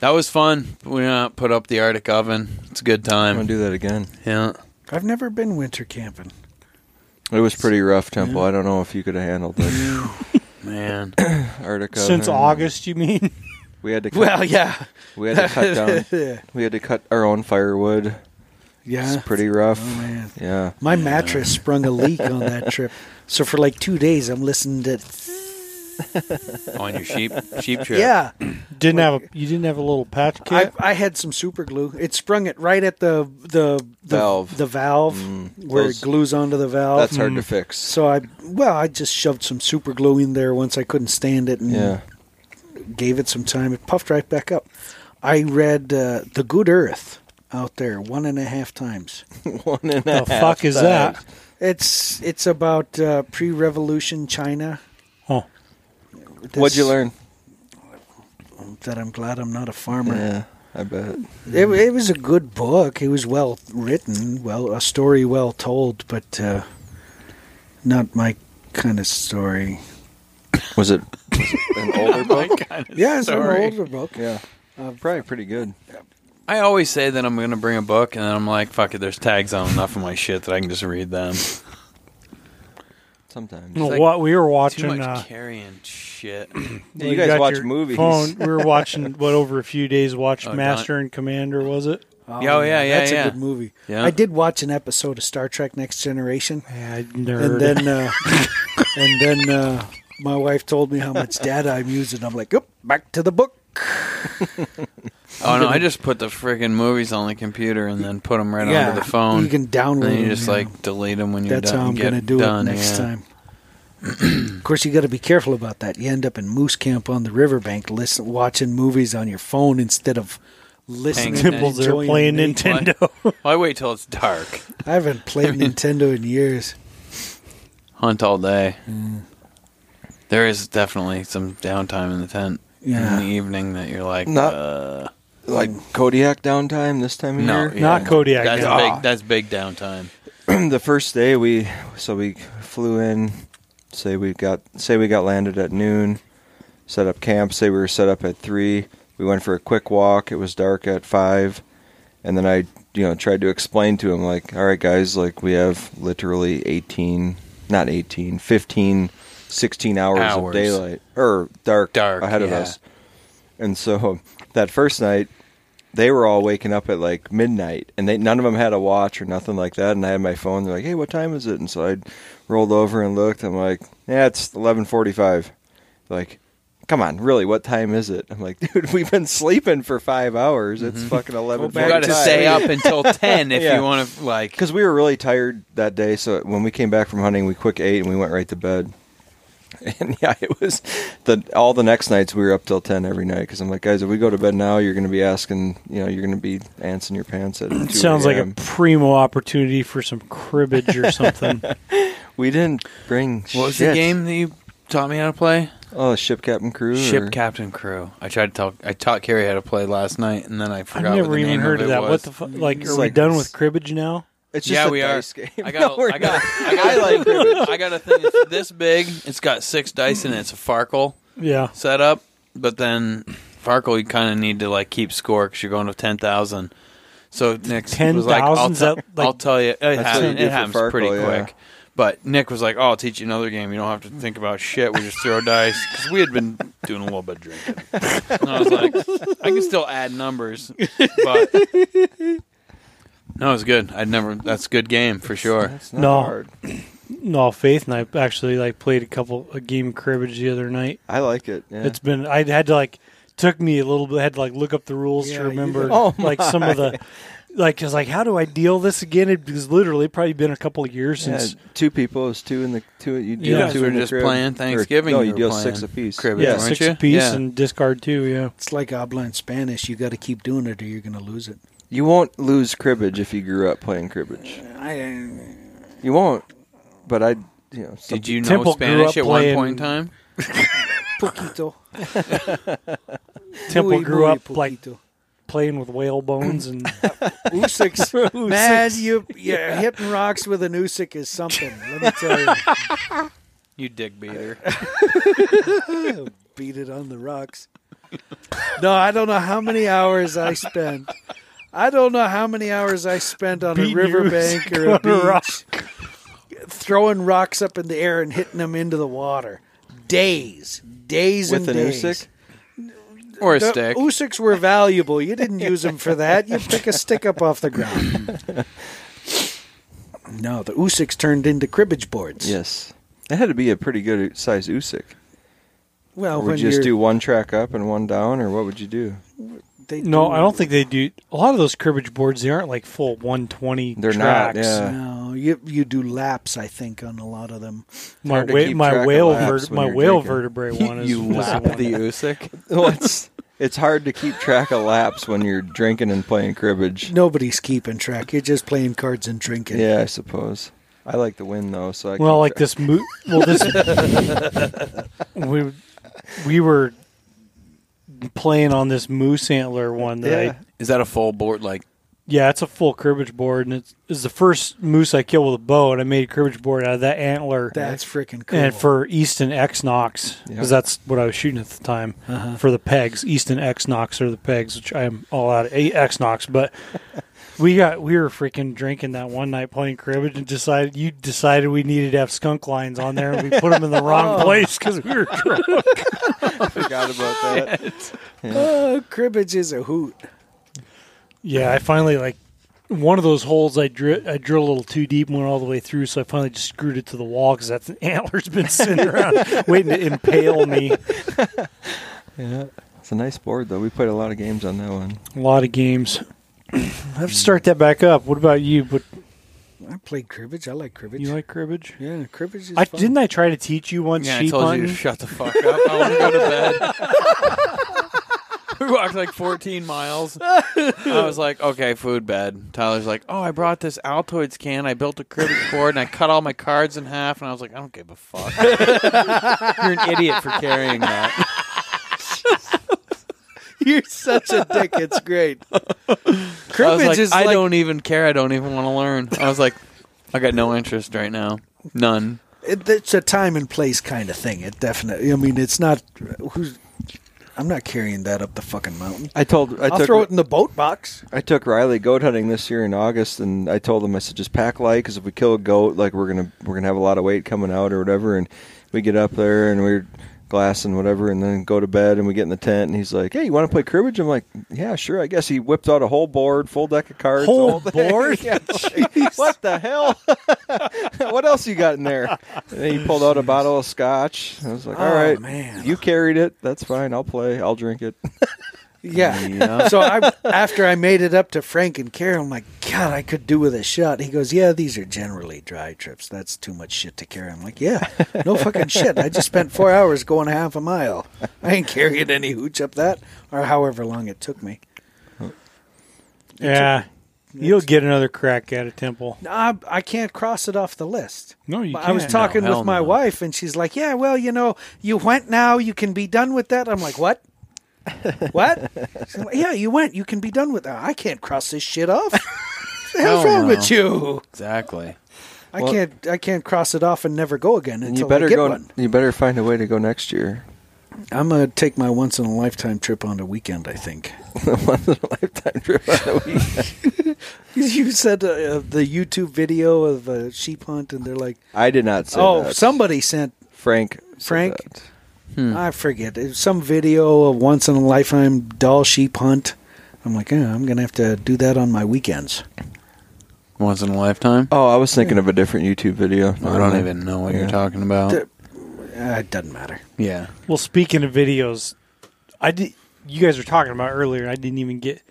[SPEAKER 4] that was fun. We uh, put up the Arctic oven. It's a good
[SPEAKER 1] I'm
[SPEAKER 4] time.
[SPEAKER 1] going to do that again.
[SPEAKER 4] Yeah,
[SPEAKER 3] I've never been winter camping.
[SPEAKER 1] It was pretty rough, Temple. I don't know if you could have handled the
[SPEAKER 4] man.
[SPEAKER 1] Arctic.
[SPEAKER 2] Since
[SPEAKER 1] oven.
[SPEAKER 2] August, you mean?
[SPEAKER 1] we had to cut,
[SPEAKER 3] Well, yeah,
[SPEAKER 1] we had to cut down. We had to cut our own firewood.
[SPEAKER 3] yeah.
[SPEAKER 1] It's pretty rough.
[SPEAKER 3] Oh, man.
[SPEAKER 1] Yeah.
[SPEAKER 3] My mattress sprung a leak on that trip, so for like two days I'm listening to.
[SPEAKER 4] On your sheep sheep trip.
[SPEAKER 3] Yeah,
[SPEAKER 2] Didn't have a you didn't have a little patch
[SPEAKER 3] I,
[SPEAKER 2] kit.
[SPEAKER 3] I had some super glue. It sprung it right at the the, the
[SPEAKER 1] Valve.
[SPEAKER 3] the valve
[SPEAKER 1] Mm.
[SPEAKER 3] where
[SPEAKER 1] Those-
[SPEAKER 3] it glues onto the valve.
[SPEAKER 1] That's
[SPEAKER 4] Mm.
[SPEAKER 1] hard to fix.
[SPEAKER 3] So I well, I just shoved some super glue in there once I couldn't stand
[SPEAKER 4] mm.
[SPEAKER 3] it and
[SPEAKER 1] Yeah.
[SPEAKER 3] gave it some time. It puffed right back up. I read uh, The Good Earth out there one and a half times.
[SPEAKER 1] One and
[SPEAKER 2] the
[SPEAKER 1] a half
[SPEAKER 2] fuck is that?
[SPEAKER 1] times.
[SPEAKER 3] It's it's about uh, pre-revolution China.
[SPEAKER 2] Oh,
[SPEAKER 1] What'd you
[SPEAKER 3] This-
[SPEAKER 1] learn?
[SPEAKER 3] That I'm glad I'm not a farmer.
[SPEAKER 1] Yeah, I bet.
[SPEAKER 4] Mm-hmm.
[SPEAKER 3] It, it was a good book. It was well written, well a story well told, but uh, not my kind of story.
[SPEAKER 1] Was it an
[SPEAKER 4] Oh
[SPEAKER 1] older book?
[SPEAKER 3] Yeah, it's
[SPEAKER 4] Story.
[SPEAKER 3] an older book.
[SPEAKER 1] Yeah. Uh, Probably pretty good.
[SPEAKER 4] I always say that I'm going to bring a book, and then I'm like, "Fuck it." There's tags on enough of my shit that I can just read them.
[SPEAKER 1] Sometimes.
[SPEAKER 2] no,
[SPEAKER 4] like
[SPEAKER 2] what we were
[SPEAKER 4] Too
[SPEAKER 2] watching.
[SPEAKER 4] much
[SPEAKER 2] Uh,
[SPEAKER 4] carrying shit.
[SPEAKER 1] Yeah,
[SPEAKER 2] well,
[SPEAKER 1] you guys
[SPEAKER 2] got
[SPEAKER 1] watch
[SPEAKER 2] your
[SPEAKER 1] movies.
[SPEAKER 2] Phone. We were watching what over a few days. Watched
[SPEAKER 4] Oh,
[SPEAKER 2] Master and Commander. Was it?
[SPEAKER 3] Oh,
[SPEAKER 4] Yeah, oh, yeah, yeah,
[SPEAKER 3] That's
[SPEAKER 4] yeah.
[SPEAKER 3] a good movie.
[SPEAKER 4] Yeah.
[SPEAKER 3] I did watch an episode of Star Trek: Next Generation,
[SPEAKER 2] Yeah,
[SPEAKER 3] and then uh, and then uh, my wife told me how much data I'm using. I'm like, "Oop, back to the book.
[SPEAKER 4] Oh no! I just put the friggin' movies on the computer and then put them right
[SPEAKER 3] Yeah,
[SPEAKER 4] onto the phone.
[SPEAKER 3] you can download
[SPEAKER 4] And then you
[SPEAKER 3] them,
[SPEAKER 4] just
[SPEAKER 3] yeah.
[SPEAKER 4] like delete them when you're
[SPEAKER 3] That's
[SPEAKER 4] done.
[SPEAKER 3] how I'm
[SPEAKER 4] get
[SPEAKER 3] going to do
[SPEAKER 4] done,
[SPEAKER 3] it next
[SPEAKER 4] yeah.
[SPEAKER 3] time. of course, you got to be careful about that. You end up in moose camp on the riverbank, listen, watching movies on your phone instead of listening.
[SPEAKER 4] Paying
[SPEAKER 3] and
[SPEAKER 4] Nipples
[SPEAKER 2] Timples are
[SPEAKER 3] enjoying
[SPEAKER 2] playing
[SPEAKER 3] the-
[SPEAKER 2] Nintendo.
[SPEAKER 4] Well, I wait till it's dark.
[SPEAKER 3] I haven't played Nintendo in years.
[SPEAKER 4] Hunt all day. There is definitely some downtime in the tent
[SPEAKER 3] Yeah.
[SPEAKER 4] in the evening that you're like,
[SPEAKER 1] Not-
[SPEAKER 4] uh,
[SPEAKER 1] Like Kodiak downtime this time of
[SPEAKER 4] no,
[SPEAKER 1] year.
[SPEAKER 4] yeah. Ah.
[SPEAKER 2] Not Kodiak.
[SPEAKER 4] That's
[SPEAKER 2] no.
[SPEAKER 4] big. That's big downtime.
[SPEAKER 1] the first day we so we flew in. Say we got say we got landed at noon. Set up camp. Say we were set up at three. We went for a quick walk. It was dark at five, and then I you know tried to explain to him like, all right guys, like we have literally eighteen, not 18, 15, 16 hours,
[SPEAKER 4] Hours.
[SPEAKER 1] of daylight or dark,
[SPEAKER 4] Dark,
[SPEAKER 1] ahead of
[SPEAKER 4] yeah.
[SPEAKER 1] us. And so that first night, they were all waking up at like midnight, and they none of them had a watch or nothing like that. And I had my phone. They're like, "Hey, what time is it?" And so I rolled over and looked. I'm like, "Yeah, it's 11:45." Like, come on, really? What time is it? I'm like, "Dude, we've been sleeping for five hours. It's fucking 11:45."
[SPEAKER 4] You got Mm-hmm. to stay up until ten if
[SPEAKER 1] Yeah.
[SPEAKER 4] you want to like.
[SPEAKER 1] because we were really tired that day. So when we came back from hunting, we quick ate and we went right to bed. And yeah, it was the all the next nights we were up till ten every night because I'm like, guys, if we go to bed now, you're going to be asking, you know, you're going to be ants in your pants at. 2
[SPEAKER 2] Sounds like a
[SPEAKER 1] a.m.
[SPEAKER 2] primo opportunity for some cribbage or something.
[SPEAKER 1] we didn't bring.
[SPEAKER 4] What was
[SPEAKER 1] shit.
[SPEAKER 4] the game that you taught me how to play?
[SPEAKER 1] Oh, ship captain crew. or-
[SPEAKER 4] Ship Captain Crew. I tried to tell. I taught Carrie how to play last night, and then I
[SPEAKER 2] I
[SPEAKER 4] forgot. what
[SPEAKER 2] never
[SPEAKER 4] the
[SPEAKER 2] even
[SPEAKER 4] name
[SPEAKER 2] heard
[SPEAKER 4] it
[SPEAKER 2] of that.
[SPEAKER 4] Was.
[SPEAKER 2] What the fuck? Like,
[SPEAKER 1] It's
[SPEAKER 2] are we
[SPEAKER 1] like-
[SPEAKER 2] done with cribbage now?
[SPEAKER 1] It's just
[SPEAKER 4] yeah,
[SPEAKER 1] a
[SPEAKER 4] we
[SPEAKER 1] dice
[SPEAKER 4] are.
[SPEAKER 1] game.
[SPEAKER 4] I got,
[SPEAKER 1] No, we're
[SPEAKER 4] I got,
[SPEAKER 1] not.
[SPEAKER 4] I got,
[SPEAKER 1] I like cribbage.
[SPEAKER 4] I got a thing. It's this big. It's got six dice in it. It's a farkle.
[SPEAKER 2] Yeah.
[SPEAKER 4] setup, but then Farkle, you kind of need to like keep score because you're going to ten thousand. So Nick was like, "I'll,
[SPEAKER 2] 10,000's
[SPEAKER 4] te-
[SPEAKER 2] up, like-
[SPEAKER 4] I'll tell you, it
[SPEAKER 1] what you
[SPEAKER 4] happens,
[SPEAKER 1] do
[SPEAKER 4] it
[SPEAKER 1] for
[SPEAKER 4] happens
[SPEAKER 1] Farkle,
[SPEAKER 4] pretty
[SPEAKER 1] yeah.
[SPEAKER 4] quick." But Nick was like, "Oh, I'll teach you another game. You don't have to think about shit. We just throw dice because we had been doing a little bit of drinking." And I was like, "I can still add numbers, but." No, it was good. I'd never. That's a good game for sure.
[SPEAKER 1] It's not
[SPEAKER 2] No.
[SPEAKER 1] hard.
[SPEAKER 2] No, Faith and I actually like played a couple a game of cribbage the other night.
[SPEAKER 1] I like it. Yeah.
[SPEAKER 2] It's been I had to like took me a little bit. I had to like look up the rules
[SPEAKER 3] Yeah,
[SPEAKER 2] to
[SPEAKER 3] you
[SPEAKER 2] remember
[SPEAKER 3] did.
[SPEAKER 1] Oh,
[SPEAKER 2] like some of the like. I was like, how do I deal this again? It was literally probably been a couple of years
[SPEAKER 1] Yeah,
[SPEAKER 2] since.
[SPEAKER 1] two people is two in the two. You
[SPEAKER 2] You
[SPEAKER 1] deal
[SPEAKER 2] guys
[SPEAKER 1] two
[SPEAKER 4] were
[SPEAKER 1] in the
[SPEAKER 4] just
[SPEAKER 1] crib.
[SPEAKER 4] playing
[SPEAKER 1] Or-
[SPEAKER 4] Thanksgiving,
[SPEAKER 1] no,
[SPEAKER 4] you
[SPEAKER 1] you
[SPEAKER 4] were
[SPEAKER 1] deal
[SPEAKER 4] playing
[SPEAKER 1] six apiece.
[SPEAKER 4] cribbage,
[SPEAKER 2] Yeah,
[SPEAKER 4] weren't
[SPEAKER 2] six
[SPEAKER 4] you?
[SPEAKER 2] apiece
[SPEAKER 4] Yeah.
[SPEAKER 2] and discard two. Yeah,
[SPEAKER 3] It's like Obline Spanish. You got to keep doing it, or you're going to lose it.
[SPEAKER 1] You won't lose cribbage if you grew up playing cribbage.
[SPEAKER 3] I,
[SPEAKER 2] uh,
[SPEAKER 1] You won't. But I, you know, some-
[SPEAKER 4] Did you know
[SPEAKER 2] Temple grew
[SPEAKER 4] Spanish
[SPEAKER 2] up
[SPEAKER 4] at one
[SPEAKER 2] playing-
[SPEAKER 4] point in time?
[SPEAKER 3] poquito.
[SPEAKER 2] Temple
[SPEAKER 3] Muy,
[SPEAKER 2] grew
[SPEAKER 3] muy
[SPEAKER 2] up like
[SPEAKER 3] poquito.
[SPEAKER 2] playing with whale bones and
[SPEAKER 3] Usyks.
[SPEAKER 2] Ooh,
[SPEAKER 3] Man,
[SPEAKER 2] six.
[SPEAKER 3] you yeah, hitting rocks with an Usyk is something. Let me tell you,
[SPEAKER 4] You dick beater.
[SPEAKER 3] beat it on the rocks. No, I don't know how many hours I spent. I don't know how many hours I spent on
[SPEAKER 2] Beating
[SPEAKER 3] a riverbank
[SPEAKER 2] Usyk
[SPEAKER 3] or a
[SPEAKER 2] on a rock.
[SPEAKER 3] beach, throwing rocks up in the air and hitting them into the water. Days, days,
[SPEAKER 1] with
[SPEAKER 3] and
[SPEAKER 1] an
[SPEAKER 3] days.
[SPEAKER 1] Usyk?
[SPEAKER 4] Or a
[SPEAKER 3] The
[SPEAKER 4] stick.
[SPEAKER 3] Usyks were valuable. You didn't use them for that. You pick a stick up off the ground. No, the Usyks turned into cribbage boards.
[SPEAKER 1] Yes. It had to be a pretty good size Usyk.
[SPEAKER 3] Well, when
[SPEAKER 1] would you just
[SPEAKER 3] you're-
[SPEAKER 1] do one track up and one down, or what would you do?
[SPEAKER 3] they
[SPEAKER 2] No,
[SPEAKER 3] do-
[SPEAKER 2] I don't think they do. A lot of those cribbage boards, they aren't like full 120
[SPEAKER 1] They're not,
[SPEAKER 2] tracks.
[SPEAKER 1] yeah.
[SPEAKER 3] No, you you do laps. I think on a lot of them.
[SPEAKER 2] My,
[SPEAKER 1] hard to
[SPEAKER 2] wa-
[SPEAKER 1] keep
[SPEAKER 2] my
[SPEAKER 1] track of
[SPEAKER 2] whale,
[SPEAKER 1] laps
[SPEAKER 2] vert
[SPEAKER 1] when
[SPEAKER 2] my
[SPEAKER 1] you're
[SPEAKER 2] whale
[SPEAKER 1] drinking.
[SPEAKER 2] vertebrae one is
[SPEAKER 4] you
[SPEAKER 2] is the
[SPEAKER 4] lap
[SPEAKER 2] one.
[SPEAKER 4] the Usyk.
[SPEAKER 1] Well, it's it's hard to keep track of laps when you're drinking and playing cribbage.
[SPEAKER 3] Nobody's keeping track. You're just playing cards and drinking.
[SPEAKER 1] Yeah, I suppose. I like to win though, so I
[SPEAKER 2] Well,
[SPEAKER 1] keep
[SPEAKER 2] like
[SPEAKER 1] track.
[SPEAKER 2] this mo- Well, this we we were playing on this moose antler one that
[SPEAKER 1] Yeah.
[SPEAKER 2] I
[SPEAKER 4] Is that a full board? Like,
[SPEAKER 2] yeah, it's a full cribbage board, and it's, it's the first moose I killed with a bow, and I made a cribbage board out of that antler.
[SPEAKER 3] that's freaking cool.
[SPEAKER 2] And for Easton X Knox, because
[SPEAKER 1] Yeah.
[SPEAKER 2] that's what I was shooting at the time for the pegs. Easton X Knox are the pegs, which I am all out of eh, X Knox. But we got we were freaking drinking that one night playing cribbage and decided you decided we needed to have skunk lines on there, and we put them in the wrong place because we were drunk.
[SPEAKER 1] I forgot about that.
[SPEAKER 3] oh, cribbage is a hoot.
[SPEAKER 2] Yeah, I finally like one of those holes. I dri- I drilled a little too deep and went all the way through, so I finally just screwed it to the wall because that's an antler's been sitting around waiting to impale me.
[SPEAKER 1] It's a nice board though. We played a lot of games on that one.
[SPEAKER 2] A lot of games. I have to start that back up. What about you? But
[SPEAKER 3] I played cribbage. I like cribbage.
[SPEAKER 2] you like cribbage?
[SPEAKER 3] yeah, cribbage is
[SPEAKER 2] I
[SPEAKER 3] fun.
[SPEAKER 2] didn't I try to teach you once
[SPEAKER 4] yeah, I
[SPEAKER 2] sheep
[SPEAKER 4] told
[SPEAKER 2] hunting.
[SPEAKER 4] you to shut the fuck up. I want to go to bed. we walked like 14 miles. I was like, okay, food bed. Tyler's like, oh, I brought this Altoids can. I built a cribbage board and I cut all my cards in half. And I was like, I don't give a fuck. You're an idiot for carrying that.
[SPEAKER 3] You're such a dick. It's great.
[SPEAKER 4] I was
[SPEAKER 3] cribbage
[SPEAKER 4] like,
[SPEAKER 3] is
[SPEAKER 4] I
[SPEAKER 3] like
[SPEAKER 4] don't even care. I don't even want to learn. I was like, I got no interest right now. None.
[SPEAKER 3] it, it's a time and place kind of thing. It definitely. I mean, it's not who's. I'm not carrying that up the fucking mountain.
[SPEAKER 1] I told I
[SPEAKER 3] I'll
[SPEAKER 1] took
[SPEAKER 3] throw it in the boat box.
[SPEAKER 1] I took Riley goat hunting this year in August, and I told him I said just pack light because if we kill a goat, like we're gonna we're gonna have a lot of weight coming out or whatever. And we get up there and we're glassing whatever, and then go to bed, and we get in the tent, and he's like, "Hey, you want to play cribbage?" I'm like, "Yeah, sure." I guess he whipped out a whole board, full deck of cards,
[SPEAKER 2] Whole
[SPEAKER 1] the thing.
[SPEAKER 2] board?
[SPEAKER 1] Yeah, jeez. what the hell? what else you got in there? And then he pulled out a bottle of scotch. I was like, "All
[SPEAKER 3] Oh,
[SPEAKER 1] right,
[SPEAKER 3] man.
[SPEAKER 1] you carried it. That's fine. I'll play. I'll drink it."
[SPEAKER 3] Yeah. So I, after I made it up to Frank and Carol, I'm like, God, I could do with a shot. He goes, Yeah, these are generally dry trips. That's too much shit to carry. I'm like, Yeah, no fucking shit. I just spent four hours going half a mile. I ain't carrying any hooch up that, or however long it took me.
[SPEAKER 2] Yeah, you'll get another crack at a temple.
[SPEAKER 3] I, I can't cross it off the list.
[SPEAKER 2] No, you
[SPEAKER 3] I was
[SPEAKER 2] can't.
[SPEAKER 3] talking
[SPEAKER 4] No, hell
[SPEAKER 3] with my
[SPEAKER 4] no.
[SPEAKER 3] wife, and she's like, Yeah, well, you know, you went now. You can be done with that. I'm like, What? what? She's like, yeah, you went. You can be done with that. I can't cross this shit off. the
[SPEAKER 4] Hell
[SPEAKER 3] hell's wrong
[SPEAKER 4] no.
[SPEAKER 3] with you?
[SPEAKER 4] Exactly.
[SPEAKER 3] I
[SPEAKER 1] Well-
[SPEAKER 3] can't I can't cross it off and never go again
[SPEAKER 1] And
[SPEAKER 3] until
[SPEAKER 1] you better
[SPEAKER 3] I get
[SPEAKER 1] go.
[SPEAKER 3] one.
[SPEAKER 1] You better find a way to go next year.
[SPEAKER 3] I'm gonna take my once in a lifetime trip on the weekend. I think
[SPEAKER 1] once in a lifetime trip on the weekend.
[SPEAKER 3] you said uh, uh, the YouTube video of a sheep hunt, and they're like,
[SPEAKER 1] I did not say
[SPEAKER 3] "Oh,
[SPEAKER 1] that.
[SPEAKER 3] somebody sent
[SPEAKER 1] Frank. said
[SPEAKER 3] Frank?
[SPEAKER 1] that.
[SPEAKER 3] I forget. It was some video of once in a lifetime doll sheep hunt. I'm like, yeah, I'm gonna have to do that on my weekends.
[SPEAKER 4] Once in a lifetime.
[SPEAKER 1] Oh, I was thinking of a different YouTube video. Uh-huh.
[SPEAKER 4] I don't even know what you're
[SPEAKER 1] Yeah.
[SPEAKER 4] talking about.
[SPEAKER 3] Th- Uh, it doesn't matter.
[SPEAKER 4] Yeah.
[SPEAKER 2] Well, speaking of videos, I did. You guys were talking about earlier. I didn't even get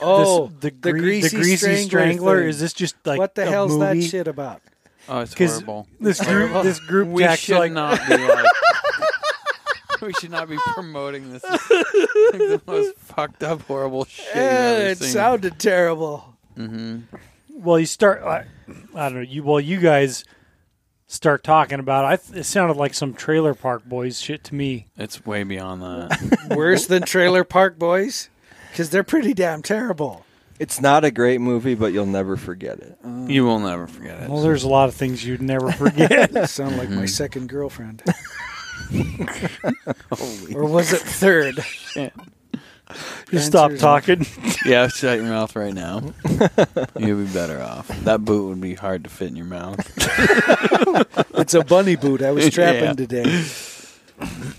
[SPEAKER 3] Oh,
[SPEAKER 2] this, the, gre- the greasy strangler.
[SPEAKER 3] thing.
[SPEAKER 2] Is this just like
[SPEAKER 3] what the
[SPEAKER 2] a
[SPEAKER 3] hell's that
[SPEAKER 2] movie?
[SPEAKER 3] shit about?
[SPEAKER 4] Oh, it's
[SPEAKER 2] 'Cause
[SPEAKER 4] horrible.
[SPEAKER 2] This group, this group,
[SPEAKER 4] We
[SPEAKER 2] Jack's
[SPEAKER 4] should
[SPEAKER 2] like,
[SPEAKER 4] not be like. we should not be promoting this. It's the most fucked up, horrible shit. you've ever
[SPEAKER 3] Eh, it
[SPEAKER 4] seen.
[SPEAKER 3] sounded terrible.
[SPEAKER 2] well, you start. I, I don't know. You well, you guys start talking about. It. I th- it sounded like some trailer park boys shit to me.
[SPEAKER 4] It's way beyond that.
[SPEAKER 3] Worse than Trailer Park Boys, because they're pretty damn terrible.
[SPEAKER 1] It's not a great movie, but you'll never forget it.
[SPEAKER 4] you will never forget it.
[SPEAKER 2] Well, there's a lot of things you'd never forget.
[SPEAKER 3] They sound like
[SPEAKER 2] Mm-hmm.
[SPEAKER 3] my second girlfriend. or was it third?
[SPEAKER 2] Just stop
[SPEAKER 3] Answers.
[SPEAKER 2] talking.
[SPEAKER 4] Yeah, shut your mouth right now. You'll be better off. That boot would be hard to fit in your mouth.
[SPEAKER 3] It's a bunny boot. I was trapping
[SPEAKER 4] Yeah.
[SPEAKER 3] today.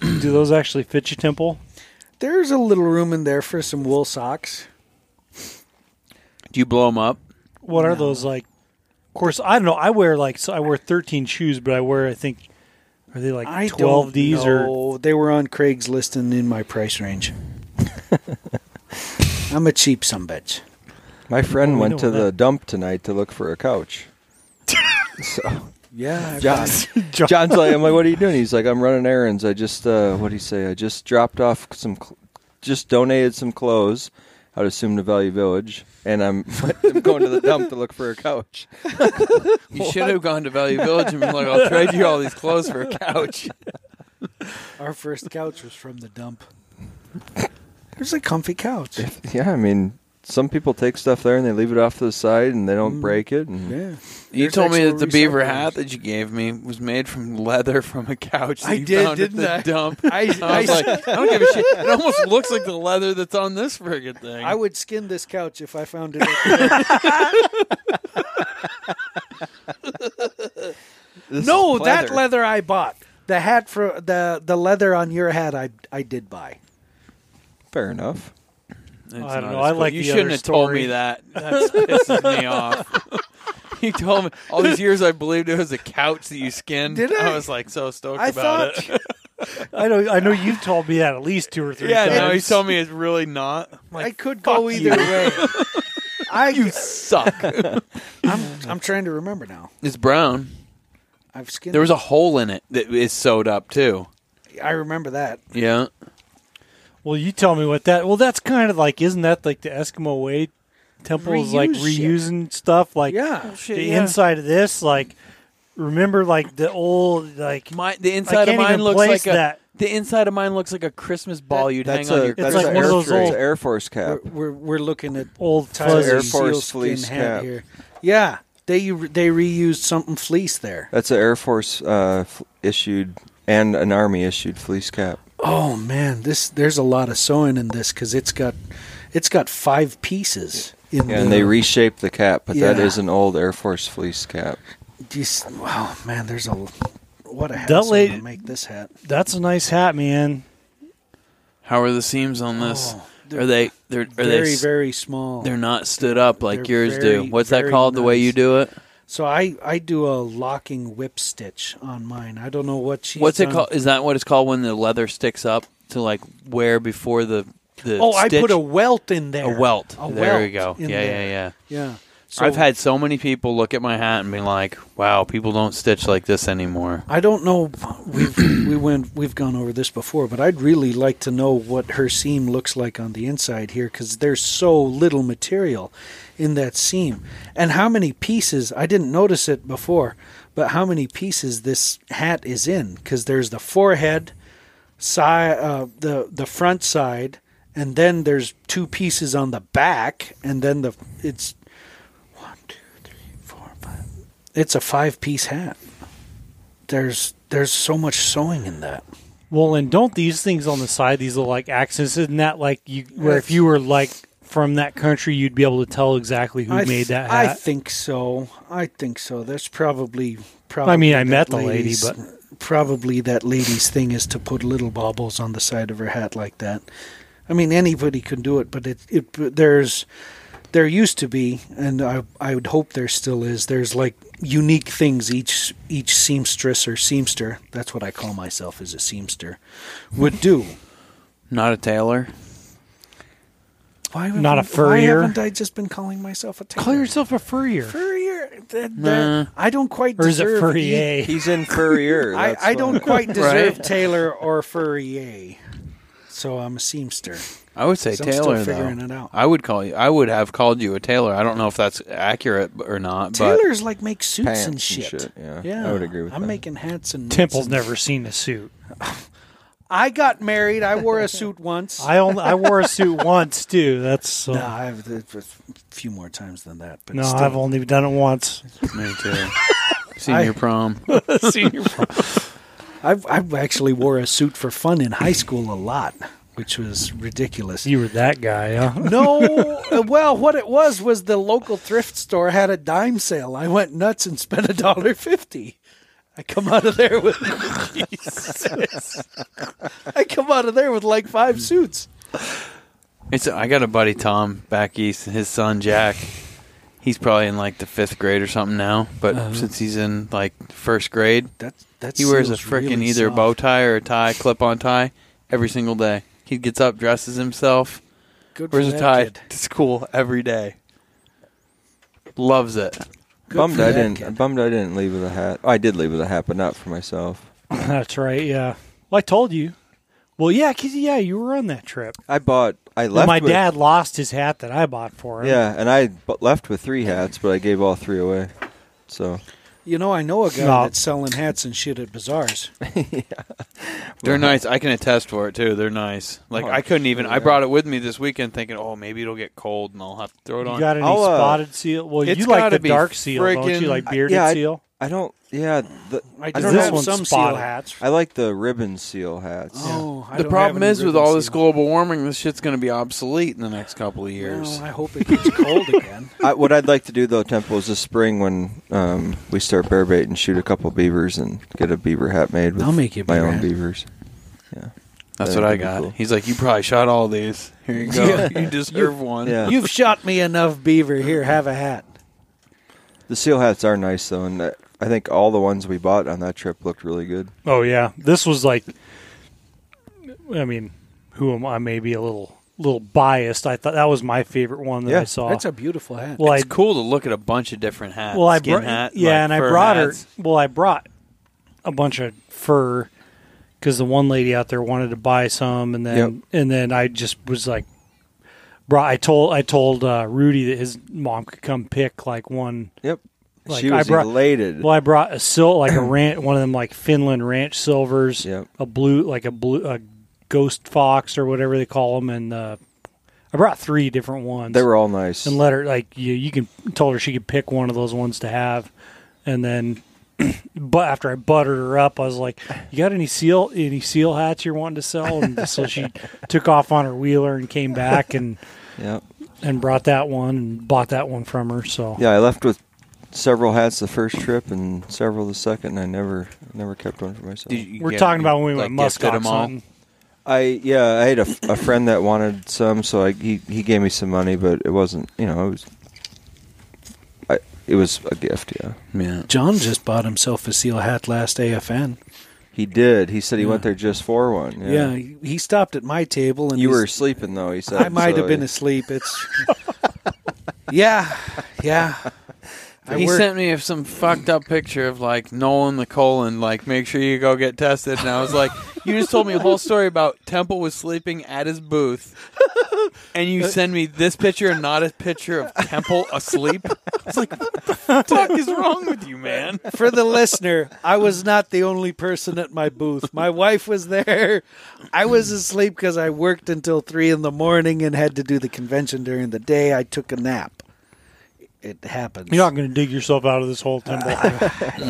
[SPEAKER 2] Do those actually fit your temple?
[SPEAKER 3] There's a little room in there for some wool socks.
[SPEAKER 4] Do you blow them up?
[SPEAKER 2] What are those like? Of course, I don't know. I wear like so I wear 13 shoes, but I wear I think are they like
[SPEAKER 3] I
[SPEAKER 2] 12
[SPEAKER 3] don't
[SPEAKER 2] D's or
[SPEAKER 3] know. they were on Craigslist and in my price range. I'm a cheap sumbitch.
[SPEAKER 1] My friend
[SPEAKER 2] Well, we
[SPEAKER 1] went
[SPEAKER 2] know
[SPEAKER 1] to the
[SPEAKER 2] that.
[SPEAKER 1] dump tonight to look for a couch.
[SPEAKER 3] Yeah,
[SPEAKER 1] John,
[SPEAKER 2] John-
[SPEAKER 1] John's like, I'm like, what are you doing? He's like, I'm running errands. I just, uh, what do you say? I just dropped off some, cl- just donated some clothes out of Sumna Valley Village, and I'm, I'm going to the dump to look for a couch.
[SPEAKER 4] You should have gone to Value Village and been like, I'll trade you all these clothes for a couch.
[SPEAKER 3] Our first couch was from the dump. It was a comfy couch.
[SPEAKER 1] Yeah, I mean, some people take stuff there and they leave it off to the side and they don't break it. And
[SPEAKER 3] Yeah.
[SPEAKER 4] You
[SPEAKER 3] There's
[SPEAKER 4] told me that
[SPEAKER 3] actual
[SPEAKER 4] the beaver
[SPEAKER 3] recycling.
[SPEAKER 4] hat that you gave me was made from leather from a couch. That
[SPEAKER 3] I
[SPEAKER 4] you
[SPEAKER 3] did,
[SPEAKER 4] found
[SPEAKER 3] didn't
[SPEAKER 4] at
[SPEAKER 3] I?
[SPEAKER 4] the dump.
[SPEAKER 3] I-
[SPEAKER 4] And I was
[SPEAKER 3] I-
[SPEAKER 4] like, I don't give a shit. It almost looks like the leather that's on this friggin' thing.
[SPEAKER 3] I would skin this couch if I found it. up there.
[SPEAKER 1] This
[SPEAKER 3] no,
[SPEAKER 1] is
[SPEAKER 3] that leather I bought. The hat for the the leather on your hat I I did buy.
[SPEAKER 1] Fair enough.
[SPEAKER 4] It's
[SPEAKER 2] I
[SPEAKER 4] not
[SPEAKER 2] don't know.
[SPEAKER 4] as
[SPEAKER 2] I
[SPEAKER 4] cool.
[SPEAKER 2] like
[SPEAKER 4] you.
[SPEAKER 2] the
[SPEAKER 4] shouldn't
[SPEAKER 2] other
[SPEAKER 4] have told me
[SPEAKER 2] story.
[SPEAKER 4] that. That pisses me off. you told me all these years I believed it was a couch that you skinned.
[SPEAKER 3] Did I?
[SPEAKER 4] was like so stoked
[SPEAKER 3] I
[SPEAKER 4] about
[SPEAKER 3] thought-
[SPEAKER 4] it.
[SPEAKER 2] I know I know you've told me that at least two or three
[SPEAKER 4] yeah,
[SPEAKER 2] times.
[SPEAKER 4] no, he told me it's really not. I'm
[SPEAKER 3] I
[SPEAKER 4] like,
[SPEAKER 3] could go
[SPEAKER 2] fuck
[SPEAKER 3] either way. I
[SPEAKER 4] you suck.
[SPEAKER 3] I'm I'm trying to remember now.
[SPEAKER 4] it's brown.
[SPEAKER 3] I've skinned.
[SPEAKER 4] There was a hole in it that is sewed up too.
[SPEAKER 3] I remember that.
[SPEAKER 4] Yeah.
[SPEAKER 2] Well, you tell me what that. Well, that's kind of like isn't that like the Eskimo way? Temples like
[SPEAKER 3] Reuse shit.
[SPEAKER 2] reusing stuff like
[SPEAKER 3] Yeah.
[SPEAKER 2] the inside of this like remember like the old like
[SPEAKER 4] My the inside of
[SPEAKER 2] can't
[SPEAKER 4] mine
[SPEAKER 2] even
[SPEAKER 4] looks
[SPEAKER 2] place
[SPEAKER 4] like a
[SPEAKER 2] that.
[SPEAKER 4] the inside of mine looks like a Christmas ball you'd hang
[SPEAKER 1] That's
[SPEAKER 4] on
[SPEAKER 1] a
[SPEAKER 4] your
[SPEAKER 1] that's
[SPEAKER 2] like
[SPEAKER 1] a
[SPEAKER 4] Christmas
[SPEAKER 2] one
[SPEAKER 1] Air
[SPEAKER 2] of those
[SPEAKER 1] Force-
[SPEAKER 2] old-
[SPEAKER 1] Air Force cap.
[SPEAKER 3] We're, we're we're looking at
[SPEAKER 2] old
[SPEAKER 3] Tyler
[SPEAKER 1] Air
[SPEAKER 2] fuzzy.
[SPEAKER 1] Force
[SPEAKER 3] Sealskin
[SPEAKER 1] fleece
[SPEAKER 3] hat
[SPEAKER 1] cap.
[SPEAKER 3] here. Yeah, they they reused something fleece there.
[SPEAKER 1] That's an Air Force uh, f- issued and an Army issued fleece cap.
[SPEAKER 3] Oh man, this there's a lot of sewing in this because it's got it's got five pieces in
[SPEAKER 1] Yeah,
[SPEAKER 3] the,
[SPEAKER 1] and they reshaped the cap, but that
[SPEAKER 3] Yeah.
[SPEAKER 1] is an old Air Force fleece cap.
[SPEAKER 3] Just, wow, man, there's a what a
[SPEAKER 2] That
[SPEAKER 3] hassle
[SPEAKER 2] lady-
[SPEAKER 3] to make this hat.
[SPEAKER 2] That's a nice hat, man.
[SPEAKER 4] How are the seams on this?
[SPEAKER 3] Oh,
[SPEAKER 4] are they they're are
[SPEAKER 3] very
[SPEAKER 4] they s-
[SPEAKER 3] very small.
[SPEAKER 4] they're not stood up like
[SPEAKER 3] They're
[SPEAKER 4] yours
[SPEAKER 3] very,
[SPEAKER 4] do. What's that
[SPEAKER 3] very
[SPEAKER 4] called the way
[SPEAKER 3] nice.
[SPEAKER 4] you do it?
[SPEAKER 3] So I I do a locking whip stitch on mine. I don't know what she.
[SPEAKER 4] What's it called? Is that what it's called when the leather sticks up to like wear before the the
[SPEAKER 3] Oh, I
[SPEAKER 4] stitch?
[SPEAKER 3] put a welt in there.
[SPEAKER 4] a welt.
[SPEAKER 3] A
[SPEAKER 4] there
[SPEAKER 3] welt
[SPEAKER 4] we go. Yeah,
[SPEAKER 3] in
[SPEAKER 4] yeah,
[SPEAKER 3] there.
[SPEAKER 4] yeah.
[SPEAKER 3] yeah. So
[SPEAKER 4] I've had so many people look at my hat and be like, "Wow, people don't stitch like this anymore."
[SPEAKER 3] I don't know. We've we went we've gone over this before, but I'd really like to know what her seam looks like on the inside here because there's so little material in that seam, and how many pieces. I didn't notice it before, but how many pieces this hat is in? Because there's the forehead, side, uh, the the front side, and then there's two pieces on the back, and then the it's one, two, three, four, five. It's a five piece hat there's there's so much sewing in that.
[SPEAKER 2] Well, and don't these things on the side, these little like accents, isn't that like you, where if you were like from that country, you'd be able to tell exactly who
[SPEAKER 3] I
[SPEAKER 2] made
[SPEAKER 3] th-
[SPEAKER 2] that
[SPEAKER 3] I
[SPEAKER 2] hat?
[SPEAKER 3] think so. I think so. That's probably probably.
[SPEAKER 2] I mean, I
[SPEAKER 3] that
[SPEAKER 2] met the lady,
[SPEAKER 3] lady's- probably that lady's thing is to put little baubles on the side of her hat like that. I mean, anybody can do it, but it it but there's there used to be, and I I would hope there still is. There's like unique things each each seamstress or seamster. That's what I call myself as a seamster would do.
[SPEAKER 4] Not a tailor.
[SPEAKER 3] Why would
[SPEAKER 2] Not a
[SPEAKER 3] Why
[SPEAKER 2] furrier?
[SPEAKER 3] haven't I just been calling myself a tailor?
[SPEAKER 2] Call yourself a furrier,
[SPEAKER 3] Furrier, that, that,
[SPEAKER 4] Nah.
[SPEAKER 3] I don't quite
[SPEAKER 2] or is it
[SPEAKER 3] deserve e-
[SPEAKER 2] furrier?
[SPEAKER 1] He's in Furrier.
[SPEAKER 3] I,
[SPEAKER 1] that's
[SPEAKER 3] I
[SPEAKER 1] why.
[SPEAKER 3] don't quite deserve
[SPEAKER 4] Right.
[SPEAKER 3] Taylor or Furrier, so I'm a seamster.
[SPEAKER 4] I would say
[SPEAKER 3] So I'm still
[SPEAKER 4] tailor.
[SPEAKER 3] figuring
[SPEAKER 4] though.
[SPEAKER 3] it out.
[SPEAKER 4] I would call you. I would have called you a tailor. I don't know if that's accurate b- or not.
[SPEAKER 3] Tailors like make suits
[SPEAKER 1] Pants
[SPEAKER 3] and
[SPEAKER 1] and
[SPEAKER 3] shit.
[SPEAKER 1] shit, yeah. I would agree with
[SPEAKER 3] I'm
[SPEAKER 1] that.
[SPEAKER 3] making hats and
[SPEAKER 2] Temple's
[SPEAKER 3] and-
[SPEAKER 2] never seen a suit.
[SPEAKER 3] I got married. I wore a suit once.
[SPEAKER 2] I only I wore a suit once too. That's uh, so.
[SPEAKER 3] no, I've a few more times than that. But
[SPEAKER 2] no,
[SPEAKER 3] still.
[SPEAKER 2] I've only done it once.
[SPEAKER 4] But me too. Senior prom.
[SPEAKER 2] Senior
[SPEAKER 3] I've I've actually wore a suit for fun in high school a lot, which was ridiculous.
[SPEAKER 2] You were that guy, huh?
[SPEAKER 3] No, uh, well, what it was was the local thrift store had a dime sale. I went nuts and spent a dollar fifty. I come out of there with I come out of there with like five suits.
[SPEAKER 4] It's I got a buddy Tom back east, and his son Jack. He's probably in like the fifth grade or something now, but since he's in like first grade,
[SPEAKER 3] That's that's
[SPEAKER 4] he wears a frickin' either a bow tie or a tie, clip-on tie, every single day. He gets up, dresses himself,
[SPEAKER 3] Good
[SPEAKER 4] wears
[SPEAKER 3] for
[SPEAKER 4] a
[SPEAKER 3] that
[SPEAKER 4] tie
[SPEAKER 3] kid.
[SPEAKER 4] to school every day. Loves it.
[SPEAKER 3] Good
[SPEAKER 1] Bummed
[SPEAKER 3] for
[SPEAKER 1] I
[SPEAKER 3] that
[SPEAKER 1] didn't.
[SPEAKER 3] kid.
[SPEAKER 1] Bummed I didn't leave with a hat. Oh, I did leave with a hat, but not for myself.
[SPEAKER 2] That's right. Yeah. Well, I told you. Well, yeah, 'cause, yeah, you were on that trip.
[SPEAKER 1] I bought. I
[SPEAKER 2] Well,
[SPEAKER 1] left.
[SPEAKER 2] my
[SPEAKER 1] with-
[SPEAKER 2] dad lost his hat that I bought for him.
[SPEAKER 1] Yeah, and I bu- left with three hats, but I gave all three away. So
[SPEAKER 3] You know, I know a guy
[SPEAKER 2] No.
[SPEAKER 3] that's selling hats and shit at bazaars.
[SPEAKER 4] They're nice. I can attest for it too. They're nice. Like
[SPEAKER 1] Oh,
[SPEAKER 4] I couldn't even. I brought it with me this weekend, thinking, oh, maybe it'll get cold and I'll have to throw it
[SPEAKER 2] You
[SPEAKER 4] on.
[SPEAKER 2] got any
[SPEAKER 1] I'll, uh,
[SPEAKER 2] spotted seal? Well,
[SPEAKER 4] it's
[SPEAKER 2] you like the
[SPEAKER 4] gotta be
[SPEAKER 2] dark seal, don't you?
[SPEAKER 4] frickin-
[SPEAKER 2] Like
[SPEAKER 4] I-
[SPEAKER 2] bearded
[SPEAKER 1] yeah, I-
[SPEAKER 2] seal.
[SPEAKER 1] I don't. Yeah, the, I,
[SPEAKER 3] do
[SPEAKER 2] Is
[SPEAKER 1] don't
[SPEAKER 2] this
[SPEAKER 1] have-
[SPEAKER 2] one
[SPEAKER 3] some
[SPEAKER 2] spot
[SPEAKER 3] seal
[SPEAKER 2] hats?
[SPEAKER 1] I like the ribbon seal hats.
[SPEAKER 3] Oh, I
[SPEAKER 4] the
[SPEAKER 3] don't
[SPEAKER 4] problem
[SPEAKER 3] have any
[SPEAKER 4] is with
[SPEAKER 3] ribbon
[SPEAKER 4] all this
[SPEAKER 3] seal.
[SPEAKER 4] global warming, this shit's going to be obsolete in the next couple of years.
[SPEAKER 3] Well, I hope it gets cold again.
[SPEAKER 1] I, what I'd like to do though, Temple, is this spring when um, we start bear bait and shoot a couple beavers and get a beaver hat made with
[SPEAKER 3] I'll make you a
[SPEAKER 1] my
[SPEAKER 3] beaver
[SPEAKER 1] own
[SPEAKER 3] hat.
[SPEAKER 1] beavers. Yeah,
[SPEAKER 4] That's
[SPEAKER 1] That'd
[SPEAKER 4] what I
[SPEAKER 1] be
[SPEAKER 4] got.
[SPEAKER 1] cool.
[SPEAKER 4] He's like, you probably shot all these. Here you go. You deserve one.
[SPEAKER 1] yeah.
[SPEAKER 3] You've shot me enough, Beaver. Here, have a hat.
[SPEAKER 1] The seal hats are nice though, and I I think all the ones we bought on that trip looked really good.
[SPEAKER 2] Oh yeah, this was like. I mean, who am I? Maybe a little little biased. I thought that was my favorite one that
[SPEAKER 1] Yeah,
[SPEAKER 2] I saw.
[SPEAKER 3] That's a beautiful hat.
[SPEAKER 2] well, I
[SPEAKER 4] It's cool to look at a bunch of different hats.
[SPEAKER 2] well I
[SPEAKER 4] skin
[SPEAKER 2] brought
[SPEAKER 4] hat,
[SPEAKER 2] yeah,
[SPEAKER 4] like
[SPEAKER 2] and I
[SPEAKER 4] fur
[SPEAKER 2] brought
[SPEAKER 4] hats.
[SPEAKER 2] her. Well, I brought a bunch of fur because the one lady out there wanted to buy some, and then
[SPEAKER 1] Yep.
[SPEAKER 2] and then I just was like, brought. I told I told uh, Rudy that his mom could come pick like one.
[SPEAKER 1] Yep,
[SPEAKER 2] Like,
[SPEAKER 1] she
[SPEAKER 2] I
[SPEAKER 1] was
[SPEAKER 2] brought-
[SPEAKER 1] elated.
[SPEAKER 2] Well, I brought a sil like a ranch, one of them like Finland ranch silvers,
[SPEAKER 1] Yep.
[SPEAKER 2] a blue like a blue a ghost fox or whatever they call them, and uh, I brought three different ones.
[SPEAKER 1] They were all nice.
[SPEAKER 2] and let her like you you can told her she could pick one of those ones to have, and then. But after I buttered her up, I was like, "You got any seal any seal hats you're wanting to sell?" And so she took off on her wheeler and came back and
[SPEAKER 1] yep.
[SPEAKER 2] and brought that one and bought that one from her. So
[SPEAKER 1] Yeah, I left with several hats the first trip and several the second, and I never never kept one for myself.
[SPEAKER 4] Did you
[SPEAKER 2] we're
[SPEAKER 4] get-
[SPEAKER 2] talking about when we
[SPEAKER 4] like,
[SPEAKER 2] went muskox
[SPEAKER 4] gifted 'em all?
[SPEAKER 2] hunting.
[SPEAKER 1] I yeah, I had a, f- a friend that wanted some, so I, he he gave me some money, but it wasn't you know it was I, it was a gift. Yeah,
[SPEAKER 4] Yeah.
[SPEAKER 3] John just bought himself a seal hat last AFN.
[SPEAKER 1] he did. He said he went there just for one.
[SPEAKER 3] Yeah,
[SPEAKER 1] Yeah,
[SPEAKER 3] he he stopped at my table and
[SPEAKER 1] you were
[SPEAKER 3] he's-
[SPEAKER 1] sleeping though. He said
[SPEAKER 3] I might
[SPEAKER 1] so
[SPEAKER 3] have been
[SPEAKER 1] he-
[SPEAKER 3] asleep. It's yeah, yeah. I
[SPEAKER 4] he
[SPEAKER 3] work-
[SPEAKER 4] sent me some fucked up picture of like Nolan the colon, like make sure you go get tested. And I was like, you just told me a whole story about Temple was sleeping at his booth, and you send me this picture and not a picture of Temple asleep. It's like, what the fuck is wrong with you, man?
[SPEAKER 3] for the listener, I was not the only person at my booth. My wife was there. I was asleep because I worked until three in the morning and had to do the convention during the day. I took a nap. it happens.
[SPEAKER 2] You're not going to dig yourself out of this whole temple.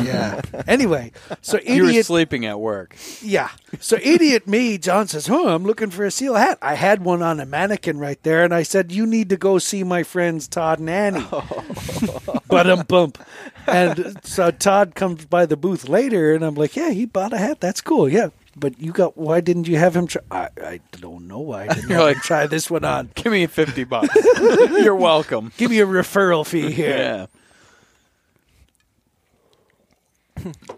[SPEAKER 3] yeah. Anyway, so
[SPEAKER 4] You were
[SPEAKER 3] idiot.
[SPEAKER 4] sleeping at work.
[SPEAKER 3] Yeah. So idiot me, John says, "Oh, I'm looking for a seal hat. I had one on a mannequin right there, and I said, you need to go see my friends Todd and Annie." but um bump. And so Todd comes by the booth later, and I'm like, "Yeah, he bought a hat. That's cool. Yeah." But you got why didn't you have him try? I, I don't know why. I didn't
[SPEAKER 4] You're
[SPEAKER 3] have
[SPEAKER 4] like-
[SPEAKER 3] him try this one on.
[SPEAKER 4] Give me fifty bucks. You're welcome.
[SPEAKER 3] Give me a referral fee here.
[SPEAKER 4] Yeah.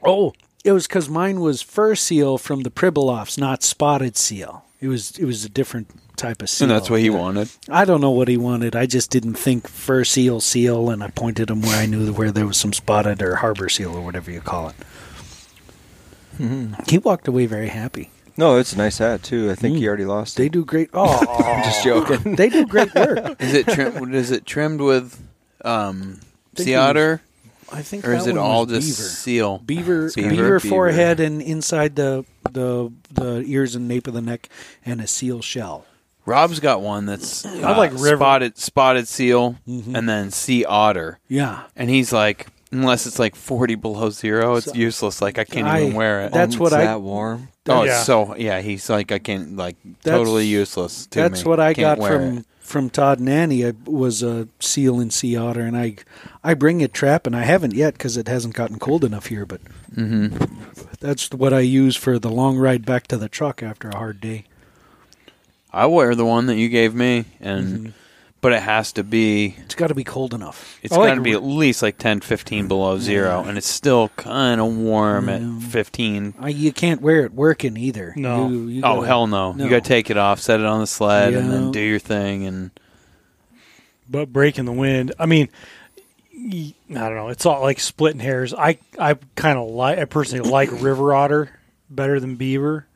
[SPEAKER 3] Oh, it was because mine was fur seal from the Pribilofs, not spotted seal. It was it was a different type of seal.
[SPEAKER 4] And that's what he wanted.
[SPEAKER 3] I don't know what he wanted. I just didn't think fur seal seal, and I pointed him where I knew where there was some spotted or harbor seal or whatever you call it. He walked away very happy.
[SPEAKER 1] No, it's a nice hat too. I think he already lost.
[SPEAKER 3] Mm. They
[SPEAKER 1] it.
[SPEAKER 3] do great. Oh,
[SPEAKER 1] I'm just joking.
[SPEAKER 3] they do great work.
[SPEAKER 4] Is it trim, is it trimmed with um,
[SPEAKER 3] Think
[SPEAKER 4] sea
[SPEAKER 3] it was-
[SPEAKER 4] otter,
[SPEAKER 3] I think,
[SPEAKER 4] or
[SPEAKER 3] that
[SPEAKER 4] is it
[SPEAKER 3] one
[SPEAKER 4] all
[SPEAKER 3] was
[SPEAKER 4] just seal?
[SPEAKER 3] beaver, beaver,
[SPEAKER 4] Beaver,
[SPEAKER 3] beaver,
[SPEAKER 4] beaver.
[SPEAKER 3] forehead, and inside the the the ears and nape of the neck, and a seal shell.
[SPEAKER 4] Rob's got one that's uh,
[SPEAKER 2] like river.
[SPEAKER 4] spotted spotted seal
[SPEAKER 3] Mm-hmm.
[SPEAKER 4] and then sea otter,
[SPEAKER 3] Yeah,
[SPEAKER 4] and he's like, unless it's like forty below zero, it's useless. Like I can't even
[SPEAKER 3] I-
[SPEAKER 4] wear it.
[SPEAKER 3] that- That's
[SPEAKER 1] Oh,
[SPEAKER 3] what
[SPEAKER 1] it's
[SPEAKER 3] I-
[SPEAKER 1] That warm.
[SPEAKER 4] oh,
[SPEAKER 2] Yeah.
[SPEAKER 4] it's so yeah, he's like I can't like
[SPEAKER 3] That's-
[SPEAKER 4] totally useless. To
[SPEAKER 3] That's
[SPEAKER 4] me.
[SPEAKER 3] what I
[SPEAKER 4] Can't
[SPEAKER 3] got
[SPEAKER 4] wear
[SPEAKER 3] from
[SPEAKER 4] it.
[SPEAKER 3] from Todd and Annie. I was a seal and sea otter, and I I bring a trap, and I haven't yet because it hasn't gotten cold enough here. But
[SPEAKER 4] Mm-hmm.
[SPEAKER 3] that's what I use for the long ride back to the truck after a hard day.
[SPEAKER 4] I wear the one that you gave me, and
[SPEAKER 3] Mm-hmm.
[SPEAKER 4] but it has to be
[SPEAKER 3] It's got to be cold enough. Oh,
[SPEAKER 4] It's
[SPEAKER 2] I like
[SPEAKER 4] got to be at least like 10, 15 below zero, and it's still kind of warm at 15.
[SPEAKER 3] I, you can't wear it working either.
[SPEAKER 2] No.
[SPEAKER 3] You, you
[SPEAKER 4] oh,
[SPEAKER 3] gotta-
[SPEAKER 4] hell no.
[SPEAKER 3] no.
[SPEAKER 4] You got to take it off, set it on the sled, and
[SPEAKER 3] Yeah.
[SPEAKER 4] then do your thing. And
[SPEAKER 2] but breaking the wind. I mean, y- I don't know. It's all like splitting hairs. I I kind of like. I personally like river otter better than beaver,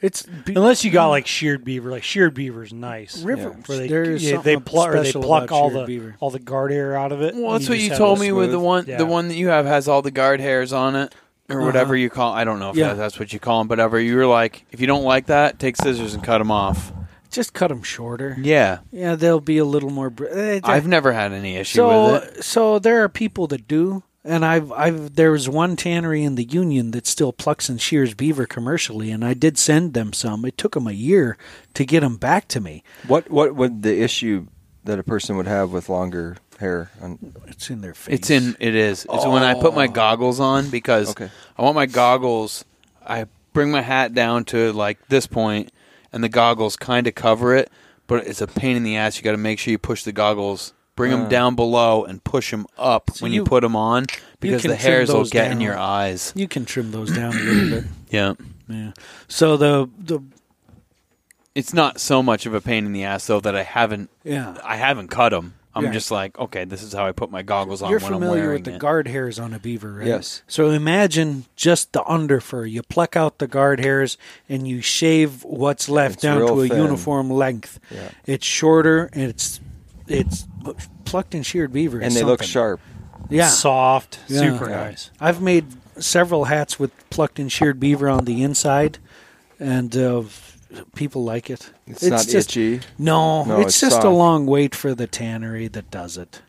[SPEAKER 3] It's
[SPEAKER 2] unless you got like sheared beaver. Like sheared beaver is nice.
[SPEAKER 3] river.
[SPEAKER 2] Where they,
[SPEAKER 3] There is
[SPEAKER 2] yeah,
[SPEAKER 3] something
[SPEAKER 2] they pluck or they
[SPEAKER 3] special
[SPEAKER 2] pluck
[SPEAKER 3] about
[SPEAKER 2] all
[SPEAKER 3] sheared
[SPEAKER 2] the
[SPEAKER 3] beaver.
[SPEAKER 2] all the guard hair out of it.
[SPEAKER 4] well, that's what
[SPEAKER 2] just
[SPEAKER 4] you
[SPEAKER 2] have
[SPEAKER 4] told
[SPEAKER 2] a
[SPEAKER 4] me with the
[SPEAKER 1] smooth-
[SPEAKER 4] one,
[SPEAKER 2] yeah.
[SPEAKER 4] the one that you have has all the guard hairs on it. Or whatever you call, I don't know if
[SPEAKER 3] Yeah.
[SPEAKER 4] that's what you call them, but ever you were like, if you don't like that, take scissors and cut them off.
[SPEAKER 3] Just cut them shorter.
[SPEAKER 4] Yeah,
[SPEAKER 3] Yeah, they'll be a little more. br- eh,
[SPEAKER 4] I've never had any issue
[SPEAKER 3] so,
[SPEAKER 4] with it.
[SPEAKER 3] So there are people that do, and I've I've there was one tannery in the union that still plucks and shears beaver commercially, and I did send them some. It took them a year to get them back to me.
[SPEAKER 1] What what would the issue that a person would have with longer hair? On,
[SPEAKER 3] It's in their face.
[SPEAKER 4] It's in. It is. It's when I put
[SPEAKER 3] Oh.
[SPEAKER 4] my goggles on because
[SPEAKER 1] Okay.
[SPEAKER 4] I want my goggles. I bring my hat down to like this point, and the goggles kind of cover it, but it's a pain in the ass. You got to make sure you push the goggles. Bring them down below and push them up when you,
[SPEAKER 3] Uh. you-
[SPEAKER 4] put them on because
[SPEAKER 3] can
[SPEAKER 4] the
[SPEAKER 3] trim
[SPEAKER 4] hairs will
[SPEAKER 3] those
[SPEAKER 4] get in
[SPEAKER 3] down.
[SPEAKER 4] your eyes.
[SPEAKER 3] You can trim those down a little bit.
[SPEAKER 4] Yeah,
[SPEAKER 3] Yeah. So the the
[SPEAKER 4] it's not so much of a pain in the ass though that I haven't.
[SPEAKER 3] Yeah.
[SPEAKER 4] I haven't cut them. I'm
[SPEAKER 3] Right.
[SPEAKER 4] just like, okay, this is how I put my goggles on
[SPEAKER 3] you're
[SPEAKER 4] when I'm
[SPEAKER 3] familiar
[SPEAKER 4] wearing
[SPEAKER 3] with the
[SPEAKER 4] it.
[SPEAKER 3] guard hairs on a beaver, right?
[SPEAKER 1] Yes.
[SPEAKER 3] So imagine just the under fur. You pluck out the guard hairs and you shave what's left
[SPEAKER 1] It's
[SPEAKER 3] down
[SPEAKER 1] real
[SPEAKER 3] to a
[SPEAKER 1] thin.
[SPEAKER 3] uniform length.
[SPEAKER 1] Yeah.
[SPEAKER 3] It's shorter and it's it's plucked and sheared beaver. is
[SPEAKER 1] and they look
[SPEAKER 3] something.
[SPEAKER 1] sharp.
[SPEAKER 3] Yeah.
[SPEAKER 2] soft,
[SPEAKER 3] Yeah.
[SPEAKER 2] super
[SPEAKER 1] Yeah.
[SPEAKER 2] nice.
[SPEAKER 3] I've made several hats with plucked and sheared beaver on the inside, and uh, people like it.
[SPEAKER 1] It's, not
[SPEAKER 3] just,
[SPEAKER 1] itchy.
[SPEAKER 3] No,
[SPEAKER 1] No,
[SPEAKER 3] it's,
[SPEAKER 1] it's
[SPEAKER 3] just a
[SPEAKER 1] soft.
[SPEAKER 3] long wait for the tannery that does it.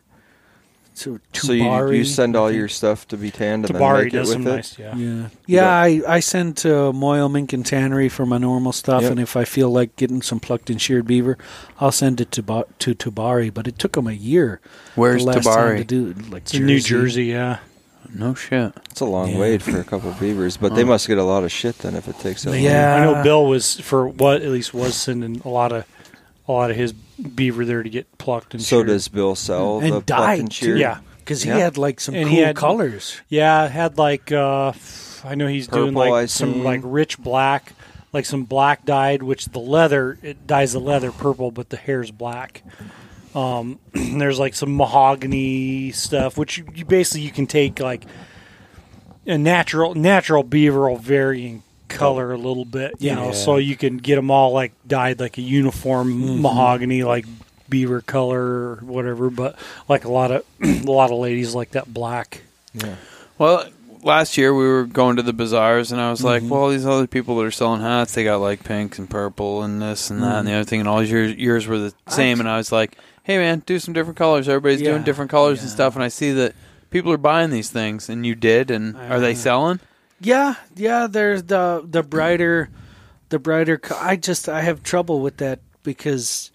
[SPEAKER 3] So,
[SPEAKER 1] So you, you
[SPEAKER 3] Tubari,
[SPEAKER 1] send
[SPEAKER 3] I
[SPEAKER 1] all
[SPEAKER 3] think.
[SPEAKER 1] your stuff to be tanned and then
[SPEAKER 2] Tabari
[SPEAKER 1] make it
[SPEAKER 2] does
[SPEAKER 1] with
[SPEAKER 2] some
[SPEAKER 1] it.
[SPEAKER 2] nice. Yeah.
[SPEAKER 3] Yeah, yeah. I, I send to Moyle Mink and Tannery for my normal stuff,
[SPEAKER 1] Yep.
[SPEAKER 3] and if I feel like getting some plucked and sheared beaver, I'll send it to ba- to Tabari. But it took them a year.
[SPEAKER 4] Where's
[SPEAKER 3] the last time
[SPEAKER 4] Tabari?
[SPEAKER 3] to do it, like
[SPEAKER 2] It's in New Jersey. Yeah.
[SPEAKER 4] No shit.
[SPEAKER 1] It's a long
[SPEAKER 3] Yeah.
[SPEAKER 1] wait for a couple of beavers, but they must get a lot of shit then if it takes that long.
[SPEAKER 3] Yeah.
[SPEAKER 2] I know Bill was for what at least was sending a lot of a lot of his beaver there to get plucked and
[SPEAKER 1] So
[SPEAKER 2] sheared.
[SPEAKER 1] does Bill sell the
[SPEAKER 3] and
[SPEAKER 1] plucked
[SPEAKER 3] dyed
[SPEAKER 1] and
[SPEAKER 3] too.
[SPEAKER 1] sheared?
[SPEAKER 2] Yeah.
[SPEAKER 3] because he
[SPEAKER 1] Yeah.
[SPEAKER 3] had like some
[SPEAKER 2] And
[SPEAKER 3] cool
[SPEAKER 2] he had-
[SPEAKER 3] colors.
[SPEAKER 2] Yeah, it had like uh f- I know he's doing
[SPEAKER 1] Purple,
[SPEAKER 2] like
[SPEAKER 1] I
[SPEAKER 2] some
[SPEAKER 1] seen.
[SPEAKER 2] like rich black, like some black dyed, which the leather it dyes the leather purple, but the hair's black. Um, there's like some mahogany stuff, which you, you basically you can take like a natural natural beaver will vary in color a little bit, you know,
[SPEAKER 3] Yeah.
[SPEAKER 2] so you can get them all like dyed like a uniform mahogany like beaver color or whatever. But like a lot of a lot of ladies like that black.
[SPEAKER 1] Yeah.
[SPEAKER 4] Well, last year we were going to the bazaars, and I was
[SPEAKER 3] Mm-hmm.
[SPEAKER 4] like, "Well, all these other people that are selling hats,
[SPEAKER 3] Mm-hmm.
[SPEAKER 4] they got like pinks and purple and this and that and the other thing, and all your yours were the same." And I was like, hey man, do some different colors. Everybody's
[SPEAKER 3] Yeah,
[SPEAKER 4] doing different colors and
[SPEAKER 3] yeah.
[SPEAKER 4] stuff, and I see that people are buying these things, and you did, and
[SPEAKER 3] I
[SPEAKER 4] are they
[SPEAKER 3] know.
[SPEAKER 4] selling?
[SPEAKER 3] Yeah, yeah. There's the the brighter, the brighter. co- I just I have trouble with that because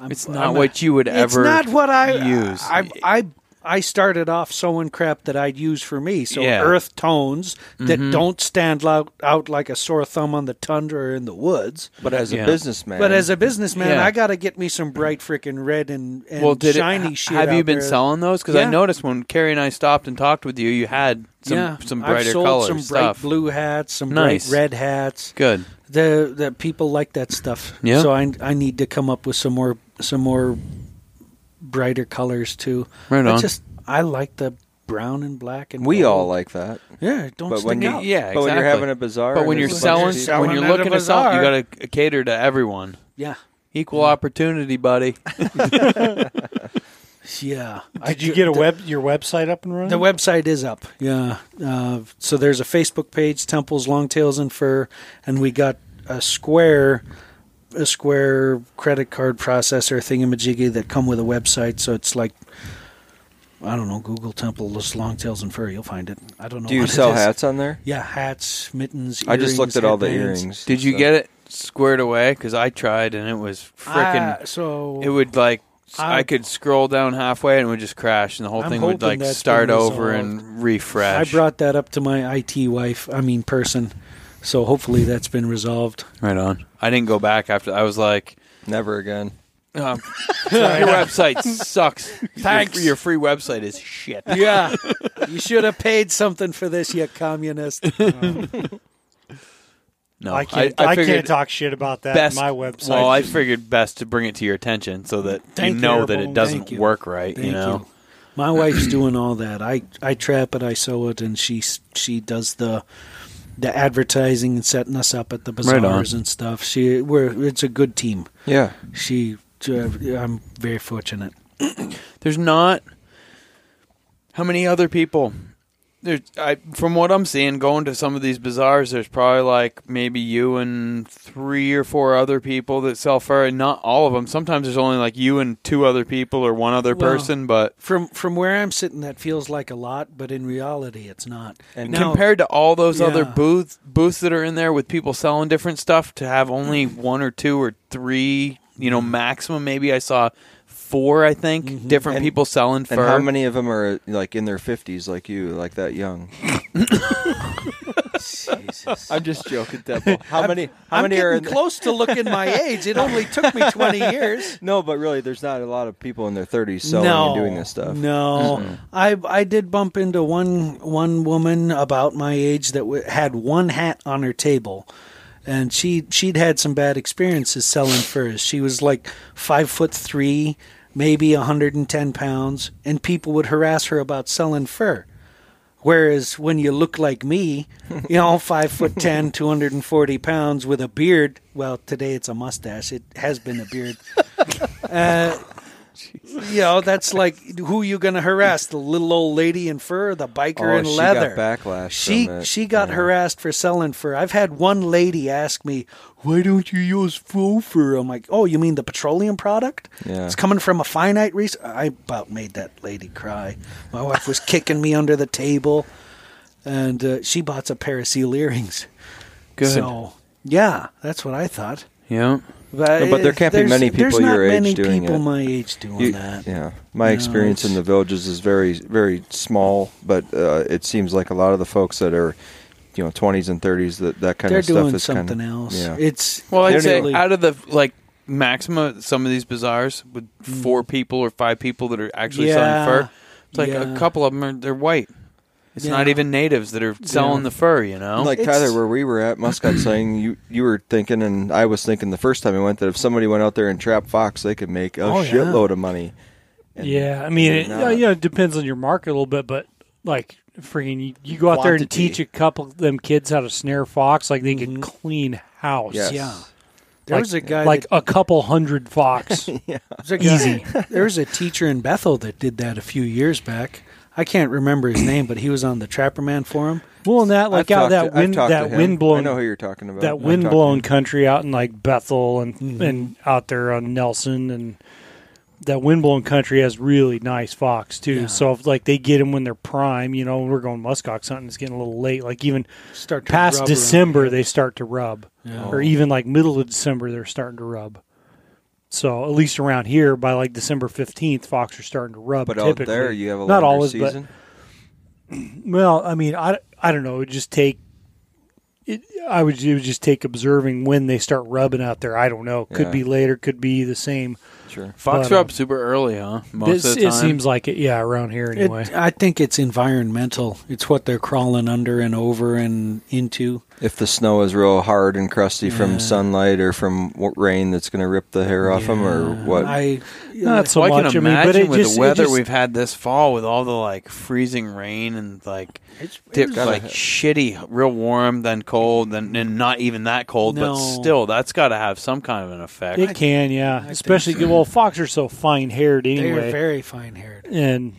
[SPEAKER 3] I'm,
[SPEAKER 4] It's
[SPEAKER 3] I'm
[SPEAKER 4] not what you would
[SPEAKER 3] It's
[SPEAKER 4] ever
[SPEAKER 3] not what I
[SPEAKER 4] use.
[SPEAKER 3] I, I I started off sewing crap that I'd use for me. So
[SPEAKER 4] Yeah. Mm-hmm.
[SPEAKER 3] earth tones that don't stand out, out like a sore thumb on the tundra or in the woods.
[SPEAKER 1] But as a
[SPEAKER 4] Yeah.
[SPEAKER 1] businessman,
[SPEAKER 3] But as a businessman,
[SPEAKER 4] Yeah.
[SPEAKER 3] I got to get me some bright freaking red and, and
[SPEAKER 4] well, did
[SPEAKER 3] shiny
[SPEAKER 4] it,
[SPEAKER 3] shit.
[SPEAKER 4] Have you
[SPEAKER 3] out
[SPEAKER 4] been
[SPEAKER 3] there.
[SPEAKER 4] selling those? Because I
[SPEAKER 3] Yeah.
[SPEAKER 4] noticed when Carrie and I stopped and talked with you, you had some
[SPEAKER 3] yeah,
[SPEAKER 4] some
[SPEAKER 3] I've
[SPEAKER 4] brighter
[SPEAKER 3] sold
[SPEAKER 4] colors
[SPEAKER 3] some bright
[SPEAKER 4] stuff.
[SPEAKER 3] blue hats, some
[SPEAKER 4] Nice.
[SPEAKER 3] bright red hats.
[SPEAKER 4] Good.
[SPEAKER 3] the the people like that stuff.
[SPEAKER 4] Yeah.
[SPEAKER 3] So I I need to come up with some more some more brighter colors too.
[SPEAKER 4] Right
[SPEAKER 3] I
[SPEAKER 4] on.
[SPEAKER 3] just I like the brown and black and
[SPEAKER 1] we
[SPEAKER 3] gold.
[SPEAKER 1] all like that.
[SPEAKER 3] yeah it don't
[SPEAKER 1] But
[SPEAKER 3] stick
[SPEAKER 1] when you-
[SPEAKER 3] out.
[SPEAKER 4] Yeah,
[SPEAKER 1] but when
[SPEAKER 4] exactly.
[SPEAKER 1] you're having a bazaar,
[SPEAKER 4] But
[SPEAKER 1] and
[SPEAKER 4] when you're
[SPEAKER 1] there's a bunch of
[SPEAKER 4] selling,
[SPEAKER 1] people-
[SPEAKER 3] selling
[SPEAKER 4] when you're
[SPEAKER 3] at a
[SPEAKER 4] looking to sell, you
[SPEAKER 3] bazaar.
[SPEAKER 4] got to cater to everyone.
[SPEAKER 3] yeah
[SPEAKER 4] Equal opportunity, buddy.
[SPEAKER 3] yeah.
[SPEAKER 2] Did you get a
[SPEAKER 3] the,
[SPEAKER 2] web your website up and running?
[SPEAKER 3] The website is up. Yeah. Uh, so there's a Facebook page, Temples Long Tails and Fur, and we got a square. A square credit card processor thingamajiggy that come with a website, so it's like I don't know Google Temple, just long tails and fur. You'll find it. I don't know.
[SPEAKER 1] Do you
[SPEAKER 3] what it
[SPEAKER 1] sell
[SPEAKER 3] is.
[SPEAKER 1] hats on there?
[SPEAKER 3] Yeah, hats, mittens.
[SPEAKER 1] I just looked at all the
[SPEAKER 3] headbands.
[SPEAKER 1] earrings.
[SPEAKER 4] Did you
[SPEAKER 1] so-
[SPEAKER 4] get it squared away? Because I tried and it was freaking.
[SPEAKER 3] Ah, so
[SPEAKER 4] it would like s- I,
[SPEAKER 3] I-
[SPEAKER 4] could scroll down halfway and it would just crash, and the whole
[SPEAKER 3] I'm
[SPEAKER 4] thing would
[SPEAKER 3] hoping
[SPEAKER 4] like
[SPEAKER 3] that's
[SPEAKER 4] start
[SPEAKER 3] been
[SPEAKER 4] over
[SPEAKER 3] resolved.
[SPEAKER 4] and refresh.
[SPEAKER 3] I brought that up to my IT wife. I mean, person. So hopefully that's been resolved.
[SPEAKER 4] right on. I didn't go back after. I was like.
[SPEAKER 1] Never again.
[SPEAKER 4] Um, your website sucks. Thanks. Your, your free website is shit.
[SPEAKER 3] Yeah, you should have paid something for this, you communist.
[SPEAKER 4] No,
[SPEAKER 2] I can't. I, can't talk shit about that.
[SPEAKER 4] best.
[SPEAKER 2] on my website.
[SPEAKER 4] Well, I figured best to bring it to your attention so that
[SPEAKER 2] Thank
[SPEAKER 4] you
[SPEAKER 2] you,
[SPEAKER 4] know that it
[SPEAKER 2] Airborne.
[SPEAKER 4] doesn't
[SPEAKER 3] Thank you.
[SPEAKER 4] work right.
[SPEAKER 3] Thank
[SPEAKER 4] you
[SPEAKER 3] you.
[SPEAKER 4] know.
[SPEAKER 3] My wife's doing all that. I I trap it, I sew it, and she s- she does the the advertising and setting us up at the
[SPEAKER 4] Right on.
[SPEAKER 3] bazaars and stuff. She we're it's a good team.
[SPEAKER 1] Yeah.
[SPEAKER 3] She uh, I'm very fortunate.
[SPEAKER 4] There's not how many other people. There's I from what I'm seeing going to some of these bazaars. There's probably like maybe you and three or four other people that sell fur, and not all of them. Sometimes there's only like you and two other people or one other
[SPEAKER 3] Well,
[SPEAKER 4] person, but
[SPEAKER 3] From from where I'm sitting, that feels like a lot, but in reality, it's not.
[SPEAKER 1] And
[SPEAKER 3] Now-
[SPEAKER 4] compared to all those other
[SPEAKER 3] Yeah.
[SPEAKER 4] booths booths that are in there with people selling different stuff to have only one or two or three you
[SPEAKER 3] Mm-hmm.
[SPEAKER 4] know maximum maybe i saw four i think different
[SPEAKER 1] And-
[SPEAKER 4] people selling
[SPEAKER 1] And
[SPEAKER 4] fur
[SPEAKER 1] how many of them are like in their fifties, like you, like that young?
[SPEAKER 3] Jesus.
[SPEAKER 1] I'm just joking, Temple. How many? How
[SPEAKER 3] I'm
[SPEAKER 1] many
[SPEAKER 3] getting
[SPEAKER 1] are in?
[SPEAKER 3] close to looking my age. It only took me 20 years.
[SPEAKER 1] no, but really, there's not a lot of people in their thirties selling and doing this stuff.
[SPEAKER 3] No, I I did bump into one one woman about my age that w- had one hat on her table, and she she'd had some bad experiences selling furs. She was like five foot three, maybe 110 pounds, and people would harass her about selling fur. Whereas when you look like me, you know, five foot ten, 240 pounds with a beard. Well, today it's a mustache. It has been a beard. Uh, you know, that's like who you going to harass? The little old lady in fur, or the biker
[SPEAKER 1] Oh,
[SPEAKER 3] in
[SPEAKER 1] she got
[SPEAKER 3] leather.
[SPEAKER 1] backlash
[SPEAKER 3] She
[SPEAKER 1] from it,
[SPEAKER 3] she got
[SPEAKER 1] yeah.
[SPEAKER 3] harassed for selling fur. I've had one lady ask me, "Why don't you use faux fur?" I'm like, "Oh, you mean the petroleum product?
[SPEAKER 1] Yeah.
[SPEAKER 3] It's coming from a finite resource." I about made that lady cry. My wife was kicking me under the table, and uh, she bought a pair of seal earrings.
[SPEAKER 4] Good.
[SPEAKER 3] So yeah, that's what I thought.
[SPEAKER 4] yeah
[SPEAKER 3] But,
[SPEAKER 1] No, but there
[SPEAKER 3] it-
[SPEAKER 1] can't be
[SPEAKER 3] there's-
[SPEAKER 1] many
[SPEAKER 3] there's
[SPEAKER 1] people
[SPEAKER 3] not
[SPEAKER 1] your age
[SPEAKER 3] many
[SPEAKER 1] doing
[SPEAKER 3] people
[SPEAKER 1] it.
[SPEAKER 3] my age doing
[SPEAKER 1] You-
[SPEAKER 3] that.
[SPEAKER 1] yeah, my
[SPEAKER 3] No,
[SPEAKER 1] experience in
[SPEAKER 3] it's-
[SPEAKER 1] the villages is very, very small, but uh, it seems like a lot of the folks that are, you know, twenties and thirties that that kind
[SPEAKER 3] They're
[SPEAKER 1] of stuff
[SPEAKER 3] doing
[SPEAKER 1] is kinda-
[SPEAKER 3] something else.
[SPEAKER 1] Yeah.
[SPEAKER 3] It's
[SPEAKER 4] well i'd say
[SPEAKER 3] literally-
[SPEAKER 4] out of the like maximum at some of these bazaars with four people or five people that are actually
[SPEAKER 3] Mm. Yeah.
[SPEAKER 4] selling fur it's like a
[SPEAKER 3] Yeah.
[SPEAKER 4] couple of them are they're white it's not
[SPEAKER 3] Yeah.
[SPEAKER 4] even natives that are selling
[SPEAKER 3] Yeah.
[SPEAKER 4] the fur you know
[SPEAKER 1] like
[SPEAKER 3] It's-
[SPEAKER 1] Tyler, where we were at Muscat, saying you you were thinking, and I was thinking the first time we went that if somebody went out there and trapped fox, they could make a
[SPEAKER 3] Oh, yeah.
[SPEAKER 1] shitload of money. And
[SPEAKER 2] yeah, I mean, it,
[SPEAKER 1] not-
[SPEAKER 2] you know, it depends on your market a little bit, but like freaking, you, you go out there and
[SPEAKER 1] Quantity. Mm-hmm.
[SPEAKER 2] teach a couple of them kids how to snare fox, like they could
[SPEAKER 3] Mhm.
[SPEAKER 2] clean house.
[SPEAKER 1] Yes.
[SPEAKER 3] Yeah. There
[SPEAKER 2] Like,
[SPEAKER 3] was a guy
[SPEAKER 2] like
[SPEAKER 3] that-
[SPEAKER 2] a couple hundred fox.
[SPEAKER 3] There's a guy- there was a teacher in Bethel that did that a few years back. I can't remember his name, but he was on the Trapper Man forum.
[SPEAKER 2] well, and that
[SPEAKER 1] I've
[SPEAKER 2] like out
[SPEAKER 1] talked
[SPEAKER 2] that
[SPEAKER 1] to- I've
[SPEAKER 2] wind
[SPEAKER 1] talked to
[SPEAKER 2] that
[SPEAKER 1] him.
[SPEAKER 2] wind
[SPEAKER 1] I
[SPEAKER 2] blown
[SPEAKER 1] know who you're talking about.
[SPEAKER 2] that
[SPEAKER 1] I've
[SPEAKER 2] wind
[SPEAKER 1] talked to
[SPEAKER 2] blown
[SPEAKER 1] him.
[SPEAKER 3] Mm-hmm.
[SPEAKER 2] country out in like Bethel and and out there on Nelson and that windblown country has really nice fox too. So if like they get them when they're prime, you know, we're going muskox hunting. It's getting a little late. Like even
[SPEAKER 3] Start to
[SPEAKER 2] past
[SPEAKER 3] rub
[SPEAKER 2] December, they start to rub,
[SPEAKER 3] Yeah.
[SPEAKER 2] or even like middle of December, they're starting to rub. So at least around here, by like December fifteenth, fox are starting to rub.
[SPEAKER 1] But
[SPEAKER 2] typically.
[SPEAKER 1] out there, you have a
[SPEAKER 2] not
[SPEAKER 1] longer
[SPEAKER 2] always, but
[SPEAKER 1] season.
[SPEAKER 2] well, I mean, I, I don't know. It would just take. It, I would, it would just take observing when they start rubbing out there. I don't know. Could
[SPEAKER 1] Yeah.
[SPEAKER 2] be later. Could be the same.
[SPEAKER 1] sure.
[SPEAKER 4] Fox
[SPEAKER 2] But,
[SPEAKER 4] are
[SPEAKER 2] uh,
[SPEAKER 4] up super early, huh? Most
[SPEAKER 2] This,
[SPEAKER 4] of the time.
[SPEAKER 2] it seems like it. Yeah, around here
[SPEAKER 3] It,
[SPEAKER 2] anyway.
[SPEAKER 3] I think it's environmental. It's what they're crawling under and over and into.
[SPEAKER 1] If the snow is real hard and crusty from sunlight or from w- rain, that's going to rip the hair off them, or what?
[SPEAKER 3] I
[SPEAKER 2] Not so
[SPEAKER 4] Well, I
[SPEAKER 2] much.
[SPEAKER 4] can
[SPEAKER 2] I mean,
[SPEAKER 4] imagine
[SPEAKER 2] but it
[SPEAKER 4] with
[SPEAKER 2] just
[SPEAKER 4] the weather
[SPEAKER 2] it just,
[SPEAKER 4] we've had this fall, with all the like freezing rain and like
[SPEAKER 3] It's-
[SPEAKER 4] dip,
[SPEAKER 1] gotta
[SPEAKER 4] like
[SPEAKER 1] ha-
[SPEAKER 4] shitty, real warm, then cold, then and not even that cold,
[SPEAKER 3] No.
[SPEAKER 4] but still, that's got to have some kind of an effect.
[SPEAKER 2] It can, yeah. Especially well, fox are so fine haired
[SPEAKER 3] they
[SPEAKER 2] anyway,
[SPEAKER 3] are very fine haired.
[SPEAKER 2] and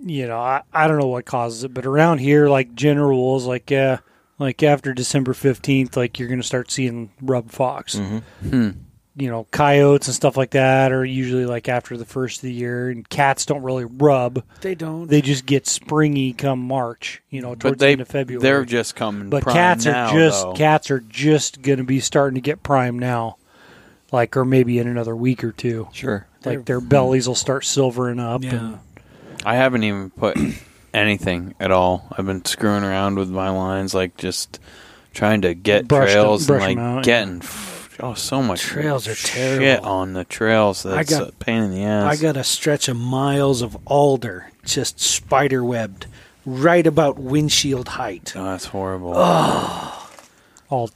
[SPEAKER 2] you know, I, I don't know what causes it, but around here, like general rules, like uh, like after December fifteenth, like you're gonna start seeing rub fox.
[SPEAKER 4] Hmm.
[SPEAKER 2] You know, coyotes and stuff like that are usually like after the first of the year, and cats don't really rub;
[SPEAKER 3] They don't.
[SPEAKER 2] they just get springy come March. You know, towards
[SPEAKER 4] but they
[SPEAKER 2] the end of February.
[SPEAKER 4] they're just coming.
[SPEAKER 2] But
[SPEAKER 4] prime
[SPEAKER 2] cats
[SPEAKER 4] now,
[SPEAKER 2] are just
[SPEAKER 4] though.
[SPEAKER 2] cats are just going to be starting to get prime now, like or maybe in another week or two.
[SPEAKER 1] sure.
[SPEAKER 2] Like their bellies will start silvering up.
[SPEAKER 3] yeah.
[SPEAKER 2] And
[SPEAKER 4] I haven't even put anything at all. I've been screwing around with my lines, like just trying to get
[SPEAKER 2] Brush them-
[SPEAKER 4] trails
[SPEAKER 2] brush
[SPEAKER 4] and
[SPEAKER 2] them
[SPEAKER 4] like
[SPEAKER 2] out, yeah.
[SPEAKER 4] getting. f- Oh, so much
[SPEAKER 3] Trails are
[SPEAKER 4] shit
[SPEAKER 3] terrible.
[SPEAKER 4] on the trails.
[SPEAKER 3] I
[SPEAKER 4] That's
[SPEAKER 3] got-
[SPEAKER 4] a pain in the ass.
[SPEAKER 3] I got a stretch of miles of alder just spider webbed right about windshield height.
[SPEAKER 4] Oh, that's horrible.
[SPEAKER 2] all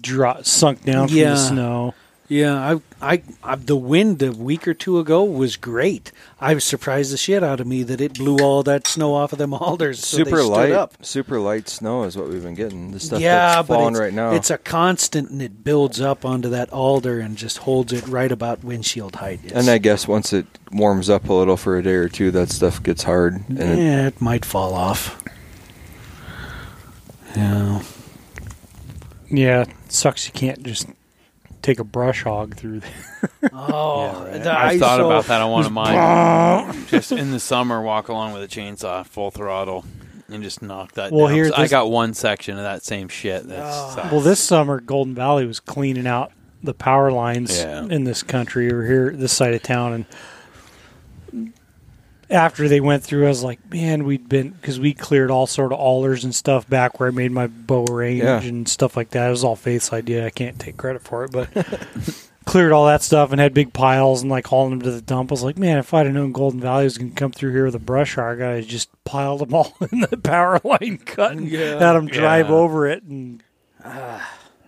[SPEAKER 2] dro- sunk down from
[SPEAKER 3] Yeah.
[SPEAKER 2] the snow.
[SPEAKER 3] Yeah, I, I, I, the wind a week or two ago was great. I was surprised the shit out of me that it blew all that snow off of them alders. so they
[SPEAKER 1] super
[SPEAKER 3] stood
[SPEAKER 1] light,
[SPEAKER 3] up.
[SPEAKER 1] super light snow is what we've been getting. The stuff
[SPEAKER 3] yeah,
[SPEAKER 1] that's
[SPEAKER 3] but
[SPEAKER 1] falling
[SPEAKER 3] it's,
[SPEAKER 1] right now.
[SPEAKER 3] it's a constant, and it builds up onto that alder and just holds it right about windshield height. It's-
[SPEAKER 1] and I guess once it warms up a little for a day or two, that stuff gets hard. And it,
[SPEAKER 3] yeah, it might fall off. Yeah,
[SPEAKER 2] Yeah, it sucks. You can't just take a brush hog through there.
[SPEAKER 4] Yeah,
[SPEAKER 3] Oh,
[SPEAKER 4] right.
[SPEAKER 3] the
[SPEAKER 4] I've thought
[SPEAKER 3] ISO
[SPEAKER 4] about that on one of mine. just in the summer, walk along with a chainsaw, full throttle, and just knock that.
[SPEAKER 2] Well,
[SPEAKER 4] down.
[SPEAKER 2] here,
[SPEAKER 4] So I
[SPEAKER 2] this-
[SPEAKER 4] got one section of that same shit. That's
[SPEAKER 2] Well, this summer Golden Valley was cleaning out the power lines
[SPEAKER 4] Yeah.
[SPEAKER 2] in this country or here this side of town and after they went through I was like, man, we'd been cuz we cleared all sort of allers and stuff back where I made my bow range
[SPEAKER 1] Yeah.
[SPEAKER 2] and stuff like that. It was all Faith's idea. I can't take credit for it, but cleared all that stuff and had big piles and like hauling them to the dump. I was like, man, if I'd have known Golden Valley was going to come through here with a brush hog, I would just piled them all in the power line cut and
[SPEAKER 3] Yeah.
[SPEAKER 2] had them drive
[SPEAKER 4] Yeah.
[SPEAKER 2] over it and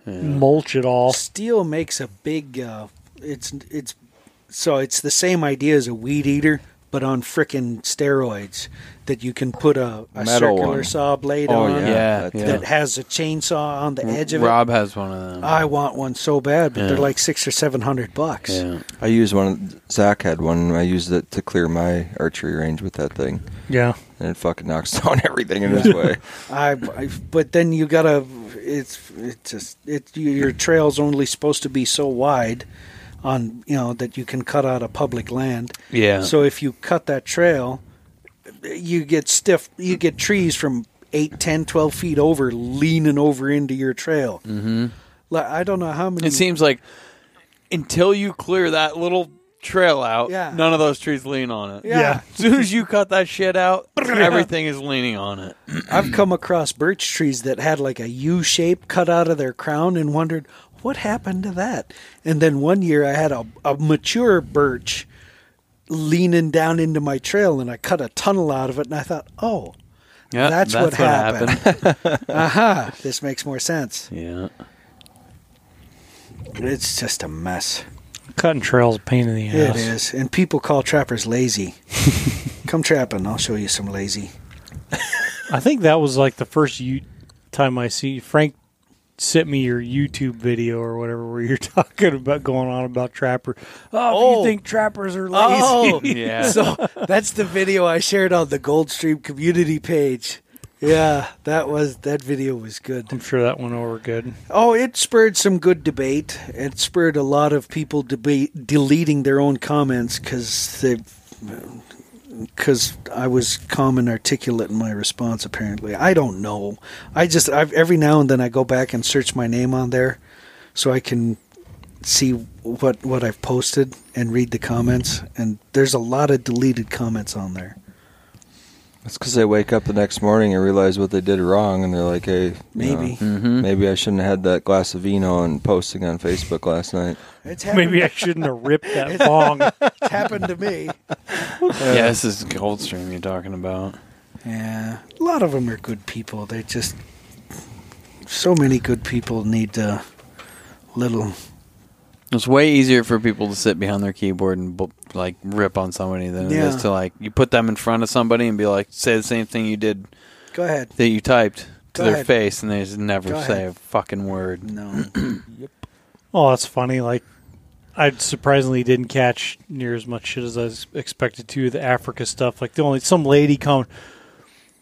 [SPEAKER 2] mulch it all.
[SPEAKER 3] Steel makes a big. Uh, it's it's so it's the same idea as a weed eater, but on frickin' steroids. That you can put a, a
[SPEAKER 1] Metal
[SPEAKER 3] circular
[SPEAKER 1] one.
[SPEAKER 3] saw blade
[SPEAKER 1] Oh,
[SPEAKER 3] on
[SPEAKER 1] yeah.
[SPEAKER 4] yeah,
[SPEAKER 1] Yeah.
[SPEAKER 3] that has a chainsaw on the edge of
[SPEAKER 4] Rob has one of
[SPEAKER 3] it.
[SPEAKER 4] them.
[SPEAKER 3] I want one so bad, but they're
[SPEAKER 4] Yeah.
[SPEAKER 3] like six or seven hundred bucks.
[SPEAKER 4] yeah.
[SPEAKER 1] I used one. Zach had one. I used it to clear my archery range with that thing,
[SPEAKER 2] Yeah.
[SPEAKER 1] and it fucking knocks down everything in its way.
[SPEAKER 3] I, I but then you gotta. It's it's just it. You, your trail's only supposed to be so wide, on you know that you can cut out of public land.
[SPEAKER 4] Yeah.
[SPEAKER 3] So if you cut that trail, you get stiff. You get trees from 8, 10, 12 feet over leaning over into your trail. Mm-hmm. Like I don't know how many.
[SPEAKER 4] It seems like until you clear that little trail out,
[SPEAKER 3] Yeah.
[SPEAKER 4] none of those trees lean on it.
[SPEAKER 3] yeah,
[SPEAKER 2] Yeah.
[SPEAKER 4] As soon as you cut that shit out, everything is leaning on it.
[SPEAKER 3] I've come across birch trees that had like a U shape cut out of their crown and wondered what happened to that. And then one year I had a, a mature birch leaning down into my trail and I cut a tunnel out of it and I thought, oh,
[SPEAKER 4] Yeah,
[SPEAKER 3] That's what happened.
[SPEAKER 4] happened.
[SPEAKER 3] aha, this makes more sense.
[SPEAKER 4] yeah.
[SPEAKER 3] It's just a mess.
[SPEAKER 2] Cutting trails a pain in the ass.
[SPEAKER 3] It is. And people call trappers lazy. Come trapping, I'll show you some lazy.
[SPEAKER 2] I think that was like the first you- time I see Frank sent me your YouTube video or whatever where you're talking about going on about trapper. Oh,
[SPEAKER 3] Oh.
[SPEAKER 2] you think trappers are lazy?
[SPEAKER 4] Yeah.
[SPEAKER 3] so that's the video I shared on the Goldstream community page. Yeah, that was that video was good.
[SPEAKER 2] I'm sure that went over good.
[SPEAKER 3] Oh, it spurred some good debate. It spurred a lot of people debate deleting their own comments because they because I was calm and articulate in my response. Apparently, I don't know. I just I've, every now and then I go back and search my name on there, so I can see what what I've posted and read the comments. And there's a lot of deleted comments on there.
[SPEAKER 1] That's because they wake up the next morning and realize what they did wrong, and they're like, "Hey, you
[SPEAKER 3] Maybe.
[SPEAKER 1] know, maybe I shouldn't have had that glass of vino and posting on Facebook last night."
[SPEAKER 3] It's
[SPEAKER 2] Maybe I shouldn't have ripped that bong.
[SPEAKER 3] it's happened to me.
[SPEAKER 4] yeah, this is Goldstream you're talking about.
[SPEAKER 3] Yeah, a lot of them are good people. They just so many good people need a little.
[SPEAKER 4] It's way easier for people to sit behind their keyboard and bu- like rip on somebody than it
[SPEAKER 3] Yeah.
[SPEAKER 4] is to like you put them in front of somebody and be like, say the same thing you did
[SPEAKER 3] Go ahead.
[SPEAKER 4] that you typed to
[SPEAKER 3] Go
[SPEAKER 4] their
[SPEAKER 3] ahead.
[SPEAKER 4] face, and they just never
[SPEAKER 3] Go
[SPEAKER 4] say
[SPEAKER 3] ahead.
[SPEAKER 4] a fucking word.
[SPEAKER 3] No.
[SPEAKER 2] Oh, that's funny. Like, I surprisingly didn't catch near as much shit as I was expected to. The Africa stuff, like the only some lady come.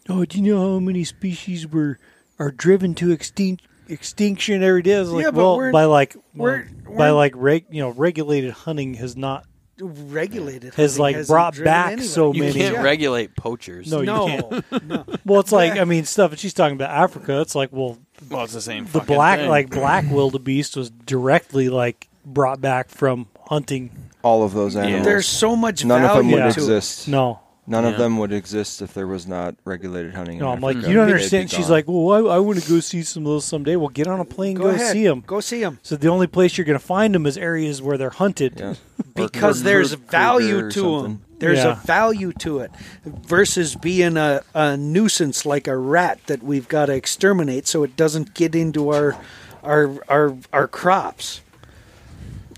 [SPEAKER 2] Oh, do you know how many species were are driven to extin- extinction every day? I was like,
[SPEAKER 3] Yeah, but
[SPEAKER 2] well,
[SPEAKER 3] we're-
[SPEAKER 2] by like well,
[SPEAKER 3] we're-
[SPEAKER 2] by
[SPEAKER 3] we're-
[SPEAKER 2] like reg, you know regulated hunting has not.
[SPEAKER 3] Regulated
[SPEAKER 2] Has,
[SPEAKER 3] hunting
[SPEAKER 2] like,
[SPEAKER 3] hasn't
[SPEAKER 2] brought
[SPEAKER 3] driven
[SPEAKER 2] back
[SPEAKER 3] anybody.
[SPEAKER 2] so
[SPEAKER 4] You
[SPEAKER 2] many-
[SPEAKER 4] can't
[SPEAKER 2] Yeah.
[SPEAKER 4] regulate poachers.
[SPEAKER 2] No, you
[SPEAKER 3] No, no.
[SPEAKER 2] Well, it's like I mean stuff. And she's talking about Africa. It's like well,
[SPEAKER 4] well, it's the same.
[SPEAKER 2] the
[SPEAKER 4] fucking
[SPEAKER 2] black
[SPEAKER 4] thing.
[SPEAKER 2] like black wildebeest was directly like brought back from hunting.
[SPEAKER 1] All of those animals.
[SPEAKER 3] There's so much
[SPEAKER 1] None of them
[SPEAKER 3] value
[SPEAKER 1] would
[SPEAKER 2] Yeah.
[SPEAKER 3] to
[SPEAKER 1] exist.
[SPEAKER 2] No,
[SPEAKER 1] None
[SPEAKER 4] Yeah.
[SPEAKER 1] of them would exist if there was not regulated hunting. in
[SPEAKER 2] No, I'm like,
[SPEAKER 1] Africa.
[SPEAKER 2] you don't
[SPEAKER 1] They'd be
[SPEAKER 2] understand. She's
[SPEAKER 1] gone.
[SPEAKER 2] like, well, I, I want to go see some of those someday. Well, get on a plane,
[SPEAKER 3] it.
[SPEAKER 2] go,
[SPEAKER 3] ahead.
[SPEAKER 2] see them.
[SPEAKER 3] Go see them
[SPEAKER 2] so the only place you're going to find them is areas where they're hunted.
[SPEAKER 1] Yeah.
[SPEAKER 3] because
[SPEAKER 1] Or
[SPEAKER 3] there's
[SPEAKER 1] Kruger
[SPEAKER 3] value
[SPEAKER 1] or
[SPEAKER 3] to
[SPEAKER 1] something.
[SPEAKER 3] them. There's
[SPEAKER 2] Yeah.
[SPEAKER 3] a value to it versus being a, a nuisance like a rat that we've got to exterminate so it doesn't get into our our our our crops.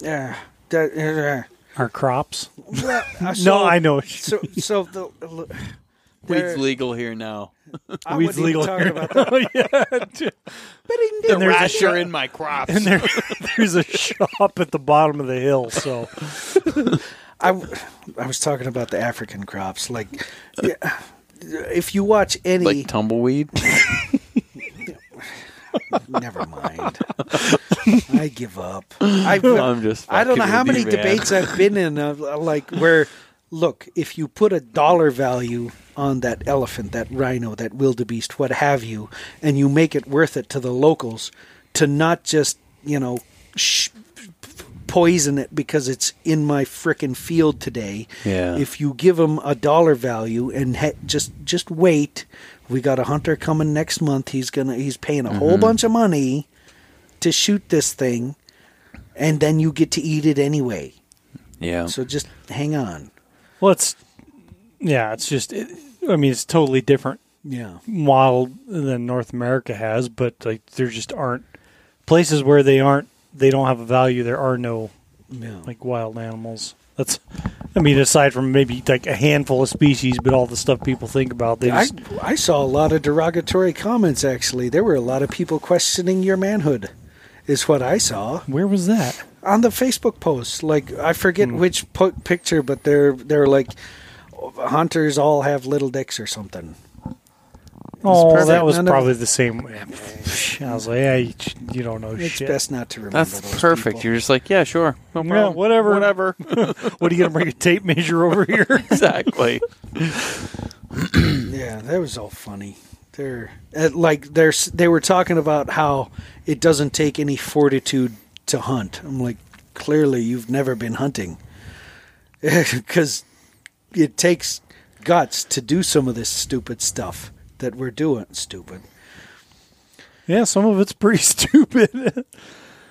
[SPEAKER 3] Yeah. That- yeah.
[SPEAKER 2] Our crops.
[SPEAKER 3] Well, uh,
[SPEAKER 2] no,
[SPEAKER 3] so-
[SPEAKER 2] I know.
[SPEAKER 3] So, so the l-
[SPEAKER 4] weed's
[SPEAKER 3] there-
[SPEAKER 4] legal here now.
[SPEAKER 3] I
[SPEAKER 2] Weed's
[SPEAKER 3] wouldn't even
[SPEAKER 2] legal
[SPEAKER 3] talk
[SPEAKER 2] here.
[SPEAKER 3] about that.
[SPEAKER 2] yeah.
[SPEAKER 3] But
[SPEAKER 2] And
[SPEAKER 3] in the-
[SPEAKER 2] there's a
[SPEAKER 4] Rash
[SPEAKER 2] shop-
[SPEAKER 4] are in my crops.
[SPEAKER 2] And there, there's a shop at the bottom of the hill. So
[SPEAKER 3] I, w- I was talking about the African crops. Like, yeah, if you watch any,
[SPEAKER 4] like tumbleweed.
[SPEAKER 3] never mind. I give up. I,
[SPEAKER 4] I'm just
[SPEAKER 3] I don't know
[SPEAKER 4] fucking
[SPEAKER 3] how
[SPEAKER 4] with
[SPEAKER 3] many
[SPEAKER 4] you, man.
[SPEAKER 3] debates I've been in, uh, like where, look, if you put a dollar value on that elephant, that rhino, that wildebeest, what have you, and you make it worth it to the locals, to not just you know. Sh- poison it because it's in my frickin' field today.
[SPEAKER 4] Yeah.
[SPEAKER 3] If you give them a dollar value and ha- just just wait, we got a hunter coming next month. He's gonna he's paying a whole bunch of money to shoot this thing, and then you get to eat it anyway.
[SPEAKER 4] yeah.
[SPEAKER 3] So just hang on.
[SPEAKER 2] well, it's yeah, it's just. It, I mean, it's totally different
[SPEAKER 3] Yeah.
[SPEAKER 2] model than North America has, but like there just aren't places where they aren't. They don't have a value. There are no
[SPEAKER 3] Yeah.
[SPEAKER 2] like wild animals. That's, I mean, aside from maybe like a handful of species, but all the stuff people think about, they
[SPEAKER 3] I,
[SPEAKER 2] just,
[SPEAKER 3] I saw a lot of derogatory comments actually. There were a lot of people questioning your manhood, is what I saw.
[SPEAKER 2] where was that?
[SPEAKER 3] on the Facebook post. Like I forget which po- picture, but they're they're like hunters all have little dicks or something.
[SPEAKER 2] Oh,
[SPEAKER 3] perfect.
[SPEAKER 2] that was
[SPEAKER 3] None of-
[SPEAKER 2] probably the same. I was like, yeah, you, you don't know
[SPEAKER 3] It's
[SPEAKER 2] Oh, shit.
[SPEAKER 3] best not to remember.
[SPEAKER 4] That's
[SPEAKER 3] those
[SPEAKER 4] perfect.
[SPEAKER 3] people.
[SPEAKER 4] You're just like, yeah, sure, no
[SPEAKER 2] Yeah,
[SPEAKER 4] problem,
[SPEAKER 2] whatever.
[SPEAKER 4] whatever.
[SPEAKER 2] What are you gonna bring a tape measure over here?
[SPEAKER 4] exactly.
[SPEAKER 3] Yeah, that was all funny. They're uh, like they're s- they were talking about how it doesn't take any fortitude to hunt. I'm like, clearly you've never been hunting, because it takes guts to do some of this stupid stuff that we're doing. Stupid.
[SPEAKER 2] yeah, some of it's pretty stupid.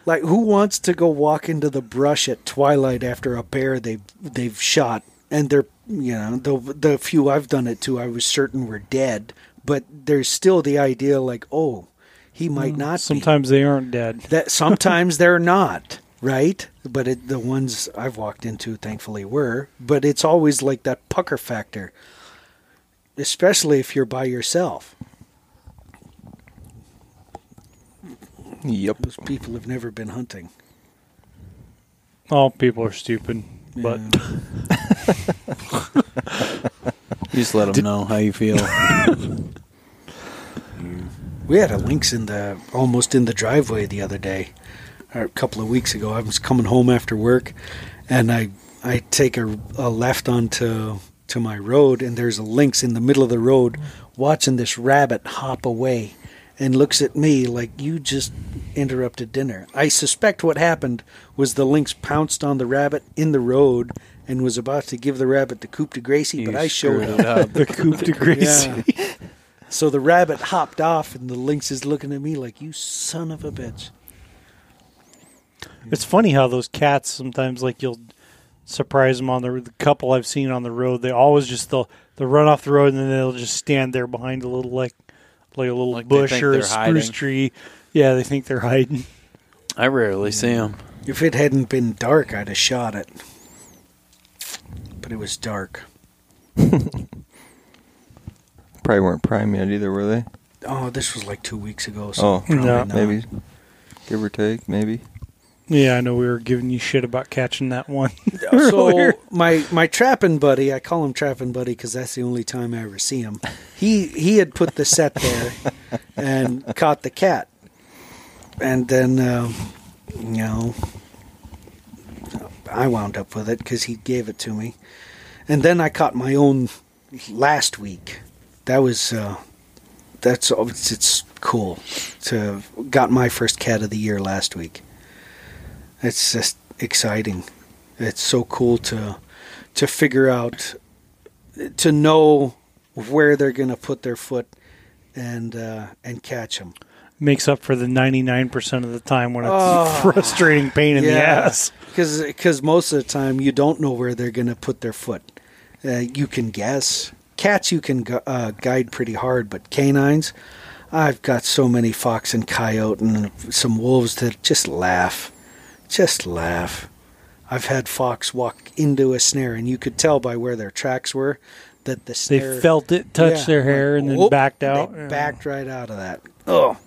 [SPEAKER 3] Like who wants to go walk into the brush at twilight after a bear they they've shot and they're you know the the few I've done it to I was certain were dead, but there's still the idea like oh he might not
[SPEAKER 2] Sometimes they aren't dead.
[SPEAKER 3] be. that sometimes they're not right, but it, the ones I've walked into thankfully were, but it's always like that pucker factor, especially if you're by yourself.
[SPEAKER 1] "Yep."
[SPEAKER 3] Those people have never been hunting.
[SPEAKER 2] All people are stupid, but
[SPEAKER 4] You just let them know how you feel.
[SPEAKER 3] We had a lynx in the almost in the driveway the other day, or a couple of weeks ago. I was coming home after work, and I I take a, a left onto to my road, and there's a lynx in the middle of the road watching this rabbit hop away, and looks at me like you just interrupted dinner. I suspect what happened was the lynx pounced on the rabbit in the road and was about to give the rabbit the coup de Gracie,
[SPEAKER 4] You
[SPEAKER 3] but I showed
[SPEAKER 4] screwed
[SPEAKER 3] up.
[SPEAKER 4] it up.
[SPEAKER 2] The coup de grace.
[SPEAKER 3] Yeah. so the rabbit hopped off, and the lynx is looking at me like, "You son of a bitch!"
[SPEAKER 2] It's funny how those cats sometimes like you'll surprise them on the, the couple I've seen on the road. They always just they'll they'll run off the road and then they'll just stand there behind a little like like a little
[SPEAKER 4] Like they
[SPEAKER 2] bush
[SPEAKER 4] think
[SPEAKER 2] or a
[SPEAKER 4] they're
[SPEAKER 2] spruce
[SPEAKER 4] hiding.
[SPEAKER 2] tree. Yeah, they think they're hiding.
[SPEAKER 4] I rarely see him.
[SPEAKER 3] If it hadn't been dark, I'd have shot it. But it was dark.
[SPEAKER 1] Probably weren't prime yet either, were they?
[SPEAKER 3] Oh, this was like two weeks ago. So
[SPEAKER 1] Oh,
[SPEAKER 3] probably
[SPEAKER 2] No.
[SPEAKER 3] not.
[SPEAKER 1] maybe, give or take, maybe.
[SPEAKER 2] Yeah, I know we were giving you shit about catching that one.
[SPEAKER 3] so
[SPEAKER 2] earlier.
[SPEAKER 3] my my trapping buddy, I call him trapping buddy because that's the only time I ever see him. He he had put the set there and caught the cat, and then um you know I wound up with it because he gave it to me, and then I caught my own last week. That was uh, that's it's, it's cool to got my first cat of the year last week. It's just exciting it's so cool to to figure out to know where they're going to put their foot and uh, and catch them.
[SPEAKER 2] Makes up for the ninety nine percent of the time when it's
[SPEAKER 3] Oh.
[SPEAKER 2] frustrating pain in the ass.
[SPEAKER 3] because most of the time you don't know where they're going to put their foot. Uh, you can guess. Cats you can gu- uh, guide pretty hard, but canines, I've got so many fox and coyote and some wolves that just laugh, just laugh. I've had fox walk into a snare, and you could tell by where their tracks were that the
[SPEAKER 2] They
[SPEAKER 3] snare
[SPEAKER 2] felt it touch
[SPEAKER 3] Yeah,
[SPEAKER 2] their hair
[SPEAKER 3] like,
[SPEAKER 2] and then
[SPEAKER 3] whoop,
[SPEAKER 2] backed out.
[SPEAKER 3] they
[SPEAKER 2] Yeah.
[SPEAKER 3] Backed right out of that. Oh,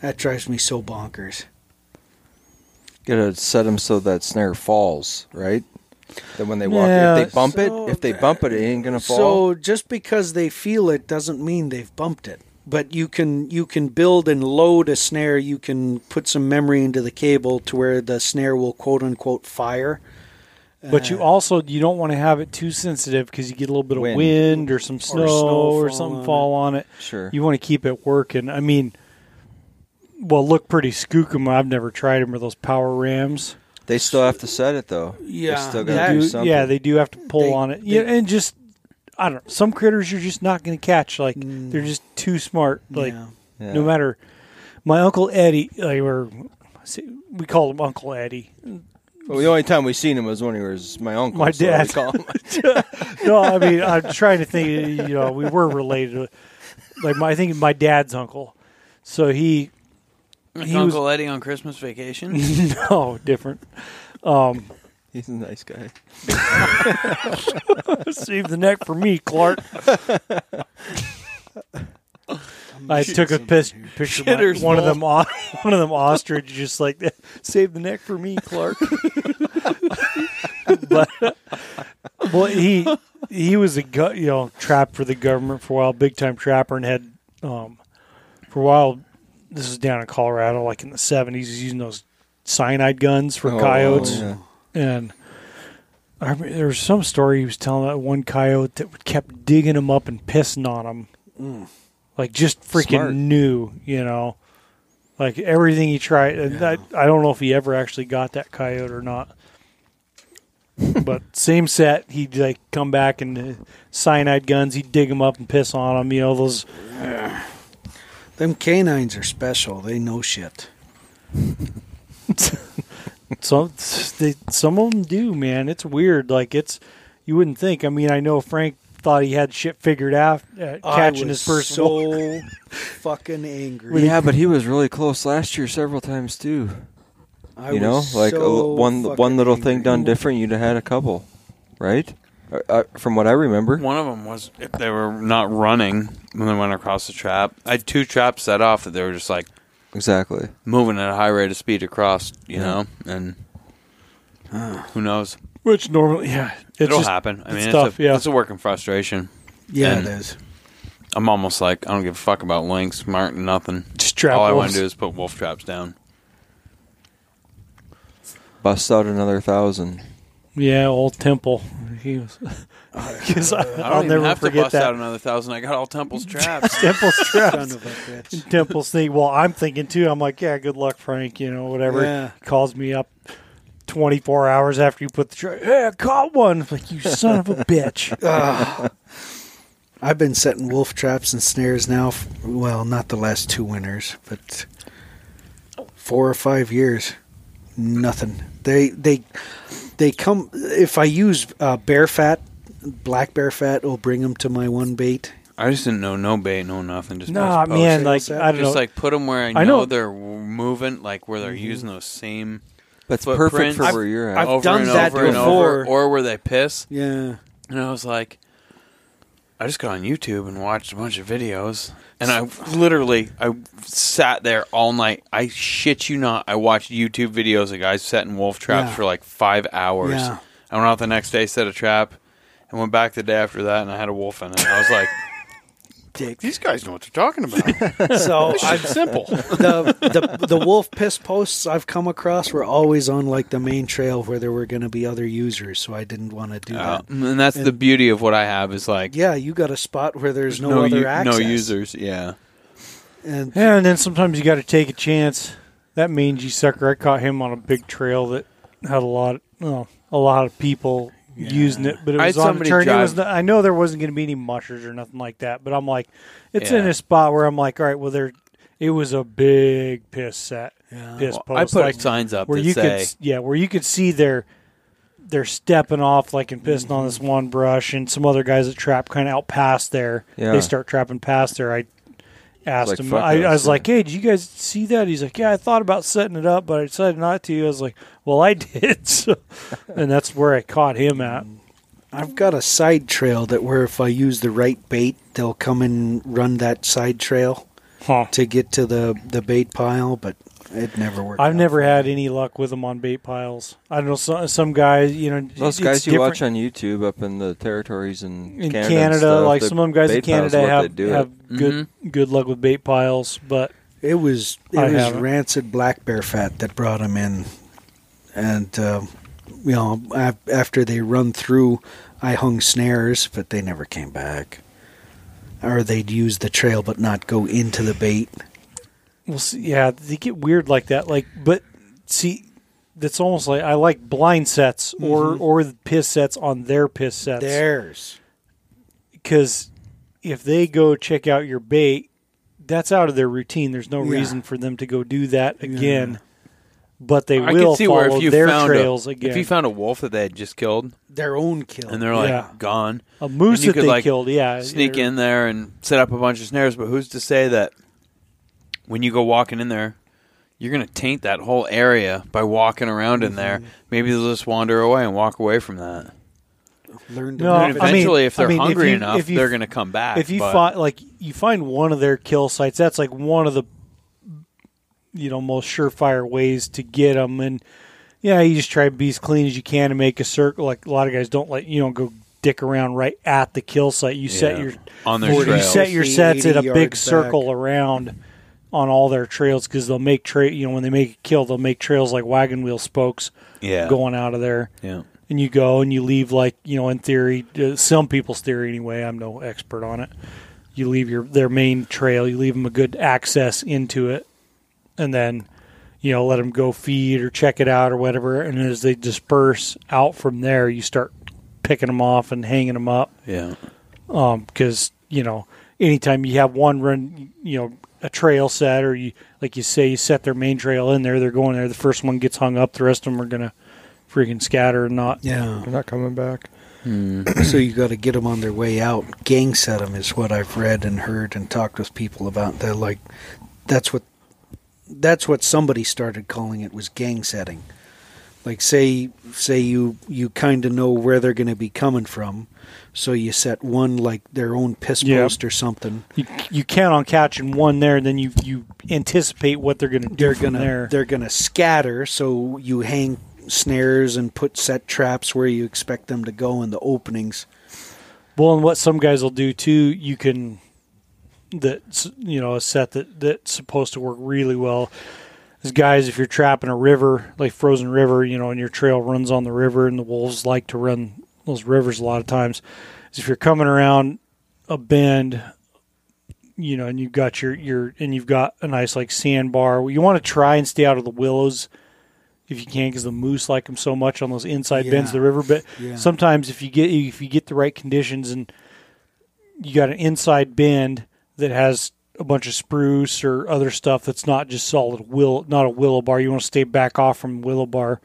[SPEAKER 3] that drives me so bonkers.
[SPEAKER 1] Gotta set them so that snare falls, right? Then when they walk,
[SPEAKER 2] Yeah,
[SPEAKER 1] if they bump
[SPEAKER 3] so
[SPEAKER 1] it, if they bump it, it ain't gonna fall.
[SPEAKER 3] So just because they feel it doesn't mean they've bumped it. But you can you can build and load a snare. You can put some memory into the cable to where the snare will quote unquote fire.
[SPEAKER 2] But you also you don't want to have it too sensitive because you get a little bit of
[SPEAKER 1] Wind.
[SPEAKER 2] wind, or some snow or,
[SPEAKER 3] snow fall
[SPEAKER 2] something
[SPEAKER 3] on
[SPEAKER 2] fall on it.
[SPEAKER 1] Sure.
[SPEAKER 2] You want to keep it working. I mean, well, look pretty skookum. I've never tried them or those power rams.
[SPEAKER 1] they still have to set it though.
[SPEAKER 3] Yeah,
[SPEAKER 1] they still
[SPEAKER 2] They
[SPEAKER 1] gotta
[SPEAKER 2] do-
[SPEAKER 1] do something.
[SPEAKER 2] yeah, they do have to pull
[SPEAKER 3] They-
[SPEAKER 2] on it.
[SPEAKER 3] they-
[SPEAKER 2] yeah, and just I don't know. Some critters you're just not going to catch. Like they're just too smart. Like
[SPEAKER 3] Yeah.
[SPEAKER 1] Yeah.
[SPEAKER 2] no matter. My uncle Eddie, like we're, we call him Uncle Eddie.
[SPEAKER 1] Well, the only time we seen him was when he was my uncle.
[SPEAKER 2] My
[SPEAKER 1] so we
[SPEAKER 2] dad.
[SPEAKER 1] call him-
[SPEAKER 2] no, I mean, I'm trying to think. You know, we were related. Like, my, I think my dad's uncle. So he,
[SPEAKER 4] Like
[SPEAKER 2] He
[SPEAKER 4] Uncle Eddie on Christmas vacation.
[SPEAKER 2] no, oh, different.
[SPEAKER 1] He's a nice guy.
[SPEAKER 2] Save the neck for me, Clark. I took a piss, picture of
[SPEAKER 4] Shitter's
[SPEAKER 2] my, one of them, o- one of them ostrich, just like save the neck for me, Clark. but well, he he was a gu- you know trap for the government for a while, big time trapper, and had um, for a while. This was down in Colorado, like in the seventies. He's using those cyanide guns for
[SPEAKER 1] Oh,
[SPEAKER 2] coyotes,
[SPEAKER 1] yeah.
[SPEAKER 2] and I remember there was some story he was telling that one coyote that kept digging him up and pissing on him, like just freaking
[SPEAKER 1] Smart.
[SPEAKER 2] knew, you know, like everything he tried. And I, I don't know if he ever actually got that coyote or not. but same set, he'd like come back and uh, cyanide guns. He'd dig him up and piss on him. You know those.
[SPEAKER 3] Them canines are special. They know shit.
[SPEAKER 2] Some they, some of them do, man. It's weird. Like it's you wouldn't think. I mean, I know Frank thought he had shit figured out uh, catching
[SPEAKER 3] I
[SPEAKER 2] his
[SPEAKER 3] was
[SPEAKER 2] first one.
[SPEAKER 3] so fucking angry.
[SPEAKER 1] yeah, but he was really close last year several times too.
[SPEAKER 3] I
[SPEAKER 1] you know,
[SPEAKER 3] was
[SPEAKER 1] like a
[SPEAKER 3] so
[SPEAKER 1] l- one
[SPEAKER 3] fucking
[SPEAKER 1] one little thing
[SPEAKER 3] angry.
[SPEAKER 1] done different, you'd have had a couple, right? Uh, uh, from what I remember,
[SPEAKER 4] One of them was if they were not running when they went across the trap. I had two traps set off that they were just like
[SPEAKER 1] exactly.
[SPEAKER 4] moving at a high rate of speed across, you know, and who knows?
[SPEAKER 2] Which normally, yeah, it's
[SPEAKER 4] It'll
[SPEAKER 2] just-
[SPEAKER 4] happen. I mean,
[SPEAKER 2] it's
[SPEAKER 4] it's,
[SPEAKER 2] tough.
[SPEAKER 4] a,
[SPEAKER 2] yeah,
[SPEAKER 4] it's a work in frustration.
[SPEAKER 3] Yeah,
[SPEAKER 4] And-
[SPEAKER 3] it is.
[SPEAKER 4] I'm almost like I don't give a fuck about links, Martin, nothing.
[SPEAKER 2] Just trap
[SPEAKER 4] All I want
[SPEAKER 2] wolves.
[SPEAKER 4] to do is put wolf traps down.
[SPEAKER 1] Bust out another thousand.
[SPEAKER 2] Yeah, old Temple. He was. 'Cause I,
[SPEAKER 4] I don't
[SPEAKER 2] will
[SPEAKER 4] even
[SPEAKER 2] never
[SPEAKER 4] have to
[SPEAKER 2] forget
[SPEAKER 4] bust
[SPEAKER 2] that.
[SPEAKER 4] out another thousand. I got all temples traps.
[SPEAKER 2] Temple's
[SPEAKER 3] Son
[SPEAKER 2] trapped.
[SPEAKER 3] of a bitch.
[SPEAKER 2] Temple's thing. Well, I'm thinking too. I'm like, yeah, good luck, Frank. You know, whatever.
[SPEAKER 3] Yeah.
[SPEAKER 2] He calls me up 24 hours after you put the tra Hey, I caught one. I'm like you, son of a bitch.
[SPEAKER 3] I've been setting wolf traps and snares now. f- Well, not the last two winters, but four or five years. Nothing. They they they come. If I use uh, bear fat, black bear fat, will bring them to my one bait.
[SPEAKER 4] I just didn't know no bait, no nothing. Just
[SPEAKER 2] nah,
[SPEAKER 4] press post.
[SPEAKER 2] man. Like
[SPEAKER 3] Just
[SPEAKER 2] I don't
[SPEAKER 4] just
[SPEAKER 2] know.
[SPEAKER 4] like put them where I know,
[SPEAKER 2] I know-
[SPEAKER 4] they're w- moving, like where they're using those same
[SPEAKER 1] That's perfect
[SPEAKER 4] footprints
[SPEAKER 1] for
[SPEAKER 4] I've-
[SPEAKER 1] where you're at.
[SPEAKER 3] Mm-hmm. I've
[SPEAKER 4] over
[SPEAKER 3] done
[SPEAKER 4] and
[SPEAKER 3] that
[SPEAKER 4] over and
[SPEAKER 3] before.
[SPEAKER 4] over, or where they piss.
[SPEAKER 3] Yeah.
[SPEAKER 4] And I was like, I just got on YouTube and watched a bunch of videos, and I literally I sat there all night. I shit you not, I watched YouTube videos of guys setting wolf traps
[SPEAKER 3] Yeah.
[SPEAKER 4] for like five hours.
[SPEAKER 3] Yeah.
[SPEAKER 4] I went out the next day, set a trap, and went back the day after that, and I had a wolf in it. I was like,
[SPEAKER 3] Dick.
[SPEAKER 4] these guys know what they're talking about.
[SPEAKER 3] So
[SPEAKER 4] It's just simple.
[SPEAKER 3] the, the the wolf piss posts I've come across were always on like the main trail where there were going to be other users, so I didn't want to do
[SPEAKER 4] Uh,
[SPEAKER 3] that.
[SPEAKER 4] and that's the beauty of what I have is like
[SPEAKER 3] Yeah, you got a spot where there's no, other
[SPEAKER 4] u-
[SPEAKER 3] access.
[SPEAKER 4] no users. Yeah,
[SPEAKER 3] And
[SPEAKER 2] Yeah, and then sometimes you got to take a chance. That mangy sucker, I caught him on a big trail that had a lot, well, a lot of people using it, but it
[SPEAKER 4] I
[SPEAKER 2] was
[SPEAKER 4] had
[SPEAKER 2] on a
[SPEAKER 4] somebody
[SPEAKER 2] turn. It
[SPEAKER 4] drive-
[SPEAKER 2] was not, I know there wasn't going to be any mushers or nothing like that, but I'm like, it's in
[SPEAKER 4] Yeah.
[SPEAKER 2] a spot where I'm like, all right, well, there, it was a big piss set, piss
[SPEAKER 4] Uh, Well,
[SPEAKER 2] post,
[SPEAKER 4] I put
[SPEAKER 2] like,
[SPEAKER 4] signs up
[SPEAKER 2] where
[SPEAKER 4] that
[SPEAKER 2] you
[SPEAKER 4] say,
[SPEAKER 2] could, s- yeah, where you could see their. They're stepping off like and pissing on this
[SPEAKER 1] Mm-hmm.
[SPEAKER 2] one brush, and some other guys that trap kind of out past there.
[SPEAKER 1] Yeah.
[SPEAKER 2] They start trapping past there. I asked
[SPEAKER 1] like,
[SPEAKER 2] him.
[SPEAKER 1] fuck
[SPEAKER 2] I, I
[SPEAKER 1] us,
[SPEAKER 2] was
[SPEAKER 1] yeah.
[SPEAKER 2] like, "Hey, did you guys see that?" He's like, "Yeah, I thought about setting it up, but I decided not to." I was like, "Well, I did," so, and that's where I caught him at.
[SPEAKER 3] I've got a side trail that where if I use the right bait, they'll come and run that side trail
[SPEAKER 2] Huh.
[SPEAKER 3] to get to the the bait pile, but it never worked.
[SPEAKER 2] I've
[SPEAKER 3] out.
[SPEAKER 2] never had any luck with them on bait piles. I don't know some some guys, you know,
[SPEAKER 1] Those
[SPEAKER 2] it's
[SPEAKER 1] guys you
[SPEAKER 2] different.
[SPEAKER 1] watch on YouTube up in the territories in,
[SPEAKER 2] in
[SPEAKER 1] Canada,
[SPEAKER 2] Canada,
[SPEAKER 1] and stuff,
[SPEAKER 2] like
[SPEAKER 1] the
[SPEAKER 2] some of them guys in
[SPEAKER 1] bait piles
[SPEAKER 2] Canada
[SPEAKER 1] what they
[SPEAKER 2] have
[SPEAKER 1] do
[SPEAKER 2] have
[SPEAKER 1] it. Mm-hmm.
[SPEAKER 2] good good luck with bait piles, but
[SPEAKER 3] It was it
[SPEAKER 2] I
[SPEAKER 3] was
[SPEAKER 2] haven't.
[SPEAKER 3] rancid black bear fat that brought him in, and um you know af- after they run through, I hung snares, but they never came back. Or they'd use the trail but not go into the bait.
[SPEAKER 2] Well, see, yeah, they get weird like that. Like, but see, that's almost like I like blind sets or
[SPEAKER 1] Mm-hmm.
[SPEAKER 2] or the piss sets on their piss sets.
[SPEAKER 3] Theirs.
[SPEAKER 2] because if they go check out your bait, that's out of their routine. There's no
[SPEAKER 3] Yeah.
[SPEAKER 2] reason for them to go do that again. But they
[SPEAKER 4] I
[SPEAKER 2] will
[SPEAKER 4] could see
[SPEAKER 2] follow
[SPEAKER 4] where if you
[SPEAKER 2] their
[SPEAKER 4] found
[SPEAKER 2] trails
[SPEAKER 4] a,
[SPEAKER 2] again.
[SPEAKER 4] if you found a wolf that they had just killed
[SPEAKER 3] Their own kill.
[SPEAKER 4] and they're like
[SPEAKER 2] Yeah.
[SPEAKER 4] gone,
[SPEAKER 2] a moose
[SPEAKER 4] and you
[SPEAKER 2] that
[SPEAKER 4] could
[SPEAKER 2] they
[SPEAKER 4] like
[SPEAKER 2] killed, yeah,
[SPEAKER 4] sneak
[SPEAKER 2] they're-
[SPEAKER 4] in there and set up a bunch of snares. But who's to say that when you go walking in there, you're gonna taint that whole area by walking around in
[SPEAKER 2] Mm-hmm.
[SPEAKER 4] there? Maybe they'll just wander away and walk away from that.
[SPEAKER 3] Learned
[SPEAKER 2] No,
[SPEAKER 3] to
[SPEAKER 2] I
[SPEAKER 4] And
[SPEAKER 2] mean-
[SPEAKER 4] eventually, if
[SPEAKER 2] I
[SPEAKER 4] they're
[SPEAKER 2] mean, if
[SPEAKER 4] hungry
[SPEAKER 2] you-
[SPEAKER 4] enough,
[SPEAKER 2] if you-
[SPEAKER 4] they're gonna come back.
[SPEAKER 2] if you
[SPEAKER 4] but-
[SPEAKER 2] find like you find one of their kill sites that's like one of the you know most surefire ways to get them and yeah you just try to be as clean as you can and make a circle like a lot of guys don't like you don't go dick around right at the kill site you set
[SPEAKER 4] Yeah.
[SPEAKER 2] your
[SPEAKER 4] on their
[SPEAKER 2] or you
[SPEAKER 4] trails,
[SPEAKER 2] set your
[SPEAKER 3] 50,
[SPEAKER 2] sets in a
[SPEAKER 3] 80
[SPEAKER 2] big
[SPEAKER 3] yards
[SPEAKER 2] circle
[SPEAKER 3] back.
[SPEAKER 2] around on all their trails because they'll make trail you know when they make a kill they'll make trails like wagon wheel spokes
[SPEAKER 4] yeah,
[SPEAKER 2] going out of there
[SPEAKER 4] yeah.
[SPEAKER 2] and you go and you leave like you know in theory uh, some people's theory anyway i'm no expert on it you leave your their main trail you leave them a good access into it and then you know let them go feed or check it out or whatever and as they disperse out from there you start picking them off and hanging them up
[SPEAKER 4] Yeah.
[SPEAKER 2] because you know anytime you have one run you know a trail set or you like you say you set their main trail in there they're going there the first one gets hung up the rest of them are gonna freaking scatter and not
[SPEAKER 3] Yeah.
[SPEAKER 5] They're not coming back.
[SPEAKER 4] Hmm.
[SPEAKER 3] so you got to get them on their way out. Gang set them is what I've read and heard and talked with people about. They're like, that's what that's what somebody started calling it was gang setting. Like say say you you kind of know where they're going to be coming from, so you set one like their own piss
[SPEAKER 2] Yeah.
[SPEAKER 3] post or something.
[SPEAKER 2] you, you count on catching one there, and then you you anticipate what they're going to do
[SPEAKER 3] They're
[SPEAKER 2] from
[SPEAKER 3] gonna
[SPEAKER 2] there.
[SPEAKER 3] they're gonna scatter. So you hang snares and put set traps where you expect them to go in the openings.
[SPEAKER 2] Well, and what some guys will do too, you can that you know a set that that's supposed to work really well is guys if you're trapping a river like frozen river you know and your trail runs on the river and the wolves like to run those rivers a lot of times is if you're coming around a bend you know and you've got your your and you've got a nice like sandbar you want to try and stay out of the willows if you can because the moose like them so much on those inside
[SPEAKER 3] Yeah.
[SPEAKER 2] bends of the river but
[SPEAKER 3] Yeah.
[SPEAKER 2] sometimes if you get if you get the right conditions and you got an inside bend that has a bunch of spruce or other stuff that's not just solid will not a willow bar. You want to stay back off from willow bar.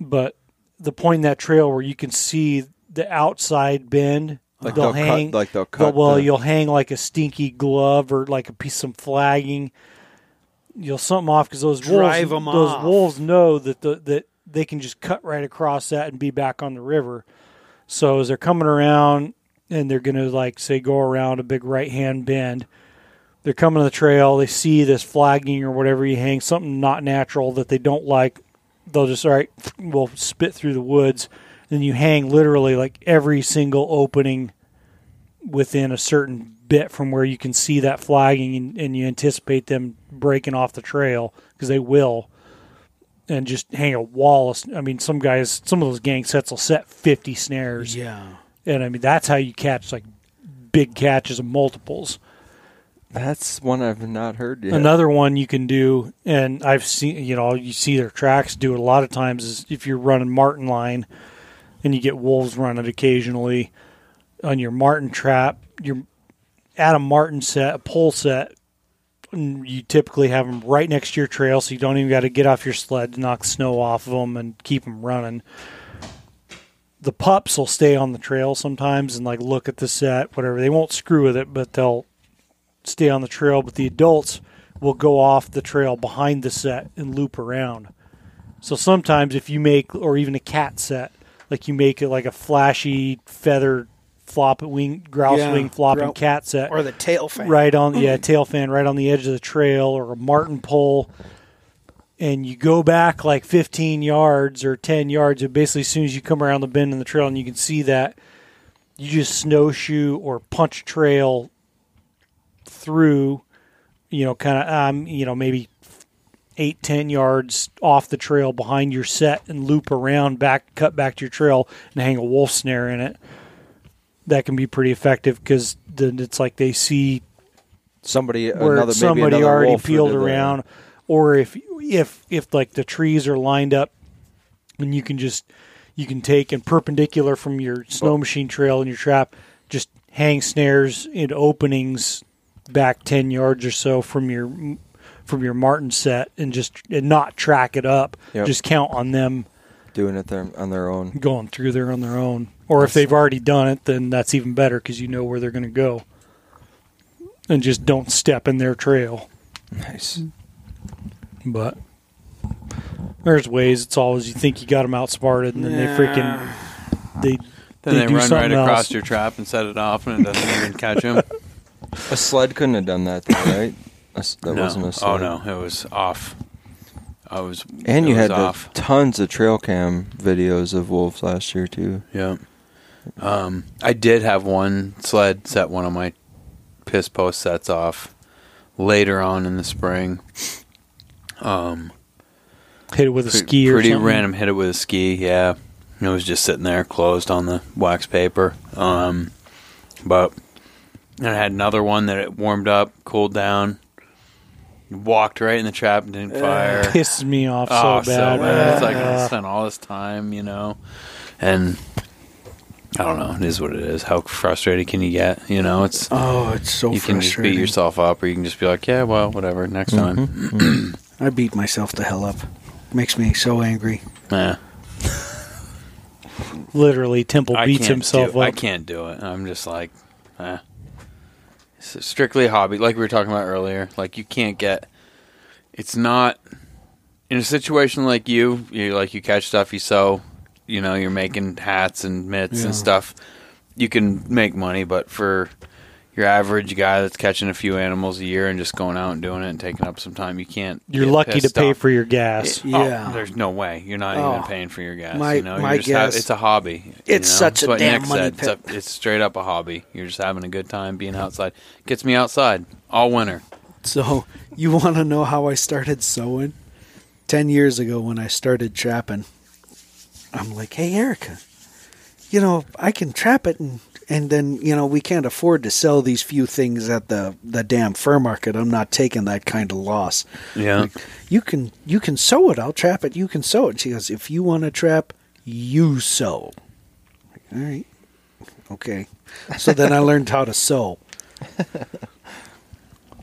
[SPEAKER 2] But the point in that trail where you can see the outside bend,
[SPEAKER 1] Like
[SPEAKER 2] they'll,
[SPEAKER 1] they'll cut-
[SPEAKER 2] hang
[SPEAKER 1] like they'll cut
[SPEAKER 2] well,
[SPEAKER 1] the-
[SPEAKER 2] you'll hang like a stinky glove or like a piece some flagging. You'll something off because those
[SPEAKER 3] Drive
[SPEAKER 2] wolves,
[SPEAKER 3] 'em
[SPEAKER 2] those
[SPEAKER 3] off.
[SPEAKER 2] wolves know that the, that they can just cut right across that and be back on the river. So as they're coming around and they're going to like say go around a big right hand bend, they're coming to the trail. They see this flagging or whatever you hang, something not natural that they don't like. They'll just all right, we'll spit through the woods. Then you hang literally like every single opening within a certain bit from where you can see that flagging and, and you anticipate them breaking off the trail because they will and just hang a wall of sn- i mean some guys some of those gang sets will set 50 snares
[SPEAKER 3] Yeah.
[SPEAKER 2] and i mean that's how you catch like big catches of multiples
[SPEAKER 1] That's one I've not heard yet.
[SPEAKER 2] Another one you can do, and I've seen, you know, you see their tracks do it a lot of times is if you're running Martin line and you get wolves running occasionally on your Martin trap, you're at a Martin set, a pole set, and you typically have them right next to your trail, so you don't even got to get off your sled to knock snow off of them and keep them running. The pups will stay on the trail sometimes and like look at the set, whatever. They won't screw with it, but they'll stay on the trail, but the adults will go off the trail behind the set and loop around. So sometimes if you make or even a cat set, like you make it like a flashy feather flop wing grouse
[SPEAKER 3] Yeah,
[SPEAKER 2] wing flopping
[SPEAKER 3] grou-
[SPEAKER 2] cat set
[SPEAKER 3] Or the tail fan.
[SPEAKER 2] right on yeah tail fan right on the edge of the trail or a martin pole and you go back like 15 yards or 10 yards and basically as soon as you come around the bend in the trail and you can see that you just snowshoe or punch trail through you know kind of um you know maybe eight ten yards off the trail behind your set and loop around back cut back to your trail and hang a wolf snare in it that can be pretty effective because then it's like they see
[SPEAKER 1] somebody,
[SPEAKER 2] where
[SPEAKER 1] another, maybe
[SPEAKER 2] somebody
[SPEAKER 1] another
[SPEAKER 2] already
[SPEAKER 1] wolf
[SPEAKER 2] peeled
[SPEAKER 1] did that.
[SPEAKER 2] around, or if if if like the trees are lined up, and you can just you can take and perpendicular from your snow machine trail and your trap, just hang snares in openings back ten yards or so from your from your martin set, and just and not track it up.
[SPEAKER 1] Yep.
[SPEAKER 2] Just count on them
[SPEAKER 1] doing it there on their own.
[SPEAKER 2] going through there on their own. Or if they've already done it, then that's even better because you know where they're going to go. And just don't step in their trail.
[SPEAKER 1] Nice.
[SPEAKER 2] But there's ways. It's always you think you got them outsmarted, and then they freaking they
[SPEAKER 4] Then
[SPEAKER 2] they,
[SPEAKER 4] they,
[SPEAKER 2] do
[SPEAKER 4] run
[SPEAKER 2] something
[SPEAKER 4] right across
[SPEAKER 2] else.
[SPEAKER 4] your trap and set it off, and it doesn't even catch them.
[SPEAKER 1] A sled couldn't have done that, though, right? A s- That
[SPEAKER 4] no.
[SPEAKER 1] wasn't a
[SPEAKER 4] oh
[SPEAKER 1] sled.
[SPEAKER 4] no, it was off. I was
[SPEAKER 1] And
[SPEAKER 4] it
[SPEAKER 1] you
[SPEAKER 4] was
[SPEAKER 1] had the
[SPEAKER 4] off.
[SPEAKER 1] tons of trail cam videos of wolves last year too.
[SPEAKER 4] Yeah. Um, I did have one sled set one of my piss post sets off later on in the spring. Um,
[SPEAKER 2] hit it with a
[SPEAKER 4] pre-
[SPEAKER 2] ski or
[SPEAKER 4] pretty
[SPEAKER 2] something.
[SPEAKER 4] random hit it with a ski. Yeah, And it was just sitting there closed on the wax paper. Um, but and I had another one that it warmed up, cooled down, walked right in the trap, and didn't fire
[SPEAKER 2] Pisses me off so bad.
[SPEAKER 4] Ah, so bad. It's like I
[SPEAKER 2] Uh,
[SPEAKER 4] spent all this time, you know, and I don't know. It is what it is. How frustrated can you get? You know, it's
[SPEAKER 3] Oh, it's so
[SPEAKER 4] you can just beat
[SPEAKER 3] frustrating.
[SPEAKER 4] yourself up, or you can just be like, yeah, well, whatever, next
[SPEAKER 2] Mm-hmm.
[SPEAKER 4] time.
[SPEAKER 3] I beat myself the hell up. Makes me so angry.
[SPEAKER 4] Yeah,
[SPEAKER 2] literally, Temple
[SPEAKER 4] I
[SPEAKER 2] beats
[SPEAKER 4] can't
[SPEAKER 2] himself
[SPEAKER 4] do, I
[SPEAKER 2] up.
[SPEAKER 4] can't do it. I'm just like, eh. It's strictly a hobby, like we were talking about earlier. Like you can't get. It's not in a situation like you. You like you catch stuff, you sew. You know, you're making hats and mitts
[SPEAKER 3] Yeah.
[SPEAKER 4] and stuff. You can make money, but for your average guy that's catching a few animals a year and just going out and doing it and taking up some time. You can't.
[SPEAKER 2] You're
[SPEAKER 4] get
[SPEAKER 2] lucky to
[SPEAKER 4] pissed
[SPEAKER 2] pay
[SPEAKER 4] off.
[SPEAKER 2] for your gas.
[SPEAKER 4] Oh,
[SPEAKER 3] Yeah.
[SPEAKER 4] there's no way. You're not
[SPEAKER 3] Oh.
[SPEAKER 4] even paying for your gas.
[SPEAKER 3] My-
[SPEAKER 4] you know? You're
[SPEAKER 3] my
[SPEAKER 4] just ha-
[SPEAKER 3] gas-
[SPEAKER 4] it's a hobby. you
[SPEAKER 3] It's
[SPEAKER 4] know?
[SPEAKER 3] such a
[SPEAKER 4] That's what
[SPEAKER 3] damn
[SPEAKER 4] Nick
[SPEAKER 3] money
[SPEAKER 4] said. It's,
[SPEAKER 3] pit.
[SPEAKER 4] a- it's straight up a hobby. You're just having a good time being outside. Gets me outside all winter.
[SPEAKER 3] So you want to know how I started sewing? Ten years ago, when I started trapping, I'm like, "Hey, Erica, you know I can trap it, and and then you know we can't afford to sell these few things at the the damn fur market. I'm not taking that kind of loss.
[SPEAKER 4] Yeah.
[SPEAKER 3] You can you can sew it. I'll trap it. You can sew it." And she goes, "If you want to trap, you sew." All right, okay. So then I learned how to sew.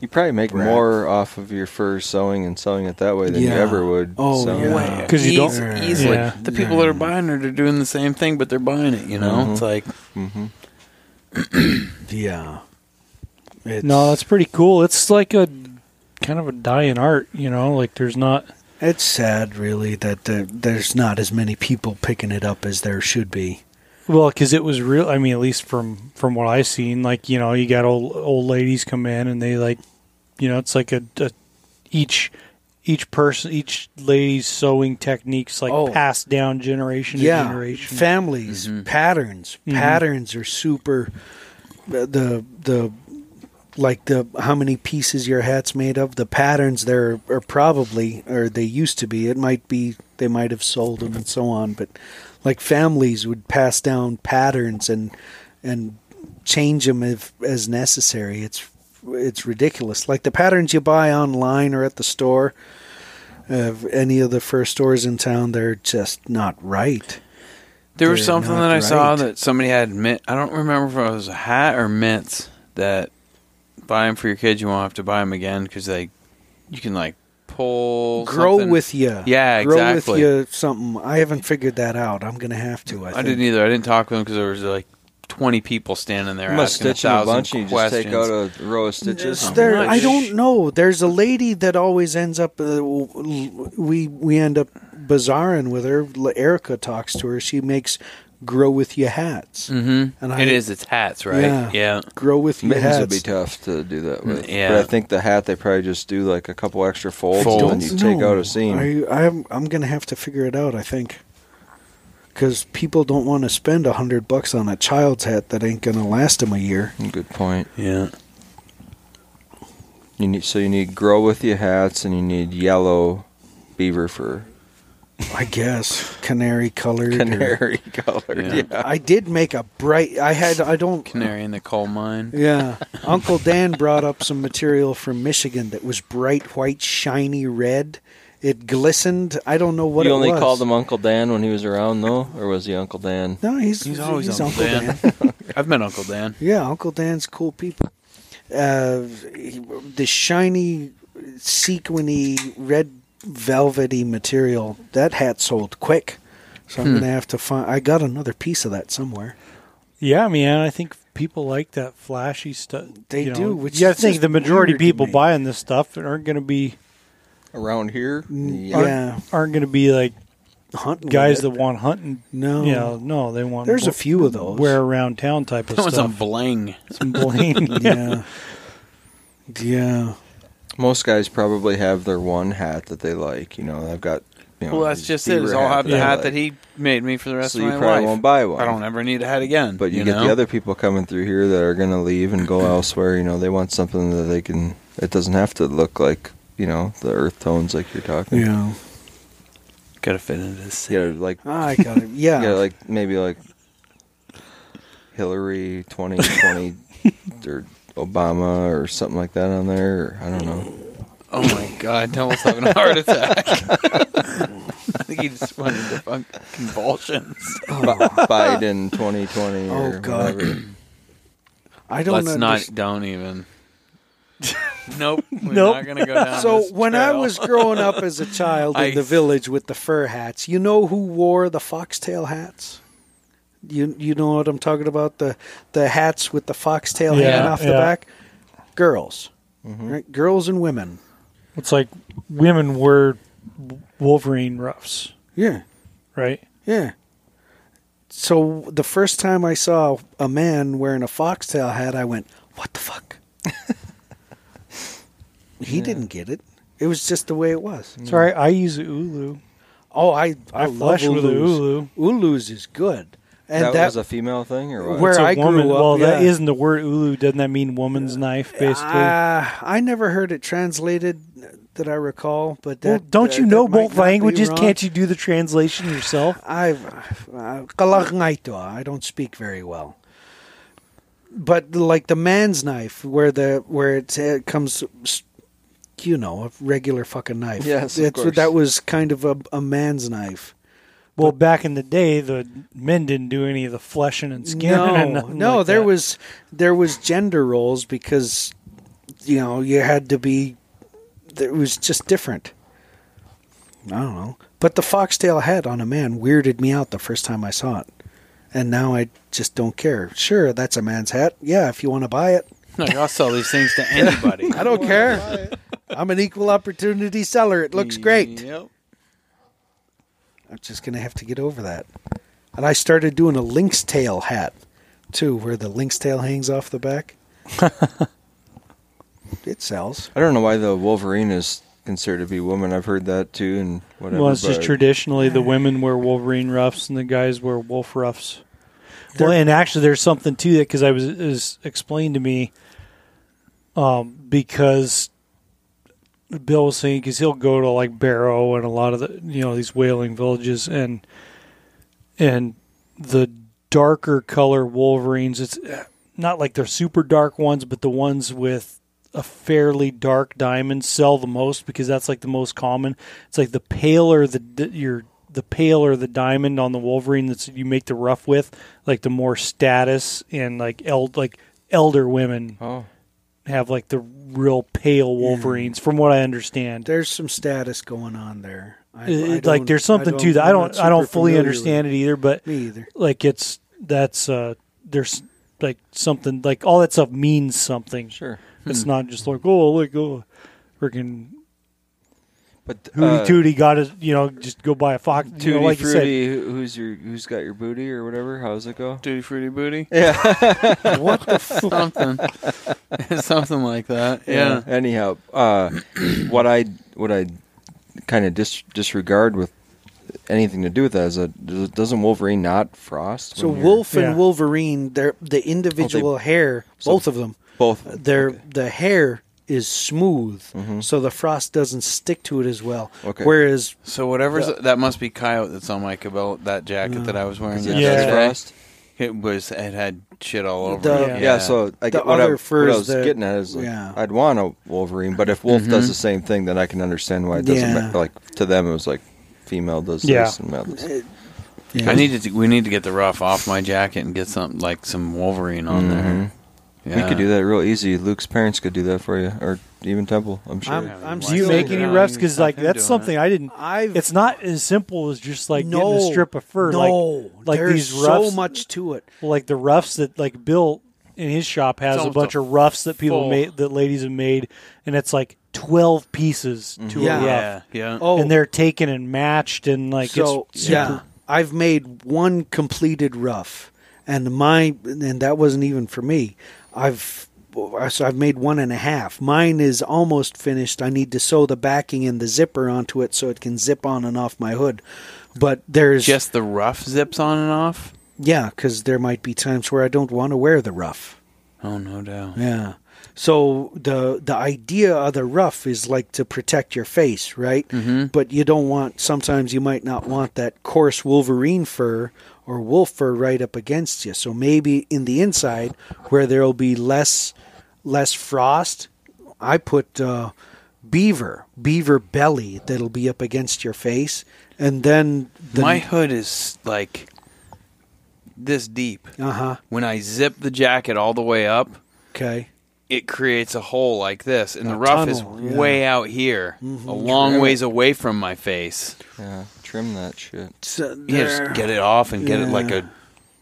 [SPEAKER 1] You probably make
[SPEAKER 3] Right.
[SPEAKER 1] more off of your fur sewing and selling it that way than you
[SPEAKER 3] Yeah.
[SPEAKER 1] ever would.
[SPEAKER 3] Oh,
[SPEAKER 1] selling it.
[SPEAKER 3] yeah.
[SPEAKER 2] 'Cause you don't-
[SPEAKER 4] Eas- easily.
[SPEAKER 2] Yeah.
[SPEAKER 4] The people that are buying it are doing the same thing, but they're buying it. You know,
[SPEAKER 2] Mm-hmm.
[SPEAKER 4] it's like
[SPEAKER 3] Yeah. It's,
[SPEAKER 2] No, that's pretty cool. It's like a kind of a dying art, you know. Like there's not.
[SPEAKER 3] It's sad, really, that the, there's not as many people picking it up as there should be.
[SPEAKER 2] Well, because it was real. I mean, at least from from what I've seen, like you know, you got old old ladies come in and they like, you know, it's like a, a each each person each lady's sewing techniques like
[SPEAKER 3] Oh.
[SPEAKER 2] passed down generation to generation.
[SPEAKER 3] families, patterns,
[SPEAKER 2] Mhm.
[SPEAKER 3] patterns are super. uh, The the like the how many pieces your hat's made of. The patterns there are probably or they used to be. It might be they might have sold them and so on, but like families would pass down patterns and and change them if as necessary. It's it's ridiculous. Like the patterns you buy online or at the store, uh, any of the fur stores in town, they're just not right.
[SPEAKER 4] There was
[SPEAKER 3] They're
[SPEAKER 4] something
[SPEAKER 3] not
[SPEAKER 4] that I saw
[SPEAKER 3] right.
[SPEAKER 4] that somebody had mint. I don't remember if it was a hat or mitts that buy them for your kids. You won't have to buy them again because they, you can like pull.
[SPEAKER 3] Grow
[SPEAKER 4] something.
[SPEAKER 3] with you.
[SPEAKER 4] Yeah,
[SPEAKER 3] Grow
[SPEAKER 4] exactly.
[SPEAKER 3] with you something. I haven't figured that out. I'm going to have to. I,
[SPEAKER 4] I
[SPEAKER 3] think.
[SPEAKER 4] didn't either. I didn't talk to them because there was like twenty people standing there
[SPEAKER 1] You must
[SPEAKER 4] asking a
[SPEAKER 1] stitch in a
[SPEAKER 4] thousand
[SPEAKER 1] bunch and you just
[SPEAKER 4] questions.
[SPEAKER 1] take out a row of stitches.
[SPEAKER 3] Is there-
[SPEAKER 4] much?
[SPEAKER 3] I don't know. There's a lady that always ends up. Uh, we we end up bazaring with her. L- Erica talks to her. She makes grow with you hats.
[SPEAKER 1] Mm.
[SPEAKER 4] mm-hmm.
[SPEAKER 3] And
[SPEAKER 4] And
[SPEAKER 3] I-
[SPEAKER 4] it is. It's hats, right?
[SPEAKER 3] Yeah.
[SPEAKER 4] Yeah.
[SPEAKER 3] Grow with you
[SPEAKER 1] Mittens
[SPEAKER 3] hats.
[SPEAKER 1] would be tough to do that with.
[SPEAKER 4] Yeah.
[SPEAKER 1] But I think the hat they probably just do like a couple extra folds,
[SPEAKER 4] Folds.
[SPEAKER 1] and then you take
[SPEAKER 3] know.
[SPEAKER 1] out a seam.
[SPEAKER 3] I, I'm I'm gonna have to figure it out. I think because people don't want to spend a hundred bucks on a child's hat that ain't gonna last them a year.
[SPEAKER 1] Good point.
[SPEAKER 4] Yeah.
[SPEAKER 1] You need so you need grow with you hats and you need yellow beaver fur.
[SPEAKER 3] I guess canary colored. or-
[SPEAKER 1] Canary color.
[SPEAKER 4] Yeah.
[SPEAKER 1] Yeah. Uh,
[SPEAKER 3] I did make a bright. I had. I don't.
[SPEAKER 4] Canary in the coal mine.
[SPEAKER 3] Yeah. Uncle Dan brought up some material from Michigan that was bright white, shiny red. It glistened. I don't know what
[SPEAKER 1] you
[SPEAKER 3] it
[SPEAKER 1] only
[SPEAKER 3] was.
[SPEAKER 1] called him Uncle Dan when he was around, though, or was he Uncle Dan?
[SPEAKER 3] No, he's
[SPEAKER 4] He's always
[SPEAKER 3] he's
[SPEAKER 4] Uncle Dan. I've met Uncle Dan.
[SPEAKER 3] Yeah, Uncle Dan's cool people. Uh, he- the shiny, sequiny, red velvety material that hat sold quick. So I'm gonna have to find. I got another piece of that somewhere.
[SPEAKER 2] Yeah, man. I think people like that flashy stuff.
[SPEAKER 3] They
[SPEAKER 2] you know.
[SPEAKER 3] do, which
[SPEAKER 2] you gotta
[SPEAKER 3] is
[SPEAKER 2] think
[SPEAKER 3] just
[SPEAKER 2] the majority of
[SPEAKER 3] weird to
[SPEAKER 2] people
[SPEAKER 3] me.
[SPEAKER 2] buying this stuff aren't going to be
[SPEAKER 1] Around here?
[SPEAKER 3] Aren't-
[SPEAKER 1] Mm, Yeah.
[SPEAKER 3] Yeah.
[SPEAKER 2] aren't going to be like
[SPEAKER 3] Hunting with
[SPEAKER 2] guys
[SPEAKER 3] it.
[SPEAKER 2] that want hunting.
[SPEAKER 3] No.
[SPEAKER 2] you know, no, they want.
[SPEAKER 3] There's a few of those.
[SPEAKER 2] wear around town type of
[SPEAKER 4] That was a
[SPEAKER 2] stuff.
[SPEAKER 4] bling.
[SPEAKER 2] Some bling.
[SPEAKER 3] yeah, yeah.
[SPEAKER 1] Most guys probably have their one hat that they like. You know, I've got. You know,
[SPEAKER 4] Well, that's
[SPEAKER 1] these
[SPEAKER 4] just it.
[SPEAKER 1] beaver
[SPEAKER 4] Is I'll have the
[SPEAKER 1] I
[SPEAKER 4] hat
[SPEAKER 1] like.
[SPEAKER 4] that he made me for the rest
[SPEAKER 1] So
[SPEAKER 4] of
[SPEAKER 1] you
[SPEAKER 4] my
[SPEAKER 1] probably
[SPEAKER 4] life.
[SPEAKER 1] won't buy one.
[SPEAKER 4] I don't ever need a hat again.
[SPEAKER 1] But you, get
[SPEAKER 4] know?
[SPEAKER 1] the other people coming through here that are going to leave and go elsewhere. You know, they want something that they can. It doesn't have to look like you know the earth tones like you're talking.
[SPEAKER 3] Yeah. Ah.
[SPEAKER 4] Gotta fit into this.
[SPEAKER 1] You gotta like, you
[SPEAKER 3] I got it. Yeah.
[SPEAKER 1] gotta like maybe like Hillary twenty twenty or Obama or something like that on there. Or, I don't know.
[SPEAKER 4] Oh my god, Dylan's having a heart attack. I think he just went into fun- convulsions.
[SPEAKER 1] Bi- Biden twenty twenty.
[SPEAKER 3] Oh,
[SPEAKER 1] or
[SPEAKER 3] God.
[SPEAKER 1] Whatever.
[SPEAKER 3] I don't
[SPEAKER 4] Let's
[SPEAKER 3] understand.
[SPEAKER 4] not, don't even. nope, we're
[SPEAKER 2] Nope.
[SPEAKER 4] not gonna go down.
[SPEAKER 3] So
[SPEAKER 4] this
[SPEAKER 3] when I
[SPEAKER 4] trail.
[SPEAKER 3] was growing up as a child in
[SPEAKER 4] I-
[SPEAKER 3] the village with the fur hats, you know who wore the foxtail hats? You you know what I'm talking about the the hats with the foxtail
[SPEAKER 2] Yeah,
[SPEAKER 3] hanging off the
[SPEAKER 2] yeah.
[SPEAKER 3] back? Girls. Right? Girls and women.
[SPEAKER 2] It's like women wear Wolverine ruffs,
[SPEAKER 3] Yeah.
[SPEAKER 2] right?
[SPEAKER 3] Yeah. So the first time I saw a man wearing a foxtail hat, I went, what the fuck? he didn't get it. It was just the way it was.
[SPEAKER 2] Sorry, I use a Ulu.
[SPEAKER 3] Oh, I I,
[SPEAKER 2] I
[SPEAKER 3] love
[SPEAKER 2] flush with a
[SPEAKER 3] Ulus.
[SPEAKER 2] Ulu.
[SPEAKER 3] Ulus is good. And
[SPEAKER 1] that,
[SPEAKER 3] that,
[SPEAKER 1] was a female thing, or what?
[SPEAKER 3] Where
[SPEAKER 2] It's a
[SPEAKER 3] I grew
[SPEAKER 2] woman.
[SPEAKER 3] up,
[SPEAKER 2] well, that
[SPEAKER 3] yeah.
[SPEAKER 2] isn't the word Ulu. Doesn't that mean woman's knife, basically?
[SPEAKER 3] Uh, I never heard it translated uh, that I recall, but that,
[SPEAKER 2] well, don't
[SPEAKER 3] uh,
[SPEAKER 2] you
[SPEAKER 3] that
[SPEAKER 2] know
[SPEAKER 3] might
[SPEAKER 2] both
[SPEAKER 3] not be
[SPEAKER 2] languages?
[SPEAKER 3] wrong.
[SPEAKER 2] Can't you do the translation yourself?
[SPEAKER 3] I've uh, kalaknaito, I don't speak very well. But like the man's knife, where the where it's, it comes, s- you know, a regular fucking knife.
[SPEAKER 1] Yes, of
[SPEAKER 3] It's-
[SPEAKER 1] course.
[SPEAKER 3] that was kind of a, a man's knife.
[SPEAKER 2] Well, back in the day, the men didn't do any of the fleshing and skinning. and
[SPEAKER 3] no,
[SPEAKER 2] nothing
[SPEAKER 3] no,
[SPEAKER 2] like
[SPEAKER 3] there
[SPEAKER 2] that.
[SPEAKER 3] was there was gender roles because you know you had to be. It was just different. I don't know, but the foxtail hat on a man weirded me out the first time I saw it, and now I just don't care. Sure, that's a man's hat. Yeah, if you want to buy it,
[SPEAKER 4] Like, I'll sell these things to anybody.
[SPEAKER 3] I don't care. I'm an equal opportunity seller. It looks great.
[SPEAKER 4] Yep.
[SPEAKER 3] I'm just gonna have to get over that. And I started doing a lynx tail hat too, where the lynx tail hangs off the back. it sells.
[SPEAKER 1] I don't know why the Wolverine is considered to be woman. I've heard that too, and whatever.
[SPEAKER 2] Well, it's just
[SPEAKER 1] but-
[SPEAKER 2] traditionally the women wear Wolverine ruffs and the guys wear wolf ruffs. well, and actually, there's something to that because I was it was explained to me um, because Bill was saying because he'll go to like Barrow and a lot of the you know these whaling villages and and the darker color Wolverines. It's eh, not like they're super dark ones, but the ones with a fairly dark diamond sell the most because that's like the most common. It's like the paler the d- your the paler the diamond on the Wolverine that you make the rough with, like the more status and like eld like elder women
[SPEAKER 1] Oh,
[SPEAKER 2] have like the real pale Wolverines, from what I understand.
[SPEAKER 3] There's some status going on there. I, I
[SPEAKER 2] It- like
[SPEAKER 3] don't-
[SPEAKER 2] there's something
[SPEAKER 3] I
[SPEAKER 2] to that. I
[SPEAKER 3] I'm
[SPEAKER 2] don't
[SPEAKER 3] not
[SPEAKER 2] I don't
[SPEAKER 3] super
[SPEAKER 2] fully
[SPEAKER 3] familiar with
[SPEAKER 2] understand it either, but
[SPEAKER 3] it. me either.
[SPEAKER 2] like it's that's uh there's like something like all that stuff means something.
[SPEAKER 1] sure.
[SPEAKER 2] It's
[SPEAKER 3] Hmm.
[SPEAKER 2] not just like oh like oh, freaking
[SPEAKER 1] But
[SPEAKER 2] hooty
[SPEAKER 1] uh,
[SPEAKER 2] tooty got to you know just go buy a fox. You
[SPEAKER 1] Tutti
[SPEAKER 2] know, like you said,
[SPEAKER 1] Frutti, who- who's your who's got your booty or whatever? How's it go?
[SPEAKER 4] Duty fruity booty.
[SPEAKER 1] Yeah,
[SPEAKER 4] what the something, something like that. Yeah.
[SPEAKER 1] Anyhow, uh, what I what I kind of dis- disregard with anything to do with that is that does- doesn't Wolverine not frost?
[SPEAKER 3] So
[SPEAKER 1] when you're-
[SPEAKER 3] Wolf and
[SPEAKER 2] Yeah.
[SPEAKER 3] Wolverine, they're the
[SPEAKER 2] Oh,
[SPEAKER 3] individual hair,
[SPEAKER 1] so-
[SPEAKER 3] both of them.
[SPEAKER 1] both
[SPEAKER 3] Their the hair is smooth,
[SPEAKER 2] Mm-hmm.
[SPEAKER 3] so the frost doesn't stick to it as well.
[SPEAKER 1] Okay.
[SPEAKER 3] Whereas
[SPEAKER 4] So whatever's that must be coyote that's on my Cabell that jacket that I was wearing.
[SPEAKER 1] Is it
[SPEAKER 4] the
[SPEAKER 2] Yeah.
[SPEAKER 1] just
[SPEAKER 4] other day.
[SPEAKER 1] frost?
[SPEAKER 4] It was it had shit all over.
[SPEAKER 3] The-
[SPEAKER 4] it.
[SPEAKER 2] Yeah.
[SPEAKER 1] Yeah. so I
[SPEAKER 3] The
[SPEAKER 1] get what, I,
[SPEAKER 3] other
[SPEAKER 1] what I
[SPEAKER 3] furs
[SPEAKER 1] was
[SPEAKER 3] that-
[SPEAKER 1] getting at is like,
[SPEAKER 3] yeah.
[SPEAKER 1] I'd want a Wolverine, but if Wolf
[SPEAKER 2] Mm-hmm.
[SPEAKER 1] does the same thing, then I can understand why it doesn't.
[SPEAKER 3] Yeah.
[SPEAKER 1] ma- like to them, it was like female does
[SPEAKER 2] Yeah.
[SPEAKER 1] this and male does. That.
[SPEAKER 4] I needed to, we need to get the rough off my jacket and get something like some Wolverine on there. Yeah.
[SPEAKER 1] You Mm-hmm. could do that real easy. Luke's parents could do that for you, or even Temple. I'm sure.
[SPEAKER 3] I'm,
[SPEAKER 4] Yeah,
[SPEAKER 3] I'm
[SPEAKER 4] do
[SPEAKER 2] do you
[SPEAKER 3] still-
[SPEAKER 2] make any
[SPEAKER 4] Yeah,
[SPEAKER 2] refs?
[SPEAKER 3] um,
[SPEAKER 4] you
[SPEAKER 2] Because like
[SPEAKER 4] fucking
[SPEAKER 2] that's
[SPEAKER 4] doing
[SPEAKER 2] something I didn't.
[SPEAKER 3] I've
[SPEAKER 2] It's not as simple as just like getting a strip of fur.
[SPEAKER 3] No,
[SPEAKER 2] like, like
[SPEAKER 3] there's
[SPEAKER 2] these
[SPEAKER 3] so
[SPEAKER 2] roughs,
[SPEAKER 3] much to it.
[SPEAKER 2] like the roughs that like Bill in his shop has a
[SPEAKER 4] almost
[SPEAKER 2] bunch
[SPEAKER 4] a
[SPEAKER 2] of roughs that people
[SPEAKER 4] full-
[SPEAKER 2] made that ladies have made, and it's like twelve pieces to
[SPEAKER 3] Yeah.
[SPEAKER 2] a rough.
[SPEAKER 4] Yeah. Yeah.
[SPEAKER 3] Oh,
[SPEAKER 2] and they're taken and matched and like
[SPEAKER 3] so
[SPEAKER 2] it's super,
[SPEAKER 3] yeah. I've made one completed rough, and my and that wasn't even for me. I've so I've made one and a half. Mine is almost finished. I need to sew the backing and the zipper onto it so it can zip on and off my hood. But there's
[SPEAKER 4] Just the rough zips on and off.
[SPEAKER 3] yeah, because there might be times where I don't want to wear the rough.
[SPEAKER 4] Oh no doubt.
[SPEAKER 3] Yeah. So the the idea of the rough is like to protect your face, right? Mm-hmm. But you don't want. Sometimes you might not want that coarse wolverine fur or wolf fur right up against you. So maybe in the inside where there will be less less frost, I put uh, beaver beaver belly that'll be up against your face, and then the,
[SPEAKER 4] my hood is like this deep.
[SPEAKER 3] uh huh
[SPEAKER 4] When I zip the jacket all the way up,
[SPEAKER 3] okay
[SPEAKER 4] it creates a hole like this, and
[SPEAKER 3] A
[SPEAKER 4] the rough is
[SPEAKER 3] tunnel, yeah. Mm-hmm.
[SPEAKER 4] way out here, a long ways away from my face.
[SPEAKER 1] yeah, trim that shit.
[SPEAKER 3] so
[SPEAKER 4] You just get it off and get it like a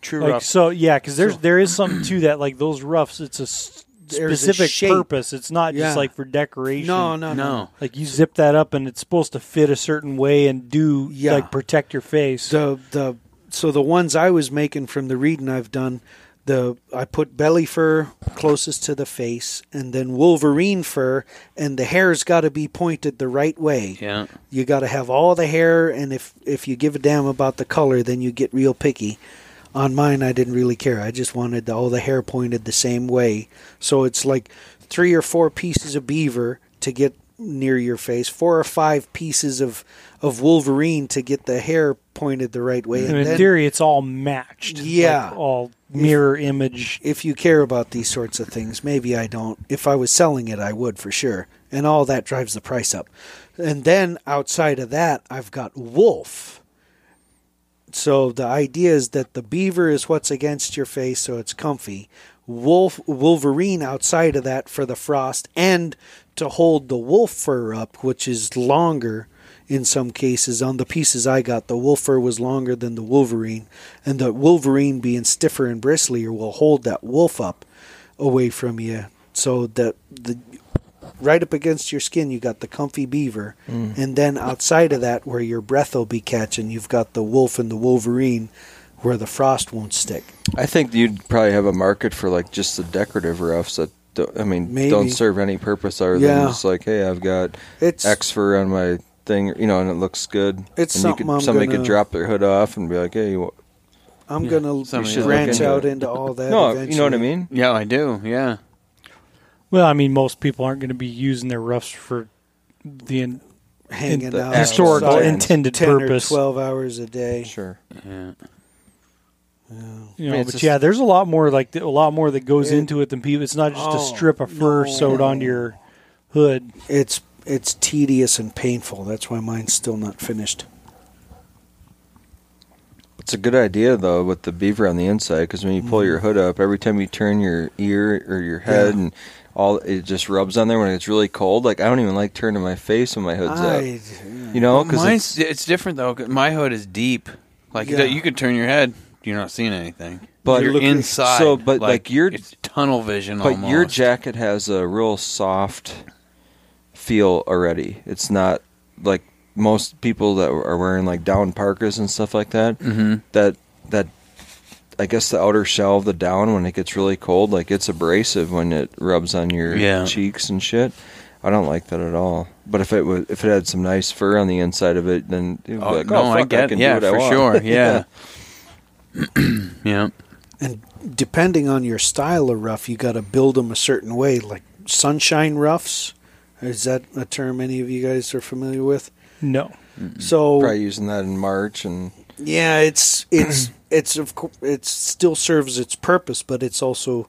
[SPEAKER 4] true
[SPEAKER 2] like
[SPEAKER 4] rough.
[SPEAKER 2] so yeah because there's there is something to that like those roughs it's a s-
[SPEAKER 3] There's a
[SPEAKER 2] specific
[SPEAKER 3] shape.
[SPEAKER 2] purpose it's not
[SPEAKER 3] Yeah.
[SPEAKER 2] just like for decoration
[SPEAKER 3] no no no
[SPEAKER 4] no,
[SPEAKER 2] like you zip that up and it's supposed to fit a certain way and do
[SPEAKER 3] Yeah.
[SPEAKER 2] like protect your face
[SPEAKER 3] the the so the ones I was making from the reading I've done, the I put belly fur closest to the face, and then Wolverine fur, and the hair's got to be pointed the right way.
[SPEAKER 4] Yeah.
[SPEAKER 3] You got to have all the hair, and if if you give a damn about the color, then you get real picky. On mine, I didn't really care. I just wanted the, all the hair pointed the same way, so it's like three or four pieces of beaver to get near your face, four or five pieces of of Wolverine to get the hair pointed the right way,
[SPEAKER 2] And
[SPEAKER 3] and
[SPEAKER 2] in
[SPEAKER 3] then
[SPEAKER 2] theory, it's all matched.
[SPEAKER 3] Yeah.
[SPEAKER 2] Like, all mirror image.
[SPEAKER 3] if you care about these sorts of things, maybe I don't. If I was selling it, I would for sure. And all that drives the price up. And then outside of that, I've got wolf. So the idea is that the beaver is what's against your face, so it's comfy. Wolf Wolverine outside of that for the frost and to hold the wolf fur up, which is longer in some cases. On the pieces I got, the wolf fur was longer than the Wolverine, and the Wolverine being stiffer and bristlier will hold that wolf up away from you. So that the right up against your skin, you got the comfy beaver,
[SPEAKER 1] Mm.
[SPEAKER 3] and then outside of that, where your breath will be catching, you've got the wolf and the Wolverine, where the frost won't stick.
[SPEAKER 1] I think you'd probably have a market for like just the decorative ruffs that don't, I mean
[SPEAKER 3] Maybe.
[SPEAKER 1] don't serve any purpose other
[SPEAKER 3] Yeah.
[SPEAKER 1] than just like hey I've got
[SPEAKER 3] It's-
[SPEAKER 1] X fur on my thing you know and it looks good.
[SPEAKER 3] It's
[SPEAKER 1] and
[SPEAKER 3] something
[SPEAKER 1] you could,
[SPEAKER 3] I'm
[SPEAKER 1] somebody
[SPEAKER 3] gonna-
[SPEAKER 1] could drop their hood off and be like hey you-
[SPEAKER 3] I'm gonna
[SPEAKER 4] some of
[SPEAKER 1] these
[SPEAKER 3] branch
[SPEAKER 1] look into
[SPEAKER 3] out
[SPEAKER 1] it.
[SPEAKER 3] into all that.
[SPEAKER 1] no
[SPEAKER 3] eventually.
[SPEAKER 1] you know what I mean.
[SPEAKER 4] Yeah, I do. Yeah.
[SPEAKER 2] Well, I mean, most people aren't going to be using their roughs for the in,
[SPEAKER 3] Hanging
[SPEAKER 2] in-
[SPEAKER 1] the
[SPEAKER 3] out
[SPEAKER 2] historical
[SPEAKER 3] outside,
[SPEAKER 2] intended
[SPEAKER 3] ten
[SPEAKER 2] purpose.
[SPEAKER 3] or twelve hours a day.
[SPEAKER 1] Sure.
[SPEAKER 4] Yeah.
[SPEAKER 2] You
[SPEAKER 1] I
[SPEAKER 2] know,
[SPEAKER 1] mean,
[SPEAKER 2] but
[SPEAKER 1] it's just-
[SPEAKER 2] yeah, there's a lot more like a lot more that goes
[SPEAKER 3] It-
[SPEAKER 2] into it than people. It's not just a
[SPEAKER 3] Oh,
[SPEAKER 2] strip of fur
[SPEAKER 3] no.
[SPEAKER 2] sewed onto your hood.
[SPEAKER 3] It's it's tedious and painful. That's why mine's still not finished.
[SPEAKER 1] It's a good idea though with the beaver on the inside because when you pull your hood up, every time you turn your ear or your head
[SPEAKER 3] Mm-hmm. Yeah.
[SPEAKER 1] and all it just rubs on there when it's really cold. Like I don't even like turning my face when my hood's
[SPEAKER 3] I,
[SPEAKER 1] up. You know,
[SPEAKER 4] Well,
[SPEAKER 1] because
[SPEAKER 4] mine's it's, different though. 'cause My hood is deep. Like
[SPEAKER 3] Yeah.
[SPEAKER 4] you could turn your head, you're not seeing anything.
[SPEAKER 1] But-
[SPEAKER 4] you're
[SPEAKER 1] Look-
[SPEAKER 4] inside.
[SPEAKER 1] so, but, like, you're-
[SPEAKER 4] it's tunnel vision.
[SPEAKER 1] But your
[SPEAKER 4] almost.
[SPEAKER 1] jacket has a real soft feel already. It's not like most people that are wearing like down parkas and stuff like that.
[SPEAKER 4] Mhm.
[SPEAKER 1] That that I guess the outer shell of the down when it gets really cold, like it's abrasive when it rubs on your
[SPEAKER 4] Yeah.
[SPEAKER 1] cheeks and shit. I don't like that at all. But if it was if it had some nice fur on the inside of it, then it would
[SPEAKER 4] Oh,
[SPEAKER 1] be like,
[SPEAKER 4] no,
[SPEAKER 1] oh, fuck,
[SPEAKER 4] I get.
[SPEAKER 1] can
[SPEAKER 4] yeah,
[SPEAKER 1] do what
[SPEAKER 4] for
[SPEAKER 1] I want.
[SPEAKER 4] sure. Yeah. yeah.
[SPEAKER 3] and depending on your style of rough, you got to build them a certain way. Like sunshine roughs, is that a term any of you guys are familiar with?
[SPEAKER 2] No,
[SPEAKER 3] So
[SPEAKER 1] Probably using that in March and
[SPEAKER 3] yeah, it's it's it's of course it still serves its purpose, but it's also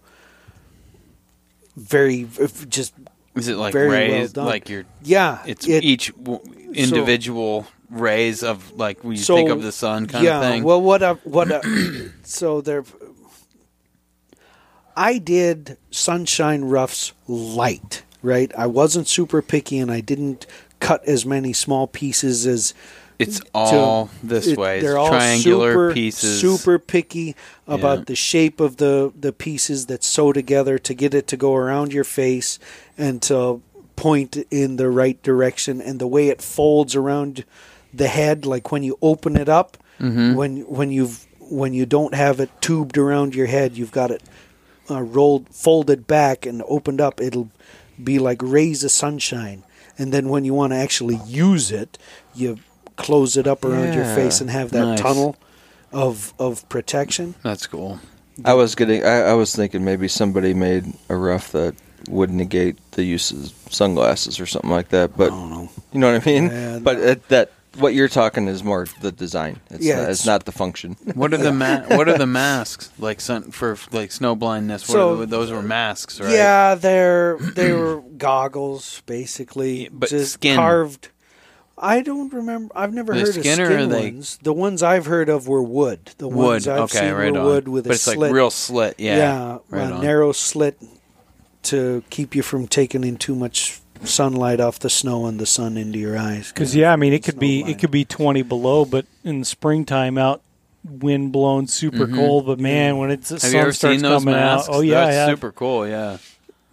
[SPEAKER 3] very if just
[SPEAKER 4] Is it like
[SPEAKER 3] Very well
[SPEAKER 4] rays?
[SPEAKER 3] done.
[SPEAKER 4] like your
[SPEAKER 3] yeah.
[SPEAKER 4] it's
[SPEAKER 3] it-
[SPEAKER 4] each w- individual rays of like when you
[SPEAKER 3] So,
[SPEAKER 4] think of the sun kind
[SPEAKER 3] yeah,
[SPEAKER 4] of thing.
[SPEAKER 3] Well, what I, what I, so there, I did sunshine roughs light, right? I wasn't super picky, and I didn't cut as many small pieces as
[SPEAKER 4] it's all this
[SPEAKER 3] it-
[SPEAKER 4] way. It's
[SPEAKER 3] they're all
[SPEAKER 4] triangular
[SPEAKER 3] super,
[SPEAKER 4] pieces.
[SPEAKER 3] Super picky about
[SPEAKER 4] Yeah.
[SPEAKER 3] the shape of the the pieces that sew together to get it to go around your face and to point in the right direction and the way it folds around the head like when you open it up
[SPEAKER 4] Mm-hmm.
[SPEAKER 3] when when you've when you don't have it tubed around your head you've got it uh, rolled folded back and opened up it'll be like rays of sunshine and then when you want to actually use it you close it up around your
[SPEAKER 1] Yeah.
[SPEAKER 3] face and have that
[SPEAKER 4] Nice.
[SPEAKER 3] tunnel of of protection
[SPEAKER 4] That's cool.
[SPEAKER 1] I was getting. I, I was thinking maybe somebody made a rough that would negate the use of sunglasses or something like that. But you know what I mean.
[SPEAKER 3] Oh. Yeah.
[SPEAKER 1] But it, that what you're talking is more the design. It's,
[SPEAKER 3] Yeah,
[SPEAKER 1] not, it's,
[SPEAKER 3] it's-
[SPEAKER 1] not the function.
[SPEAKER 4] What are the ma- what are the masks like sun- for like snow blindness? What
[SPEAKER 3] So-
[SPEAKER 4] are the, those were masks, right?
[SPEAKER 3] yeah they're they were goggles basically
[SPEAKER 4] Yeah, but
[SPEAKER 3] just
[SPEAKER 4] skin.
[SPEAKER 3] carved I don't remember. I've never
[SPEAKER 4] They're
[SPEAKER 3] heard
[SPEAKER 4] skin or
[SPEAKER 3] of skin
[SPEAKER 4] are they-
[SPEAKER 3] ones. The ones I've heard of were wood. The
[SPEAKER 4] wood.
[SPEAKER 3] ones I've
[SPEAKER 4] okay,
[SPEAKER 3] seen
[SPEAKER 4] right
[SPEAKER 3] were
[SPEAKER 4] on.
[SPEAKER 3] wood with
[SPEAKER 4] but
[SPEAKER 3] a
[SPEAKER 4] it's
[SPEAKER 3] slit.
[SPEAKER 4] like real slit. Yeah, right
[SPEAKER 3] a
[SPEAKER 4] on.
[SPEAKER 3] narrow slit to keep you from taking in too much sunlight off the snow and the sun into your eyes.
[SPEAKER 2] because yeah, I mean, it could
[SPEAKER 3] Snow
[SPEAKER 2] be
[SPEAKER 3] blind.
[SPEAKER 2] it could be 20 below, but in the springtime out, wind blown, super cold. But man,
[SPEAKER 3] Mm-hmm.
[SPEAKER 2] when it's the
[SPEAKER 4] Mm-hmm. Have
[SPEAKER 2] sun
[SPEAKER 4] you ever
[SPEAKER 2] starts
[SPEAKER 4] seen those
[SPEAKER 2] coming
[SPEAKER 4] masks?
[SPEAKER 2] out, oh yeah, I
[SPEAKER 4] That's
[SPEAKER 2] have.
[SPEAKER 4] super cool. Yeah,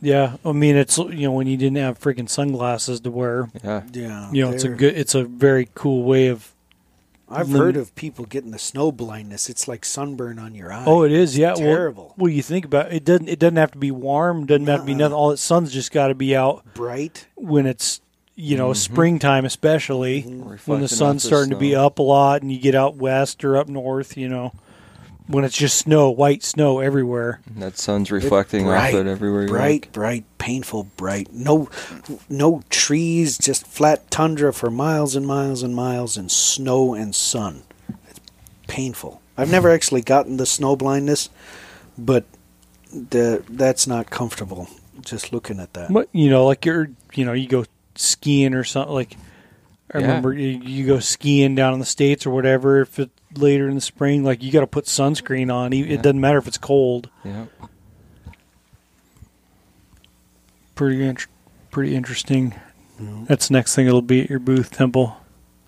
[SPEAKER 2] yeah. I mean, it's you know when you didn't have freaking sunglasses to wear,
[SPEAKER 1] Yeah.
[SPEAKER 3] Yeah,
[SPEAKER 2] you know, it's a
[SPEAKER 3] they're-
[SPEAKER 2] good, it's a very cool way of
[SPEAKER 3] I've
[SPEAKER 2] Lim-
[SPEAKER 3] heard of people getting the snow blindness. It's like sunburn on your eye.
[SPEAKER 2] Oh, it is. Yeah, well-
[SPEAKER 3] terrible. Uh-uh.
[SPEAKER 2] Well, you think about it, it doesn't it doesn't have to be warm. Doesn't have to be
[SPEAKER 3] Nuh-uh.
[SPEAKER 2] nothing. All that sun's just got to be out
[SPEAKER 3] bright.
[SPEAKER 2] when it's you know springtime, especially
[SPEAKER 3] Mm-hmm.
[SPEAKER 2] when
[SPEAKER 1] Mm-hmm. Reflecting
[SPEAKER 2] the
[SPEAKER 1] off
[SPEAKER 2] sun's
[SPEAKER 1] the
[SPEAKER 2] starting to be
[SPEAKER 1] snow.
[SPEAKER 2] up a lot, and you get out west or up north. You know, when it's just snow, white snow everywhere.
[SPEAKER 1] And that sun's reflecting
[SPEAKER 3] bright,
[SPEAKER 1] off it everywhere. you
[SPEAKER 3] bright,
[SPEAKER 1] look.
[SPEAKER 3] bright, painful, bright. No, no trees, just flat tundra for miles and miles and miles, and snow and sun. It's painful. I've never
[SPEAKER 1] Hmm.
[SPEAKER 3] actually gotten the snow blindness, but the that's not comfortable. Just looking at that.
[SPEAKER 2] But you know, like you're you know you go skiing or something. Like I
[SPEAKER 1] Yeah.
[SPEAKER 2] remember you, you go skiing down in the states or whatever. If it later in the spring, like you got to put sunscreen on. e-
[SPEAKER 1] Yeah.
[SPEAKER 2] It doesn't matter if it's cold.
[SPEAKER 1] Yeah.
[SPEAKER 2] pretty int- pretty interesting. That's the next thing it'll be at your booth, Temple.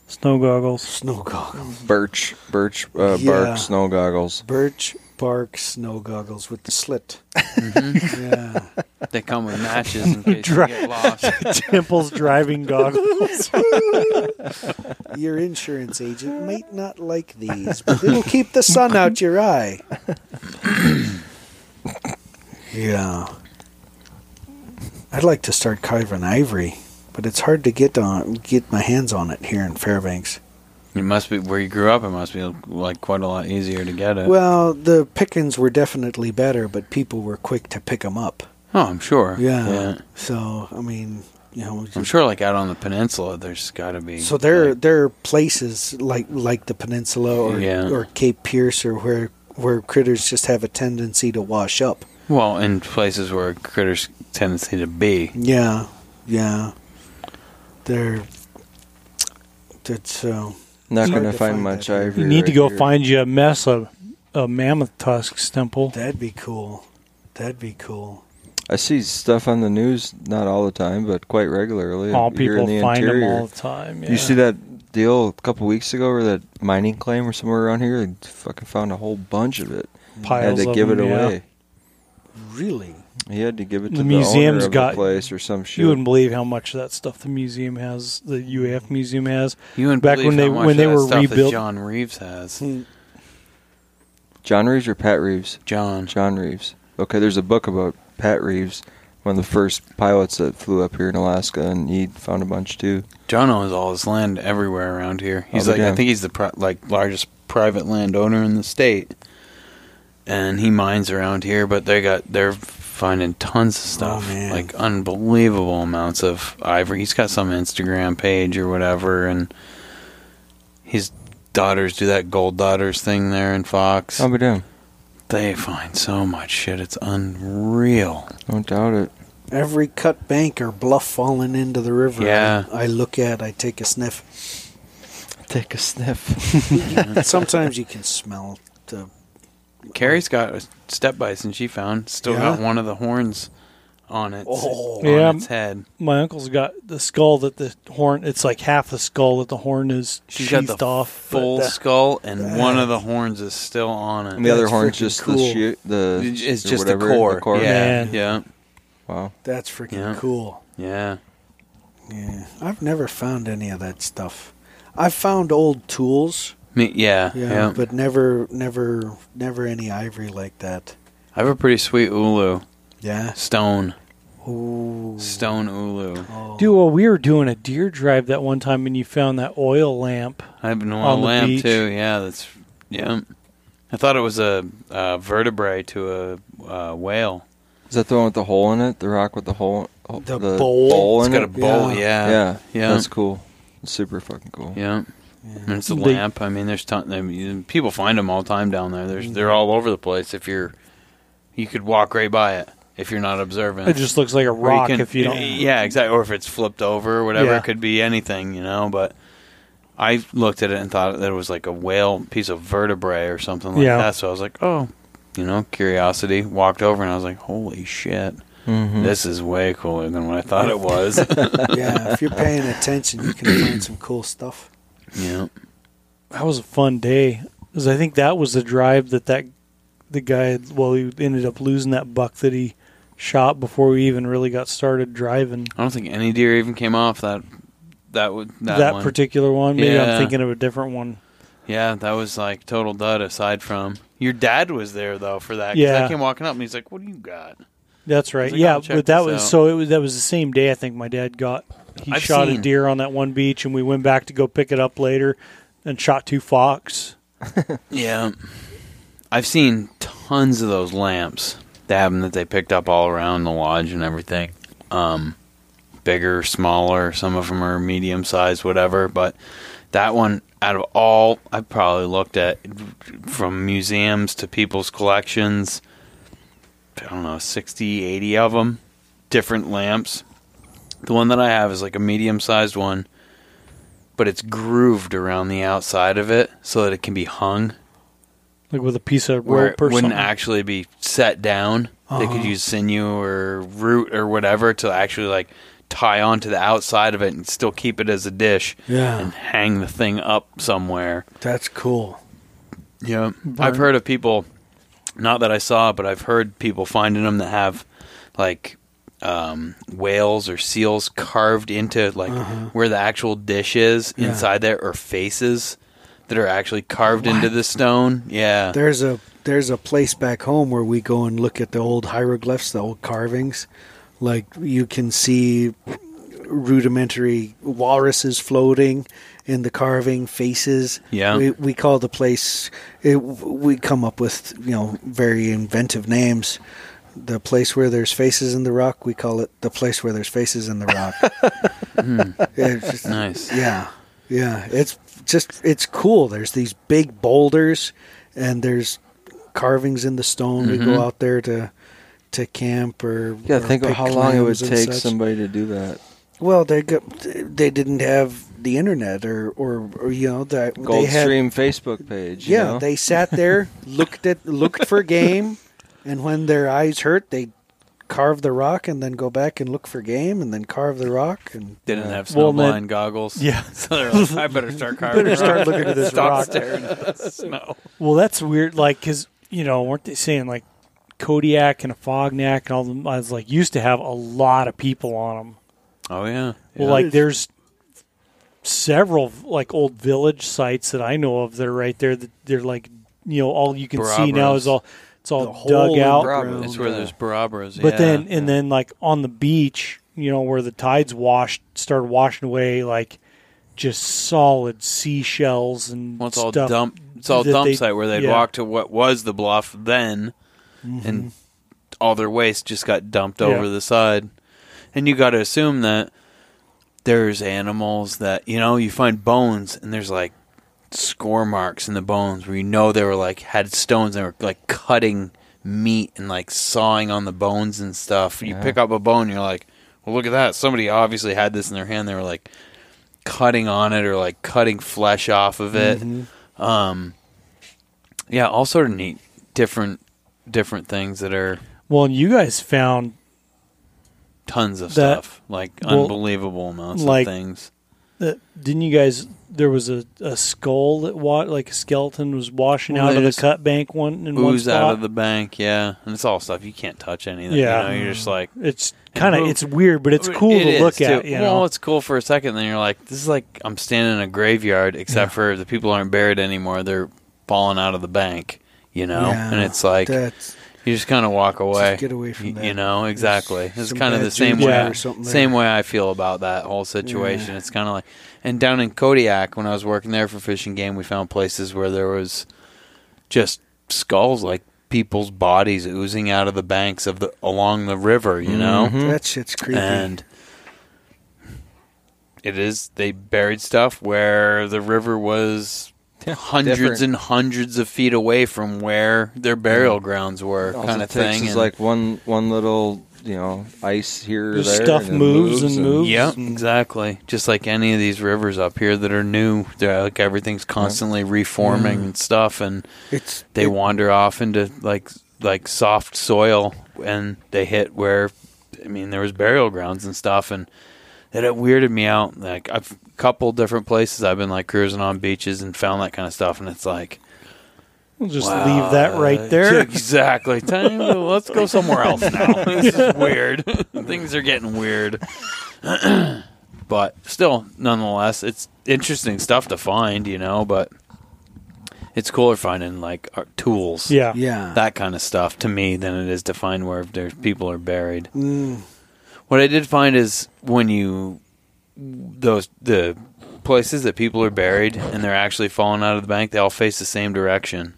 [SPEAKER 2] Snow goggles.
[SPEAKER 3] Snow goggles,
[SPEAKER 1] Birch, birch, uh,
[SPEAKER 3] Yeah.
[SPEAKER 1] bark, snow goggles.
[SPEAKER 3] birch bark snow goggles with the slit. yeah.
[SPEAKER 4] They come with matches in case you get lost.
[SPEAKER 2] Temple's driving goggles.
[SPEAKER 3] Your insurance agent might not like these, but it'll keep the sun out your eye. yeah. I'd like to start carving ivory, but it's hard to get on get my hands on it here in Fairbanks.
[SPEAKER 4] It must be where you grew up. It must be like quite a lot easier to get it.
[SPEAKER 3] Well, the pickings were definitely better, but people were quick to pick 'em up.
[SPEAKER 4] oh, I'm sure.
[SPEAKER 3] Yeah. So, I mean, you know,
[SPEAKER 4] I'm sure, like out on the peninsula, there's got to be.
[SPEAKER 3] So there,
[SPEAKER 4] like,
[SPEAKER 3] there are places like like the peninsula or
[SPEAKER 4] Yeah.
[SPEAKER 3] or Cape Pierce or where where critters just have a tendency to wash up.
[SPEAKER 4] well, in places where critters tendency to be.
[SPEAKER 3] Yeah, yeah. They're that's uh,
[SPEAKER 1] Not
[SPEAKER 3] It's hard
[SPEAKER 1] going to
[SPEAKER 3] to
[SPEAKER 1] find
[SPEAKER 3] find
[SPEAKER 1] much
[SPEAKER 3] that here.
[SPEAKER 1] ivory.
[SPEAKER 2] you need to go
[SPEAKER 1] right here.
[SPEAKER 2] find you a mess of, of mammoth tusks, Temple.
[SPEAKER 3] that'd be cool. That'd be cool.
[SPEAKER 1] I see stuff on the news, not all the time, but quite regularly.
[SPEAKER 2] All
[SPEAKER 1] here
[SPEAKER 2] people
[SPEAKER 1] in the
[SPEAKER 2] find
[SPEAKER 1] interior.
[SPEAKER 2] them all the time. Yeah.
[SPEAKER 1] You see that deal a couple weeks ago, where that mining claim or somewhere around here, they fucking found a whole bunch of it. had
[SPEAKER 2] Piles
[SPEAKER 1] to
[SPEAKER 2] of
[SPEAKER 1] give
[SPEAKER 2] them,
[SPEAKER 1] it
[SPEAKER 2] yeah.
[SPEAKER 1] away.
[SPEAKER 3] Really?
[SPEAKER 1] He had to give it to
[SPEAKER 2] The
[SPEAKER 1] the,
[SPEAKER 2] museum's
[SPEAKER 1] owner of
[SPEAKER 2] got-
[SPEAKER 1] the place or some shit.
[SPEAKER 2] You wouldn't believe how much of that stuff the museum has, the UAF museum has.
[SPEAKER 4] You and
[SPEAKER 2] Back when they- when they were
[SPEAKER 4] stuff that
[SPEAKER 2] rebuilt-
[SPEAKER 4] John Reeves has.
[SPEAKER 1] John Reeves or Pat Reeves?
[SPEAKER 4] John.
[SPEAKER 1] John Reeves. Okay, there's a book about Pat Reeves, one of the first pilots that flew up here in Alaska, and he found a bunch too.
[SPEAKER 4] John owns all his land everywhere around here. He's
[SPEAKER 1] Oh,
[SPEAKER 4] like, I
[SPEAKER 1] damn.
[SPEAKER 4] think he's the pri- like largest private landowner in the state, and he mines around here. But they got they're finding tons of stuff,
[SPEAKER 3] Oh, man.
[SPEAKER 4] like unbelievable amounts of ivory. He's got some Instagram page or whatever, and his daughters do that gold daughters thing there in Fox.
[SPEAKER 3] Um,
[SPEAKER 1] I'll be damned.
[SPEAKER 4] They find so much shit; it's unreal.
[SPEAKER 1] Don't doubt it.
[SPEAKER 3] Every cut bank or bluff falling into the river.
[SPEAKER 4] Yeah.
[SPEAKER 3] I, I look at. I take a sniff.
[SPEAKER 1] Take a sniff.
[SPEAKER 3] Sometimes you can smell the
[SPEAKER 4] Carrie's got a step bison she found. Still got
[SPEAKER 3] Yeah?
[SPEAKER 4] one of the horns on its,
[SPEAKER 3] Oh.
[SPEAKER 4] on
[SPEAKER 2] Yeah.
[SPEAKER 4] its head.
[SPEAKER 2] My uncle's got the skull that the horn, it's like half the skull that the horn is
[SPEAKER 4] She's got
[SPEAKER 2] sheathed
[SPEAKER 4] the
[SPEAKER 2] off. but
[SPEAKER 4] full
[SPEAKER 2] the-
[SPEAKER 4] skull, and
[SPEAKER 3] that-
[SPEAKER 4] one of the horns is still on it.
[SPEAKER 1] And the other
[SPEAKER 3] That's
[SPEAKER 1] horn's
[SPEAKER 3] freaking
[SPEAKER 1] just
[SPEAKER 3] cool.
[SPEAKER 1] the shoot. The
[SPEAKER 4] it's
[SPEAKER 1] or
[SPEAKER 4] just the
[SPEAKER 1] whatever,
[SPEAKER 4] core. Yeah,
[SPEAKER 2] Man.
[SPEAKER 4] yeah,
[SPEAKER 1] Wow.
[SPEAKER 3] that's freaking
[SPEAKER 4] Yeah.
[SPEAKER 3] cool.
[SPEAKER 4] yeah.
[SPEAKER 3] Yeah, I've never found any of that stuff. I've found old tools,
[SPEAKER 4] Me, yeah,
[SPEAKER 3] yeah,
[SPEAKER 4] yeah.
[SPEAKER 3] but never, never, never any ivory like that.
[SPEAKER 4] I have a pretty sweet ulu
[SPEAKER 3] Yeah.
[SPEAKER 4] stone,
[SPEAKER 3] Ooh.
[SPEAKER 4] stone ulu.
[SPEAKER 3] Oh.
[SPEAKER 2] Dude, well, we were doing a deer drive that one time, and you found that oil lamp.
[SPEAKER 4] I have an oil
[SPEAKER 2] On the
[SPEAKER 4] lamp
[SPEAKER 2] beach.
[SPEAKER 4] too. Yeah, that's yeah. I thought it was a, uh vertebrae to a uh, whale.
[SPEAKER 1] Is that the one with the hole in it? The rock with the hole. hole-
[SPEAKER 3] The bowl?
[SPEAKER 4] It's
[SPEAKER 1] in
[SPEAKER 4] got
[SPEAKER 1] it?
[SPEAKER 4] a bowl. Yeah,
[SPEAKER 1] yeah.
[SPEAKER 4] yeah.
[SPEAKER 1] That's cool. It's super fucking cool.
[SPEAKER 4] Yeah. And it's a
[SPEAKER 2] They-
[SPEAKER 4] lamp. I mean, there's ton. I mean, people find them all the time down there. There's they're all over the place. If you're, you could walk right by it if you're not observant.
[SPEAKER 2] It just looks like a
[SPEAKER 4] Or you
[SPEAKER 2] rock
[SPEAKER 4] can- eh,
[SPEAKER 2] if you don't.
[SPEAKER 4] Yeah, exactly. Or if it's flipped over or whatever,
[SPEAKER 2] Yeah.
[SPEAKER 4] it could be anything, you know. But I looked at it and thought that it was like a whale piece of vertebrae or something like
[SPEAKER 2] Yeah.
[SPEAKER 4] that. So I was like, oh, you know, curiosity. Walked over and I was like, holy shit,
[SPEAKER 1] Hmm.
[SPEAKER 2] Mm-hmm.
[SPEAKER 4] this is way cooler than what I thought it was.
[SPEAKER 3] yeah, if you're paying attention, you can find some cool stuff.
[SPEAKER 4] yeah.
[SPEAKER 2] That was a fun day. 'Cause I think that was the drive that that the guy. Well, he ended up losing that buck that he shot before we even really got started driving.
[SPEAKER 4] I don't think any deer even came off that. That would that,
[SPEAKER 2] That,
[SPEAKER 4] one.
[SPEAKER 2] particular one. Maybe
[SPEAKER 4] Yeah.
[SPEAKER 2] I'm thinking of a different one.
[SPEAKER 4] Yeah, that was like total dud. Aside from your dad was there though for that. 'cause
[SPEAKER 2] Yeah.
[SPEAKER 4] I came walking up and he's like, "What do you got?"
[SPEAKER 2] That's right.
[SPEAKER 4] like,
[SPEAKER 2] yeah,
[SPEAKER 4] I'll check
[SPEAKER 2] but that
[SPEAKER 4] this
[SPEAKER 2] was
[SPEAKER 4] out.
[SPEAKER 2] so it was that was the same day I think my dad got he
[SPEAKER 4] I've
[SPEAKER 2] shot a
[SPEAKER 4] seen.
[SPEAKER 2] deer on that one beach and we went back to go pick it up later and shot two fox.
[SPEAKER 4] Yeah, I've seen tons of those lamps. They have 'em that they picked up all around the lodge and everything. Um, bigger, smaller. Some of them are medium sized, whatever. But that one, out of all, I probably looked at from museums to people's collections. I don't know, 60, 80 of them, different lamps. The one that I have is like a medium sized one, but it's grooved around the outside of it so that it can be hung
[SPEAKER 2] Like with a piece of
[SPEAKER 4] where
[SPEAKER 2] rope
[SPEAKER 4] it
[SPEAKER 2] or
[SPEAKER 4] wouldn't
[SPEAKER 2] something.
[SPEAKER 4] actually be set down. They could use sinew or root or whatever to actually like tie onto the outside of it and still keep it as a dish
[SPEAKER 3] Yeah.
[SPEAKER 4] and hang the thing up somewhere.
[SPEAKER 3] That's cool.
[SPEAKER 4] Yeah, I've heard of people. Not that I saw, but I've heard people finding them that have like um, whales or seals carved into like where the actual dish is inside there, or faces that are actually carved into the stone. Yeah,
[SPEAKER 3] There's a there's a place back home where we go and look at the old hieroglyphs, the old carvings. Like you can see rudimentary walruses floating in the carving faces.
[SPEAKER 4] Yeah.
[SPEAKER 3] we, we call the place. It, we come up with you know very inventive names. The place where there's faces in the rock, we call it the place where there's faces in the rock. It's just-
[SPEAKER 4] Hmm. nice.
[SPEAKER 3] yeah, yeah. It's just it's cool. There's these big boulders, and there's carvings in the stone. We go out there to to camp or
[SPEAKER 1] Yeah,
[SPEAKER 3] or
[SPEAKER 1] Mm-hmm. think of
[SPEAKER 3] pick
[SPEAKER 1] how long it would
[SPEAKER 3] clams and
[SPEAKER 1] take
[SPEAKER 3] such.
[SPEAKER 1] somebody to do that.
[SPEAKER 3] Well, they go, they didn't have the internet or or, or you know that they had.
[SPEAKER 1] Goldstream Facebook page. you
[SPEAKER 3] Yeah,
[SPEAKER 1] know?
[SPEAKER 3] they sat there, looked at looked for game, and when their eyes hurt, they carve the rock and then go back and look for game and then carve the rock and
[SPEAKER 4] didn't have
[SPEAKER 2] Well,
[SPEAKER 4] snowblind
[SPEAKER 2] then-
[SPEAKER 4] goggles.
[SPEAKER 2] Yeah.
[SPEAKER 4] so they're like, I better start carving.
[SPEAKER 2] Better start looking at this
[SPEAKER 4] Stop
[SPEAKER 2] rock.
[SPEAKER 4] staring at the snow.
[SPEAKER 2] Well, that's weird. Like, cause you know, weren't they saying like Kodiak and a Fognak and all them? I was like, used to have a lot of people on them.
[SPEAKER 4] Oh yeah.
[SPEAKER 2] Well, like there's several like old village sites that I know of that are right there. That they're like, you know, all you can see now
[SPEAKER 4] Barabras.
[SPEAKER 2] is all it's all
[SPEAKER 3] whole
[SPEAKER 2] dug out.
[SPEAKER 3] Barabras.
[SPEAKER 4] that's where there's barabras.
[SPEAKER 2] But
[SPEAKER 4] yeah.
[SPEAKER 2] then, and then, like on the beach, you know, where the tides washed, started washing away, like just solid seashells and
[SPEAKER 4] well, it's all
[SPEAKER 2] stuff.
[SPEAKER 4] dump. It's all
[SPEAKER 2] that
[SPEAKER 4] dump
[SPEAKER 2] they-
[SPEAKER 4] site where they'd
[SPEAKER 2] yeah. Mm-hmm.
[SPEAKER 4] walk to what was the bluff then, and all their waste just got dumped
[SPEAKER 2] Yeah.
[SPEAKER 4] over the side. And you got to assume that there's animals that you know you find bones and there's like score marks in the bones where you know they were like had stones and were like cutting meat and like sawing on the bones and stuff. You pick up a bone, you're like, well, look at that. Somebody obviously had this in their hand. They were like cutting on it or like cutting flesh off of it.
[SPEAKER 2] Mm-hmm.
[SPEAKER 4] Um, yeah, all sort of neat, different, different things that are
[SPEAKER 2] Well, and you guys found
[SPEAKER 4] tons of
[SPEAKER 2] That-
[SPEAKER 4] stuff, like
[SPEAKER 2] well,
[SPEAKER 4] unbelievable amounts
[SPEAKER 2] like-
[SPEAKER 4] of things.
[SPEAKER 2] that didn't you guys? There was a, a skull that wa- like a skeleton was washing
[SPEAKER 4] Well,
[SPEAKER 2] out
[SPEAKER 4] they
[SPEAKER 2] of the
[SPEAKER 4] just
[SPEAKER 2] cut bank one in one
[SPEAKER 4] Ooze
[SPEAKER 2] spot.
[SPEAKER 4] out of the bank, yeah, and it's all stuff you can't touch anything.
[SPEAKER 2] Yeah.
[SPEAKER 4] you know, you're just like
[SPEAKER 2] it's kind of
[SPEAKER 4] who-
[SPEAKER 2] it's weird, but it's
[SPEAKER 4] It
[SPEAKER 2] cool to
[SPEAKER 4] is,
[SPEAKER 2] look
[SPEAKER 4] too.
[SPEAKER 2] at. You know,
[SPEAKER 4] Well, it's cool for a second. Then you're like, this is like I'm standing in a graveyard, except for the people aren't buried anymore. They're falling out of the bank, you know.
[SPEAKER 3] Yeah,
[SPEAKER 4] and it's like
[SPEAKER 3] that's
[SPEAKER 4] you just kind of walk away.
[SPEAKER 3] get away from
[SPEAKER 4] Y-
[SPEAKER 3] that.
[SPEAKER 4] You know, exactly. It's
[SPEAKER 3] There's some
[SPEAKER 4] kind of
[SPEAKER 3] bad
[SPEAKER 4] the same
[SPEAKER 3] juju
[SPEAKER 4] way.
[SPEAKER 2] or
[SPEAKER 3] something there.
[SPEAKER 4] Same way I feel about that whole situation. It's kind of like, and down in Kodiak, when I was working there for fishing game, we found places where there was just skulls, like people's bodies oozing out of the banks of the along the river. You know,
[SPEAKER 1] Mm-hmm.
[SPEAKER 3] that shit's Mm-hmm. creepy.
[SPEAKER 4] and it is they buried stuff where the river was hundreds
[SPEAKER 1] different.
[SPEAKER 4] and hundreds of feet away from where their burial grounds were,
[SPEAKER 1] All
[SPEAKER 4] kind
[SPEAKER 1] it
[SPEAKER 4] of
[SPEAKER 1] takes
[SPEAKER 4] thing.
[SPEAKER 1] Is
[SPEAKER 4] and-
[SPEAKER 1] like one one little you know ice here or
[SPEAKER 2] Just
[SPEAKER 1] there.
[SPEAKER 2] stuff
[SPEAKER 1] and it
[SPEAKER 2] moves and moves.
[SPEAKER 4] yeah,
[SPEAKER 2] and-
[SPEAKER 4] exactly. Just like any of these rivers up here that are new, they're like everything's constantly
[SPEAKER 1] Mm.
[SPEAKER 4] reforming and stuff, and
[SPEAKER 3] it's
[SPEAKER 4] they
[SPEAKER 3] it-
[SPEAKER 4] wander off into like like soft soil and they hit where I mean there was burial grounds and stuff and it, it weirded me out. Like I've a couple different places I've been like cruising on beaches and found that kind of stuff and it's like
[SPEAKER 2] we'll just
[SPEAKER 4] wow,
[SPEAKER 2] leave that right there.
[SPEAKER 4] Exactly. Time to- let's go somewhere else now. This is weird. Things are getting weird. but still, nonetheless, it's interesting stuff to find, you know, but it's cooler finding like uh, tools,
[SPEAKER 2] Yeah.
[SPEAKER 3] Yeah.
[SPEAKER 4] that kind of stuff to me than it is to find where there's people are buried.
[SPEAKER 3] Mm.
[SPEAKER 4] What I did find is when you those the places that people are buried and they're actually falling out of the bank, they all face the same direction.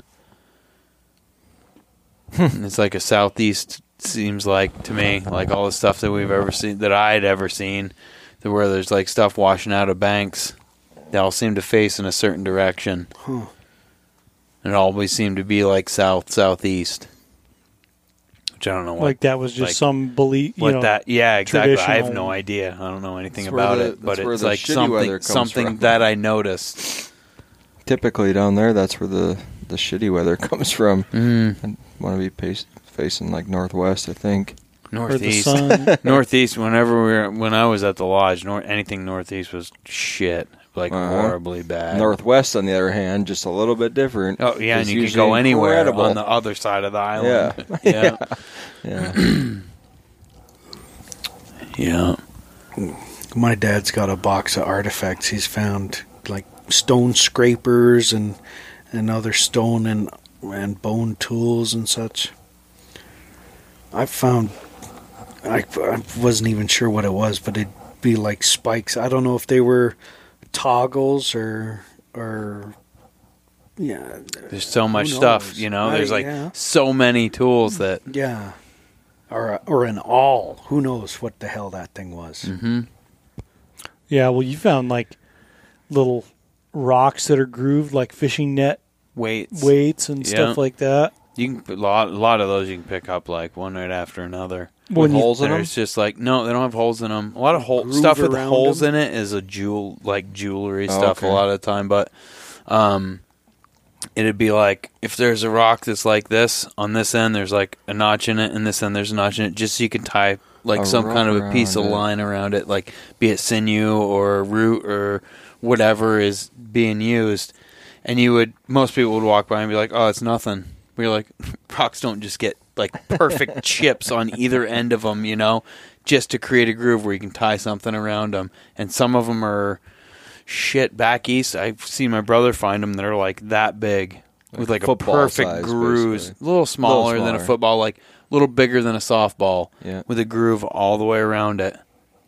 [SPEAKER 4] And it's like a southeast seems like to me, like all the stuff that we've ever seen that I'd ever seen, that where there's like stuff washing out of banks, they all seem to face in a certain direction. And it always seemed to be like south southeast. Which I don't know what
[SPEAKER 2] Like that was just
[SPEAKER 4] like-
[SPEAKER 2] some belief. You
[SPEAKER 4] what
[SPEAKER 2] know,
[SPEAKER 4] that yeah exactly i have
[SPEAKER 2] traditional-
[SPEAKER 4] no idea i don't know anything
[SPEAKER 1] That's where
[SPEAKER 4] about
[SPEAKER 1] the-
[SPEAKER 4] it but
[SPEAKER 1] that's where
[SPEAKER 4] it's
[SPEAKER 1] the
[SPEAKER 4] like
[SPEAKER 1] shitty
[SPEAKER 4] something
[SPEAKER 1] weather comes
[SPEAKER 4] something
[SPEAKER 1] from.
[SPEAKER 4] that i noticed
[SPEAKER 1] Typically down there, that's where the the shitty weather comes from.
[SPEAKER 4] mm,
[SPEAKER 1] I want to be pace, facing like northwest, I think.
[SPEAKER 2] or the
[SPEAKER 4] northeast
[SPEAKER 2] sun.
[SPEAKER 4] northeast whenever we were when i was at the lodge nor- anything northeast was shit like
[SPEAKER 1] Uh-huh.
[SPEAKER 4] horribly bad
[SPEAKER 1] Northwest, on the other hand, just a little bit different.
[SPEAKER 4] oh yeah and
[SPEAKER 1] It's
[SPEAKER 4] you could
[SPEAKER 1] usually
[SPEAKER 4] go anywhere
[SPEAKER 1] incredible.
[SPEAKER 4] on the other side of the island yeah
[SPEAKER 1] yeah.
[SPEAKER 4] yeah, yeah.
[SPEAKER 3] My dad's got a box of artifacts he's found, like stone scrapers and and other stone and and bone tools and such. I found I, I wasn't even sure what it was, but it'd be like spikes. I don't know if they were toggles or or yeah
[SPEAKER 4] there's so much
[SPEAKER 3] Who
[SPEAKER 4] stuff
[SPEAKER 3] knows?
[SPEAKER 4] you know
[SPEAKER 3] Right,
[SPEAKER 4] there's like
[SPEAKER 3] yeah.
[SPEAKER 4] so many tools that
[SPEAKER 3] yeah or a- or an awl. Who knows what the hell that thing was?
[SPEAKER 4] Mm-hmm.
[SPEAKER 2] yeah. Well, you found like little rocks that are grooved, like fishing net
[SPEAKER 4] weights
[SPEAKER 2] weights and stuff
[SPEAKER 4] Yeah.
[SPEAKER 2] like that.
[SPEAKER 4] You can a lot, a lot of those you can pick up like one right after another.
[SPEAKER 2] When With you- holes
[SPEAKER 1] in 'em?
[SPEAKER 4] There's just like no, they don't have holes in them. A lot of hole,
[SPEAKER 3] Groove
[SPEAKER 4] stuff with
[SPEAKER 3] around
[SPEAKER 4] holes
[SPEAKER 3] 'em?
[SPEAKER 4] in it is a jewel like jewelry
[SPEAKER 1] Oh,
[SPEAKER 4] stuff a
[SPEAKER 1] okay.
[SPEAKER 4] lot of the time, but um, it'd be like if there's a rock that's like this on this end, there's like a notch in it, and this end there's a notch in it, just so you can tie like
[SPEAKER 1] A
[SPEAKER 4] some
[SPEAKER 1] rope
[SPEAKER 4] kind of a piece of
[SPEAKER 1] around it.
[SPEAKER 4] line around it, like be it sinew or root or whatever is being used and you would most people would walk by and be like, "Oh, it's nothing." We're like, rocks don't just get like perfect chips on either end of them, you know, just to create a groove where you can tie something around them. And some of them are shit back east. I've seen my brother find them that are like that big with like a
[SPEAKER 1] football
[SPEAKER 4] perfect
[SPEAKER 1] size,
[SPEAKER 4] grooves,
[SPEAKER 1] basically.
[SPEAKER 4] a little smaller, than a
[SPEAKER 1] smaller.
[SPEAKER 4] football, like a little bigger than a softball,
[SPEAKER 1] Yeah.
[SPEAKER 4] with a groove all the way around it,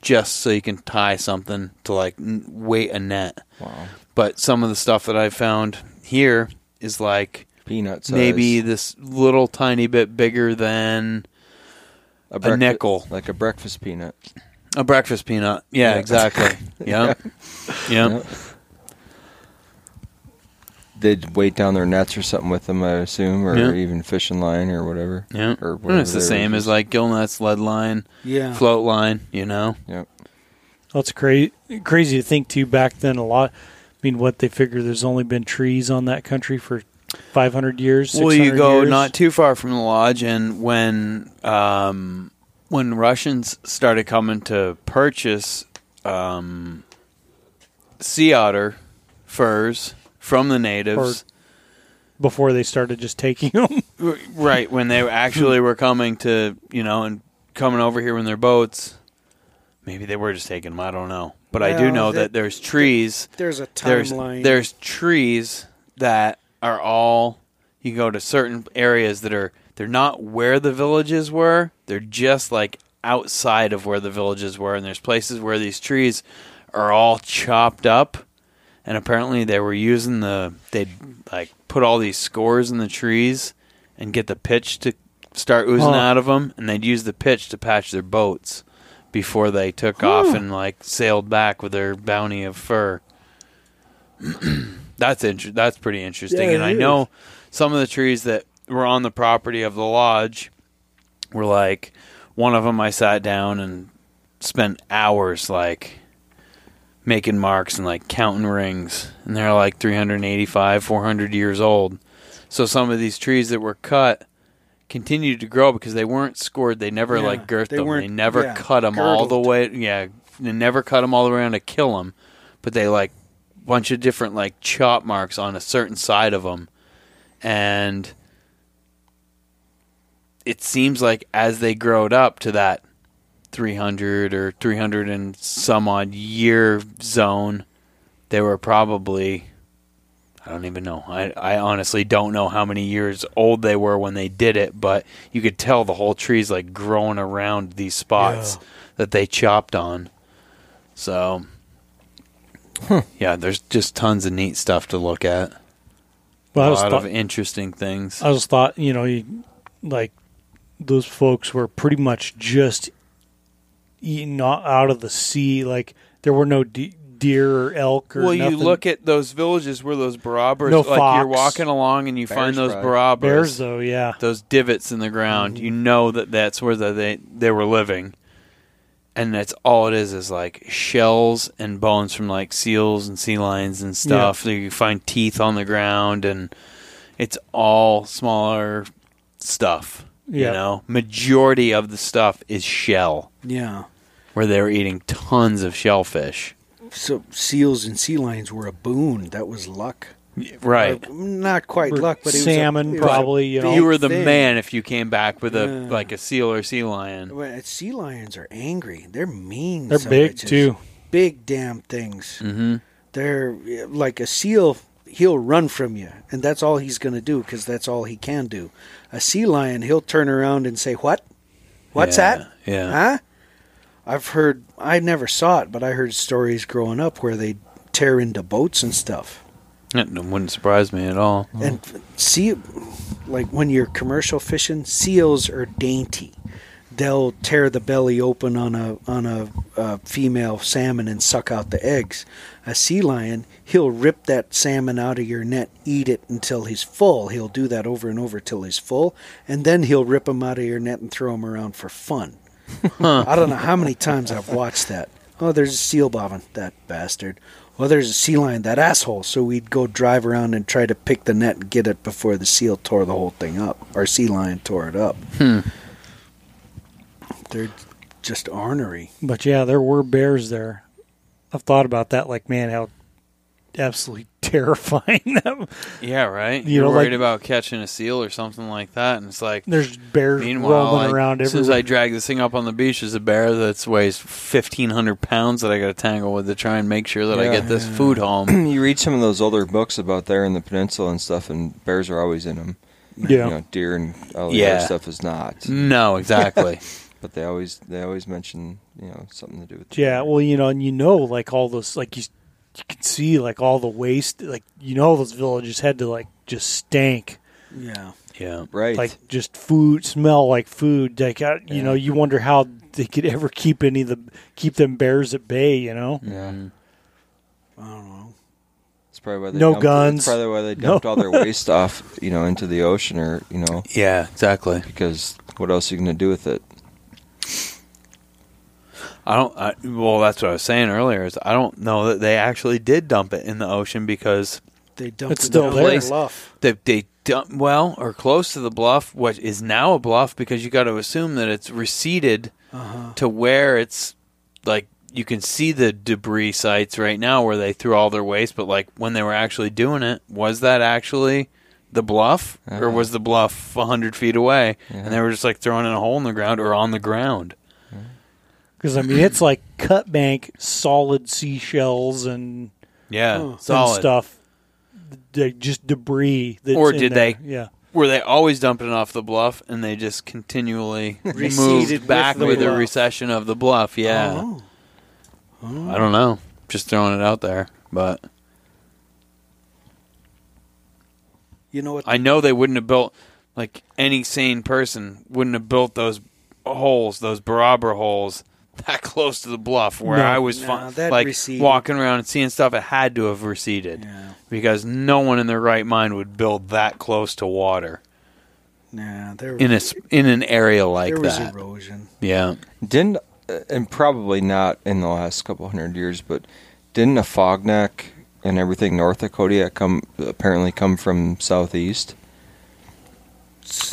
[SPEAKER 4] just so you can tie something to like n- weight a net
[SPEAKER 1] Wow.
[SPEAKER 4] but some of the stuff that I found here is like
[SPEAKER 1] Peanut size.
[SPEAKER 4] maybe this little tiny bit bigger than
[SPEAKER 1] a, breakfa-
[SPEAKER 4] nickel.
[SPEAKER 1] like a breakfast peanut.
[SPEAKER 4] a breakfast peanut. Yeah,
[SPEAKER 1] Yeah.
[SPEAKER 4] exactly. yeah. yeah,
[SPEAKER 1] Yep. They'd weight down their nets or something with them, I assume, or
[SPEAKER 4] Yeah.
[SPEAKER 1] even fishing line or whatever.
[SPEAKER 4] yeah.
[SPEAKER 1] Or whatever
[SPEAKER 4] And it's the
[SPEAKER 1] they were
[SPEAKER 4] same as
[SPEAKER 1] using.
[SPEAKER 4] like gill nets, lead line,
[SPEAKER 3] Yeah.
[SPEAKER 4] float line. You know,
[SPEAKER 1] Yep.
[SPEAKER 2] That's crazy. Crazy to think too. Back then, a lot. I mean, what they figure there's only been trees on that country for 500 years.
[SPEAKER 4] Well, you
[SPEAKER 2] 600
[SPEAKER 4] go
[SPEAKER 2] years.
[SPEAKER 4] not too far from the lodge, and when um, when Russians started coming to purchase um, sea otter furs from the natives,
[SPEAKER 2] before they started just taking them.
[SPEAKER 4] R- right when they actually were coming to you know and coming over here in their boats, maybe they were just taking them. I don't know, but I do
[SPEAKER 3] Well,
[SPEAKER 4] know
[SPEAKER 3] they-
[SPEAKER 4] that there's trees
[SPEAKER 3] There's a
[SPEAKER 4] there's
[SPEAKER 3] timeline.
[SPEAKER 4] there's trees that are all you go to certain areas that are they're not where the villages were they're just like outside of where the villages were and there's places where these trees are all chopped up and apparently they were using the they'd like put all these scores in the trees and get the pitch to start oozing
[SPEAKER 2] Huh.
[SPEAKER 4] out of them and they'd use the pitch to patch their boats before they took off and like sailed back with their bounty of fur that's inter- that's pretty interesting.
[SPEAKER 3] Yeah,
[SPEAKER 4] and
[SPEAKER 3] it
[SPEAKER 4] I
[SPEAKER 3] is.
[SPEAKER 4] know some of the trees that were on the property of the lodge were like one of them. I sat down and spent hours like making marks and like counting rings, and they're like 385, 400 years old. So some of these trees that were cut continued to grow because they weren't scored. They never
[SPEAKER 3] Yeah,
[SPEAKER 4] like girthed
[SPEAKER 3] they
[SPEAKER 4] them. They
[SPEAKER 3] weren't-
[SPEAKER 4] never
[SPEAKER 3] yeah,
[SPEAKER 4] cut them all the
[SPEAKER 3] girdled.
[SPEAKER 4] way. Yeah, they never cut them all the way around to kill them, but they like bunch of different like chop marks on a certain side of them, and it seems like as they growed up to that 300 or 300 and some odd year zone, they were probably I don't even know. I, I honestly don't know how many years old they were when they did it, but you could tell the whole tree's like growing around these spots that they chopped on. So, yeah, there's just tons of neat stuff to look at.
[SPEAKER 2] Well, I
[SPEAKER 4] a
[SPEAKER 2] was
[SPEAKER 4] lot
[SPEAKER 2] thought,
[SPEAKER 4] of interesting things.
[SPEAKER 2] I just thought, you know, you, like those folks were pretty much just eaten o- out of the sea. Like there were no de- deer or elk or
[SPEAKER 4] well, you
[SPEAKER 2] nothing.
[SPEAKER 4] look at those villages where those barabras,
[SPEAKER 2] No
[SPEAKER 4] like
[SPEAKER 2] fox.
[SPEAKER 4] you're walking along and you find those
[SPEAKER 1] probably.
[SPEAKER 4] barabras,
[SPEAKER 2] bears uh, Mm-hmm. though, yeah.
[SPEAKER 4] those divots in the ground. You know that that's where the, they they were living, and that's all it is is like shells and bones from like seals and sea lions and stuff. You find teeth on the ground, and it's all smaller stuff.
[SPEAKER 2] Yeah.
[SPEAKER 4] You know, majority of the stuff is shell,
[SPEAKER 3] Yeah.
[SPEAKER 4] where they were eating tons of shellfish.
[SPEAKER 3] So seals and sea lions were a boon. That was luck.
[SPEAKER 4] Right.
[SPEAKER 3] Or not quite
[SPEAKER 2] Or
[SPEAKER 3] luck, but it was a-
[SPEAKER 2] salmon,
[SPEAKER 3] it was a
[SPEAKER 2] probably, you know.
[SPEAKER 3] big
[SPEAKER 4] You were the
[SPEAKER 3] thing.
[SPEAKER 4] man if you came back with a
[SPEAKER 3] Yeah.
[SPEAKER 4] like a seal or sea lion.
[SPEAKER 3] Well, sea lions are angry. They're mean.
[SPEAKER 2] They're
[SPEAKER 3] some
[SPEAKER 2] big
[SPEAKER 3] bitches.
[SPEAKER 2] too.
[SPEAKER 3] Big damn things.
[SPEAKER 4] Mm-hmm.
[SPEAKER 3] They're eh, like a seal. He'll run from you, and that's all he's going to do because that's all he can do. A sea lion, he'll turn around and say, "What? What's
[SPEAKER 4] Yeah,
[SPEAKER 3] that?
[SPEAKER 4] yeah.
[SPEAKER 3] Huh?" I've heard. I never saw it, but I heard stories growing up where they tear into boats and stuff.
[SPEAKER 4] That wouldn't surprise me at all.
[SPEAKER 3] And see, like when you're commercial fishing, seals are dainty. They'll tear the belly open on a on a, uh female salmon and suck out the eggs. A sea lion, he'll rip that salmon out of your net, eat it until he's full. He'll do that over and over till he's full, and then he'll rip them out of your net and throw them around for fun. I don't know how many times I've watched that. Oh, there's a seal bobbing, that bastard. Well, there's a sea lion, that asshole. So we'd go drive around and try to pick the net and get it before the seal tore the whole thing up. Our sea lion tore it up. They're just ornery.
[SPEAKER 2] But yeah, there were bears there. I've thought about that. Like, man, how absolutely terrifying that.
[SPEAKER 4] Yeah, right.
[SPEAKER 2] You
[SPEAKER 4] You're
[SPEAKER 2] know, like-
[SPEAKER 4] worried about catching a seal or something like that, and it's like.
[SPEAKER 2] There's bears
[SPEAKER 4] Meanwhile,
[SPEAKER 2] roaming
[SPEAKER 4] like,
[SPEAKER 2] around
[SPEAKER 4] as soon as I
[SPEAKER 2] everywhere.
[SPEAKER 4] drag this thing up on the beach, there's a bear that weighs fifteen hundred pounds that I got to tangle with to try and make sure that I
[SPEAKER 1] Yeah.
[SPEAKER 4] get this food home.
[SPEAKER 1] you read some of those older books about there in the peninsula and stuff, and bears are always in them.
[SPEAKER 2] yeah,
[SPEAKER 1] You know, deer and all the
[SPEAKER 4] Yeah. Mm.
[SPEAKER 1] other stuff is not.
[SPEAKER 4] no, exactly.
[SPEAKER 1] But they always they always mention you know something to do with.
[SPEAKER 2] yeah. Well, you know, and you know, like all those, like you, you can see like all the waste. Like you know, those villages had to like just stank.
[SPEAKER 3] Yeah.
[SPEAKER 4] yeah,
[SPEAKER 1] right.
[SPEAKER 2] like just food smell like food like I, you know you wonder how they could ever keep any of the keep them bears at bay you know
[SPEAKER 4] Mm.
[SPEAKER 1] yeah,
[SPEAKER 4] Mm-hmm.
[SPEAKER 3] I don't know.
[SPEAKER 1] that's probably why they
[SPEAKER 2] No
[SPEAKER 1] dumped,
[SPEAKER 2] guns.
[SPEAKER 1] That's probably why they dumped all their waste off you know into the ocean or you know
[SPEAKER 4] yeah, exactly.
[SPEAKER 1] because what else are you going to do with it?
[SPEAKER 4] I don't. I, well, that's what I was saying earlier. Is I don't know that they actually did dump it in the ocean because
[SPEAKER 3] They dumped
[SPEAKER 2] It's
[SPEAKER 3] it
[SPEAKER 2] still
[SPEAKER 3] down
[SPEAKER 2] there.
[SPEAKER 3] the bluff.
[SPEAKER 4] They they dump well or close to the bluff, what is now a bluff because you got to assume that it's receded
[SPEAKER 3] Uh-huh.
[SPEAKER 4] to where it's like you can see the debris sites right now where they threw all their waste, but like when they were actually doing it, was that actually the bluff or
[SPEAKER 1] Uh-huh.
[SPEAKER 4] was the bluff a hundred feet away
[SPEAKER 1] Yeah.
[SPEAKER 4] and they were just like throwing in a hole in the ground or on the ground?
[SPEAKER 2] because i mean it's like cut bank solid seashells and,
[SPEAKER 4] Yeah,
[SPEAKER 3] Huh.
[SPEAKER 2] and
[SPEAKER 4] solid
[SPEAKER 2] stuff they just debris that's
[SPEAKER 4] Or
[SPEAKER 2] in
[SPEAKER 4] did
[SPEAKER 2] there.
[SPEAKER 4] they-
[SPEAKER 2] yeah
[SPEAKER 4] Were they always dumping it off the bluff and they just continually
[SPEAKER 3] Receded
[SPEAKER 4] moved
[SPEAKER 3] with
[SPEAKER 4] back
[SPEAKER 3] the
[SPEAKER 4] with the
[SPEAKER 3] bluff.
[SPEAKER 4] recession of the bluff? Yeah.
[SPEAKER 3] Oh.
[SPEAKER 4] I don't know. Just throwing it out there, but
[SPEAKER 3] You know what?
[SPEAKER 4] I know they wouldn't have built like any sane person wouldn't have built those holes, those barabra holes that close to the bluff where
[SPEAKER 2] No.
[SPEAKER 4] I was
[SPEAKER 3] No,
[SPEAKER 4] fun,
[SPEAKER 3] that
[SPEAKER 4] like
[SPEAKER 3] receded.
[SPEAKER 4] walking around and seeing stuff. It had to have receded
[SPEAKER 3] yeah.
[SPEAKER 4] because no one in their right mind would build that close to water
[SPEAKER 3] Nah, there,
[SPEAKER 4] in a s- in an area like
[SPEAKER 3] there was
[SPEAKER 4] that.
[SPEAKER 3] erosion.
[SPEAKER 4] Yeah,
[SPEAKER 1] Didn't uh, and probably not in the last couple hundred years, but didn't a fog neck and everything north of Kodiak come apparently come from southeast?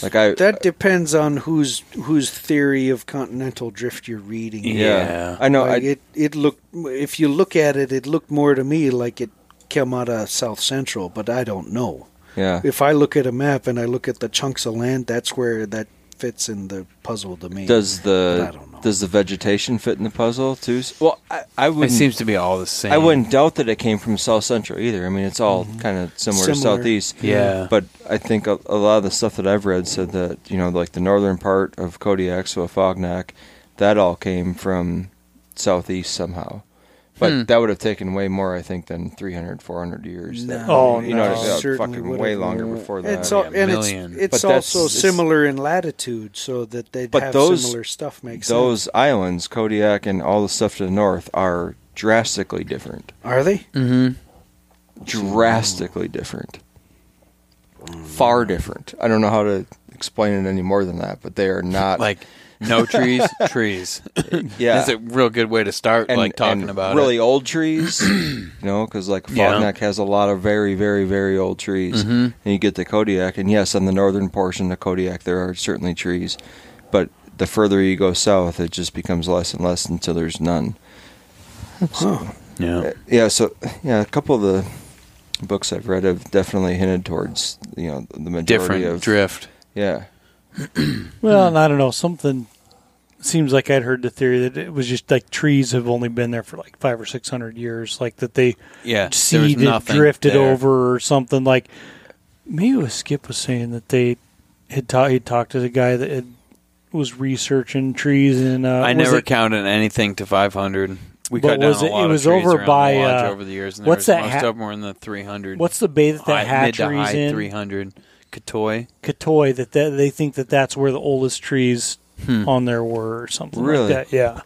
[SPEAKER 1] Like I
[SPEAKER 3] That depends on whose whose theory of continental drift you're reading.
[SPEAKER 1] yeah,
[SPEAKER 4] Yeah.
[SPEAKER 1] I know
[SPEAKER 3] Like,
[SPEAKER 1] I,
[SPEAKER 3] it it looked if you look at it, it looked more to me like it came out of South Central, but I don't know.
[SPEAKER 1] yeah
[SPEAKER 3] If I look at a map and I look at the chunks of land, that's where that fits in the puzzle to me.
[SPEAKER 1] Does
[SPEAKER 3] But I
[SPEAKER 1] the
[SPEAKER 3] don't know.
[SPEAKER 1] does the vegetation fit in the puzzle too? S- Well, I, I
[SPEAKER 4] It
[SPEAKER 1] wouldn't.
[SPEAKER 4] seems to be all the same.
[SPEAKER 1] Mm-hmm. I wouldn't doubt that it came from South Central either. I mean, it's all kind of similar, to
[SPEAKER 3] Mm-hmm. Similar.
[SPEAKER 1] Southeast.
[SPEAKER 4] Yeah.
[SPEAKER 1] But I think a, a lot of the stuff that I've read said that you know, like the northern part of Kodiak, so Fognak, that all came from Southeast somehow. But
[SPEAKER 4] Hmm.
[SPEAKER 1] that would have taken way more, I think, than 300, 400 years. That-
[SPEAKER 2] No.
[SPEAKER 1] you know,
[SPEAKER 2] Oh,
[SPEAKER 1] it's, uh,
[SPEAKER 3] certainly
[SPEAKER 1] fucking
[SPEAKER 3] would've
[SPEAKER 1] way
[SPEAKER 3] been
[SPEAKER 1] longer
[SPEAKER 3] more.
[SPEAKER 1] before that.
[SPEAKER 3] It's all,
[SPEAKER 4] Yeah,
[SPEAKER 3] and it's,
[SPEAKER 4] million.
[SPEAKER 1] But
[SPEAKER 3] it's
[SPEAKER 1] that's-
[SPEAKER 3] also
[SPEAKER 1] it's-
[SPEAKER 3] similar in latitude, so that they'd
[SPEAKER 1] But
[SPEAKER 3] have
[SPEAKER 1] those-
[SPEAKER 3] similar stuff. Makes
[SPEAKER 1] Those islands, Kodiak, and all the stuff to the north are drastically different.
[SPEAKER 3] sense. Are they?
[SPEAKER 4] Mm-hmm.
[SPEAKER 1] drastically different. Far different. I don't know how to explain it any more than that, but they are not
[SPEAKER 4] Like no trees, trees.
[SPEAKER 1] yeah,
[SPEAKER 4] That's a real good way to start. like talking
[SPEAKER 1] and
[SPEAKER 4] about
[SPEAKER 1] really
[SPEAKER 4] it.
[SPEAKER 1] old trees, you know, because like
[SPEAKER 4] Yeah. Mm-hmm.
[SPEAKER 1] Fognak has a lot of very, very, very old trees, and you get the Kodiak, and yes, on the northern portion of Kodiak there are certainly trees, but the further you go south, it just becomes less and less until there's none.
[SPEAKER 4] Yeah.
[SPEAKER 1] yeah so yeah a couple of the books i've read have definitely hinted towards you know the majority
[SPEAKER 4] Different
[SPEAKER 1] of
[SPEAKER 4] drift.
[SPEAKER 1] yeah
[SPEAKER 2] Well, and I don't know. Something seems like I'd heard the theory that it was just like trees have only been there for like five or six hundred years, like that they
[SPEAKER 4] Yeah. there was
[SPEAKER 2] seeded,
[SPEAKER 4] nothing
[SPEAKER 2] drifted
[SPEAKER 4] there.
[SPEAKER 2] over, or something like. Maybe it was Skip was saying that they had ta- he talked to the guy that had, was researching trees in. Uh,
[SPEAKER 4] I
[SPEAKER 2] was
[SPEAKER 4] never
[SPEAKER 2] it-
[SPEAKER 4] counted anything to 500. We
[SPEAKER 2] But
[SPEAKER 4] cut down
[SPEAKER 2] was
[SPEAKER 4] a
[SPEAKER 2] it-
[SPEAKER 4] lot
[SPEAKER 2] it was
[SPEAKER 4] of trees
[SPEAKER 2] over
[SPEAKER 4] around
[SPEAKER 2] by,
[SPEAKER 4] the lodge
[SPEAKER 2] uh,
[SPEAKER 4] over the years. And
[SPEAKER 2] what's
[SPEAKER 4] there was
[SPEAKER 2] that
[SPEAKER 4] Most
[SPEAKER 2] ha-
[SPEAKER 4] of them were in the 300.
[SPEAKER 2] What's the bay that
[SPEAKER 4] high,
[SPEAKER 2] that
[SPEAKER 4] mid to
[SPEAKER 2] hatchery's
[SPEAKER 4] high
[SPEAKER 2] in?
[SPEAKER 4] 300. Katoy.
[SPEAKER 2] Katoy that that they think that that's where the oldest trees
[SPEAKER 4] Hmm.
[SPEAKER 2] on there were or something
[SPEAKER 1] Really?
[SPEAKER 2] like that. Yeah.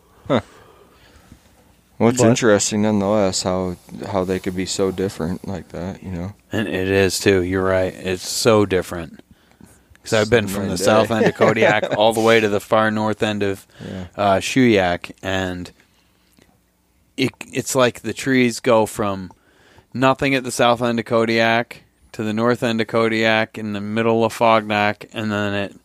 [SPEAKER 1] well it's
[SPEAKER 2] But-
[SPEAKER 1] interesting nonetheless how how they could be so different like that you know
[SPEAKER 4] And it is too. You're right. It's so different. Because I've been from
[SPEAKER 1] Night
[SPEAKER 4] the
[SPEAKER 1] and day.
[SPEAKER 4] south end of Kodiak all the way to the far north end of
[SPEAKER 1] yeah
[SPEAKER 4] uh, Shuyak, and it, it's like the trees go from nothing at the south end of Kodiak to the north end of Kodiak in the middle of Fognak, and then it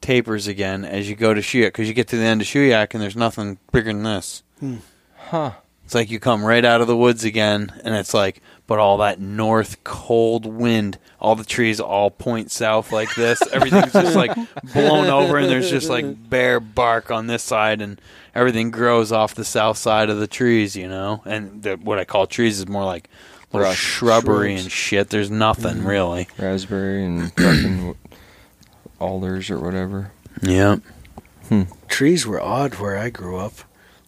[SPEAKER 4] tapers again as you go to Shuyak because you get to the end of Shuyak and there's nothing bigger than this.
[SPEAKER 1] Hmm. huh
[SPEAKER 4] It's like you come right out of the woods again, and it's like, but all that north cold wind, all the trees all point south like this. Everything's just like blown over, and there's just like bare bark on this side, and everything grows off the south side of the trees, you know? And the, what I call trees is more like little
[SPEAKER 1] Brush.
[SPEAKER 4] shrubbery
[SPEAKER 1] Shrubs. Mm-hmm.
[SPEAKER 4] and shit. There's nothing really.
[SPEAKER 1] raspberry and fucking alders or whatever
[SPEAKER 4] Yeah.
[SPEAKER 3] Trees were odd where I grew up.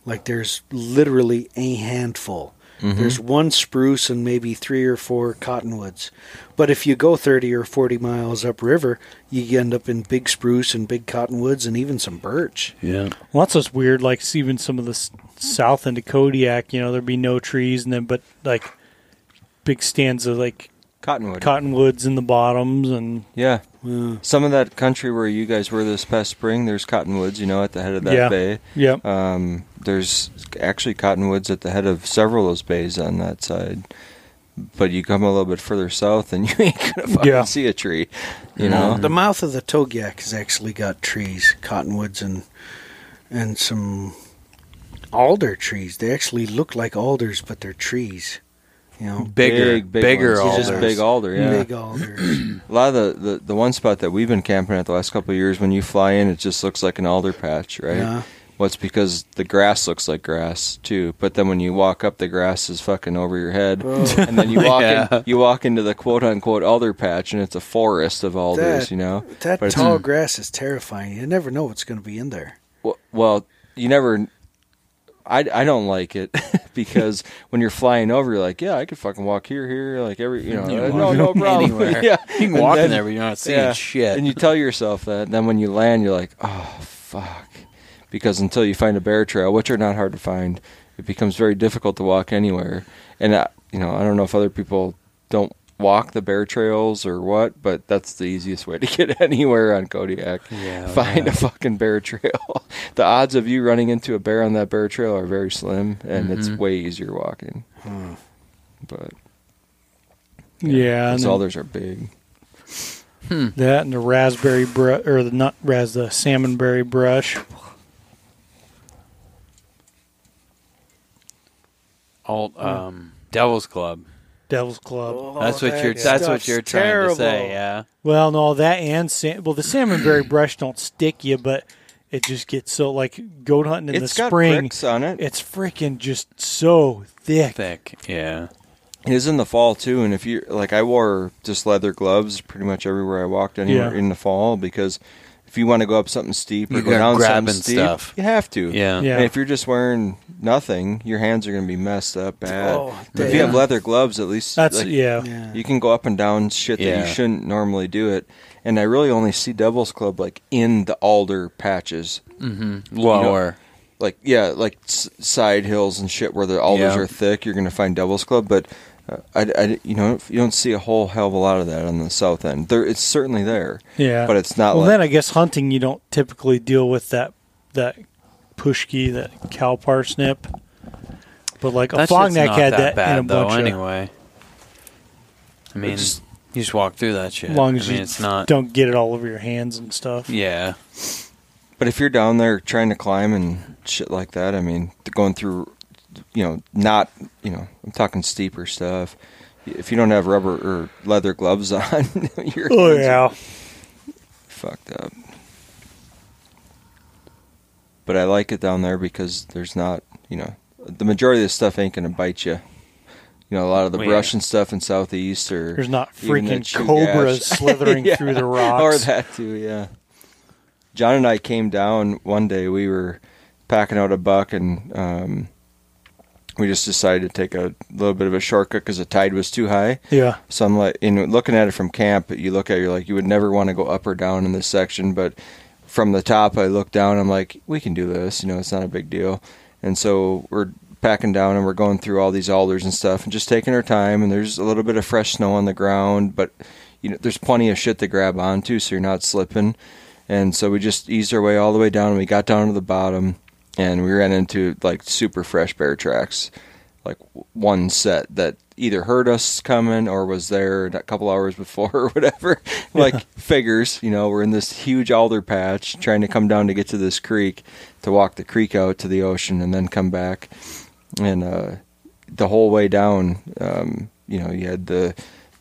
[SPEAKER 3] Like there's literally a handful.
[SPEAKER 1] Mm-hmm.
[SPEAKER 3] There's one spruce and maybe three or four cottonwoods. But if you go 30 or 40 miles upriver, you end up in big spruce and big cottonwoods and even some birch.
[SPEAKER 4] Yeah.
[SPEAKER 2] Well, that's just weird. Like see, even some of the s- south end of Kodiak, you know, there'd be no trees, and then but like big stands of like
[SPEAKER 1] cottonwood
[SPEAKER 2] cottonwoods in the bottoms, and
[SPEAKER 1] yeah
[SPEAKER 3] Yeah.
[SPEAKER 1] some of that country where you guys were this past spring there's cottonwoods you know at the head of that
[SPEAKER 2] Yeah.
[SPEAKER 1] bay
[SPEAKER 2] yeah,
[SPEAKER 1] Um, there's actually cottonwoods at the head of several of those bays on that side. But you come a little bit further south and you ain't gonna fucking
[SPEAKER 2] Yeah.
[SPEAKER 1] see a tree. You know?
[SPEAKER 3] The mouth of the Togiak has actually got trees, cottonwoods and and some alder trees. They actually look like alders, but they're trees. You know,
[SPEAKER 4] Bigger,
[SPEAKER 1] Big, big
[SPEAKER 4] bigger
[SPEAKER 1] ones.
[SPEAKER 4] alders.
[SPEAKER 1] It's just Big alder, yeah.
[SPEAKER 3] big alders.
[SPEAKER 1] A lot of the, the, the one spot that we've been camping at the last couple of years, when you fly in, it just looks like an alder patch, right?
[SPEAKER 3] Yeah.
[SPEAKER 1] Well, it's because the grass looks like grass too. But then when you walk up, the grass is fucking over your head, and then you walk
[SPEAKER 4] Yeah.
[SPEAKER 1] in, you walk into the quote unquote alder patch, and it's a forest of alders,
[SPEAKER 3] That-
[SPEAKER 1] you know.
[SPEAKER 3] That
[SPEAKER 1] But it's-
[SPEAKER 3] tall grass is terrifying. You never know what's going to be in there.
[SPEAKER 1] Well, well you never. I, I don't like it because when you're flying over, you're like, yeah, I could fucking walk here, here, like every, you know,
[SPEAKER 4] You
[SPEAKER 1] uh,
[SPEAKER 4] can
[SPEAKER 1] no,
[SPEAKER 4] walk
[SPEAKER 1] no problem.
[SPEAKER 4] anywhere.
[SPEAKER 1] yeah,
[SPEAKER 4] You can
[SPEAKER 1] And
[SPEAKER 4] walk in
[SPEAKER 1] then-
[SPEAKER 4] there, but you're not seeing shit.
[SPEAKER 1] And you tell yourself that. then when you land, you're like, oh fuck, because until you find a bear trail, which are not hard to find, it becomes very difficult to walk anywhere. And I, you know, I don't know if other people don't walk the bear trails or what, but that's the easiest way to get anywhere on Kodiak.
[SPEAKER 4] Yeah,
[SPEAKER 1] find a fucking bear trail. the odds of you running into a bear on that bear trail are very slim, and it's way easier walking. But
[SPEAKER 2] yeah, and
[SPEAKER 1] those
[SPEAKER 2] then
[SPEAKER 1] alders are big.
[SPEAKER 2] that and the raspberry brush or the nut ras the salmonberry brush.
[SPEAKER 4] Alt, um, Devil's Club.
[SPEAKER 2] Devil's Club.
[SPEAKER 4] that's what you're.
[SPEAKER 3] that
[SPEAKER 4] That's what
[SPEAKER 3] stuff's
[SPEAKER 4] you're trying
[SPEAKER 3] terrible.
[SPEAKER 4] to say. Yeah.
[SPEAKER 2] Well, no, that and sam- well, the salmonberry brush don't stick you, but it just gets so like goat hunting in
[SPEAKER 1] It's
[SPEAKER 2] the
[SPEAKER 1] got
[SPEAKER 2] spring.
[SPEAKER 1] pricks on it.
[SPEAKER 2] It's freaking just so thick.
[SPEAKER 4] Thick. Yeah.
[SPEAKER 1] It is in the fall too, and if you like, I wore just leather gloves pretty much everywhere I walked anywhere
[SPEAKER 2] Yeah.
[SPEAKER 1] in the fall because if you want to go up something steep or
[SPEAKER 4] You
[SPEAKER 1] go
[SPEAKER 4] gotta
[SPEAKER 1] down
[SPEAKER 4] grab
[SPEAKER 1] something
[SPEAKER 4] and
[SPEAKER 1] steep,
[SPEAKER 4] stuff.
[SPEAKER 1] you have to.
[SPEAKER 4] Yeah.
[SPEAKER 2] Yeah.
[SPEAKER 1] And if you're just wearing nothing, your hands are going to be messed up bad.
[SPEAKER 3] Oh,
[SPEAKER 1] if you have
[SPEAKER 3] damn.
[SPEAKER 1] leather gloves, at least
[SPEAKER 2] That's
[SPEAKER 1] like,
[SPEAKER 2] yeah.
[SPEAKER 3] Yeah.
[SPEAKER 1] you can go up and down shit that
[SPEAKER 4] Yeah.
[SPEAKER 1] you shouldn't normally do it. And I really only see Devil's Club like in the alder patches
[SPEAKER 2] Mm-hmm.
[SPEAKER 4] Lower.
[SPEAKER 1] like yeah, like s- side hills and shit where the alders
[SPEAKER 4] Yeah.
[SPEAKER 1] are thick. You're gonna find Devil's Club, but uh, I, I- you know you don't see a whole hell of a lot of that on the south end. There, it's certainly there.
[SPEAKER 2] Yeah.
[SPEAKER 1] but it's not
[SPEAKER 2] Well,
[SPEAKER 1] like
[SPEAKER 2] then I guess hunting you don't typically deal with that that pushki, that cow parsnip. But like a
[SPEAKER 4] That
[SPEAKER 2] fog
[SPEAKER 4] shit's
[SPEAKER 2] neck
[SPEAKER 4] not
[SPEAKER 2] had that,
[SPEAKER 4] bad
[SPEAKER 2] in a
[SPEAKER 4] though,
[SPEAKER 2] bunch of-
[SPEAKER 4] anyway. I mean,
[SPEAKER 1] It's-
[SPEAKER 4] you just walk through that shit.
[SPEAKER 2] As long as
[SPEAKER 4] I mean,
[SPEAKER 2] you
[SPEAKER 4] it's not.
[SPEAKER 2] don't get it all over your hands and stuff.
[SPEAKER 4] Yeah.
[SPEAKER 1] But if you're down there trying to climb and shit like that, I mean, going through, you know, not, you know, I'm talking steeper stuff. If you don't have rubber or leather gloves on, you're
[SPEAKER 2] Oh yeah.
[SPEAKER 1] fucked up. But I like it down there because there's not, you know, the majority of this stuff ain't gonna bite you. You know, a lot of the
[SPEAKER 4] Well,
[SPEAKER 1] brush
[SPEAKER 4] yeah.
[SPEAKER 1] brushing stuff in southeast or
[SPEAKER 2] There's not
[SPEAKER 1] even the
[SPEAKER 2] freaking
[SPEAKER 1] chew
[SPEAKER 2] cobras
[SPEAKER 1] gash.
[SPEAKER 2] slithering through the rocks.
[SPEAKER 1] or that too, yeah. John and I came down one day. We were packing out a buck, and um, we just decided to take a little bit of a shortcut because the tide was too high.
[SPEAKER 2] Yeah.
[SPEAKER 1] So I'm like, in looking at it from camp, you look at it, you're like, you would never want to go up or down in this section. But from the top, I look down, I'm like, we can do this. You know, it's not a big deal. And so we're packing down and we're going through all these alders and stuff and just taking our time. And there's a little bit of fresh snow on the ground, but you know, there's plenty of shit to grab onto, so you're not slipping. And so we just eased our way all the way down. We got down to the bottom, and we ran into like super fresh bear tracks like w- one set that either heard us coming or was there a couple hours before or whatever. like figures, you know, we're in this huge alder patch trying to come down to get to this creek to walk the creek out to the ocean and then come back. And uh, the whole way down, um, you know, you had the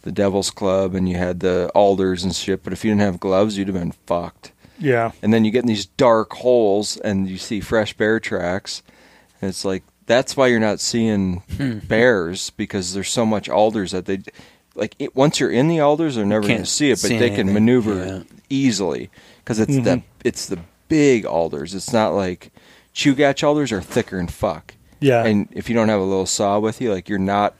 [SPEAKER 1] the Devil's Club and you had the alders and shit. But if you didn't have gloves, you'd have been fucked
[SPEAKER 2] Yeah.
[SPEAKER 1] and then you get in these dark holes and you see fresh bear tracks and it's like that's why you're not seeing
[SPEAKER 4] Hmm.
[SPEAKER 1] bears because there's so much alders that they like it, once you're in the alders they're never going to
[SPEAKER 4] can't
[SPEAKER 1] see it but
[SPEAKER 4] see
[SPEAKER 1] they
[SPEAKER 4] anything,
[SPEAKER 1] can maneuver
[SPEAKER 4] yeah. Mm-hmm.
[SPEAKER 1] easily because it's the it's the big alders it's not like chugach alders are thicker and fuck
[SPEAKER 2] Yeah.
[SPEAKER 1] and if you don't have a little saw with you like you're not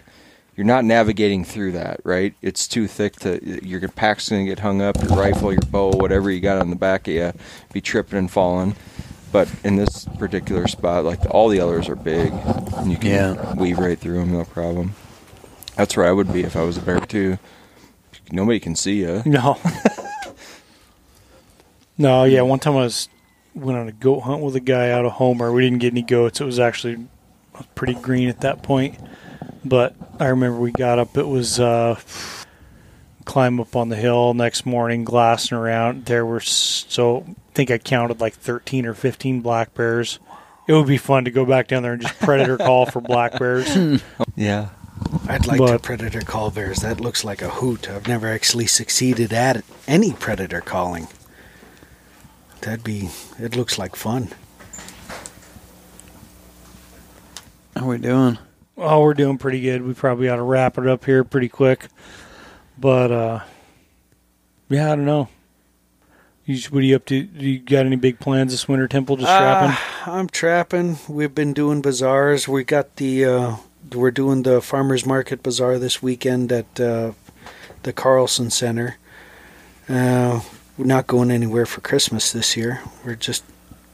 [SPEAKER 1] you're not navigating through that, right? It's too thick to your pack's going to get hung up, your rifle, your bow, whatever you got on the back of you, be tripping and falling. But in this particular spot, like all the others are big, and you can
[SPEAKER 4] Yeah.
[SPEAKER 1] weave right through them, no problem. That's where I would be if I was a bear too. Nobody can see you.
[SPEAKER 2] No. no, yeah. One time I was went on a goat hunt with a guy out of Homer. We didn't get any goats. It was actually pretty green at that point. But I remember we got up. It was uh, climb up on the hill next morning, glassing around. There were s- so I think I counted like thirteen or fifteen black bears. It would be fun to go back down there and just predator call for black bears.
[SPEAKER 1] Yeah.
[SPEAKER 3] I'd like to
[SPEAKER 2] But-
[SPEAKER 3] predator call bears. That looks like a hoot. I've never actually succeeded at any predator calling. That'd be. It looks like fun.
[SPEAKER 4] How we doing?
[SPEAKER 2] Oh, we're doing pretty good. We probably ought to wrap it up here pretty quick. But uh yeah, I don't know. You just, what are you up to? You got any big plans this winter, Temple? Just trapping?
[SPEAKER 3] Uh, I'm trapping. We've been doing bazaars. We got the uh, we're doing the farmers market bazaar this weekend at uh, the Carlson Center. Uh, we're not going anywhere for Christmas this year. We're just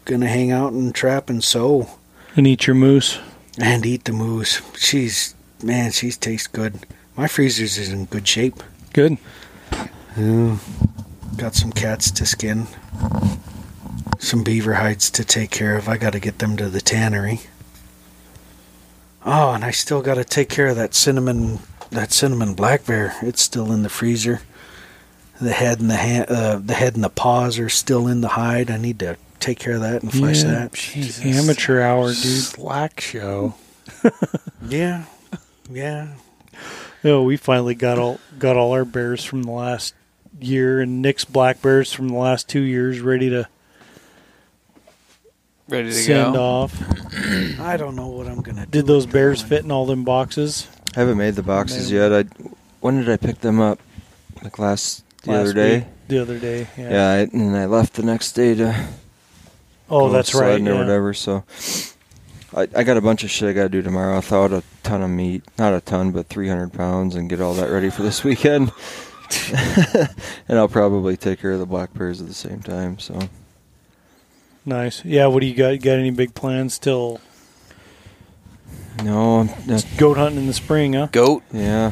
[SPEAKER 3] gonna hang out and trap and sew
[SPEAKER 2] And eat your moose.
[SPEAKER 3] and eat the moose. She's man, she's tastes good. My freezer's is in good shape.
[SPEAKER 2] Good.
[SPEAKER 3] Yeah. Got some cats to skin. Some beaver hides to take care of. I got to get them to the tannery. Oh, and I still got to take care of that cinnamon that cinnamon black bear. It's still in the freezer. The head and the ha- uh, the head and the paws are still in the hide. I need to take care of that and flush that.
[SPEAKER 4] Jesus.
[SPEAKER 2] Amateur hour, dude.
[SPEAKER 4] Slack show.
[SPEAKER 3] Yeah. Yeah.
[SPEAKER 2] you know, Oh, we finally got all got all our bears from the last year and Nick's black bears from the last two years ready to
[SPEAKER 4] Ready to
[SPEAKER 2] send
[SPEAKER 4] go.
[SPEAKER 2] off.
[SPEAKER 3] I don't know what I'm gonna do.
[SPEAKER 2] Did those bears fit in all them boxes?
[SPEAKER 1] I haven't made the boxes yet. I when did I pick them up? Like last the
[SPEAKER 2] last
[SPEAKER 1] other day.
[SPEAKER 2] week? The other day, yeah.
[SPEAKER 1] Yeah, I, and I left the next day to
[SPEAKER 2] Oh,
[SPEAKER 1] go
[SPEAKER 2] that's right.
[SPEAKER 1] sledding or
[SPEAKER 2] yeah.
[SPEAKER 1] whatever. So I, I got a bunch of shit I got to do tomorrow. I thawed a ton of meat, not a ton, but 300 pounds, and get all that ready for this weekend. and I'll probably take care of the black bears at the same time. So
[SPEAKER 2] Nice. Yeah. What do you got? You got any big plans till
[SPEAKER 1] no, I'm not-
[SPEAKER 2] goat hunting in the spring? Huh?
[SPEAKER 4] Goat.
[SPEAKER 1] yeah.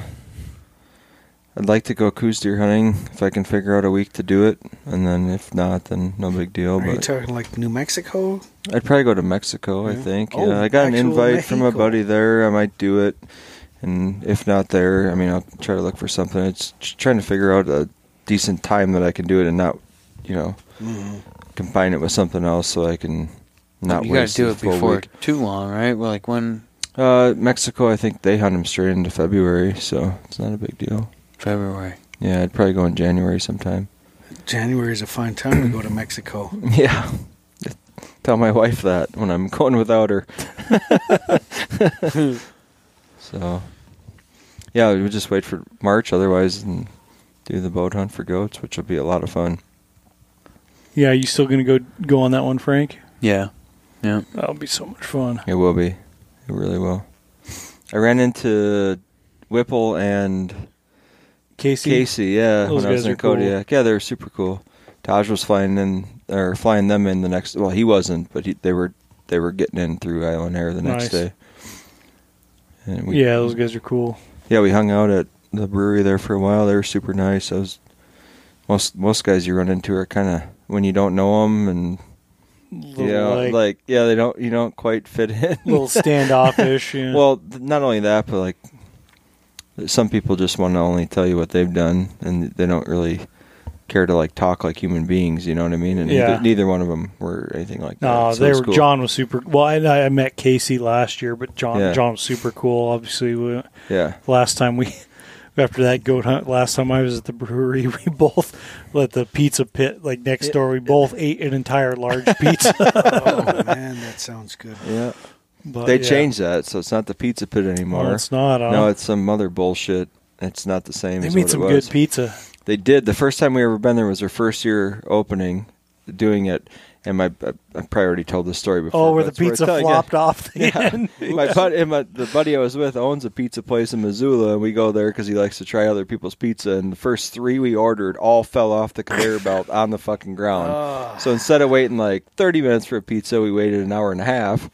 [SPEAKER 1] I'd like to go coos deer hunting if I can figure out a week to do it, and then if not, then no big deal.
[SPEAKER 3] Are you
[SPEAKER 1] But
[SPEAKER 3] talking like New Mexico?
[SPEAKER 1] I'd probably go to Mexico. I
[SPEAKER 3] Yeah.
[SPEAKER 1] think.
[SPEAKER 3] Oh,
[SPEAKER 1] yeah, I got an
[SPEAKER 3] actual
[SPEAKER 1] invite from a
[SPEAKER 3] Mexico.
[SPEAKER 1] buddy there. I might do it, and if not there, I mean, I'll try to look for something. It's just trying to figure out a decent time that I can do it and not, you know,
[SPEAKER 2] Mm-hmm.
[SPEAKER 1] combine it with something else so I can not
[SPEAKER 4] you gotta
[SPEAKER 1] waste
[SPEAKER 4] do
[SPEAKER 1] the
[SPEAKER 4] it
[SPEAKER 1] full
[SPEAKER 4] before
[SPEAKER 1] week.
[SPEAKER 4] too long, right? Well, Like when
[SPEAKER 1] Uh, Mexico, I think they hunt them straight into February, so it's not a big deal.
[SPEAKER 4] February.
[SPEAKER 1] Yeah, I'd probably go in January sometime.
[SPEAKER 3] January is a fine time to go to Mexico.
[SPEAKER 1] Yeah. Tell my wife that when I'm going without her. so, yeah, we just wait for March otherwise and do the boat hunt for goats, which will be a lot of fun.
[SPEAKER 2] Yeah. You still gonna go go on that one, Frank?
[SPEAKER 4] Yeah. Yeah.
[SPEAKER 2] That'll be so much fun.
[SPEAKER 1] It will be. It really will. I ran into Whipple and
[SPEAKER 2] Casey.
[SPEAKER 1] Casey, yeah,
[SPEAKER 2] Those
[SPEAKER 1] when I was
[SPEAKER 2] guys
[SPEAKER 1] in
[SPEAKER 2] are cool.
[SPEAKER 1] Kodiak. Yeah, they were super cool. Taj was flying in or flying them in the next. Well, he wasn't, but he, they were they were getting in through Island Air the next
[SPEAKER 2] Nice.
[SPEAKER 1] day. And we,
[SPEAKER 2] Yeah, those guys are cool.
[SPEAKER 1] yeah, we hung out at the brewery there for a while. They were super nice. I was most most guys you run into are kind of when you don't know them and
[SPEAKER 2] Little,
[SPEAKER 1] yeah, like,
[SPEAKER 2] like,
[SPEAKER 1] yeah, they don't you don't quite fit in.
[SPEAKER 2] little standoffish. Yeah.
[SPEAKER 1] Well, th- not only that, but like some people just want to only tell you what they've done, and they don't really care to like talk like human beings. You know what I mean? And
[SPEAKER 2] Yeah.
[SPEAKER 1] neither, neither one of them were anything like that.
[SPEAKER 2] No,
[SPEAKER 1] so
[SPEAKER 2] they
[SPEAKER 1] it's
[SPEAKER 2] were.
[SPEAKER 1] cool.
[SPEAKER 2] John was super. Well, I, I met Casey last year, but John
[SPEAKER 1] Yeah.
[SPEAKER 2] John was super cool. Obviously, we,
[SPEAKER 1] Yeah,
[SPEAKER 2] last time we after that goat hunt last time i was at the brewery we both let the pizza pit like next door we both ate an entire large pizza
[SPEAKER 3] oh man, that sounds good.
[SPEAKER 1] yeah.
[SPEAKER 2] but,
[SPEAKER 1] They
[SPEAKER 2] yeah.
[SPEAKER 1] changed that, so it's not the pizza pit anymore.
[SPEAKER 2] no, it's not huh?
[SPEAKER 1] No, it's some other bullshit. It's not the same.
[SPEAKER 2] they
[SPEAKER 1] as
[SPEAKER 2] made
[SPEAKER 1] what
[SPEAKER 2] some
[SPEAKER 1] it
[SPEAKER 2] good
[SPEAKER 1] was.
[SPEAKER 2] pizza
[SPEAKER 1] They did. The first time we ever been there was their first year opening, doing it. And my, I, I probably already told this story before.
[SPEAKER 2] oh where
[SPEAKER 1] but
[SPEAKER 2] the
[SPEAKER 1] it's
[SPEAKER 2] pizza
[SPEAKER 1] worth telling. Yeah.
[SPEAKER 2] flopped off the end
[SPEAKER 1] my buddy, and my, the buddy I was with owns a pizza place in Missoula, and we go there because he likes to try other people's pizza. And the first three we ordered all fell off the conveyor belt on the fucking ground. So instead of waiting like 30 minutes for a pizza, we waited an hour and a half.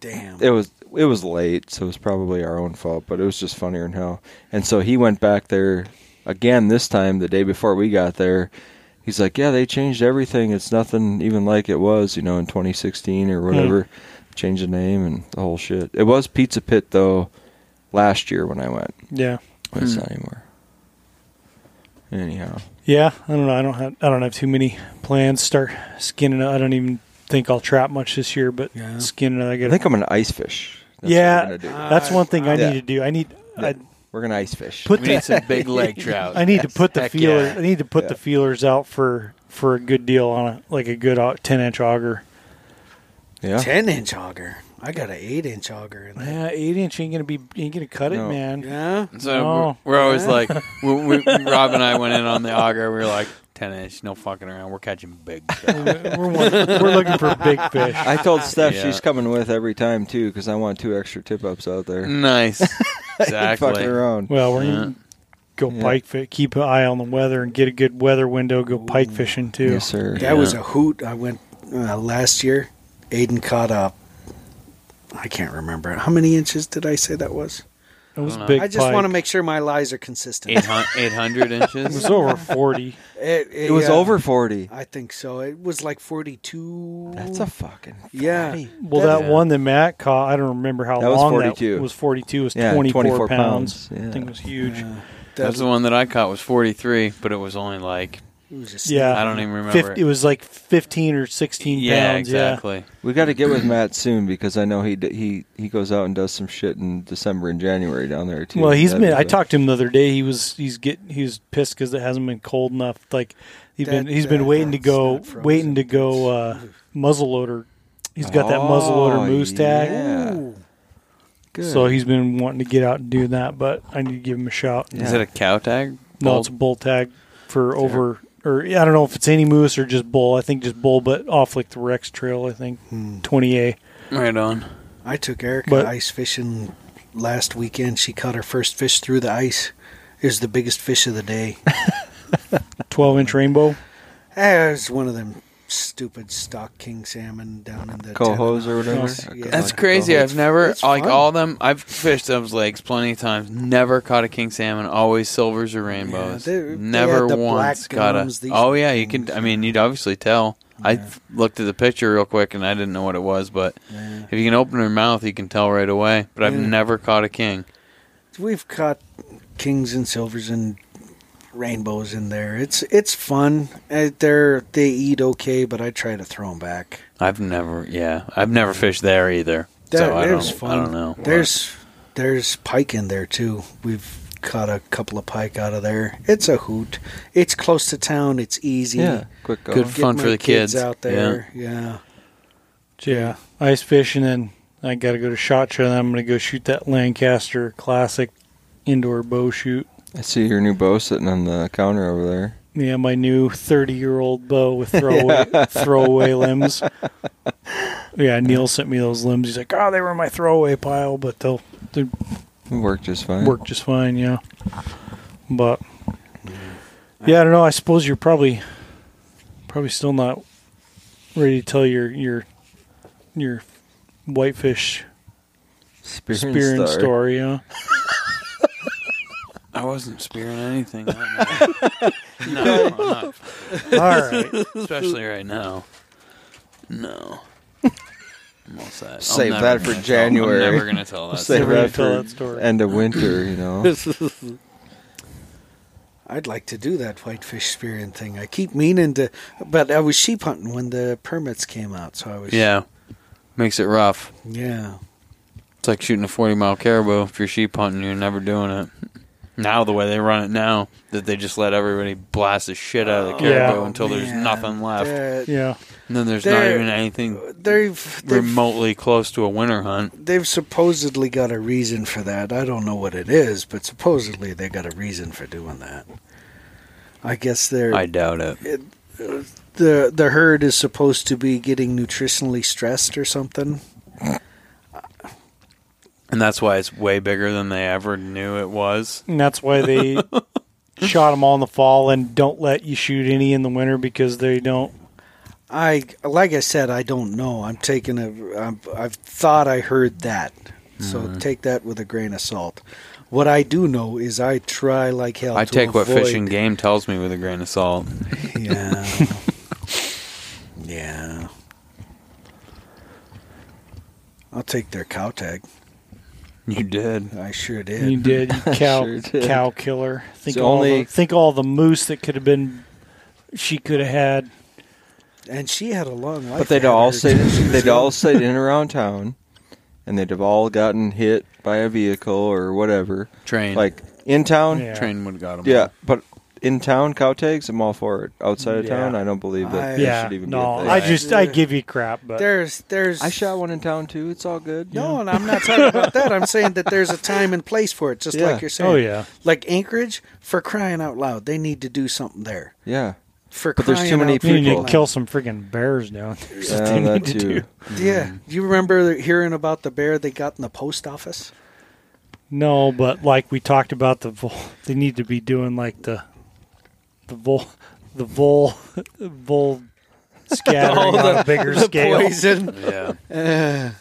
[SPEAKER 3] Damn.
[SPEAKER 1] It was it was late, so it was probably our own fault, but it was just funnier than hell. And so he went back there again this time the day before we got there. He's like, "Yeah, they changed everything. It's nothing even like it was, you know, in 2016 or whatever.
[SPEAKER 2] Hmm.
[SPEAKER 1] Changed the name and the whole shit. It was Pizza Pit though last year when I went,
[SPEAKER 2] yeah
[SPEAKER 1] but it's
[SPEAKER 4] Hmm.
[SPEAKER 1] not anymore." Anyhow,
[SPEAKER 2] yeah i don't know i don't have i don't have too many plans start skinning i don't even think i'll trap much this year but
[SPEAKER 3] Yeah.
[SPEAKER 2] skinning i
[SPEAKER 1] I
[SPEAKER 2] gotta
[SPEAKER 1] think I'm an ice fish. That's
[SPEAKER 2] Yeah.
[SPEAKER 1] what we're gonna, do.
[SPEAKER 2] that's one thing i
[SPEAKER 1] Yeah.
[SPEAKER 2] need to do i need I,
[SPEAKER 1] We're gonna ice fish.
[SPEAKER 2] put
[SPEAKER 4] We
[SPEAKER 2] the-
[SPEAKER 4] need some big lake trout.
[SPEAKER 2] I need to put the
[SPEAKER 4] Heck
[SPEAKER 2] feeler.
[SPEAKER 4] yeah.
[SPEAKER 2] I need to put
[SPEAKER 1] Yeah.
[SPEAKER 2] the feelers out for for a good deal on a like a good au- ten inch auger.
[SPEAKER 1] yeah,
[SPEAKER 3] Ten inch auger. I got an eight inch auger in there.
[SPEAKER 2] Yeah, eight inch ain't gonna be ain't gonna cut
[SPEAKER 1] No.
[SPEAKER 2] it, man.
[SPEAKER 3] Yeah.
[SPEAKER 4] So
[SPEAKER 2] No.
[SPEAKER 4] we're, we're always like, when we, Rob and I went in on the auger. We were like, ten inch, no fucking around. We're catching big. trout."
[SPEAKER 2] We're, we're want- we're looking for big fish.
[SPEAKER 1] I told Steph
[SPEAKER 4] Yeah.
[SPEAKER 1] she's coming with every time too because I want two extra tip ups out there.
[SPEAKER 4] nice.
[SPEAKER 1] Fucking
[SPEAKER 4] Mm, Exactly.
[SPEAKER 1] around.
[SPEAKER 2] Well, we're gonna go
[SPEAKER 1] Yeah.
[SPEAKER 2] pike fi- Keep an eye on the weather and get a good weather window. Go pike fishing too.
[SPEAKER 1] Yes, sir.
[SPEAKER 3] That was a hoot. I went uh, last year. Aiden caught up. I can't remember how many inches did I say that was.
[SPEAKER 2] It was
[SPEAKER 4] I don't know.
[SPEAKER 2] big.
[SPEAKER 3] I just want to
[SPEAKER 2] pike.
[SPEAKER 3] make sure my lies are consistent.
[SPEAKER 4] Eight hun- 800
[SPEAKER 2] It
[SPEAKER 4] inches.
[SPEAKER 2] was over forty.
[SPEAKER 3] It,
[SPEAKER 1] It was
[SPEAKER 3] yeah.
[SPEAKER 1] over forty.
[SPEAKER 3] I think so. It was like forty-two.
[SPEAKER 1] That's a fucking
[SPEAKER 3] yeah.
[SPEAKER 2] Well, that
[SPEAKER 4] Yeah.
[SPEAKER 2] one that Matt caught, I don't remember how
[SPEAKER 1] That was
[SPEAKER 2] long
[SPEAKER 1] 42.
[SPEAKER 2] that was. Forty-two It was
[SPEAKER 1] Yeah,
[SPEAKER 2] twenty-four,
[SPEAKER 1] 24
[SPEAKER 2] pounds.
[SPEAKER 1] pounds. Yeah.
[SPEAKER 3] Uh,
[SPEAKER 2] Thing was huge.
[SPEAKER 3] Yeah.
[SPEAKER 4] That's the one that I caught was 43, but it was only like
[SPEAKER 3] It was a snake.
[SPEAKER 2] Yeah,
[SPEAKER 4] I don't even remember.
[SPEAKER 2] Fif- it was like fifteen or sixteen
[SPEAKER 4] yeah,
[SPEAKER 2] pounds.
[SPEAKER 4] exactly.
[SPEAKER 1] We got to get with Matt soon because I know he d- he he goes out and does some shit in December and January down there too.
[SPEAKER 2] Yeah. Well, he's
[SPEAKER 1] That'd
[SPEAKER 2] been.
[SPEAKER 1] be
[SPEAKER 2] I
[SPEAKER 1] the-
[SPEAKER 2] talked to him the other day. He was. He's get. He was pissed because it hasn't been cold enough. Like he's been.
[SPEAKER 3] That-
[SPEAKER 2] He's been
[SPEAKER 3] that-
[SPEAKER 2] waiting to
[SPEAKER 3] that's
[SPEAKER 2] go.
[SPEAKER 3] not frozen.
[SPEAKER 2] Waiting to go. Uh, muzzleloader. He's got that
[SPEAKER 1] Oh,
[SPEAKER 2] muzzleloader moose tag.
[SPEAKER 1] yeah.
[SPEAKER 3] Ooh.
[SPEAKER 1] Good.
[SPEAKER 2] So he's been wanting to get out and do that, but I need to give him a shout.
[SPEAKER 1] Yeah.
[SPEAKER 4] Is it a cow tag?
[SPEAKER 2] No, it's a bull tag for over, or I don't know if it's any moose or just bull. I think just bull, but off like the Rex Trail, I think
[SPEAKER 1] Hmm.
[SPEAKER 2] 20A.
[SPEAKER 4] right on.
[SPEAKER 3] I took Erica
[SPEAKER 2] But-
[SPEAKER 3] ice fishing last weekend. She caught her first fish through the ice. It was the biggest fish of the day.
[SPEAKER 2] 12 inch rainbow.
[SPEAKER 3] Eh, it was one of them stupid stock king salmon down in the
[SPEAKER 1] cohos or whatever.
[SPEAKER 2] Nice.
[SPEAKER 3] Yeah.
[SPEAKER 4] That's
[SPEAKER 3] Like, "Oh,
[SPEAKER 4] crazy.
[SPEAKER 1] Cohos.
[SPEAKER 4] I've never
[SPEAKER 3] It's
[SPEAKER 4] like
[SPEAKER 3] fun.
[SPEAKER 4] all them. I've fished those lakes plenty of times. Never caught a king salmon. Always silvers or rainbows.
[SPEAKER 3] they- they
[SPEAKER 4] never
[SPEAKER 3] had the
[SPEAKER 4] once
[SPEAKER 3] black
[SPEAKER 4] got
[SPEAKER 3] gums,
[SPEAKER 4] a.
[SPEAKER 3] these
[SPEAKER 4] Oh yeah, you can.
[SPEAKER 3] things.
[SPEAKER 4] I mean, you'd obviously tell. I f- looked at the picture real quick and I didn't know what it was, but
[SPEAKER 3] Yeah.
[SPEAKER 4] if you can open her mouth, you can tell right away. But I've
[SPEAKER 3] Yeah.
[SPEAKER 4] never caught a king.
[SPEAKER 3] We've caught kings and silvers and rainbows in there. It's it's fun. Eh, They're they eat okay, but I try to throw them back.
[SPEAKER 4] I've never. Yeah, I've never fished there either.
[SPEAKER 3] That-
[SPEAKER 4] so I
[SPEAKER 3] there's
[SPEAKER 4] don't.
[SPEAKER 3] fun.
[SPEAKER 4] I don't know.
[SPEAKER 3] There's there's pike in there too. We've caught a couple of pike out of there. It's a hoot. It's close to town. It's easy.
[SPEAKER 1] Yeah. Quick go.
[SPEAKER 4] Good
[SPEAKER 3] Get
[SPEAKER 4] Fun
[SPEAKER 3] my
[SPEAKER 4] for the
[SPEAKER 3] kids,
[SPEAKER 4] kids.
[SPEAKER 3] out there. Yeah.
[SPEAKER 2] Yeah. Ice fishing, and I got to go to Shot Show, and I'm going to go shoot that Lancaster Classic indoor bow shoot.
[SPEAKER 1] I see your new bow sitting on the counter over there.
[SPEAKER 2] Yeah, my new 30 year old bow with throwaway, throwaway limbs. Yeah, Neil sent me those limbs. He's like, oh, they were in my throwaway pile, but they'll, they
[SPEAKER 1] It worked just fine.
[SPEAKER 2] work just fine, yeah. But yeah, I don't know. I suppose you're probably probably still not ready to tell your your your whitefish
[SPEAKER 1] Spear, and
[SPEAKER 2] spearing
[SPEAKER 1] star.
[SPEAKER 2] story, yeah.
[SPEAKER 4] I wasn't spearing anything. Right now. no, I'm not.
[SPEAKER 2] All right,
[SPEAKER 4] especially right now. No. I'm all set. I'll
[SPEAKER 1] Save
[SPEAKER 4] never
[SPEAKER 1] that for
[SPEAKER 4] gonna tell-
[SPEAKER 1] January.
[SPEAKER 4] I'm never gonna tell that.
[SPEAKER 1] Save
[SPEAKER 2] Never gonna
[SPEAKER 1] that
[SPEAKER 2] tell
[SPEAKER 1] for
[SPEAKER 2] that story.
[SPEAKER 1] end of winter, you know.
[SPEAKER 3] I'd like to do that whitefish spearing thing. I keep meaning to, but I was sheep hunting when the permits came out, so I was
[SPEAKER 4] Yeah, makes it rough.
[SPEAKER 3] yeah.
[SPEAKER 4] It's like shooting a 40 mile caribou. If you're sheep hunting, you're never doing it. Now the way they run it now, that they just let everybody blast the shit out of the
[SPEAKER 2] Yeah.
[SPEAKER 4] caribou until there's
[SPEAKER 3] Man,
[SPEAKER 4] nothing left,
[SPEAKER 3] that-
[SPEAKER 2] yeah.
[SPEAKER 4] and then there's not
[SPEAKER 3] They're- uh,
[SPEAKER 4] even anything
[SPEAKER 3] They've they've,
[SPEAKER 4] remotely close to a winter hunt.
[SPEAKER 3] they've supposedly got a reason for that. I don't know what it is, but supposedly they got a reason for doing that. I guess they're
[SPEAKER 4] I doubt it.
[SPEAKER 3] the the herd is supposed to be getting nutritionally stressed or something.
[SPEAKER 4] And that's why it's way bigger than they ever knew it was.
[SPEAKER 2] And that's why they shot them all in the fall and don't let you shoot any in the winter because they don't.
[SPEAKER 3] I like I said, I don't know. I'm taking a. I'm, I've thought I heard that, so
[SPEAKER 4] Mm-hmm.
[SPEAKER 3] take that with a grain of salt. What I do know is I try like hell.
[SPEAKER 4] I
[SPEAKER 3] to
[SPEAKER 4] take what
[SPEAKER 3] avoid-
[SPEAKER 4] Fish and Game tells me with a grain of salt.
[SPEAKER 3] Yeah. yeah. I'll take their cow tag.
[SPEAKER 4] You did.
[SPEAKER 3] I sure
[SPEAKER 2] You
[SPEAKER 3] did.
[SPEAKER 2] did, you cow
[SPEAKER 1] Sure did.
[SPEAKER 2] cow killer. Think
[SPEAKER 1] So
[SPEAKER 2] all
[SPEAKER 1] only-
[SPEAKER 2] the, think all the moose that could have been. She could have had.
[SPEAKER 3] And she had a long life.
[SPEAKER 1] But they'd
[SPEAKER 3] ahead of
[SPEAKER 1] all
[SPEAKER 3] her,
[SPEAKER 1] stayed.
[SPEAKER 3] too. She was
[SPEAKER 1] They'd
[SPEAKER 3] young.
[SPEAKER 1] all stayed in and around town, and they'd have all gotten hit by a vehicle or whatever.
[SPEAKER 4] Train.
[SPEAKER 1] Like in town,
[SPEAKER 2] Yeah.
[SPEAKER 1] yeah.
[SPEAKER 4] Train would have got him.
[SPEAKER 1] but in town, cow tags. I'm all for it. Outside of
[SPEAKER 2] Yeah.
[SPEAKER 1] town, I don't believe that.
[SPEAKER 3] I-
[SPEAKER 1] that
[SPEAKER 2] Yeah,
[SPEAKER 1] should even
[SPEAKER 2] no,
[SPEAKER 1] Be a thing.
[SPEAKER 2] I just I give you crap, but
[SPEAKER 3] There's there's
[SPEAKER 1] I shot one in town too. It's all good.
[SPEAKER 3] No, and I'm not talking about that. I'm saying that there's a time and place for it, just
[SPEAKER 1] Yeah.
[SPEAKER 3] like you're saying.
[SPEAKER 2] Oh, yeah.
[SPEAKER 3] Like Anchorage, for crying out loud, they need to do something there.
[SPEAKER 1] Yeah.
[SPEAKER 3] For
[SPEAKER 1] But there's
[SPEAKER 3] crying
[SPEAKER 1] too many
[SPEAKER 3] out
[SPEAKER 2] You need to
[SPEAKER 1] people.
[SPEAKER 3] loud.
[SPEAKER 2] kill some freaking bears down there.
[SPEAKER 1] Yeah,
[SPEAKER 2] Something you
[SPEAKER 1] that
[SPEAKER 2] need to
[SPEAKER 1] too.
[SPEAKER 2] do.
[SPEAKER 3] Yeah, you remember hearing about the bear they got in the post office?
[SPEAKER 2] No, but like we talked about the vol, they need to be doing like the the vol, the vol, vol scattering on a bigger scale.
[SPEAKER 3] Poison.
[SPEAKER 4] Yeah.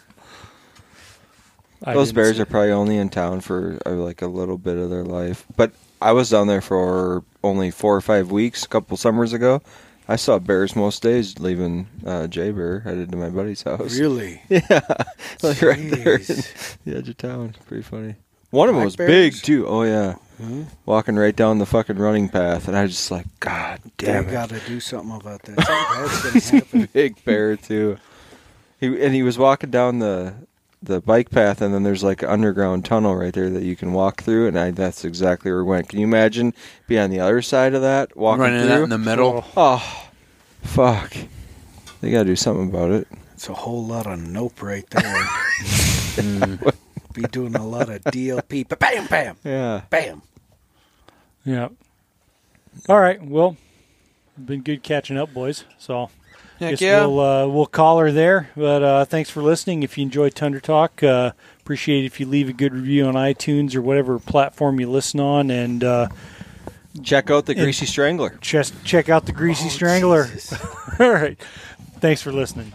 [SPEAKER 2] I
[SPEAKER 1] Those
[SPEAKER 2] didn't
[SPEAKER 1] bears
[SPEAKER 2] see-
[SPEAKER 1] are probably only in town for uh, like a little bit of their life. But I was down there for only four or five weeks a couple summers ago. I saw bears most days leaving uh, Jay Bear headed to my buddy's house.
[SPEAKER 3] Really?
[SPEAKER 1] Yeah, like right there in
[SPEAKER 3] Jeez.
[SPEAKER 1] the edge of town. Pretty funny. One of them was big
[SPEAKER 3] Blackberries?
[SPEAKER 1] too. Oh yeah,
[SPEAKER 4] Hmm?
[SPEAKER 1] walking right down the fucking running path, and I was just like, God
[SPEAKER 3] They
[SPEAKER 1] damn it,
[SPEAKER 3] got to do something about that. That's gonna happen.
[SPEAKER 1] big bear too. He and he was walking down the the bike path, and then there's like an underground tunnel right there that you can walk through, and I, that's exactly where we went. Can you imagine being on the other side of that walking
[SPEAKER 4] running
[SPEAKER 1] through?
[SPEAKER 4] out in the middle.
[SPEAKER 1] oh, fuck! They got to do something about it.
[SPEAKER 3] It's a whole lot of nope right there.
[SPEAKER 4] Mm.
[SPEAKER 3] Be doing a lot of DLP. Bam, bam,
[SPEAKER 1] Yeah.
[SPEAKER 3] bam.
[SPEAKER 2] Yeah. All right. Well, been good catching up, boys. So I
[SPEAKER 4] Heck
[SPEAKER 2] guess
[SPEAKER 4] yeah.
[SPEAKER 2] we'll uh, we'll call her there. But uh, thanks for listening. If you enjoy Thunder Talk, uh, appreciate if you leave a good review on iTunes or whatever platform you listen on, and uh,
[SPEAKER 1] Check out the Greasy Strangler.
[SPEAKER 3] Oh,
[SPEAKER 2] just check out the Greasy Strangler. All right. Thanks for listening.